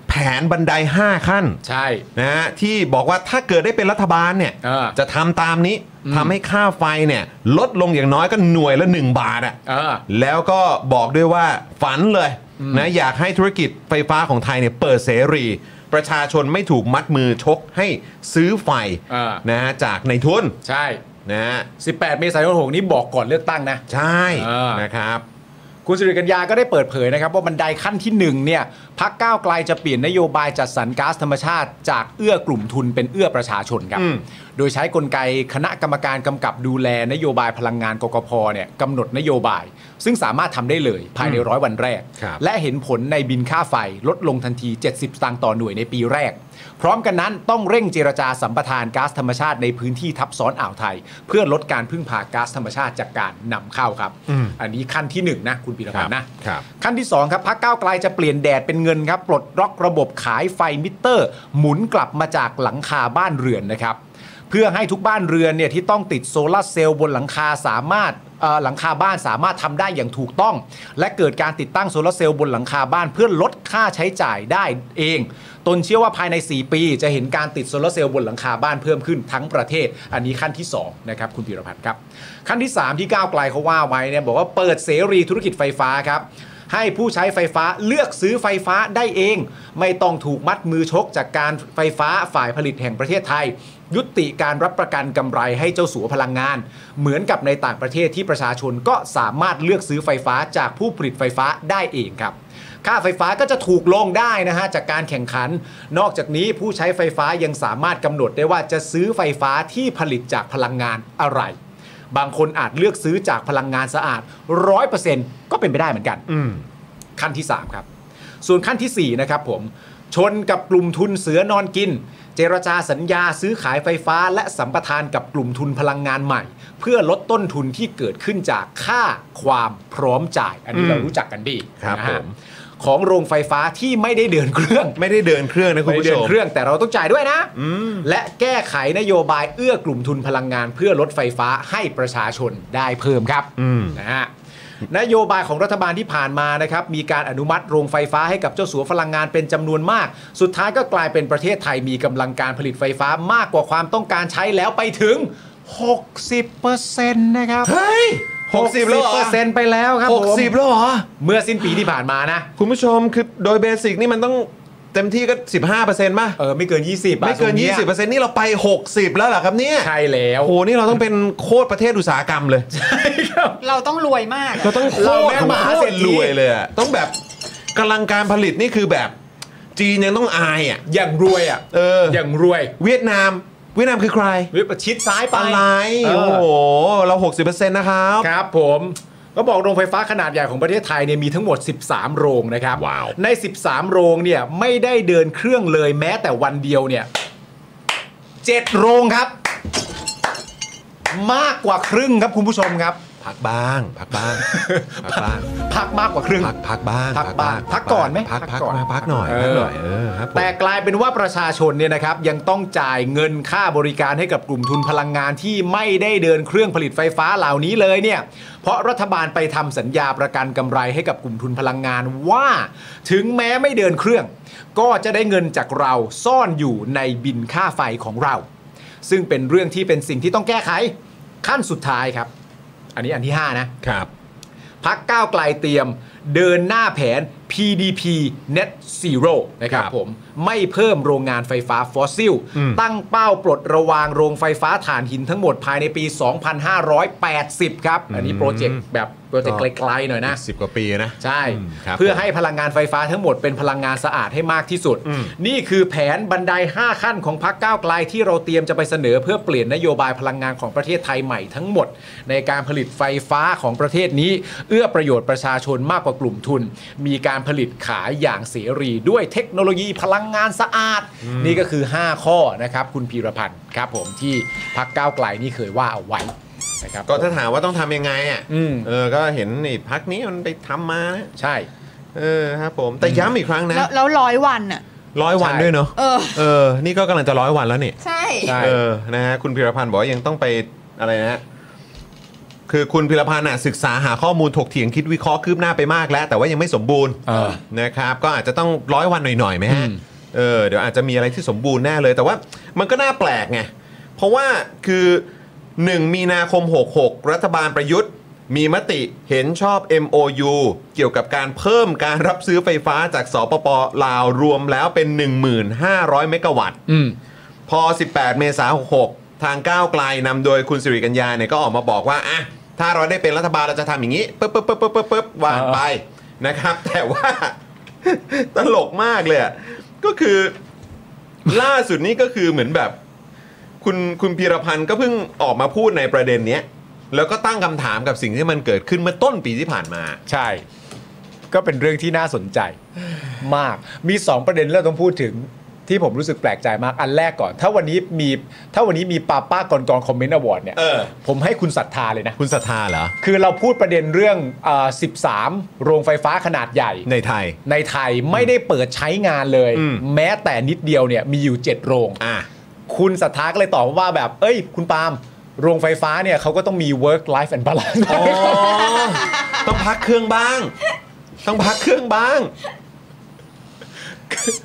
แผนบันได 5 ขั้น ใช่ นะฮะที่บอกว่าถ้าเกิดได้เป็นรัฐบาลเนี่ย อ่า จะทำตามนี้ทำให้ค่าไฟเนี่ยลดลงอย่างน้อยก็หน่วยละ 1 บาทอะ อ่า แล้วก็บอกด้วยว่าฝันเลยนะอยากให้ธุรกิจไฟฟ้าของไทยเนี่ยเปิดเสรี ประชาชนไม่ถูกมัดมือชกให้ซื้อไฟ อ่า นะฮะจากในทุน ใช่ นะฮะ 18 เมษายน6นี้บอกก่อนเลือกตั้งนะ ใช่ อ่าน นะครับ คุณสิริกัญญาก็ได้เปิดเผยนะครับ ว่าบันไดขั้นที่1เนี่ยพักก้าวไกลจะเปลี่ยนนโยบายจัดสรรก๊าซธรรมชาติ จากเอื้อกลุ่มทุนเป็นเอื้อประชาชนครับ โดยใช้กลไกคณะกรรมการกำกับดูแลนโยบายพลังงานกกพเนี่ยกำหนดนโยบาย ซึ่งสามารถทำได้เลยภายในร้อยวันแรก ครับ และเห็นผลในบินค่าไฟลดลงทันที 70 สตางค์ต่อหน่วยในปีแรก พร้อมกันนั้นต้องเร่งเจรจาสัมปทานก๊าซธรรมชาติในพื้นที่ทับซ้อนอ่าวไทย เพื่อลดการพึ่งพาก๊าซธรรมชาติจากการนำเข้าครับ อันนี้ขั้นที่หนึ่งนะคุณปีรพันธ์นะ ครับ ขั้นที่ 2 ครับพักก้าวไกลจะเปลี่ยนแดดเป็นเงินครับ ปลดล็อกระบบขายไฟมิเตอร์ หมุนกลับมาจากหลังคาบ้านเรือนนะครับ เพื่อให้ทุกบ้านเรือนเนี่ยที่ต้องติดโซลาร์เซลล์บนหลังคาสามารถเอ่อหลังคาบ้านสามารถทำได้อย่างถูกต้อง และเกิดการติดตั้งโซลาร์เซลล์บนหลังคาบ้าน เพื่อลดค่าใช้จ่ายได้เอง ตนเชื่อว่าภายใน 4 ปี จะเห็นการติดโซลาร์เซลล์บนหลังคาบ้านเพิ่มขึ้นทั้งประเทศ อันนี้ขั้นที่สองนะครับคุณพีรพันธ์ครับ ขั้นที่สามที่ก้าวไกลเขาว่าไว้เนี่ยบอกว่าเปิดเสรีธุรกิจไฟฟ้าครับ ให้ผู้ใช้ไฟฟ้าเลือกซื้อไฟฟ้าได้เอง ไม่ต้องถูกมัดมือชกจากการไฟฟ้าฝ่ายผลิตแห่งประเทศไทย ยุติการรับประกันกำไรให้เจ้าสัวพลังงาน เหมือนกับในต่างประเทศที่ประชาชนก็สามารถเลือกซื้อไฟฟ้าจากผู้ผลิตไฟฟ้าได้เองครับ ค่าไฟฟ้าก็จะถูกลงได้นะฮะ จากการแข่งขัน นอกจากนี้ผู้ใช้ไฟฟ้ายังสามารถกำหนดได้ว่าจะซื้อไฟฟ้าที่ผลิตจากพลังงานอะไร บางคนอาจเลือกซื้อจากพลังงานสะอาด 100%ก็เป็นไปได้เหมือนกัน ขั้นที่ 3 ครับ ส่วนขั้นทีสี่4 นะครับผม ชนกับกลุ่มทุนเสือนอนกิน เจรจาสัญญาซื้อขายไฟฟ้า และสัมปทานกับกลุ่มทุนพลังงานใหม่ เพื่อลดต้นทุนที่เกิดขึ้นจากค่าความพร้อมจ่าย อันนี้เรารู้จักกันดี ครับ นะฮะ ผม ของโรงไฟฟ้าที่ไม่ได้เดินเครื่อง ไม่ได้เดินเครื่องนะคุณ ไม่ ผู้ เดิ ช น ม เครื่องแต่เราต้องจ่ายด้วยนะ และแก้ไขนโยบายเอื้อกลุ่มทุนพลังงานเพื่อลดไฟฟ้าให้ประชาชนได้เพิ่มครับนะฮะนโยบายของรัฐบาลที่ผ่านมานะครับ มีการอนุมัติโรงไฟฟ้าให้กับเจ้าสัวพลังงานเป็นจำนวนมาก สุดท้ายก็กลายเป็นประเทศไทยมีกำลังการผลิตไฟฟ้ามากกว่าความต้องการใช้แล้วไปถึง 60%นะครับ เฮ้ย 60แล้วเหรอ 60%ไปแล้วครับผม 60แล้วเหรอ เมื่อสิ้นปีที่ผ่านมานะ คุณผู้ชมคือโดยเบสิกนี่มันต้องเต็มที่ก็ 15%ป่ะ เออไม่เกิน 20บาท ไม่เกิน ตรงย 20%นี่เราไป 60 แล้วเหรอครับเนี่ย ใช่แล้ว โอ้โห นี่เราต้องเป็นโคตรประเทศอุตสาหกรรมเลย เราต้องรวยมาก เราต้องโค เรา ต แม่ รง มหา โค เศร ต ษ ร ฐี รวยเลยอะต้องแบบกำลังการผลิตนี่คือแบบ จีนยังต้องอายอ่ะ อย่างรวยอ่ะ เออ อย่างรวย เวียดนาม เวียดนามคือใคร วิปชิดซ้ายไป อะไร เออ โอ้โห เรา 60%นะครับ ครับผมก็บอกโรงไฟฟ้าขนาดใหญ่ของประเทศไทยเนี่ยมีทั้งหมด 13 โรงนะครับ ว้าว ใน 13 โรงเนี่ยไม่ได้เดินเครื่องเลยแม้แต่วันเดียวเนี่ย7โรงครับ มากกว่าครึ่งครับคุณผู้ชมครับ พ พักบ้างพักบ้างพักบ้าง พักมากกว่าครึ่ง พักพักบ้าง พักบ้างพักก่อนไหม พัก พั พั ก ก ก่อน มาพักหน่อยพักหน่อยเออครับผม แต่กลายเป็นว่าประชาชนเนี่ยนะครับยังต้องจ่ายเงินค่าบริการให้กับกลุ่มทุนพลังงานที่ไม่ได้เดินเครื่องผลิตไฟฟ้าเหล่านี้เลยเนี่ยเพราะรัฐบาลไปทำสัญญาประกันกำไรให้กับกลุ่มทุนพลังงานว่า ถึงแม้ไม่เดินเครื่อง ก็จะได้เงินจากเราซ่อนอยู่ในบินค่าไฟของเรา ซึ่งเป็นเรื่องที่เป็นสิ่งที่ต้องแก้ไขขั้นสุดท้ายครับ อันนี้อันที่ห้านะ ครับ พักก้าวไกลเตรียมเดินหน้าแผน PDP Net Zero นะครับ ครับ ผมไม่เพิ่มโรงงานไฟฟ้าฟอสซิล อืม ตั้งเป้าปลดระวางโรงไฟฟ้าถ่านหินทั้งหมดภายในปี 2580 ครับ อันนี้โปรเจกต์แบบโปรเจกต์ไกลๆหน่อยนะ สิบกว่าปีนะ ใช่ อืมครับ เพื่อให้พลังงานไฟฟ้าทั้งหมดเป็นพลังงานสะอาดให้มากที่สุด อืม นี่คือแผนบันได 5 ขั้นของพักก้าวไกลที่เราเตรียมจะไปเสนอเพื่อเปลี่ยนนโยบายพลังงานของประเทศไทยใหม่ทั้งหมด ในการผลิตไฟฟ้าของประเทศนี้ เอื้อประโยชน์ประชาชนมากกว่ากลุ่มทุน มีการผลิตขายอย่างเสรีด้วยเทคโนโลยีพลังงานสะอาด นี่ก็คือ 5 ข้อนะครับคุณพีรพันธ์ครับผมที่พักก้าวไกลนี่เคยว่าเอาไว้นะครับ ก็ถ้าถามว่าต้องทำยังไงอ่ะ อืม เออก็เห็นนี่พักนี้มันไปทำมานะ ใช่ เออครับผมแต่ย้ำอีกครั้งนะ แล้วแล้วร้อยวันอ่ะ ร้อยวัน ใช่ ด้วยเนาะ เออ เออ นี่ก็กำลังจะร้อยวันแล้วนี่ ใช่ ใช่ เออนะฮะคุณพิรพันธ์บอกว่ายังต้องไปอะไรนะฮะคือคุณพิรพันธ์อ่ะศึกษาหาข้อมูลถกเถียงคิดวิเคราะห์คืบหน้าไปมากแล้ว แต่ว่ายังไม่สมบูรณ์ เออ นะครับ ก็อาจจะต้องร้อยวันหน่อยๆไหมฮะ อืม เออเดี๋ยวอาจจะมีอะไรที่สมบูรณ์แน่เลย แต่ว่ามันก็น่าแปลกไงเพราะว่าคือ 1 มีนาคม 66 รัฐบาลประยุทธ์ มีมติเห็นชอบ MOU เกี่ยวกับการเพิ่มการรับซื้อไฟฟ้าจากสปปลาวรวมแล้วเป็น 1,500 เมกะวัตต์ อืม พอ 18 เมษายน66 ทางก้าวไกลนำโดยคุณสิริกัญญาเนี่ยก็ออกมาบอกว่าอ่ะถ้าเราได้เป็นรัฐบาลเราจะทำอย่างนี้ปึ๊บปึ๊บปึ๊บปึ๊บปึ๊บปึ๊บวางไปนะครับ แต่ว่า ตลกมากเลยอะก็คือ ล่าสุดนี้ก็คือเหมือนแบบ คุณคุณพีรพันธ์ก็เพิ่งออกมาพูดในประเด็นเนี้ยแล้วก็ตั้งคำถามกับสิ่งที่มันเกิดขึ้นเมื่อต้นปีที่ผ่านมา ใช่ ก็เป็นเรื่องที่น่าสนใจ มาก มี 2 ประเด็นที่เราต้องพูดถึงที่ผมรู้สึกแปลกใจมาก อันแรกก่อน ถ้าวันนี้มีถ้าวันนี้มีป้าป้ากรกรคอมเมนต์อวอร์ดเนี่ย เออ ผมให้คุณศรัทธาเลยนะ คุณศรัทธาเหรอ คือเราพูดประเด็นเรื่องเออ13 โรงไฟฟ้าขนาดใหญ่ ในไทย ในไทยไม่ได้เปิดใช้งานเลย อืม แม้แต่นิดเดียวเนี่ยมีอยู่ 7 โรง อ่ะ คุณศรัทธาก็เลยตอบว่าแบบ เอ้ย คุณปาล์มโรงไฟฟ้าเนี่ยเขาก็ต้องมี work life and balance อ๋อต้องพักเครื่องบ้าง ต้องพักเครื่องบ้าง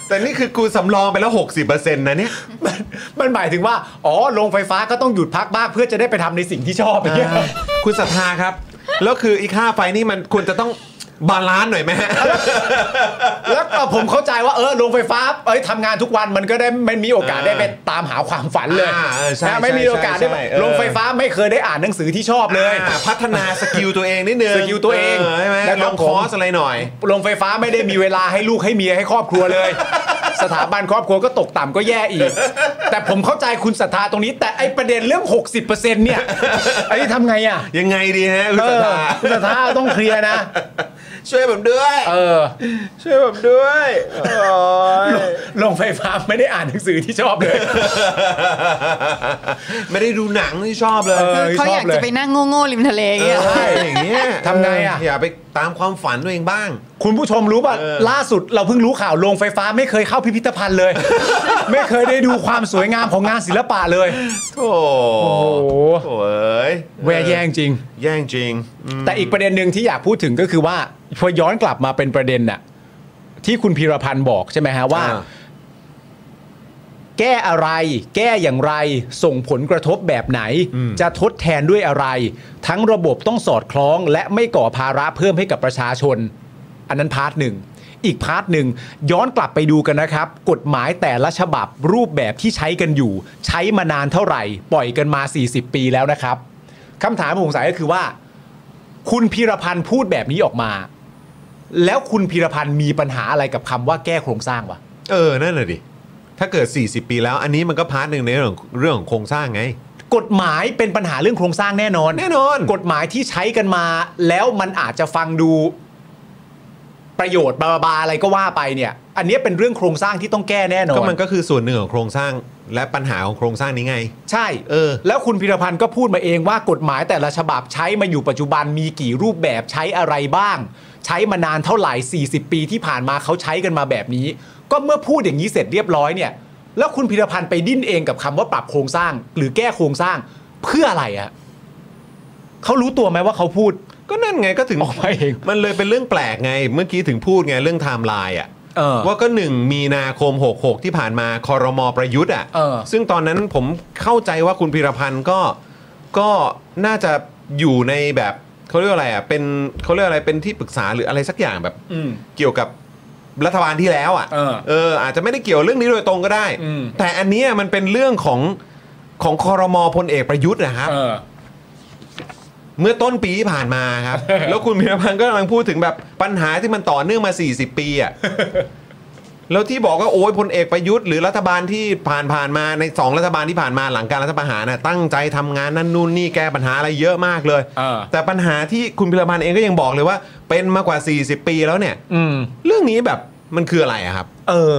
แต่นี่คือกูสำรองไปแล้ว 60%นะ เนี่ย มันมันหมายถึงว่า อ๋อ โรงไฟฟ้าก็ต้องหยุดพักบ้างเพื่อจะได้ไปทำในสิ่งที่ชอบอย่างเงี้ย อ่าคุณศรัทธาครับ แล้วคืออีค่าไฟนี่มันควรจะต้องบาลานซ์หน่อยไหมฮะ แล้วก็ผมเข้าใจว่าเออ โรงไฟฟ้า เอ้ยทำงานทุกวันมันก็ได้ไม่มีโอกาสได้ไปตามหาความฝันเลย อ่าเออใช่ นะไม่มี ใช่ โอกาสได้ ใช่ใช่เออ โรงไฟฟ้าไม่เคยได้อ่านหนังสือที่ชอบเลย อ่าพัฒนาสกิลตัวเองนิดนึง สกิลตัวเอง ใช่ไหม แล้วลก็งคอร์สอะไรหน่อย โรงไฟฟ้าไม่ได้มีเวลาให้ลูกให้เมียให้ครอบครัว เลย สถาบันครอบครัวก็ตกต่ำก็แย่อีก แต่ผมเข้าใจคุณศรัทธาตรงนี้ แต่ไอประเด็นเรื่อง 60%เนี่ยไอ้นี่ทำไงอ่ะ ยังไงดีฮะคุณ เอ ศรัทธาอคุณศรัทธาต้องเคลียร์นะ ช่วยผมด้วย เออ ช่วยผมด้วยโอ้ย โรงไฟฟ้าไม่ได้อ่านหนังสือที่ชอบเลย ไม่ได้ดูหนังที่ชอบเลย เออ เขา ชออบยาก เลย จะไปนั่งโง่ๆริมทะเลอย่าง เออยเงี้ใช่อย่างเงี้ย ทำไงอะ เอย่าไปตามความฝันตัวเองบ้าง คุณผู้ชมรู้ป่ะ เออ ล่าสุดเราเพิ่งรู้ข่าวโรงไฟฟ้าไม่เคยเข้าพิพิธภัณฑ์ เลย ไม่เคยได้ดูความสวยงามของงานศิลปะเลย โถ่ โห โถ่เอ้ย แวแย่งจริง แย่งจริงอืม แต่อีกประเด็นหนึ่งที่อยากพูดถึงก็คือว่าพอย้อนกลับมาเป็นประเด็นน่ะที่คุณพีรพันธ์บอกใช่ไหมฮะว่า อ่ แก้อะไร แก้อย่างไร ส่งผลกระทบแบบไหน จะทดแทนด้วยอะไร ทั้งระบบต้องสอดคล้อง และไม่ก่อภาระเพิ่มให้กับประชาชน อันนั้นพาร์ทหนึ่ง อีกพาร์ทหนึ่งย้อนกลับไปดูกันนะครับ กฎหมายแต่ละฉบับรูปแบบที่ใช้กันอยู่ ใช้มานานเท่าไหร่ ปล่อยกันมา 40 ปีแล้วนะครับคำถามผมสงสัยก็คือว่า คุณพีรพันธ์พูดแบบนี้ออกมา แล้วคุณพีรพันธ์มีปัญหาอะไรกับคำว่าแก้โครงสร้างวะ เออ นั่นแหละดิ ถ้าเกิด 40 ปีแล้ว อันนี้มันก็พาร์ทหนึ่งในเรื่องเรื่องของโครงสร้างไง กฎหมายเป็นปัญหาเรื่องโครงสร้างแน่นอน แน่นอน กฎหมายที่ใช้กันมา แล้วมันอาจจะฟังดู ประโยชน์บาบาๆอะไรก็ว่าไปเนี่ย อันเนี้ยเป็นเรื่องโครงสร้างที่ต้องแก้แน่นอน ก็มันก็คือส่วนหนึ่งของโครงสร้าง และปัญหาของโครงสร้างนี้ไง ใช่ เออ แล้วคุณพิรพันธ์ก็พูดมาเองว่ากฎหมายแต่ละฉบับใช้มาอยู่ปัจจุบันมีกี่รูปแบบใช้อะไรบ้าง ใช้มานานเท่าไหร่ 40 ปีที่ผ่านมาเขาใช้กันมาแบบนี้ ก็เมื่อพูดอย่างนี้เสร็จเรียบร้อยเนี่ย แล้วคุณพิรพันธ์ไปดิ้นเองกับคำว่าปรับโครงสร้าง หรือแก้โครงสร้างเพื่ออะไรอะเขารู้ตัวไหมว่าเขาพูด ก็นั่นไงก็ถึง ออกมาเอง มันเลยเป็นเรื่องแปลกไง เมื่อกี้ถึงพูดไงเรื่องไทม์ไลน์อ่ะ เออ ว่าก็หนึ่งมีนาคม 66 ที่ผ่านมาคอรมอประยุทธ์อ่ะ เออ ซึ่งตอนนั้นผมเข้าใจว่าคุณพิรพันธ์ก็ก็น่าจะอยู่ในแบบเขาเรียกว่าอะไรอ่ะเป็นเขาเรียกว่าอะไรเป็นที่ปรึกษาหรืออะไรสักอย่างแบบ อืม เกี่ยวกับรัฐบาลที่แล้วอ่ะ เออ อาจจะไม่ได้เกี่ยวเรื่องนี้โดยตรงก็ได้ อืม แต่อันเนี้ยมันเป็นเรื่องของของคอรมอพลเอกประยุทธ์นะครับ เออ เมื่อต้นปีที่ผ่านมา ครับ แล้วคุณพิรพันธ์ก็กำลังพูดถึงแบบปัญหาที่มันต่อเนื่องมา 40 ปี อ่ะ แล้วที่บอกว่าโอ้ยพลเอกประยุทธ์หรือรัฐบาลที่ผ่านผ่านๆมาในสองรัฐบาลที่ผ่านมาหลังการรัฐประหารน่ะตั้งใจทำงานนั่นนู่นนี่แก้ปัญหาอะไรเยอะมากเลย เออ แต่ปัญหาที่คุณพิรพันธ์เองก็ยังบอกเลยว่า เป็นมากว่า 40 ปีแล้วเนี่ย อืม เรื่องนี้แบบมันคืออะไรอะครับ เออ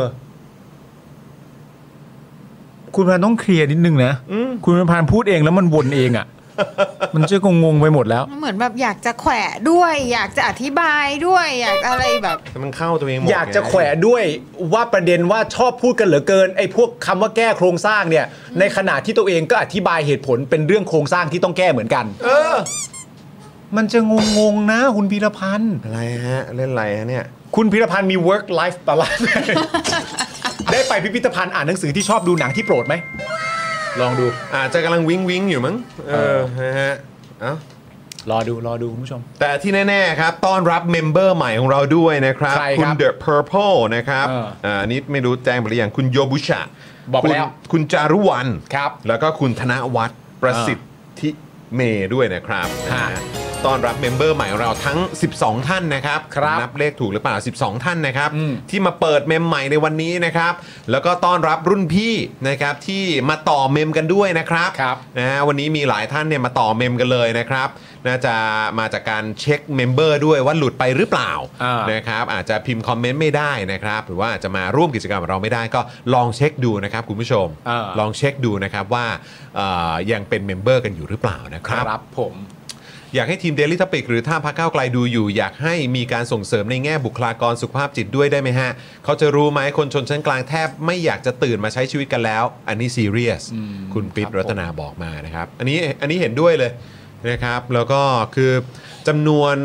คุณพันธ์ต้องเคลียร์นิดนึงนะ อืม คุณพันธ์พูดเองแล้วมันวนเองอะ่ะ มันเจะงงงไปหมดแล้ว เหมือนแบบอยากจะแขวะด้วย อยากจะอธิบายด้วย อยากอะไรแบบ แต่มันเข้าตัวเองหมด อยากจะแขวะด้วยว่าประเด็นว่าชอบพูดกันเหลือเกินไอ้พวกคำว่าแก้โครงสร้างเนี่ย ในขณะที่ตัวเองก็อธิบายเหตุผลเป็นเรื่องโครงสร้างที่ต้องแก้เหมือนกัน เออ มันจะงงงๆนะ คุณพีรพันธ์ อะไรฮะ เล่นอะไรฮะเนี่ย คุณพิรพันธ์มี work life balance ไหม ได้ไปพิพิธภัณฑ์อ่านหนังสือที่ชอบดูหนังที่โปรดไหม ลองดู อาจจะกำลังวิงวิงอยู่มั้ง เออนะฮะเอ้าร อดูรอดูคุณผู้ชม แต่ที่แน่ ๆ ครับ ต้อนรับเมมเบอร์ใหม่ของเราด้วยนะครับ ใคร คุ ค ณ รับ The Purple นะครับ เอออ่ อันนี้ไม่รู้แจ้งไปหรือยังคุณโยบุชะ บอกไปแล้ว คุณคุณจารุวรรณ ครับ แล้วก็คุณธนวัฒน์ประสิทธิเมย์ด้วยนะครับ ฮะ นะฮะต้อนรับเมมเบอร์ใหม่ของเราทั้ง 12 ท่านนะครับ ครับ นับเลขถูกหรือเปล่า 12 ท่านนะครับ อืม ที่มาเปิดเมมใหม่ในวันนี้นะครับ แล้วก็ต้อนรับรุ่นพี่นะครับที่มาต่อเมมกันด้วยนะครับ ครับ นะฮะวันนี้มีหลายท่านเนี่ยมาต่อเมมกันเลยนะครับ น่าจะมาจากการเช็คเมมเบอร์ด้วยว่าหลุดไปหรือเปล่า อ่าน นะครับ อาจจะพิมพ์คอมเมนต์ไม่ได้นะครับ หรือว่าอาจจะมาร่วมกิจกรรมกับเราไม่ได้ก็ลองเช็คดูนะครับคุณผู้ชม อ่า ลองเช็คดูนะครับว่าเอ่อยังเป็นเมมเบอร์กันอยู่หรือเปล่านะค ครับ รับผม อยากให้ทีม Daily Topic หรือถ้าพักก้าวไกลดูอยู่ อยากให้มีการส่งเสริมในแง่บุคลากรสุขภาพจิตด้วยได้ไหมฮะ เขาจะรู้ไหมคนชนชั้นกลางแทบไม่อยากจะตื่นมาใช้ชีวิตกันแล้ว อันนี้ซีเรียสคุณปิ๊บ ครับผม รัตนาบอกมานะครับ อันนี้อันนี้เห็นด้วยเลยนะครับ แล้วก็คือจำนวน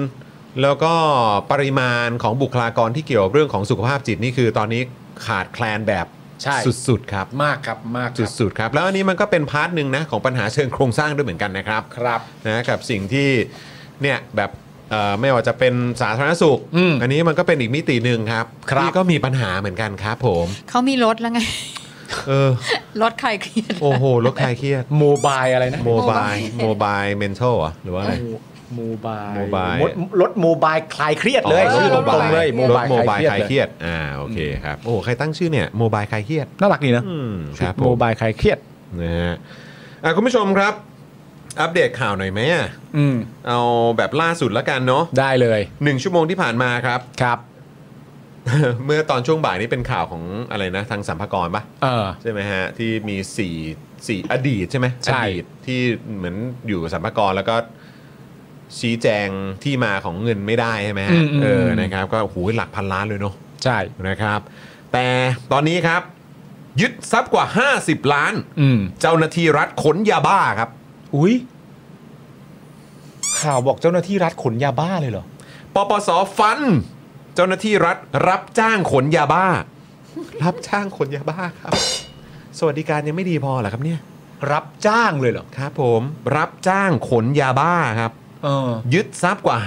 แล้วก็ปริมาณของบุคลากรที่เกี่ยวกับเรื่องของสุขภาพจิตนี่คือตอนนี้ขาดแคลนแบบ ใช่ สุดๆครับ มากครับมากครับ สุดๆครับแล้วอันนี้มันก็เป็นพาร์ทหนึ่งนะของปัญหาเชิงโครงสร้างด้วยเหมือนกันนะครับ ครับ นะกับสิ่งที่เนี่ยแบบเอ่อไม่ว่าจะเป็นสาธารณสุข อืม นนี้มันก็เป็นอีกมิติหนึ่งครับ ครับ ที่ก็มีปัญหาเหมือนกันครับผม เขามีรถแล้วไง เออ รถใครเครียด โอ้โหลดคลายเครียด โมบายอะไรนะ โมบายโมบายเมนทัลหรือว่าอะไร โมบาย โมบาย ดรถโมบายคลายเครียดเลย อ๋อ ชื่อตรงๆเลย รถโมบายคลายเครี ล ยดอ่าโอเคครับโอ้โหใครตั้งชื่อเนี่ยโมบายคลายเครียด น่ารักดีนะ อืมครับผ โม ม บายคลายเครียด นะฮะอ่ะคุณผู้ชมครับ อัปเดตข่าวหน่อยไหมอ่ะ อืม เอาแบบล่าสุดแล้วกันเนาะ ได้เลย หนึ่งชั่วโมงที่ผ่านมาครับ ครับ เมื่อตอนช่วงบ่ายนี่เป็นข่าวของอะไรนะทางสัมภากรปะ เออ ใช่ไหมฮะ ที่มีสี่สี่อดีตใช่ไหม ใช่ อดีตที่เหมือนอยู่สัมภากรแล้วก็ชี้แจงที่มาของเงินไม่ได้ใช่ไหมฮะเออนะครับ ก็โอ้โหูหลักพันล้านเลยเนาะ ใช่ นะครับ แต่ตอนนี้ครับ ยึดทรัพย์กว่า 50 ล้าน อืม เจ้าหน้าที่รัฐขนยาบ้าครับ อุ้ยข่าวบอกเจ้าหน้าที่รัฐขนยาบ้าเลยเหรอ ปปสฟัน เจ้าหน้าที่รัฐรับจ้างขนยาบ้า รับจ้างขนยาบ้าครับ สวัสดิการยังไม่ดีพอเหรอครับเนี่ย รับจ้างเลยเหรอ ครับผมรับจ้างขนยาบ้าครับ เออ ยึดทรัพย์กว่า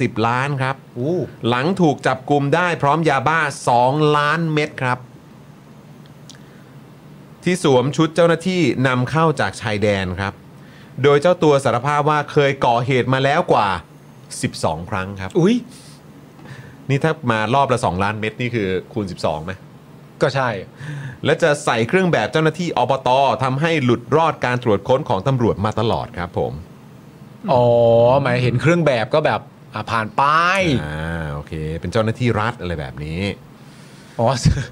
50 ล้านครับ อู้ หลังถูกจับกลุ่มได้พร้อมยาบ้า 2 ล้านเม็ดครับ ที่สวมชุดเจ้าหน้าที่นำเข้าจากชายแดนครับ โดยเจ้าตัวสารภาพว่าเคยก่อเหตุมาแล้วกว่า 12 ครั้งครับ อุ้ย นี่ถ้ามารอบละ 2 ล้านเม็ดนี่คือคูณ 12ไหม ก็ใช่ และจะใส่เครื่องแบบเจ้าหน้าที่อบตทำให้หลุดรอดการตรวจค้นของตำรวจมาตลอดครับผม อ๋อหมายเห็นเครื่องแบบก็แบบอ่ะผ่านไป อ่าโอเค เป็นเจ้าหน้าที่รัฐอะไรแบบนี้ อ๋อ แ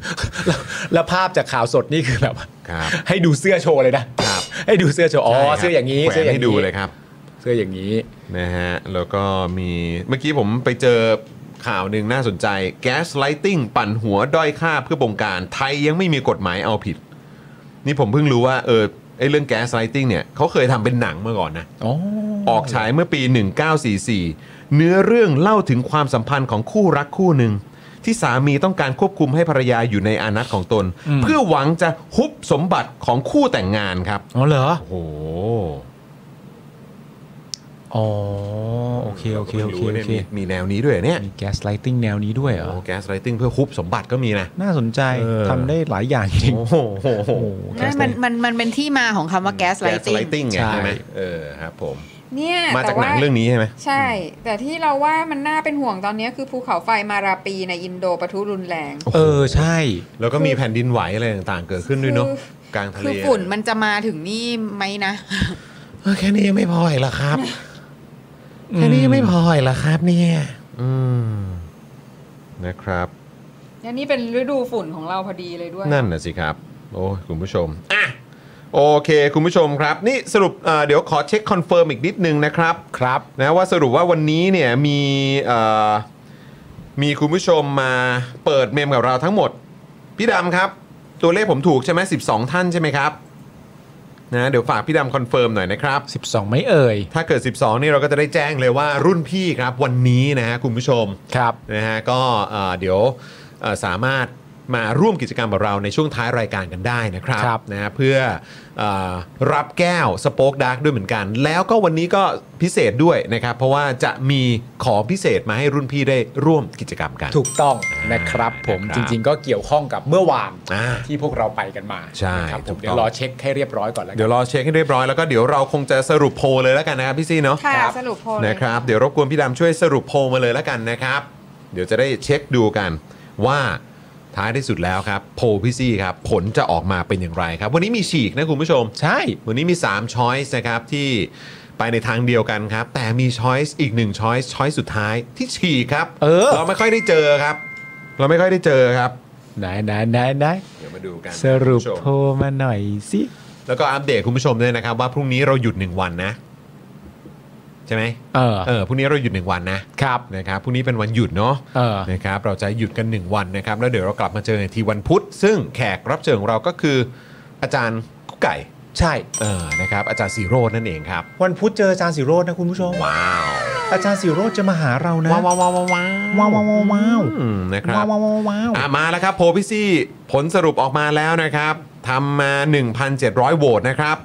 ล้วแล้วภาพจากข่าวสดนี่คือแบบ ครับ ให้ดูเสื้อโชว์เลยนะครับ ให้ดูเสื้อโชว์อ๋อ ใช่ครับ เสื้ออย่างนี้ แขว เสื้ออย่าง ให้ นี้ ดูเลยครับ เสื้ออย่างนี้ นะฮะแล้วก็มีเมื่อกี้ผมไปเจอข่าวหนึ่งน่าสนใจแก๊สไลติงปั่นหัวด้อยค่าเพื่อบงการ ไทยยังไม่มีกฎหมายเอาผิด นี่ผมเพิ่งรู้ว่าเออไอเรื่องแก๊สไลติงเนี่ยเขาเคยทำเป็นหนังมาก่อนนะ อ๋อ ออกฉายเมื่อปี 1944 เนื้อเรื่องเล่าถึงความสัมพันธ์ของคู่รักคู่หนึ่ง ที่สามีต้องการควบคุมให้ภรรยาอยู่ในอานัตของตน อืม เพื่อหวังจะฮุบสมบัติของคู่แต่งงานครับ อ๋อเหรอ โอ้โห อ๋อ โอเค โอเค โอเค ไม่รู้ โอ นี่ย เค มีมีแนวนี้ด้วยเหรอเนี่ย มีแก๊สไลติงแนวนี้ด้วยเหร โอ้ อ แก๊สไลติงเพื่อฮุบสมบัติก็มีนะ น่าสนใจ เออ ทำได้หลายอย่างจริง โอ้โห โอ้โหแก๊ ไม่ สไล มัน ติง มันมันเป็นที่มาของคำว่าแก๊สไล แก๊ส ติง ไลติงไง ใช่ ใช่ไหมเออครับผม เนี่ย มาจาก แต่ หนั ว่ งเรื่องนี้ใช่ไหม ใช่ แต่ที่เราว่ามันน่าเป็นห่วงตอนนี้คือภูเขาไฟมาราปีในอินโดปะทุรุนแรง เออ ใช่ แล้วก็มีแผ่นดินไหวอะไรต่างๆ เกิดขึ้นด้วยเนาะ คือ กลางทะเล คือฝุ่นมันจะมาถึงนี่ไหมนะ เออแค่นี้ยังไม่พออีกเหรอครับ แค่นี้ไม่พอ อืมนะครับ แล้วนี่เป็นฤดูฝุ่นของเราพอดีเลยด้วย นั่นน่ะสิครับ โอ้ยคุณผู้ชมอ่ะโอเค คุณผู้ชมครับ นี่สรุปเอ่อเดี๋ยวขอเช็คคอนเฟิร์มอีกนิดนึงนะครับครับนะว่าสรุปว่าวันนี้เนี่ยมีเอ่อมีคุณผู้ชมมาเปิดเมมกับเราทั้งหมด พี่ดำครับ ตัวเลขผมถูกใช่ไหม12 ท่านใช่ไหมครับนะเดี๋ยวฝากพี่ดำคอนเฟิร์มหน่อยนะครับ 12 ไม่เอ่ย ถ้าเกิด 12 นี่เราก็จะได้แจ้งเลยว่ารุ่นพี่ครับวันนี้นะฮะคุณผู้ชม ครับ นะฮะก็เอ่อเดี๋ยวเอ่อสามารถมาร่วมกิจกรรมกับเราในช่วงท้ายรายการกันได้นะครับ ครับ นะฮะเพื่อเออรับแก้วสป็อกดาร์กด้วยเหมือนกัน แล้วก็วันนี้ก็พิเศษด้วยนะครับ เพราะว่าจะมีของพิเศษมาให้รุ่นพี่ได้ร่วมกิจกรรมกัน ถูกต้องนะครับผม นะครับ จริง ๆ ก็เกี่ยวข้องกับเมื่อวาน อ่า ที่พวกเราไปกันมา ใช่ นะครับผม ถูกต้อง เดี๋ยวรอเช็คให้เรียบร้อยก่อนแล้วกัน เดี๋ยวรอเช็คให้เรียบร้อยแล้วก็เดี๋ยวเราคงจะสรุปโพลเลยแล้วกันนะครับพี่ซี่เนาะ ค่ะ ครับ สรุปโพลเลย นะครับเดี๋ยวรบกวนพี่ดำช่วยสรุปโพลมาเลยแล้วกันนะครับ เดี๋ยวจะได้เช็คดูกันว่าท้ายที่สุดแล้วครับ โพลพี่ซี่ครับ ผลจะออกมาเป็นอย่างไรครับ วันนี้มีฉีกนะคุณผู้ชม ใช่ วันนี้มี 3 ช้อยส์นะครับที่ไปในทางเดียวกันครับ แต่มีช้อยส์อีกหนึ่งช้อยส์ช้อยส์สุดท้ายที่ฉีกครับ เออ ไม่ค่อยได้เจอครับ เราไม่ค่อยได้เจอครับ ไหนไหนไหนไหน เดี๋ยวมาดูกัน สรุป คุณผู้ชม โทรมาหน่อยสิ แล้วก็อัปเดตคุณผู้ชมด้วยนะครับ ว่าพรุ่งนี้เราหยุด 1 วันนะ ใช่ไหม เออ เออพรุ่งนี้เราหยุด 1 วันนะครับ นะครับพรุ่งนี้เป็นวันหยุดเนาะ เออ นะครับเราจะหยุดกัน 1 วันนะครับ แล้วเดี๋ยวเรากลับมาเจอกันอีกทีวันพุธ ซึ่งแขกรับเชิญของเราก็คือ อาจารย์กุ๊กไก่ ใช่ เออนะครับอาจารย์สีโรจน์นั่นเองครับ วันพุธเจออาจารย์สิโรจน์นะคุณผู้ชม ว้าว อาจารย์สิโรจน์จะมาหาเรานะ ว้าวว้าวว้าวว้าว ว้าวว้าวว้าว อืมนะครับ ว้าวว้าวว้าว อ่ะมาแล้วครับโพลพี่ซี่ผลสรุปออกมาแล้วนะครับทำมา 1,700 โหวตนะครับ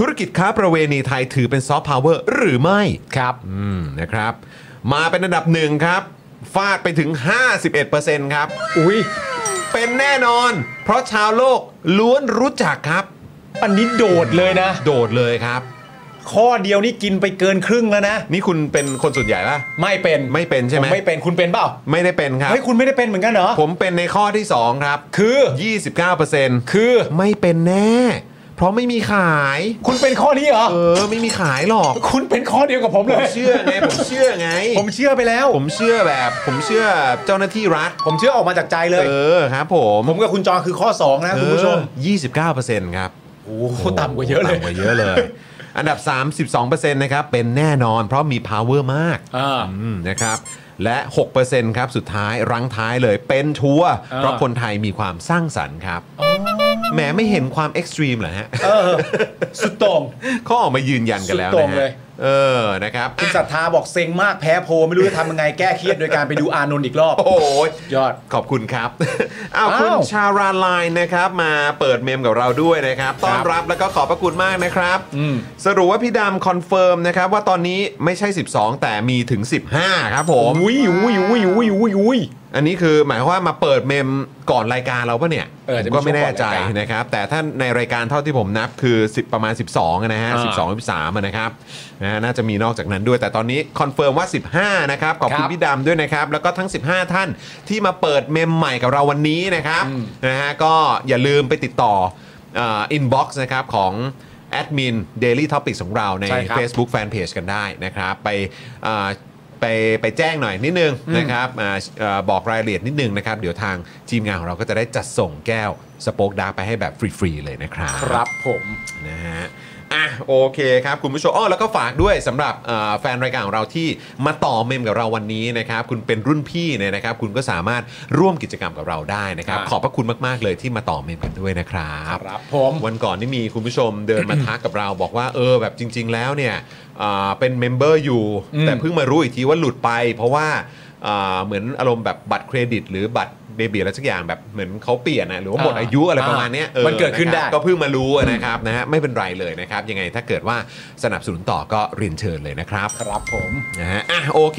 ธุรกิจค้าประเวณีไทยถือเป็นซอฟต์พาวเวอร์หรือไม่ ครับ อืมนะครับ มาเป็นอันดับหนึ่งครับ ฟาดไปถึง 51%ครับ อุ้ย เป็นแน่นอน เพราะชาวโลกล้วนรู้จักครับ อันนี้โดดเลยนะ โดดเลยครับ ข้อเดียวนี่กินไปเกินครึ่งแล้วนะ นี่คุณเป็นคนส่วนใหญ่ปะ ไม่เป็น ไม่เป็นใช่ไหม ผไม่เป็นคุณเป็นเปล่า ไม่ได้เป็นครับ เฮ้ยคุณไม่ได้เป็นเหมือนกันเหรอ ผมเป็นในข้อที่ 2 ครับ คือ 29% คือ ไม่เป็นแน่ เพราะไม่มีขาย คุณเป็นข้อนี้เหรอ เออ ไม่มีขายหรอก คุณเป็นข้อเดียวกับผม ผ เล ม ย เชื่อไง ผมเชื่อไง ผมเชื่อไปแล้ว ผมเชื่อแบบ ผมเชื่อเจ้าหน้าที่รัฐ ผมเชื่อออกมาจากใจเลย เออครับผม ผมกับคุณจอคือข้อ 2 นะคุณผู้ชม เออ29%ครับ โอ้โหต่ำกว่าเยอะเลย ต่ำกว่าเยอะเลย อันดับ 32%นะครับ เป็นแน่นอนเพราะมี power มาก อ่า อืมนะครับ และ 6%ครับ สุดท้ายรั้งท้ายเลยเป็นชัวร์ เออ เพราะคนไทยมีความสร้างสรรค์ครับแหมไม่เห็นความเอ็กซ์ตรีมเหรอฮะ เออ สุดโต่ง เขาออกมายืนยันกันแล้ว สุดโต่ นะ งเล ฮะ ย เออนะครับ คุณศรัทธาบอกเซ็งมากแพ้โพลไม่รู้จะทำยังไงแก้เครียดโดยการไปดูอานนท์อีกรอบ โอ้ย ยอด ขอบคุณครับ อ้าว อ้าว คุณชาราไลน์นะครับ มาเปิดเมมกับเราด้วยนะครับ ต้อนรับแล้วก็ขอบพระคุณมากนะครับ อืม สรุปว่าพี่ดำคอนเฟิร์มนะครับ ว่าตอนนี้ไม่ใช่ 12 แต่มีถึง 15 ครับผม อุ้ยอุ้ยอุ้ยอุ้ยอุ้ยอุ้ย อันนี้คือหมายความว่ามาเปิดเมมก่อนรายการเราปะเนี่ย เออ ผ จะ ม มี ก็ไม่แน่ใจ ช่วงก่อนรายการ นะครับ แต่ถ้าในรายการเท่าที่ผมนับคือ 10 ประมาณ 12อะนะฮะ อ่า 12หรือ13อะนะครับนะฮะน่าจะมีนอกจากนั้นด้วย แต่ตอนนี้คอนเฟิร์มว่า 15 นะครับ ขอบคุณครับ พี่ดำด้วยนะครับ แล้วก็ทั้ง 15 ท่านที่มาเปิดเมมใหม่กับเราวันนี้นะครับ อืม นะฮะก็อย่าลืมไปติดต่ออินบ็อกซ์นะครับของแอดมิน Daily Topics ของเราใน ใช่ครับ Facebook Fanpage กันได้นะครับ ไปเอ่อไป ไปไปแจ้งหน่อยนิดนึงนะครับอ่าเอ่อบอกรายละเอียดนิดนึงนะครับ เดี๋ยวทางทีมงานของเราก็จะได้จัดส่งแก้วสโป๊กดาร์กไปให้แบบฟรีๆเลยนะครับ ครับผม นะฮะ อ่ะโอเคครับคุณผู้ชมอ้อแล้วก็ฝากด้วยสำหรับเอ่อแฟนรายการของเราที่มาต่อเมมกับเราวันนี้นะครับ คุณเป็นรุ่นพี่เนี่ยนะครับ คุณก็สามารถร่วมกิจกรรมกับเราได้นะครับ อ่า ขอบพระคุณมาก ๆ เลยที่มาต่อเมมกันด้วยนะครับ ครับผม วันก่อนนี่มีคุณผู้ชมเดินมา ทักกับเราบอกว่าเออแบบจริง ๆ แล้วเนี่ยอ่าเป็นเมมเบอร์อยู่ อืม แต่เพิ่งมารู้อีกทีว่าหลุดไป เพราะว่าอ่าเหมือนอารมณ์แบบบัตรเครดิต หรือบัตรเดบิตอะไรสักอย่างแบบเหมือนเขาเปลี่ยนนะหรือว่าหมดอายุอะไรประมาณเนี้ยออ มันเกิดขึ้นะได้ครับก็ เพิ่งมารู้นะครับนะฮะไม่เป็นไรเลยนะครับ ยังไงถ้าเกิดว่าสนับสนุนต่อก็เรียนเชิญเลยนะครับ ครับผม นะฮะอ่ะโอเค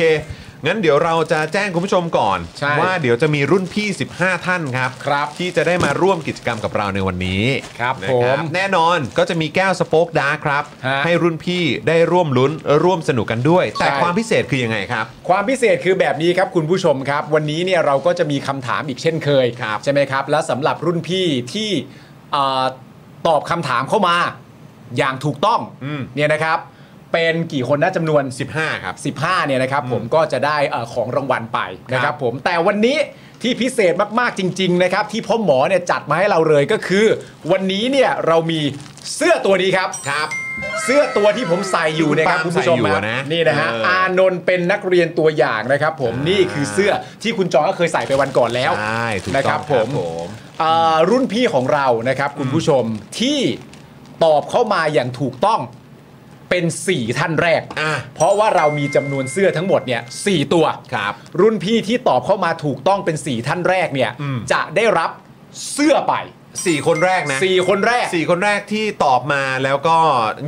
งั้นเดี๋ยวเราจะแจ้งคุณผู้ชมก่อน ใช่ ว่าเดี๋ยวจะมีรุ่นพี่ 15 ท่านครับ ครับ ที่จะได้มาร่วมกิจกรรมกับเราในวันนี้ ครับ นะ ผม แน่นอนก็จะมีแก้วสโป๊กดาร์กครับ ฮะ ให้รุ่นพี่ได้ร่วมลุ้นร่วมสนุกกันด้วย แต่ ใช่ ความพิเศษคือยังไงครับ ความพิเศษคือแบบนี้ครับคุณผู้ชมครับ วันนี้เนี่ยเราก็จะมีคำถามอีกเช่นเคย ครับ ใช่ไหมครับ และสำหรับรุ่นพี่ที่เอ่อตอบคำถามเข้ามาอย่างถูกต้องเนี่ยนะครับ เป็นกี่คนนะจำนวน 15 ครับ 15เนี่ยนะครับผมก็จะได้เอ่อของรางวัลไปนะครับผมแต่วันนี้ที่พิเศษมากๆจริงๆนะครับที่พ่อหมอเนี่ยจัดมาให้เราเลยก็คือ วันนี้เนี่ยเรามีเสื้อตัวนี้ครับ ครับ เสื้อตัวที่ผมใส่อยู่เนะครับ ปาล์ม คุณผู้ชม ใส่อยู่ ครับ นะ นี่นะฮะ เออ อานนท์เป็นนักเรียนตัวอย่างนะครับ ผม อ่านี่ นี่คือเสื้อที่คุณจองก็เคยใส่ไปวันก่อนแล้ว ใช่ถูกต้อง นะครับผม ม เอ่อรุ่นพี่ของเรานะครับ คุณผู้ชมที่ตอบเข้ามาอย่างถูกต้องเป็น 4 ท่านแรก อ่ะ เพราะว่าเรามีจำนวนเสื้อทั้งหมดเนี่ยสตัว ครับ รุ่นพี่ที่ตอบเข้ามาถูกต้องเป็น 4 ท่านแรกเนี่ย อืม จะได้รับเสื้อไป สี่คนแรกนะ 4 คนแรก สี่คนแรกที่ตอบมาแล้วก็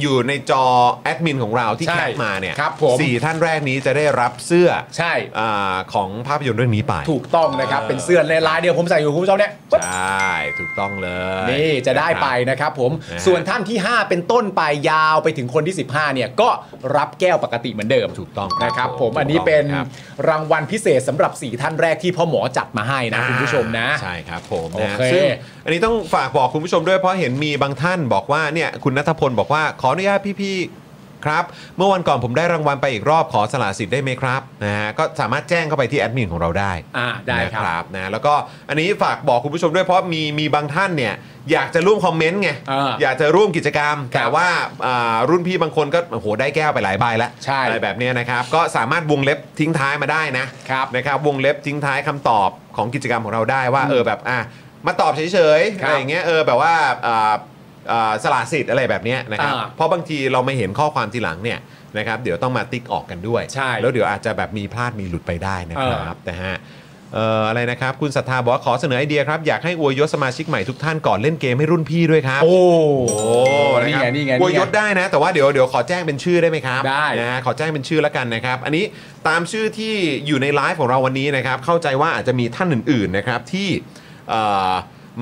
อยู่ในจอแอดมินของเราที่ ใช่ แคปมาเนี่ย ครับผม สี่ท่านแรกนี้จะได้รับเสื้อ ใช่ อาของภาพยนตร์เรื่องนี้ไป ถูกต้องนะครับ เออ เป็นเสื้อในลายเดียวผมใส่อยู่คุณผู้ชมเนี่ยปึ๊บ ใช่ ถูกต้องเลย นี่จะได้ไปนะครับผม นะฮะ ส่วนท่านที่ 5 เป็นต้นไปยาวไปถึงคนที่ 15เนี่ยก็รับแก้วปกติเหมือนเดิม ถูกต้อง นะครับผม ถูกต้ง อันนี้เป็น ครับ รางวัลพิเศษสำหรับ 4 ท่านแรกที่พ่อหมอจัดมาให้นะคุณผู้ชมนะ ใช่ครับผม โอ นะ เค ซึ่งอันนี้ต้องฝากบอกคุณผู้ชมด้วยเพราะเห็นมีบางท่านบอกว่าเนี่ยคุณนัทพลบอกว่าขออนุญาตพี่ๆครับ เมื่อวันก่อนผมได้รางวัลไปอีกรอบขอสละสิทธิ์ได้ไหมครับนะฮะก็สามารถแจ้งเข้าไปที่แอดมินของเราได้ อ่าได้ นะคครับ รับนะแล้วก็อันนี้ฝากบอกคุณผู้ชมด้วยเพราะมีมีบางท่านเนี่ยอยากจะร่วมคอมเมนต์ไง อ่า อยากจะร่วมกิจกรรม แต่ว่าอ่ารุ่นพี่บางคนก็โอ้โหได้แก้วไปหลายใบแล้ว ใช่ อะไรแบบเนี้ยนะครับ ก็สามารถวงเล็บทิ้งท้ายมาได้นะครับ นะครับวงเล็บทิ้งท้ายคำตอบของกิจกรรมของเราได้ว่าเออแบบอ่ะมาตอบเฉยๆ ครับ อะไรอย่างเงี้ยเออแบบว่าอ่าอ่าสละสิทธิ์อะไรแบบเนี้ยนะครับ อ่า เพราะบางทีเราไม่เห็นข้อความทีหลังเนี่ยนะครับเดี๋ยวต้องมาติ๊กออกกันด้วย ใช่ แล้วเดี๋ยวอาจจะแบบมีพลาดมีหลุดไปได้นะครับ เออ ครับนะฮะเอ่ออะไรนะครับ คุณศรัทธาบอกว่าขอเสนอไอเดียครับ อยากให้อวยยศสมาชิกใหม่ทุกท่านก่อนเล่นเกมให้รุ่นพี่ด้วยครับ โอ้ นะ นี่ ครับ ไงนี่ไง อวยยศ นี่ไง ได้นะ แต่ว่าเดี๋ยวเดี๋ยวขอแจ้งเป็นชื่อได้ไหมครับ ได้ นะฮะขอแจ้งเป็นชื่อแล้วกันนะครับ อันนี้ตามชื่อที่อยู่ในไลฟ์ของเราวันนี้นะครับ เข้าใจว่าอาจจะมีท่านอื่น ๆนะครับที่เอ่อ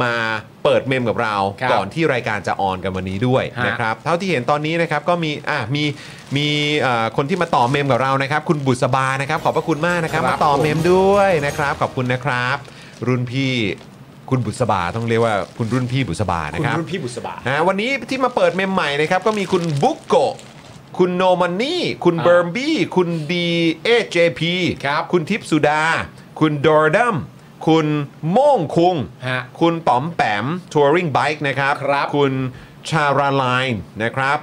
มาเปิดเมมกับเรา ครับ ก่อนที่รายการจะออนกันวันนี้ด้วย ฮะ นะครับ เท่าที่เห็นตอนนี้นะครับก็มีอ่ะมีมีเอ่อคนที่มาต่อเมมกับเรานะครับ คุณบุษบานะครับ ขอบพระคุณมากนะครับ ครับ มาต่อ ผม เมมด้วยนะครับ ขอบคุณนะครับ รุ่นพี่คุณบุษบาต้องเรียกว่าคุณรุ่นพี่บุษบานะ คุณ ครับ รุ่นพี่บุษบา นะวันนี้ที่มาเปิดเมมใหม่นะครับ ก็มีคุณบุ๊กโกะคุณโนมันนี่ คุณ อ่า เบิร์มบี้คุณดีเอเจพี ครับ คุณทิพย์สุดา คุณดอร์ดัมคุณโม่งคุง ฮะ คุณป๋อมแปมทัวริงไบค์นะครับ ครับ คุณชาราไลน์นะครับ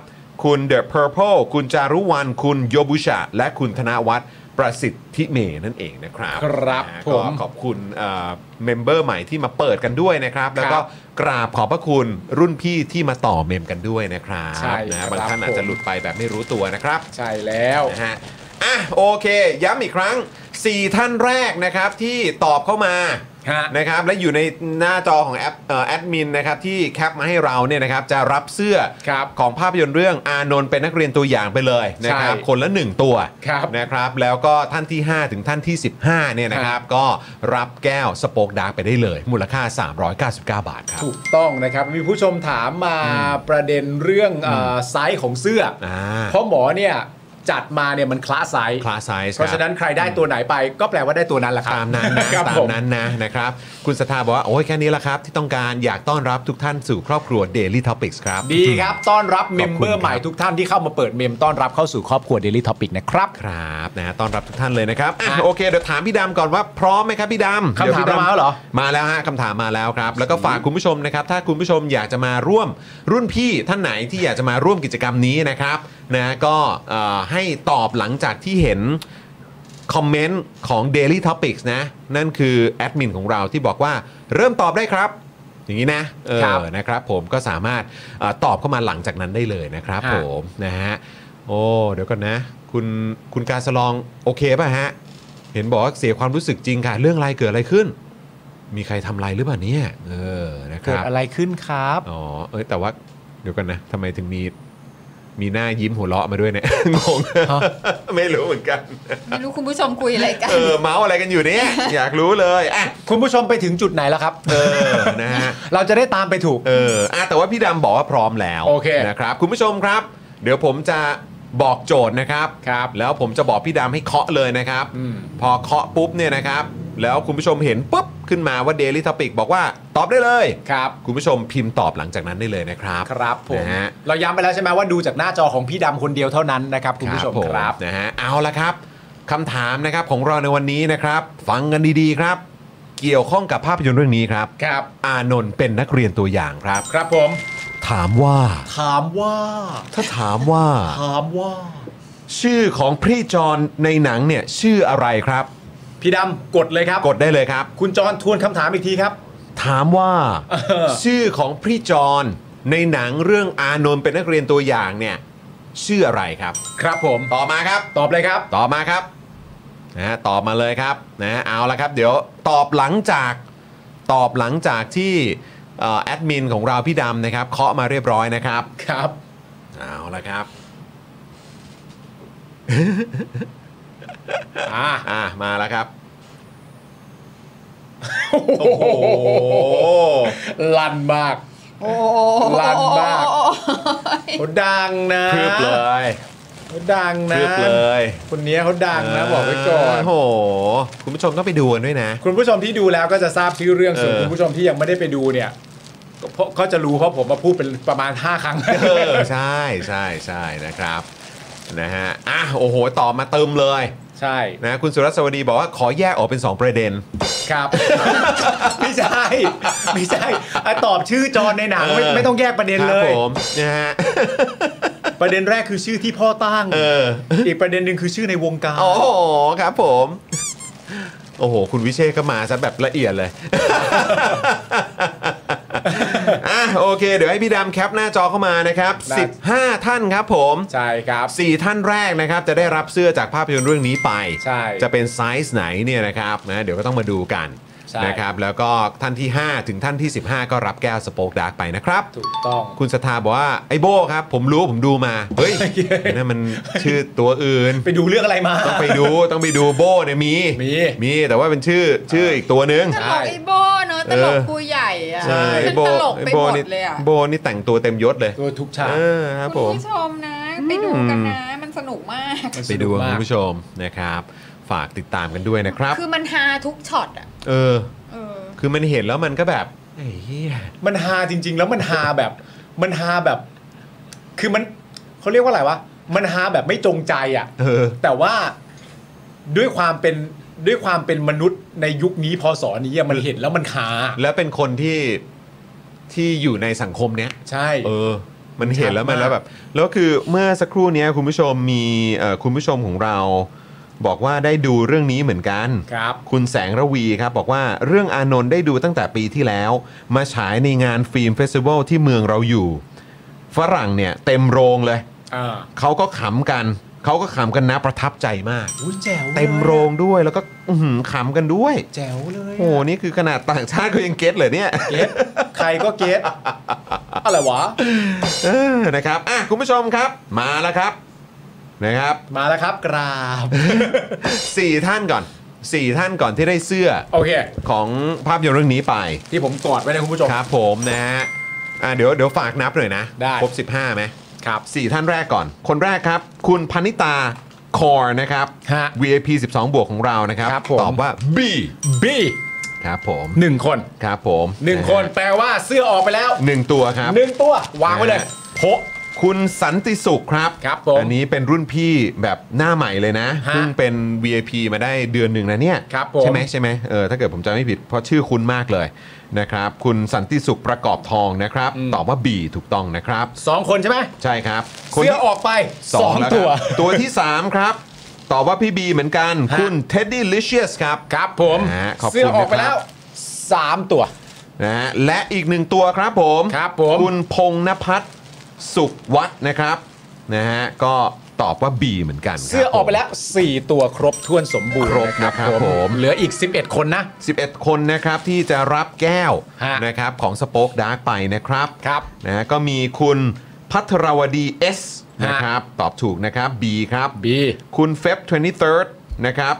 คุณเดอะเพอร์ e คุณจารุวรรณคุณโยบุชะ และคุณธนวัฒน์ประสิทธิเมย์นั่นเองนะครับ ครับ นะฮะ ผม ก็ขอบคุณเมมเบอร์ใหม่ที่มาเปิดกันด้วยนะครับ แล้วก็ ครับ กราบขอบพระคุณรุ่นพี่ที่มาต่อเมมกันด้วยนะครับ ใช่ นะ ครับบฮะางท่าน ผม อาจจะหลุดไปแบบไม่รู้ตัวนะครับ ใช่แล้ว นะฮะ อ่ะ โอเค ย้ำอีกครั้ง 4 ท่านแรกนะครับที่ตอบเข้ามา ฮะ นะครับ และอยู่ในหน้าจอของแอปเอ่อแอดมินนะครับที่แคปมาให้เราเนี่ยนะครับจะรับเสื้อ ครับ ของภาพยนตร์เรื่องอานนท์เป็นนักเรียนตัวอย่างไปเลยนะครับ ใช่ คนละ 1 ตัว ครับ นะครับ แล้วก็ท่านที่ 5 ถึงท่านที่ 15เนี่ยนะครับ ก็รับแก้วสโปกดาร์กไปได้เลย มูลค่า 399 บาทครับ ถูกต้องนะครับ มีผู้ชมถามมาประเด็นเรื่องเออไซส์ของเสื้ออา เพราะหมอเนี่ย จัดมาเนี่ยมันคละไซส์ คลาสไซส์ เพราะฉะนั้นใครได้ตัวไหนไปก็แปลว่าได้ตัวนั้นแหละครับ ตามนั้นนะครับตา ผม ม นั้นนะนะครับ คุณสถาบอกว่าโอ้ยแค่นี้ละครับ ที่ต้องการอยากต้อนรับทุกท่านสู่ครอบครัว Daily Topics ครับ ดีครับ ต้อนรับเมมเบอ ขอบคุณครับร์ใหม่ทุกท่านที่เข้ามาเปิดเมมต้อนรับเข้าสู่ครอบครัว Daily Topic นะครับ ครับนะต้อนรับทุกท่านเลยนะครับอ่ะ อ่ะ โอเคเดี๋ยวถามพี่ดำก่อนว่าพร้อมไหมครับพี่ดำ คำถาม เดี๋ยพี่ดำ มาแล้วเหรอ มาแล้วฮะคำถามมาแล้วครับ แล้วก็ฝากคุณผู้ชมนะครับ ถ้าคุณผู้ชมอยากจะมาร่วมรุ่นพี่ท่านไหนที่อยากจะมาร่วมกิจกรรมนี้นะครับนะก็เอ่อให้ตอบหลังจากที่เห็นคอมเมนต์ของ Daily Topics นะ นั่นคือแอดมินของเราที่บอกว่าเริ่มตอบได้ครับ อย่างนี้นะเอ ครับ อนะครับผมก็สามารถเออตอบเข้ามาหลังจากนั้นได้เลยนะครับ ฮะ ผม ผมนะฮะ โอ้ เดี๋ยวก่อนนะ คุณคุณการสลองโอเคป่ะฮะ เห็นบอกว่าเสียความรู้สึกจริงค่ะ เรื่องอะไรเกิดอะไรขึ้น มีใครทำอะไรหรือเปล่าเนี่ย เออ นะค เกิด รับ อะไรขึ้นครับ อ๋อ เอ้ยแต่ว่าเดี๋ยวกันนะทำไมถึงมีมีหน้ายิ้มหัวเราะมาด้วยเนี่ย งง ฮะ ไม่รู้เหมือนกัน ไม่รู้คุณผู้ชมคุยอะไรกั นเออ เมาส์อะไรกันอยู่เนี่ย อยากรู้เลยอ่ะ คุณผู้ชมไปถึงจุดไหนแล้วครับ เออ นะฮะ เราจะได้ตามไปถูก เอออะแต่ว่าพี่ดำบอกว่าพร้อมแล้ว โอเค นะครับ คุณผู้ชมครับ เดี๋ยวผมจะบอกโจทย์นะครับ ครับ แล้วผมจะบอกพี่ดำให้เคาะเลยนะครับ อืม พอเคาะปุ๊บเนี่ยนะครับ แล้วคุณผู้ชมเห็นปุ๊บขึ้นมาว่า Daily Topic บอกว่าตอบได้เลย ครับ คุณผู้ชมพิมพ์ตอบหลังจากนั้นได้เลยนะครับ ครับผม นะฮะ เราย้ำไปแล้วใช่ไหมว่าดูจากหน้าจอของพี่ดำคนเดียวเท่านั้นนะครับคุณผู้ชมครับ นะฮะเอาละครับคำถามนะครับของเราในวันนี้นะครับ ฟังกันดีๆครับ เกี่ยวข้องกับภาพยนตร์เรื่องนี้ครับ ครับ อานนท์เป็นนักเรียนตัวอย่างครับ ครับผม ถามว่า ถามว่า ถ้าถามว่า ถามว่า ชื่อของพี่จอนในหนังเนี่ยชื่ออะไรครับ พี่ดำกดเลยครับ กดได้เลยครับ คุณจรทวนคำถามอีกทีครับ ถามว่า อ ชื่อของพี่จอนในหนังเรื่องอานนท์เป็นนักเรียนตัวอย่างเนี่ยชื่ออะไรครับ ครับผม ต่อบมาครับ ตอบเลยครับ ต่อบมาครับนะฮะตอบมาเลยครับนะฮะเอาละครับ เดี๋ยวตอบหลังจากตอบหลังจากที่เอ่อแอดมินของเราพี่ดำนะครับเคาะมาเรียบร้อยนะครับ ครับ เอาละครับ อ่า อ่ะมาแล้วครับ โอ้โหลั่นมาก โอ้ ลั่นมาก โอ้โห เขาดังนะ พรึบเลย เขาดัง พ นะ รึบเลย คนนี้เขาดังนะบอกไว้ก่อน โอ้โห คุณผู้ชมต้องไปดูกันด้วยนะ คุณผู้ชมที่ดูแล้วก็จะทราบชื่อเรื่องส่วน เออ คุณผู้ชมที่ยังไม่ได้ไปดูเนี่ยก็เพราะก็จะรู้เพราะผมมาพูดเป็นประมาณ 5 ครั้ง เออ ใช่ใช่ใช่นะครับ นะฮะ อ่ะ โอ้โห ต่อมาเติมเลย ใช่ นะ คุณสุรศวดีบอกว่าขอแยกออกเป็น 2 ประเด็น ครับ ไม่ใช่ไม่ใช่อ่ะตอบชื่อจอนในหนังไม่ เออ ไม่ต้องแยกประเด็น ครั เลย ผมนะฮะ ประเด็นแรกคือชื่อที่พ่อตั้ง เออ อีกประเด็นหนึ่งคือชื่อในวงการ โอ้โห ครับผม โอ้โห คุณวิเชษฐ์ก็มาซะแบบละเอียดเลย อ่ะ โอเค เดี๋ยวให้พี่ดำแคปหน้าจอเข้ามานะครับ ได้ 15 ท่านครับผม ใช่ครับ สี่ท่านแรกนะครับจะได้รับเสื้อจากภาพยนตร์เรื่องนี้ไป ใช่ จะเป็นไซส์ไหนเนี่ยนะครับนะเดี๋ยวก็ต้องมาดูกัน ใช่ นะครับแล้วก็ท่านที่ 5 ถึงท่านที่ 15 ก็รับแก้วสโปกดาร์กไปนะครับ ถูกต้อง คุณสถาบอกว่า ไอ้โบครับ ผมรู้ผมดูมา เฮ้ยนั่นมันชื่อตัวอื่น ไปดูเรื่องอะไรมา ต้องไปดูต้องไปดูโบเนี่ยมี มี มีแต่ว่าเป็นชื่อชื่ออีกตัวนึง ตลกไอ้โบเนอะตลกครูใหญ่อะ ใช่ มั ไอ้ น โบ ตลกไป ไอ้ ห โบ มด นี่ เลยอะ โบนี่แต่งตัวเต็มยศเลย ตัวทุกฉาก เออครับผ คุณ ม ผู้ชมนะ ไปดูกันนะ มันสนุกมาก ไปดูกันคุณผู้ชมนะครับ ฝากติดตามกันด้วยนะครับ คือมันฮาทุกช็อตอะ เออ เออ คือมันเห็นแล้วมันก็แบบไอ้เหี้ย มันฮาจริง ๆ แล้วมันฮาแบบ มันฮาแบบ คือมันเขาเรียกว่าอะไรวะมันฮาแบบไม่จงใจอ่ะ เออ แต่ว่าด้วยความเป็นด้วยความเป็นมนุษย์ในยุคนี้พอสอนี้อะมันเห็นแล้วมันฮา แล้วเป็นคนที่ที่อยู่ในสังคมเนี้ย ใช่ เออ มันเห็นแล้วมัน ชัดมาก แล้วแบบ แล้วคือเมื่อสักครู่เนี้ยคุณผู้ชมมีเอ่อคุณผู้ชมของเรา บอกว่าได้ดูเรื่องนี้เหมือนกัน ครับ คุณแสงระวีครับ บอกว่าเรื่องอานนท์ได้ดูตั้งแต่ปีที่แล้ว มาฉายในงานฟิล์มเฟสติวัลที่เมืองเราอยู่ ฝรั่งเนี่ยเต็มโรงเลย อ่า เขาก็ขำกัน เขาก็ขำกันนะประทับใจมาก อุ้ยแจ๋วลย เต็มโรงด้วยแล้วก็อื้อหือขำกันด้วย แจ๋วเลย โอ้โห นี่คือขนาดต่างชาติก็ยังเก็ตเลยเนี่ย เก็ตใครก็เก็ตอะไรวะ เออ นะครับ อ่ะ คุณผู้ชมครับ มาแล้วครับ นะครับ มาแล้วครับกราบ สี่ท่านก่อนสี่ท่านก่อนที่ได้เสื้อ โอเค ของภาพยนตร์เรื่องนี้ไป ที่ผมกอดไว้นะคุณผู้ชม ครับผมนะฮะ อ่ะ เดี๋ยว เดี๋ยวฝากนับหน่อยนะ ได้ ครบ 15ไหม ครับ สี่ท่านแรกก่อน คนแรกครับ คุณพนิตาคอร์นะครับ ฮะ VIP 12 บวกของเรานะครับ ครับผม ตอบว่า B B ครับผม หนึ่งคน ครับผม หนึ่งคนแปลว่าเสื้อออกไปแล้ว หนึ่งตัวครับ หนึ่งตัว วางไว้เลยโพะ คุณสันติสุขครับ ครับผม อันนี้เป็นรุ่นพี่แบบหน้าใหม่เลยนะ ฮะ เพิ่งเป็น VIP มาได้เดือนหนึ่งนะเนี่ย ครับผม ใช่ไหมใช่ไหมเออถ้าเกิดผมจำไม่ผิดเพราะชื่อคุณมากเลยนะครับ คุณสันติสุขประกอบทองนะครับ ตอบว่า B ถูกต้องนะครับ สองคนใช่ไหม ใช่ครับ เสื้อ ที่ ออกไป สอง ส แล้วองตัว ครับตัวที่ 3 ครับ ตอบว่าพี่บีเหมือนกัน ฮะ คุณเท็ดดี้ลิเชียสครับ ครับผม นะฮะขอบคุณ เสื้อออกไป นะครับ แล้วสามตัว นะฮะและอีกหนึ่งตัวครับผม ครับผณมพงนพัฒน์สุขวัฒน์นะครับนะฮะก็ตอบว่า B เหมือนกันครับ เสื้อออกไปแล้ว 4 ตัวครบถ้วนสมบูรณ์ ครบ นะครับ นะครับผม เหลืออีก 11 คนนะ 11 คนนะครับที่จะรับแก้ว ฮะ นะครับของสป็อคดาร์กไปนะครับ ครับ นะฮะก็มีคุณพัทรวดี S ฮะ นะครับตอบถูกนะครับ B ครับ B คุณเฟบ23นะครับ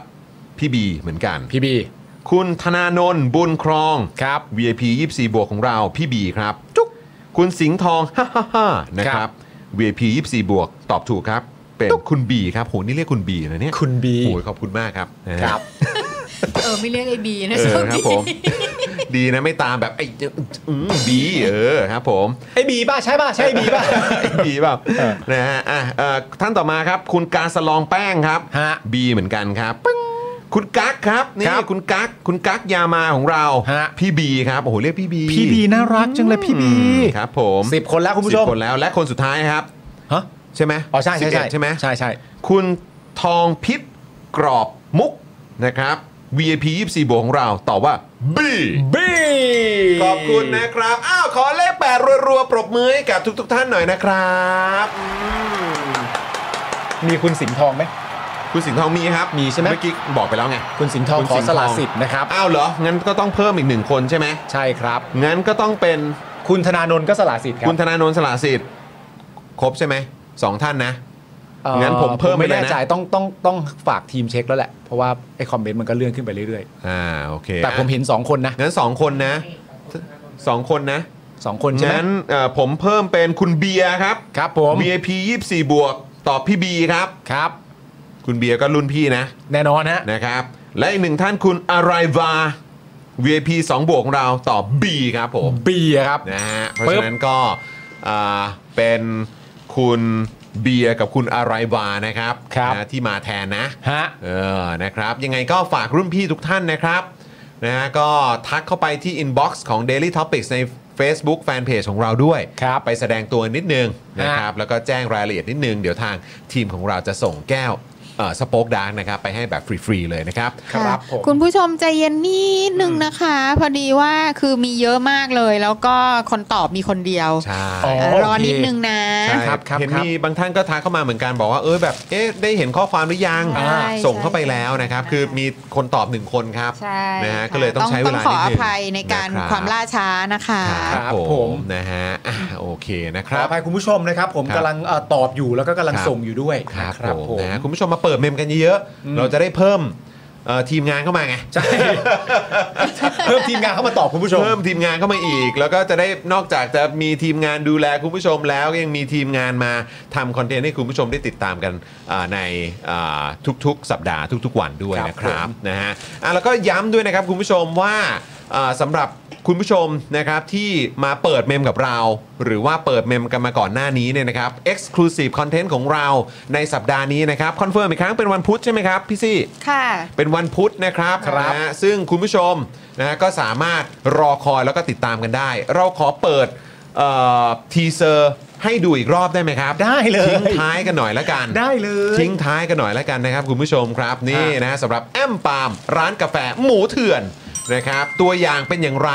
พี่บีเหมือนกัน พี่บี คุณธนาโนนบุญครอง ครับ VIP 24 บวกของเราพี่บีครับจุ๊กคุณสิงห์ทอง ฮ่าฮ่าฮ่านะค ครั รับ บ VIP 24 บวกตอบถูกครับ เป็นคุณบีครับโหนี่เรียกคุณบีนะเนี่ย คุณ B โอ้ยขอบคุณมากครับนะฮะ ครับ เออ ไม่เรียกไอ้บีนะ เอ โช อ ค ครั ดี บผม ดีนะไม่ตามแบบไอ้ อืมบีเออครับผม ไอ้บีป่ะ ใช่ป่ะ ใช่บีป่ะ ไอ้บีแบบนะฮะอ่ะเอ่อท่านต่อมาครับ คุณการสลองแป้งครับ ฮะ บีเหมือนกันครับปึ้งคุณกั๊กครับนี่ ครับ คุณกั๊กคุณกั๊กยามาของเรา ฮะ พี่บีครับโอ้โหเรียกพี่บี พี่บีน่ารักจังเลยพี่บี ครับ ผม สิบคนแล้วคุณผู้ชม สิบคนแล้วและคนสุดท้ายครับ ฮะ ใช่ไหม อ๋อใช่ใช่ สิบเดใช่ไหม ใช่ใช่ คุณทองพิษกรอบมุกนะครับ VIP 24บวกของเราตอบว่า B บี ขอบคุณนะครับ อ้าว ขอเลขแปดรัวๆ ปรบมือให้กับทุกๆทท่านหน่อยนะครับอืม มีคุณสิงห์ทองไหม คุณสิงห์ทองมีครับ มีใช่ไหม เมื่อกี้บอกไปแล้วไง คุณสิงห์ทองขอ คุณ ส ห์ท ละ ง สิทธิ์นะครับ อ้าวเหรอ งั้นก็ต้องเพิ่มอีกหนึ่งคนใช่ไหม ใช่ครับ งั้นก็ต้องเป็น คุณธนาโนนก็สละสิทธิ์ครับ คุณธนาโนนสละสิทธิ์ ครบใช่ไหมสองท่านนะ เอ่อ งั้นผมเพิ่มไปไม่เลย แน่ นะ ใจต้องต้องต้องฝากทีมเช็คแล้วแหละ เพราะว่าไอ้คอมเมนต์มันก็เลื่อนขึ้นไปเรื่อย อ่า โอเค ๆ แต่ผมเห็นสองคนนะ งั้นสองคนนะสองคนนะ สองคนใช่ไหม งั้นเอ่อผมเพิ่มเป็นคุณเบียร์ครับ ครับผม VIP 24 บวก ตอบพี่บีครับ ครับ คุณเบียร์ก็รุ่นพี่นะ แน่นอนฮะ นะครับ และอีกหนึ่งท่านคุณอาราย a VIP 2 บวกของเราตอบ B ครับผม B อะครับ นะฮะ เพราะ ปึ๊บ ฉะนั้นก็อ่าเป็นคุณเบียร์กับคุณอาราย a นะครับ ครับ นะที่มาแทนนะ ฮะ เออ นะครับ ยังไงก็ฝากรุ่นพี่ทุกท่านนะครับ นะฮะ ก็ทักเข้าไปที่ inbox ของ Daily Topics ใน Facebook Fanpage ของเราด้วย ครับ ไปแสดงตัวนิดนึงนะครับ ฮะ แล้วก็แจ้งรายละเอียดนิดนึง เดี๋ยวทางทีมของเราจะส่งแก้วสป็อกดาร์กนะครับ ไปให้แบบฟรี ๆ เลยนะครับ ครับผม คุณผู้ชมใจเย็นนิดนึงนะคะ พอดีว่าคือมีเยอะมากเลย แล้วก็คนตอบมีคนเดียว ใช่ อ๋อ รอนิดนึงนะ ใช่ ครับครับ เห็น ครับ มีบางท่านก็ทักเข้ามาเหมือนกันบอกว่าเออแบบเอ๊ะได้เห็นข้อความหรือยัง ใช่ ส่งเข้าไป ใช่ แล้วนะครับ ใช่ คือมีคนตอบหนึ่งคนครับ ใช่ นะฮะ ค่ ก็เลยต้องใช้เวลา ขอ นิด อ นึง ภัยในการ ะรับ ความล่าช้านะคะ ครับ ครับ ผ ผม ม นะฮะอ่ะโอเคนะค ขอ รับ อภัยคุณผู้ชมนะครับ ผม ครับ กำลังเอ่อตอบอยู่แล้วก็กำลัง ครับ ส่งอยู่ด้วย ครับ นะ ผมนะฮะคุณผู้ชมมาเปิดเมมกันเยอะๆเราจะได้เพิ่มเอ่อทีมงานเข้ามาไง ใช่ เพิ่มทีมงานเข้ามาตอบคุณผู้ชม เพิ่มทีมงานเข้ามาอีก แล้วก็จะได้นอกจากจะมีทีมงานดูแลคุณผู้ชมแล้วก็ยังมีทีมงานมาทำคอนเทนต์ให้คุณผู้ชมได้ติดตามกันอ่าในอ่าทุกๆ สัปดาห์ทุก ๆ วันด้วย ครับ นะครับ ผม นะฮะอ่ะแล้วก็ย้ำด้วยนะครับคุณผู้ชมว่าอ่าสำหรับคุณผู้ชมนะครับที่มาเปิดเมมกับเรา หรือว่าเปิดเมมกันมาก่อนหน้านี้เนี่ยนะครับ Exclusive Content ของเราในสัปดาห์นี้นะครับคอนเฟิร์มอีกครั้งเป็นวันพุธใช่ไหมครับพี่ซี่ ค่ะ เป็นวันพุธนะครับ ครับ นะฮะซึ่งคุณผู้ชมนะฮะก็สามารถรอคอยแล้วก็ติดตามกันได้ เราขอเปิดทีเซอร์ให้ดูอีกรอบได้ไหมครับ ได้เลย ทิ้งท้ายกันหน่อยละกัน ได้เลย ทิ้งท้ายกันหน่อยละกันนะครับคุณผู้ชมครับนี่ ครับ นะฮะสำหรับแอมปาล์มร้านกาแฟหมูเถื่อนนะครับตัวอย่างเป็นอย่างไร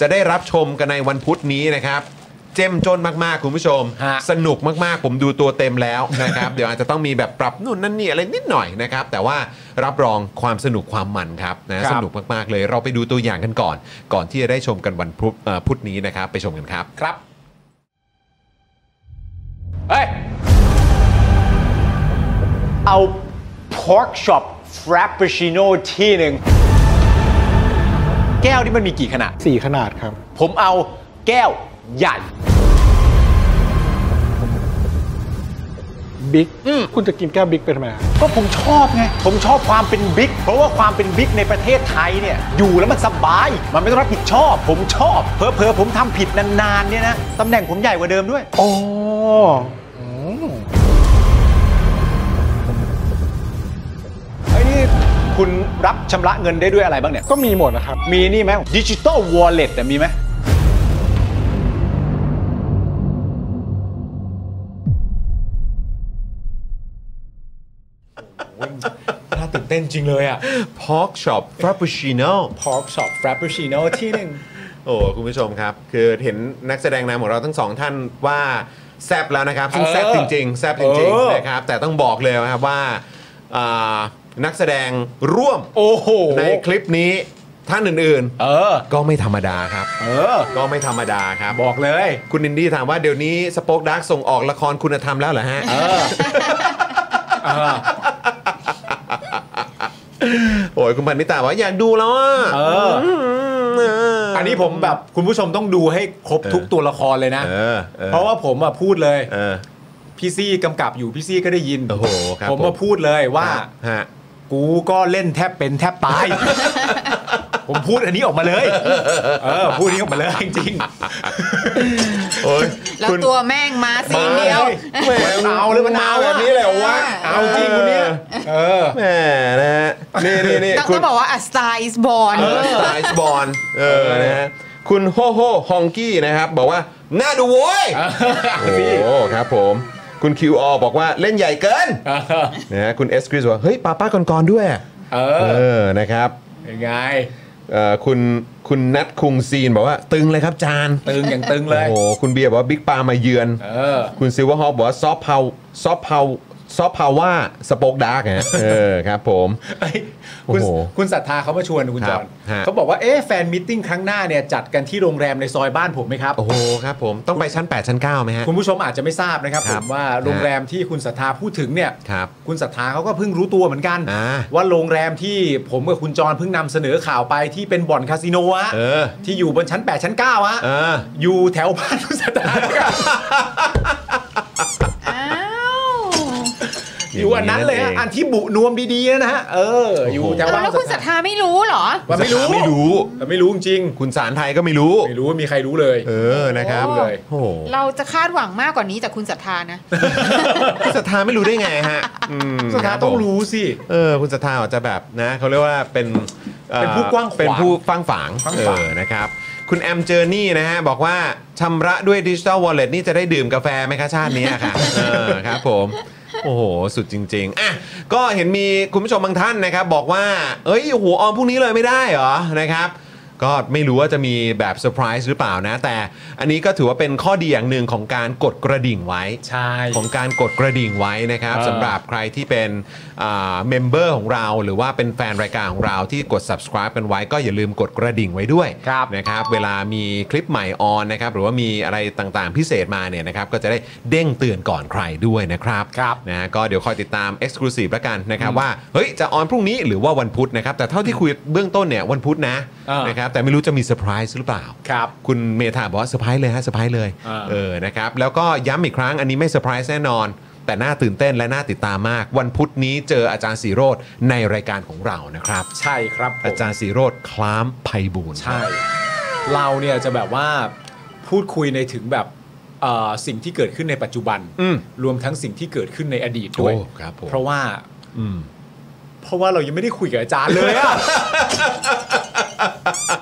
จะได้รับชมกันในวันพุธนี้นะครับ เจ้มจนมากๆคุณผู้ชม ฮะ สนุกมากๆ ผมดูตัวเต็มแล้ว นะครับ เดี๋ยวอาจจะต้องมีแบบปรับนู่นนั่นนี่อะไรนิดหน่อยนะครับ แต่ว่ารับรองความสนุกความมันครับนะครับ สนุกมากๆเลยเราไปดูตัวอย่างกันก่อน ก่อนที่จะได้ชมกันวันพุธเอ่อพุธนี้นะครับ ไปชมกันครับ ครับเฮ้ยเอา pork chop frappuccino ที่หนึ่งแก้วที่มันมีกี่ขนาด สี่ขนาดครับ ผมเอาแก้วใหญ่ บิ๊ก อืม คุณจะกินแก้วบิ๊กเป็นทำไมฮะ ก็ผมชอบไง ผมชอบความเป็นบิ๊ก เพราะว่าความเป็นบิ๊กในประเทศไทยเนี่ย อยู่แล้วมันสบาย มันไม่ต้องรับผิดชอบ ผมชอบ เพอเพอๆผมทำผิดนานๆเนี่ยนะ ตำแหน่งผมใหญ่กว่าเดิมด้วย อ๋ออืม ไอ้นี่คุณรับชำระเงินได้ด้วยอะไรบ้างเนี่ย ก็มีหมดนะครับ มีนี่ไหมดิจิตอลวอลเล็ตมีไหม น่าตื่นเต้นจริงเลยอ่ะ Pork Shop Frappuccino Pork Shop Frappuccino ที่หนึ่ง โอ้คุณผู้ชมครับ คือเห็นนักแสดงนำของเราทั้งสองท่านว่าแซบแล้วนะครับ ซึ่ง เออ แซบจริงๆแซบจริง เออ ๆนะครับ แต่ต้องบอกเลยนะครับว่าอ่านักแสดงร่วม โอ้โห ในคลิปนี้ท่านอื่น เออ ๆ ก็ไม่ธรรมดาครับ เออ ก็ไม่ธรรมดาครับ บอกเลย คุณอินดี้ถามว่าเดี๋ยวนี้สป็อคดักส่งออกละครคุณธรรมแล้วเหรอฮะ โอ้ยคุณพันนิตาบอกว่าอยากดูแล้วอ่ะ เออ อันนี้ผมแบบคุณผู้ชมต้องดูให้ครบทุกตัวละครเลยนะ เออออ เพราะว่าผมอะพูดเลย เออ พี่ซี่กำกับอยู่พี่ซี่ก็ได้ยิน โอ้โหครับ ผม ผม มาพูดเลยว่า ฮะ กูก็เล่นแทบเป็นแทบตาย ผมพูดอันนี้ออกมาเลย เออ พูดอันนี้ออกมาเลยจ ริง โอ้ย แล้ว คุณ ตัวแม่งมาสี ๆ เดียว แหม่งเอาเลยมันเอาแบบนี้เลยเหรอวะ เอาจริงคนเนี้ยเออ แหมนะฮะนี่นี่นี่ ต้อง คุ ต้ ณ องบอกว่า a star is born เออสายบอลเออนะฮะคุณโฮโฮฮองกี้นะครับ บอกว่า น่าดูโว้ย โอ้โหครับผม คุณคิวอบอกว่าเล่นใหญ่เกินนะฮะคุณเอสคริสบอกว่าเฮ้ยป้าป้าก่อนก่อนๆด้วย เออ เออนะครับ ยังไง เอ่อคุณคุณนัทคุงซีนบอกว่าตึงเลยครับจาน ตึงอย่างตึงเลย โอ้โห คุณเบียร์บอกว่าบิ๊กปามาเยือน เออ คุณซิลเวอร์ฮอปบอกว่าซอฟต์พาวซอฟต์พาวซอฟต์พาวว่าสป็อกดาร์กฮะเออครับผม เอ้ยคุณ โอ้โห คุณศรัทธาเขามาชวนคุณ ค จ รั อบ น ฮะ เขาบอกว่าเอ๊ะแฟนมิทติ้งครั้งหน้าเนี่ยจัดกันที่โรงแรมในซอยบ้านผมไหมครับ โอ้โหครับผมต้องไปชั้น 8 ชั้น9ไหมฮะ คุณผู้ชมอาจจะไม่ทราบนะครับ ค ผ รับ มว่าโรงแรมที่คุณศรัทธาพูดถึงเนี่ย ครับ คุณศรัทธาเขาก็เพิ่งรู้ตัวเหมือนกัน อ่า ว่าโรงแรมที่ผมกับคุณจรเพิ่งนำเสนอข่าวไปที่เป็นบ่อนคาสิโนอะ เออ ที่อยู่บนชั้น 8 ชั้น9อะ เออ อยู่แถวบ้านคุณศรัทธานะครับ อ้าว อยู่อันนั้นเลย อย่าง อะอันี้นั่นเองนที่บุนวมดีๆนะฮะเออ อยู่แถวบ้าน แล้วคุณศรัทธาไม่รู้เหรอ มันไม่รู้ ไม่รู้ มันไม่รู้จริง คุณสารไทยก็ไม่รู้ ๆไม่รู้ว่ามีใครรู้เลย เออนะครับ โอ้ เลยโอ้โห เราจะคาดหวังมากกว่านี้จากคุณศรัทธานะ คุณศรัทธาไม่รู้ได้ไงฮะอืม สถา คบผม ต้องรู้สิ เออคุณศรัทธาอาจจะแบบนะเขาเรียกว่าเป็นอ่อ เป็นผู้กว้างขวาง เป็นผู้ฟังฝาง กว้าง เอ ขวาง อนะครับ คุณแอมเจอร์นี่นะฮะ บอกว่าชำระด้วยดิจิ t a ลวอลเล็ตนี่จะได้ดื่มกาแฟไหมคะชาตินี้อะค่ะ เออครับผม โอ้โห สุดจริง ๆ อ่ะ ก็เห็นมีคุณผู้ชมบางท่านนะครับ บอกว่า เอ้ยโอ้โหออมพรุ่งนี้เลยไม่ได้เหรอนะครับ ก็ไม่รู้ว่าจะมีแบบเซอร์ไพรส์หรือเปล่านะ แต่อันนี้ก็ถือว่าเป็นข้อดีอย่างหนึ่งของการกดกระดิ่งไว้ ใช่ ของการกดกระดิ่งไว้นะครับ เออ สำหรับใครที่เป็นเมมเบอร์ของเราหรือว่าเป็นแฟนรายการของเราที่กด subscribe กันไว้ ก็อย่าลืมกดกระดิ่งไว้ด้วย ครับ นะครับเวลามีคลิปใหม่ออนนะครับหรือว่ามีอะไรต่างๆพิเศษมาเนี่ยนะครับก็จะได้เด้งเตือนก่อนใครด้วยนะครับ ครับ นะฮะก็เดี๋ยวคอยติดตาม Exclusive ละกันนะครับว่าเฮ้ยจะออนพรุ่งนี้หรือว่าวันพุธนะครับแต่เท่าที่คุยเบื้องต้นเนี่ยวันพุธนะ เออ นะครับแต่ไม่รู้จะมีเซอร์ไพรส์หรือเปล่า ครับ คุณเมธาบอกว่าเซอร์ไพรส์เลยฮะเซอร์ไพรส์เลย อ่า เออนะครับแล้วก็ย้ำอีกครั้งอันนี้ไม่เซอร์ไพรส์แน่นอน แต่น่าตื่นเต้นและน่าติดตามมาก วันพุธนี้เจออาจารย์สีโรดในรายการของเรานะครับ ใช่ครับผม อาจารย์สีโรดคล้ามไพบูลย์ ใช่ เราเนี่ยจะแบบว่าพูดคุยในถึงแบบเอ่อสิ่งที่เกิดขึ้นในปัจจุบัน อืม รวมทั้งสิ่งที่เกิดขึ้นในอดีตด้วย โอ้ครับผม เพราะว่า อืม เพราะว่าเรายังไม่ได้คุยกับอาจารย์เลยอะ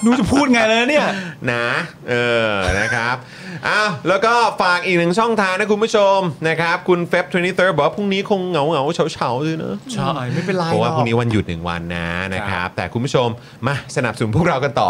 หนูจะพูดไงเลยเนี่ย นะเออนะครับอ้าวแล้วก็ฝากอีกหนึ่งช่องทางนะคุณผู้ชมนะครับ คุณเฟบ23บอกว่าพรุ่งนี้คงเหงาเหงาๆเฉาเฉาๆด้วยเนอะ ใช่ไม่เป็นไร เพราะว่า หอกพรุ่งนี้วันหยุดหนึ่งวันนะนะครับ แต่คุณผู้ชมมาสนับสนุนพวกเรากันต่อ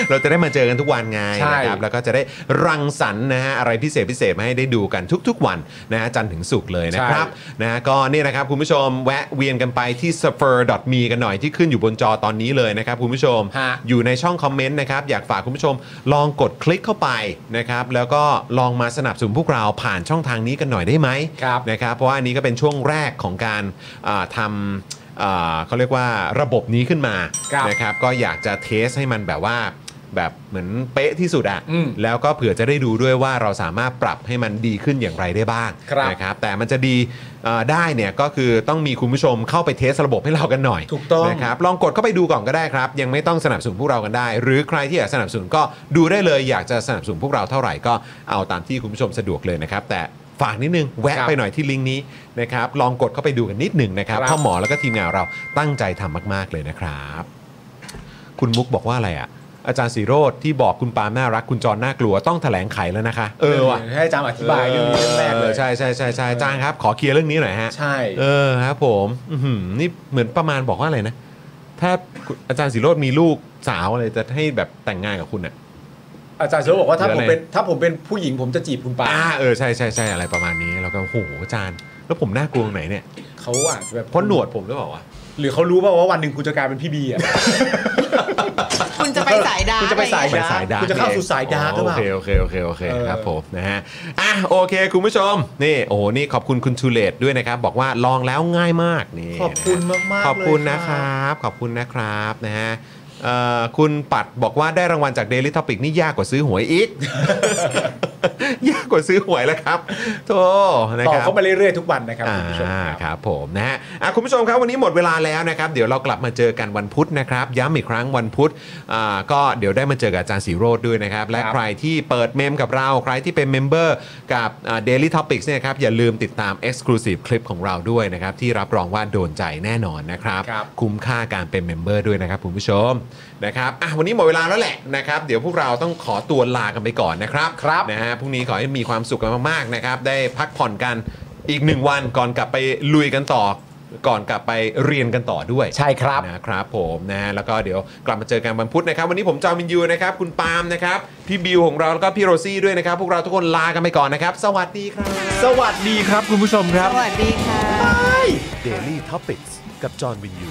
เราจะได้มาเจอกันทุกวันไง ใช่ นะครับแล้วก็จะได้รังสรรค์นะฮะอะไรพิเศษพิเศษมาให้ได้ดูกันทุก ๆ วันนะฮะจันทร์ถึงศุกร์เลยนะครับนะฮะก็นี่นะครับคุณผู้ชมแวะเวียนกันไปที่ s u f e r m e กันหน่อยที่ขึ้นอยู่บนจอตอนนี้เลยนะครับคุณผู้ชม ฮะ อยู่ในช่องคอมเมนต์นะครับ อยากฝากคุณผู้ชมลองกดคลิกเข้าไปนะครับ แล้วก็ลองมาสนับสนุนพวกเราผ่านช่องทางนี้กันหน่อยได้ไหม ครับ นะครับ เพราะว่าอันนี้ก็เป็นช่วงแรกของการอ่าทำอ่าเขาเรียกว่าระบบนี้ขึ้นมา ครับ นะครับ ก็อยากจะเทสให้มันแบบว่า แบบเหมือนเป๊ะที่สุดอะ อืม แล้วก็เผื่อจะได้ดูด้วยว่าเราสามารถปรับให้มันดีขึ้นอย่างไรได้บ้าง ครับ นะครับแต่มันจะดีเอ่อได้เนี่ยก็คือต้องมีคุณผู้ชมเข้าไปเทสระบบให้เรากันหน่อย ถูกต้อง นะครับลองกดเข้าไปดูก่อนก็ได้ครับ ยังไม่ต้องสนับสนุนพวกเรากันได้ หรือใครที่อยากสนับสนุนก็ดูได้เลย อยากจะสนับสนุนพวกเราเท่าไหร่ก็เอาตามที่คุณผู้ชมสะดวกเลยนะครับ แต่ฝากนิดนึงแวะ ครับ ไปหน่อยที่ลิงก์นี้นะครับลองกดเข้าไปดูกันนิดหนึ่งนะครับ ครับ พ่อหมอแล้วก็ทีมงานเราตั้งใจทำมากๆเลยนะครับ คุณมุกบอกว่าอะไรอ่ะ อาจารย์สีโรธที่บอกคุณปาล์มน่ารักคุณจรน่ากลัวต้องแถลงไขแล้วนะคะ เออว่ะ ให้อาจารย์อธิบายเรื่องนี้เรื่องแรกเลย ใช่ใช่ใช่ใช่อาจารย์ครับขอเคลียร์เรื่องนี้หน่อยฮะ ใช่ เออครับผมอื้อหือนี่เหมือนประมาณบอกว่าอะไรนะ ถ้าอาจารย์สิโรธมีลูกสาวอะไรจะให้แบบแต่งงานกับคุณอ่ะ อาจารย์เชื่อบอกว่าถ้าผม เดี๋ยวอะไร เป็นถ้าผมเป็นผู้หญิงผมจะจีบคุณปา อ่าเออใช่ใช่ใช่อะไรประมาณนี้แล้วก็โอ้โหอาจารย์ แล้วผมน่ากลัวตรงไหนเนี่ย เขาอาจจะแบบ เพราะหนวดผมหรือเปล่าวะ หรือเขารู้เปล่าว่าวันหนึ่งกูจะกลายเป็นพี่บีอ่ะ คุณจะไปสายดาร์ก คุณจะไปสาย ไป ดร์ก สายดาร์ก คุณจะเข้าสู่สายดาร์กหรือเปล่า โอเคโอเคโอเคโอเค เออ ครับผมนะฮะอ่ะโอเคคุณผู้ชมนี่โอ้โหนี่ขอบคุณคุณทูเลตด้วยนะครับ บอกว่าลองแล้วง่ายมากนี่ ขอบคุณมากมาก ขอบคุณนะครับ ขอบคุณนะครับนะฮะเอ่อคุณปัดบอกว่าได้รางวัลจาก Daily Topic นี่ยากกว่าซื้อหวยอีก ยากกว่าซื้อหวยแล้วครับโธ่นะคต่อ รับ เข้ามาเรื่อยๆทุกวันนะครับ อ่า คุณผู้ชมครับ ครับผมนะฮะอ่ะคุณผู้ชมครับวันนี้หมดเวลาแล้วนะครับ เดี๋ยวเรากลับมาเจอกันวันพุธนะครับ ย้ำอีกครั้งวันพุธอ่าก็เดี๋ยวได้มาเจอกับอาจารย์สีโรดด้วยนะครับ และ ครับ ใครที่เปิดเมมกับเราใครที่เป็นเมมเบอร์กับอ่า Daily Topics เนี่ยครับอย่าลืมติดตาม Exclusive คลิปของเราด้วยนะครับที่รับรองว่าโดนใจแน่นอนนะครับ ครับ คุ้มค่าการเป็นเมมเบอร์ด้วยนะครับคุณผู้ชมนะครับอ่ะวันนี้หมดเวลาแล้วแหละนะครับ เดี๋ยวพวกเราต้องขอตัวลากันไปก่อนนะครับครับนะฮะพรุ่งนี้ขอให้มีความสุขกันมากๆนะครับ ได้พักผ่อนกันอีกหนึ่งวันก่อนกลับไปลุยกันต่อ ก่อนกลับไปเรียนกันต่อด้วย ใช่ครับ นะครับผมนะฮะแล้วก็เดี๋ยวกลับมาเจอกันวันพุธนะครับ วันนี้ผมจอมินยูนะครับ คุณปาล์มนะครับ พี่บิวของเราแล้วก็พี่โรซี่ด้วยนะครับ พวกเราทุกคนลากันไปก่อนนะครับ สวัสดีครับ สวัสดีครับคุณผู้ชมครับ สวัสดีค่ะ Daily Topics กับจอห์นวินยู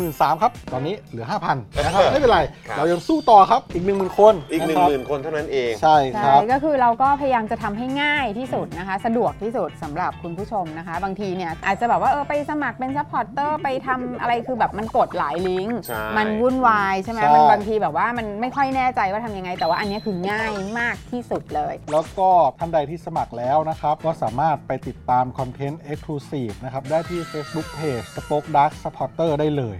มื่นสามครับ ตอนนี้เหลือ 5,000นะครับ ไม่เป็นไร ครับ เรายังสู้ต่อครับ อีก 1 0,000 คน อีก 1 ะครับ 0,000 คนเท่านั้นเอง ใช่ค ใช่ รับ ก็คือเราก็พยายามจะทำให้ง่ายที่สุดนะคะ สะดวกที่สุดสำหรับคุณผู้ชมนะคะ บางทีเนี่ยอาจจะแบบว่าเออไปสมัครเป็นซัพพอร์ตเตอร์ไปทำอะไรคือแบบมันกดหลายลิงก์ ใช่ มันวุ่นวายใช่ไหม ใช่ มันบางทีแบบว่ามันไม่ค่อยแน่ใจว่าทำยังไง แต่ว่าอันเนี้ยคือง่ายมากที่สุดเลย แล้วก็ท่านใดที่สมัครแล้วนะครับ ก็สามารถไปติดตามคอนเทนต์ Exclusive นะครับ ได้ที่ Facebook Page Spoke Dark Supporter ได้เลย